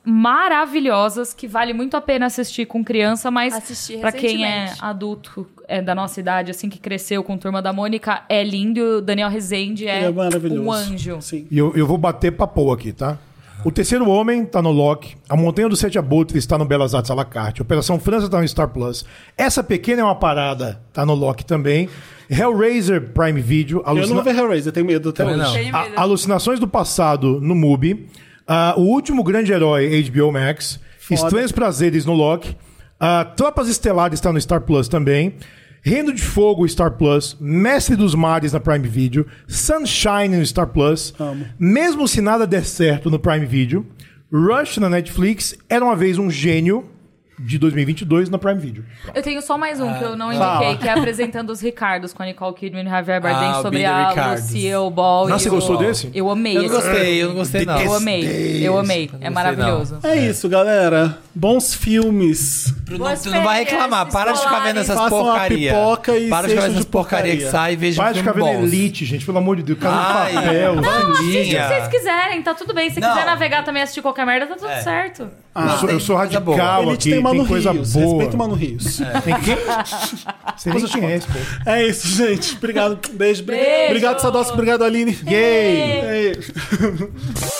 [SPEAKER 4] maravilhosas que vale muito a pena assistir com criança, mas
[SPEAKER 3] Assisti
[SPEAKER 4] pra quem é
[SPEAKER 3] recentemente.
[SPEAKER 4] adulto é, da nossa idade, assim, que cresceu com Turma da Mônica, é lindo. e O Daniel Rezende é,
[SPEAKER 1] Ele é maravilhoso.
[SPEAKER 4] um anjo.
[SPEAKER 1] Sim.
[SPEAKER 5] E eu, eu vou bater papou aqui, tá? O Terceiro Homem tá no Loki, A Montanha dos Sete Abutres está no Belas Artes à la carte, Operação França tá no Star Plus, Essa Pequena é uma Parada tá no Loki também, Hellraiser Prime Video,
[SPEAKER 1] Eu não
[SPEAKER 5] Alucina-
[SPEAKER 1] vou ver Hellraiser, eu tenho medo até
[SPEAKER 2] Também
[SPEAKER 1] hoje.
[SPEAKER 2] não.
[SPEAKER 3] Tenho
[SPEAKER 5] A-
[SPEAKER 3] medo.
[SPEAKER 5] Alucinações do Passado no MUBI, ah, O Último Grande Herói HBO Max, Estranhos Prazeres no Loki, ah, Tropas Estelares está no Star Plus também, Reino de Fogo Star Plus, Mestre dos Mares na Prime Video, Sunshine no Star Plus, Mesmo Se Nada Der Certo no Prime Video, Rush na Netflix, Era Uma Vez Um Gênio de 2022 na Prime Video.
[SPEAKER 4] Eu tenho só mais um
[SPEAKER 2] Ah,
[SPEAKER 4] que eu não indiquei, que é Apresentando os Ricardos, com a Nicole Kidman e Javier Bardem,
[SPEAKER 2] tá. Ah, o
[SPEAKER 4] sobre
[SPEAKER 2] Billy
[SPEAKER 4] a
[SPEAKER 2] Ricardos.
[SPEAKER 4] Lucille Ball.
[SPEAKER 5] Nossa, você
[SPEAKER 4] e o-
[SPEAKER 5] gostou desse?
[SPEAKER 4] Eu amei.
[SPEAKER 2] Eu não
[SPEAKER 4] esse filme.
[SPEAKER 2] gostei, eu não gostei, não.
[SPEAKER 4] Eu amei, eu amei.
[SPEAKER 2] Eu não
[SPEAKER 4] É
[SPEAKER 2] gostei,
[SPEAKER 4] maravilhoso.
[SPEAKER 1] É isso, galera. Bons filmes.
[SPEAKER 2] Tu não, tu não vai reclamar. Para de ficar vendo essas
[SPEAKER 1] Façam a
[SPEAKER 2] porcaria.
[SPEAKER 1] pipoca e
[SPEAKER 2] Para de ficar
[SPEAKER 1] sejam
[SPEAKER 2] vendo essas
[SPEAKER 1] de
[SPEAKER 2] porcaria que
[SPEAKER 1] porcaria.
[SPEAKER 2] sai e veja
[SPEAKER 5] Para de ficar
[SPEAKER 2] filme
[SPEAKER 5] vendo
[SPEAKER 2] bons.
[SPEAKER 5] Elite, gente, pelo amor de Deus. Casa
[SPEAKER 2] Ai,
[SPEAKER 5] de Papel, assim,
[SPEAKER 4] Se
[SPEAKER 2] Vandinha.
[SPEAKER 4] vocês quiserem, tá tudo bem. Se
[SPEAKER 2] Não.
[SPEAKER 4] quiser navegar também, assistir qualquer merda, tá tudo
[SPEAKER 2] É.
[SPEAKER 4] certo.
[SPEAKER 5] eu sou, eu sou
[SPEAKER 2] Coisa boa.
[SPEAKER 5] radical
[SPEAKER 1] Elite
[SPEAKER 5] aqui,
[SPEAKER 1] tem
[SPEAKER 5] tem,
[SPEAKER 1] Mano
[SPEAKER 5] coisa
[SPEAKER 1] Rios.
[SPEAKER 5] boa.
[SPEAKER 1] Respeita o Mano Rios.
[SPEAKER 5] Tem quem? Você nem conhece, pô.
[SPEAKER 1] É isso, gente. Obrigado. Beijo. Beijo. Obrigado, Sadowski. Obrigado, Aline.
[SPEAKER 5] Yay!
[SPEAKER 1] É.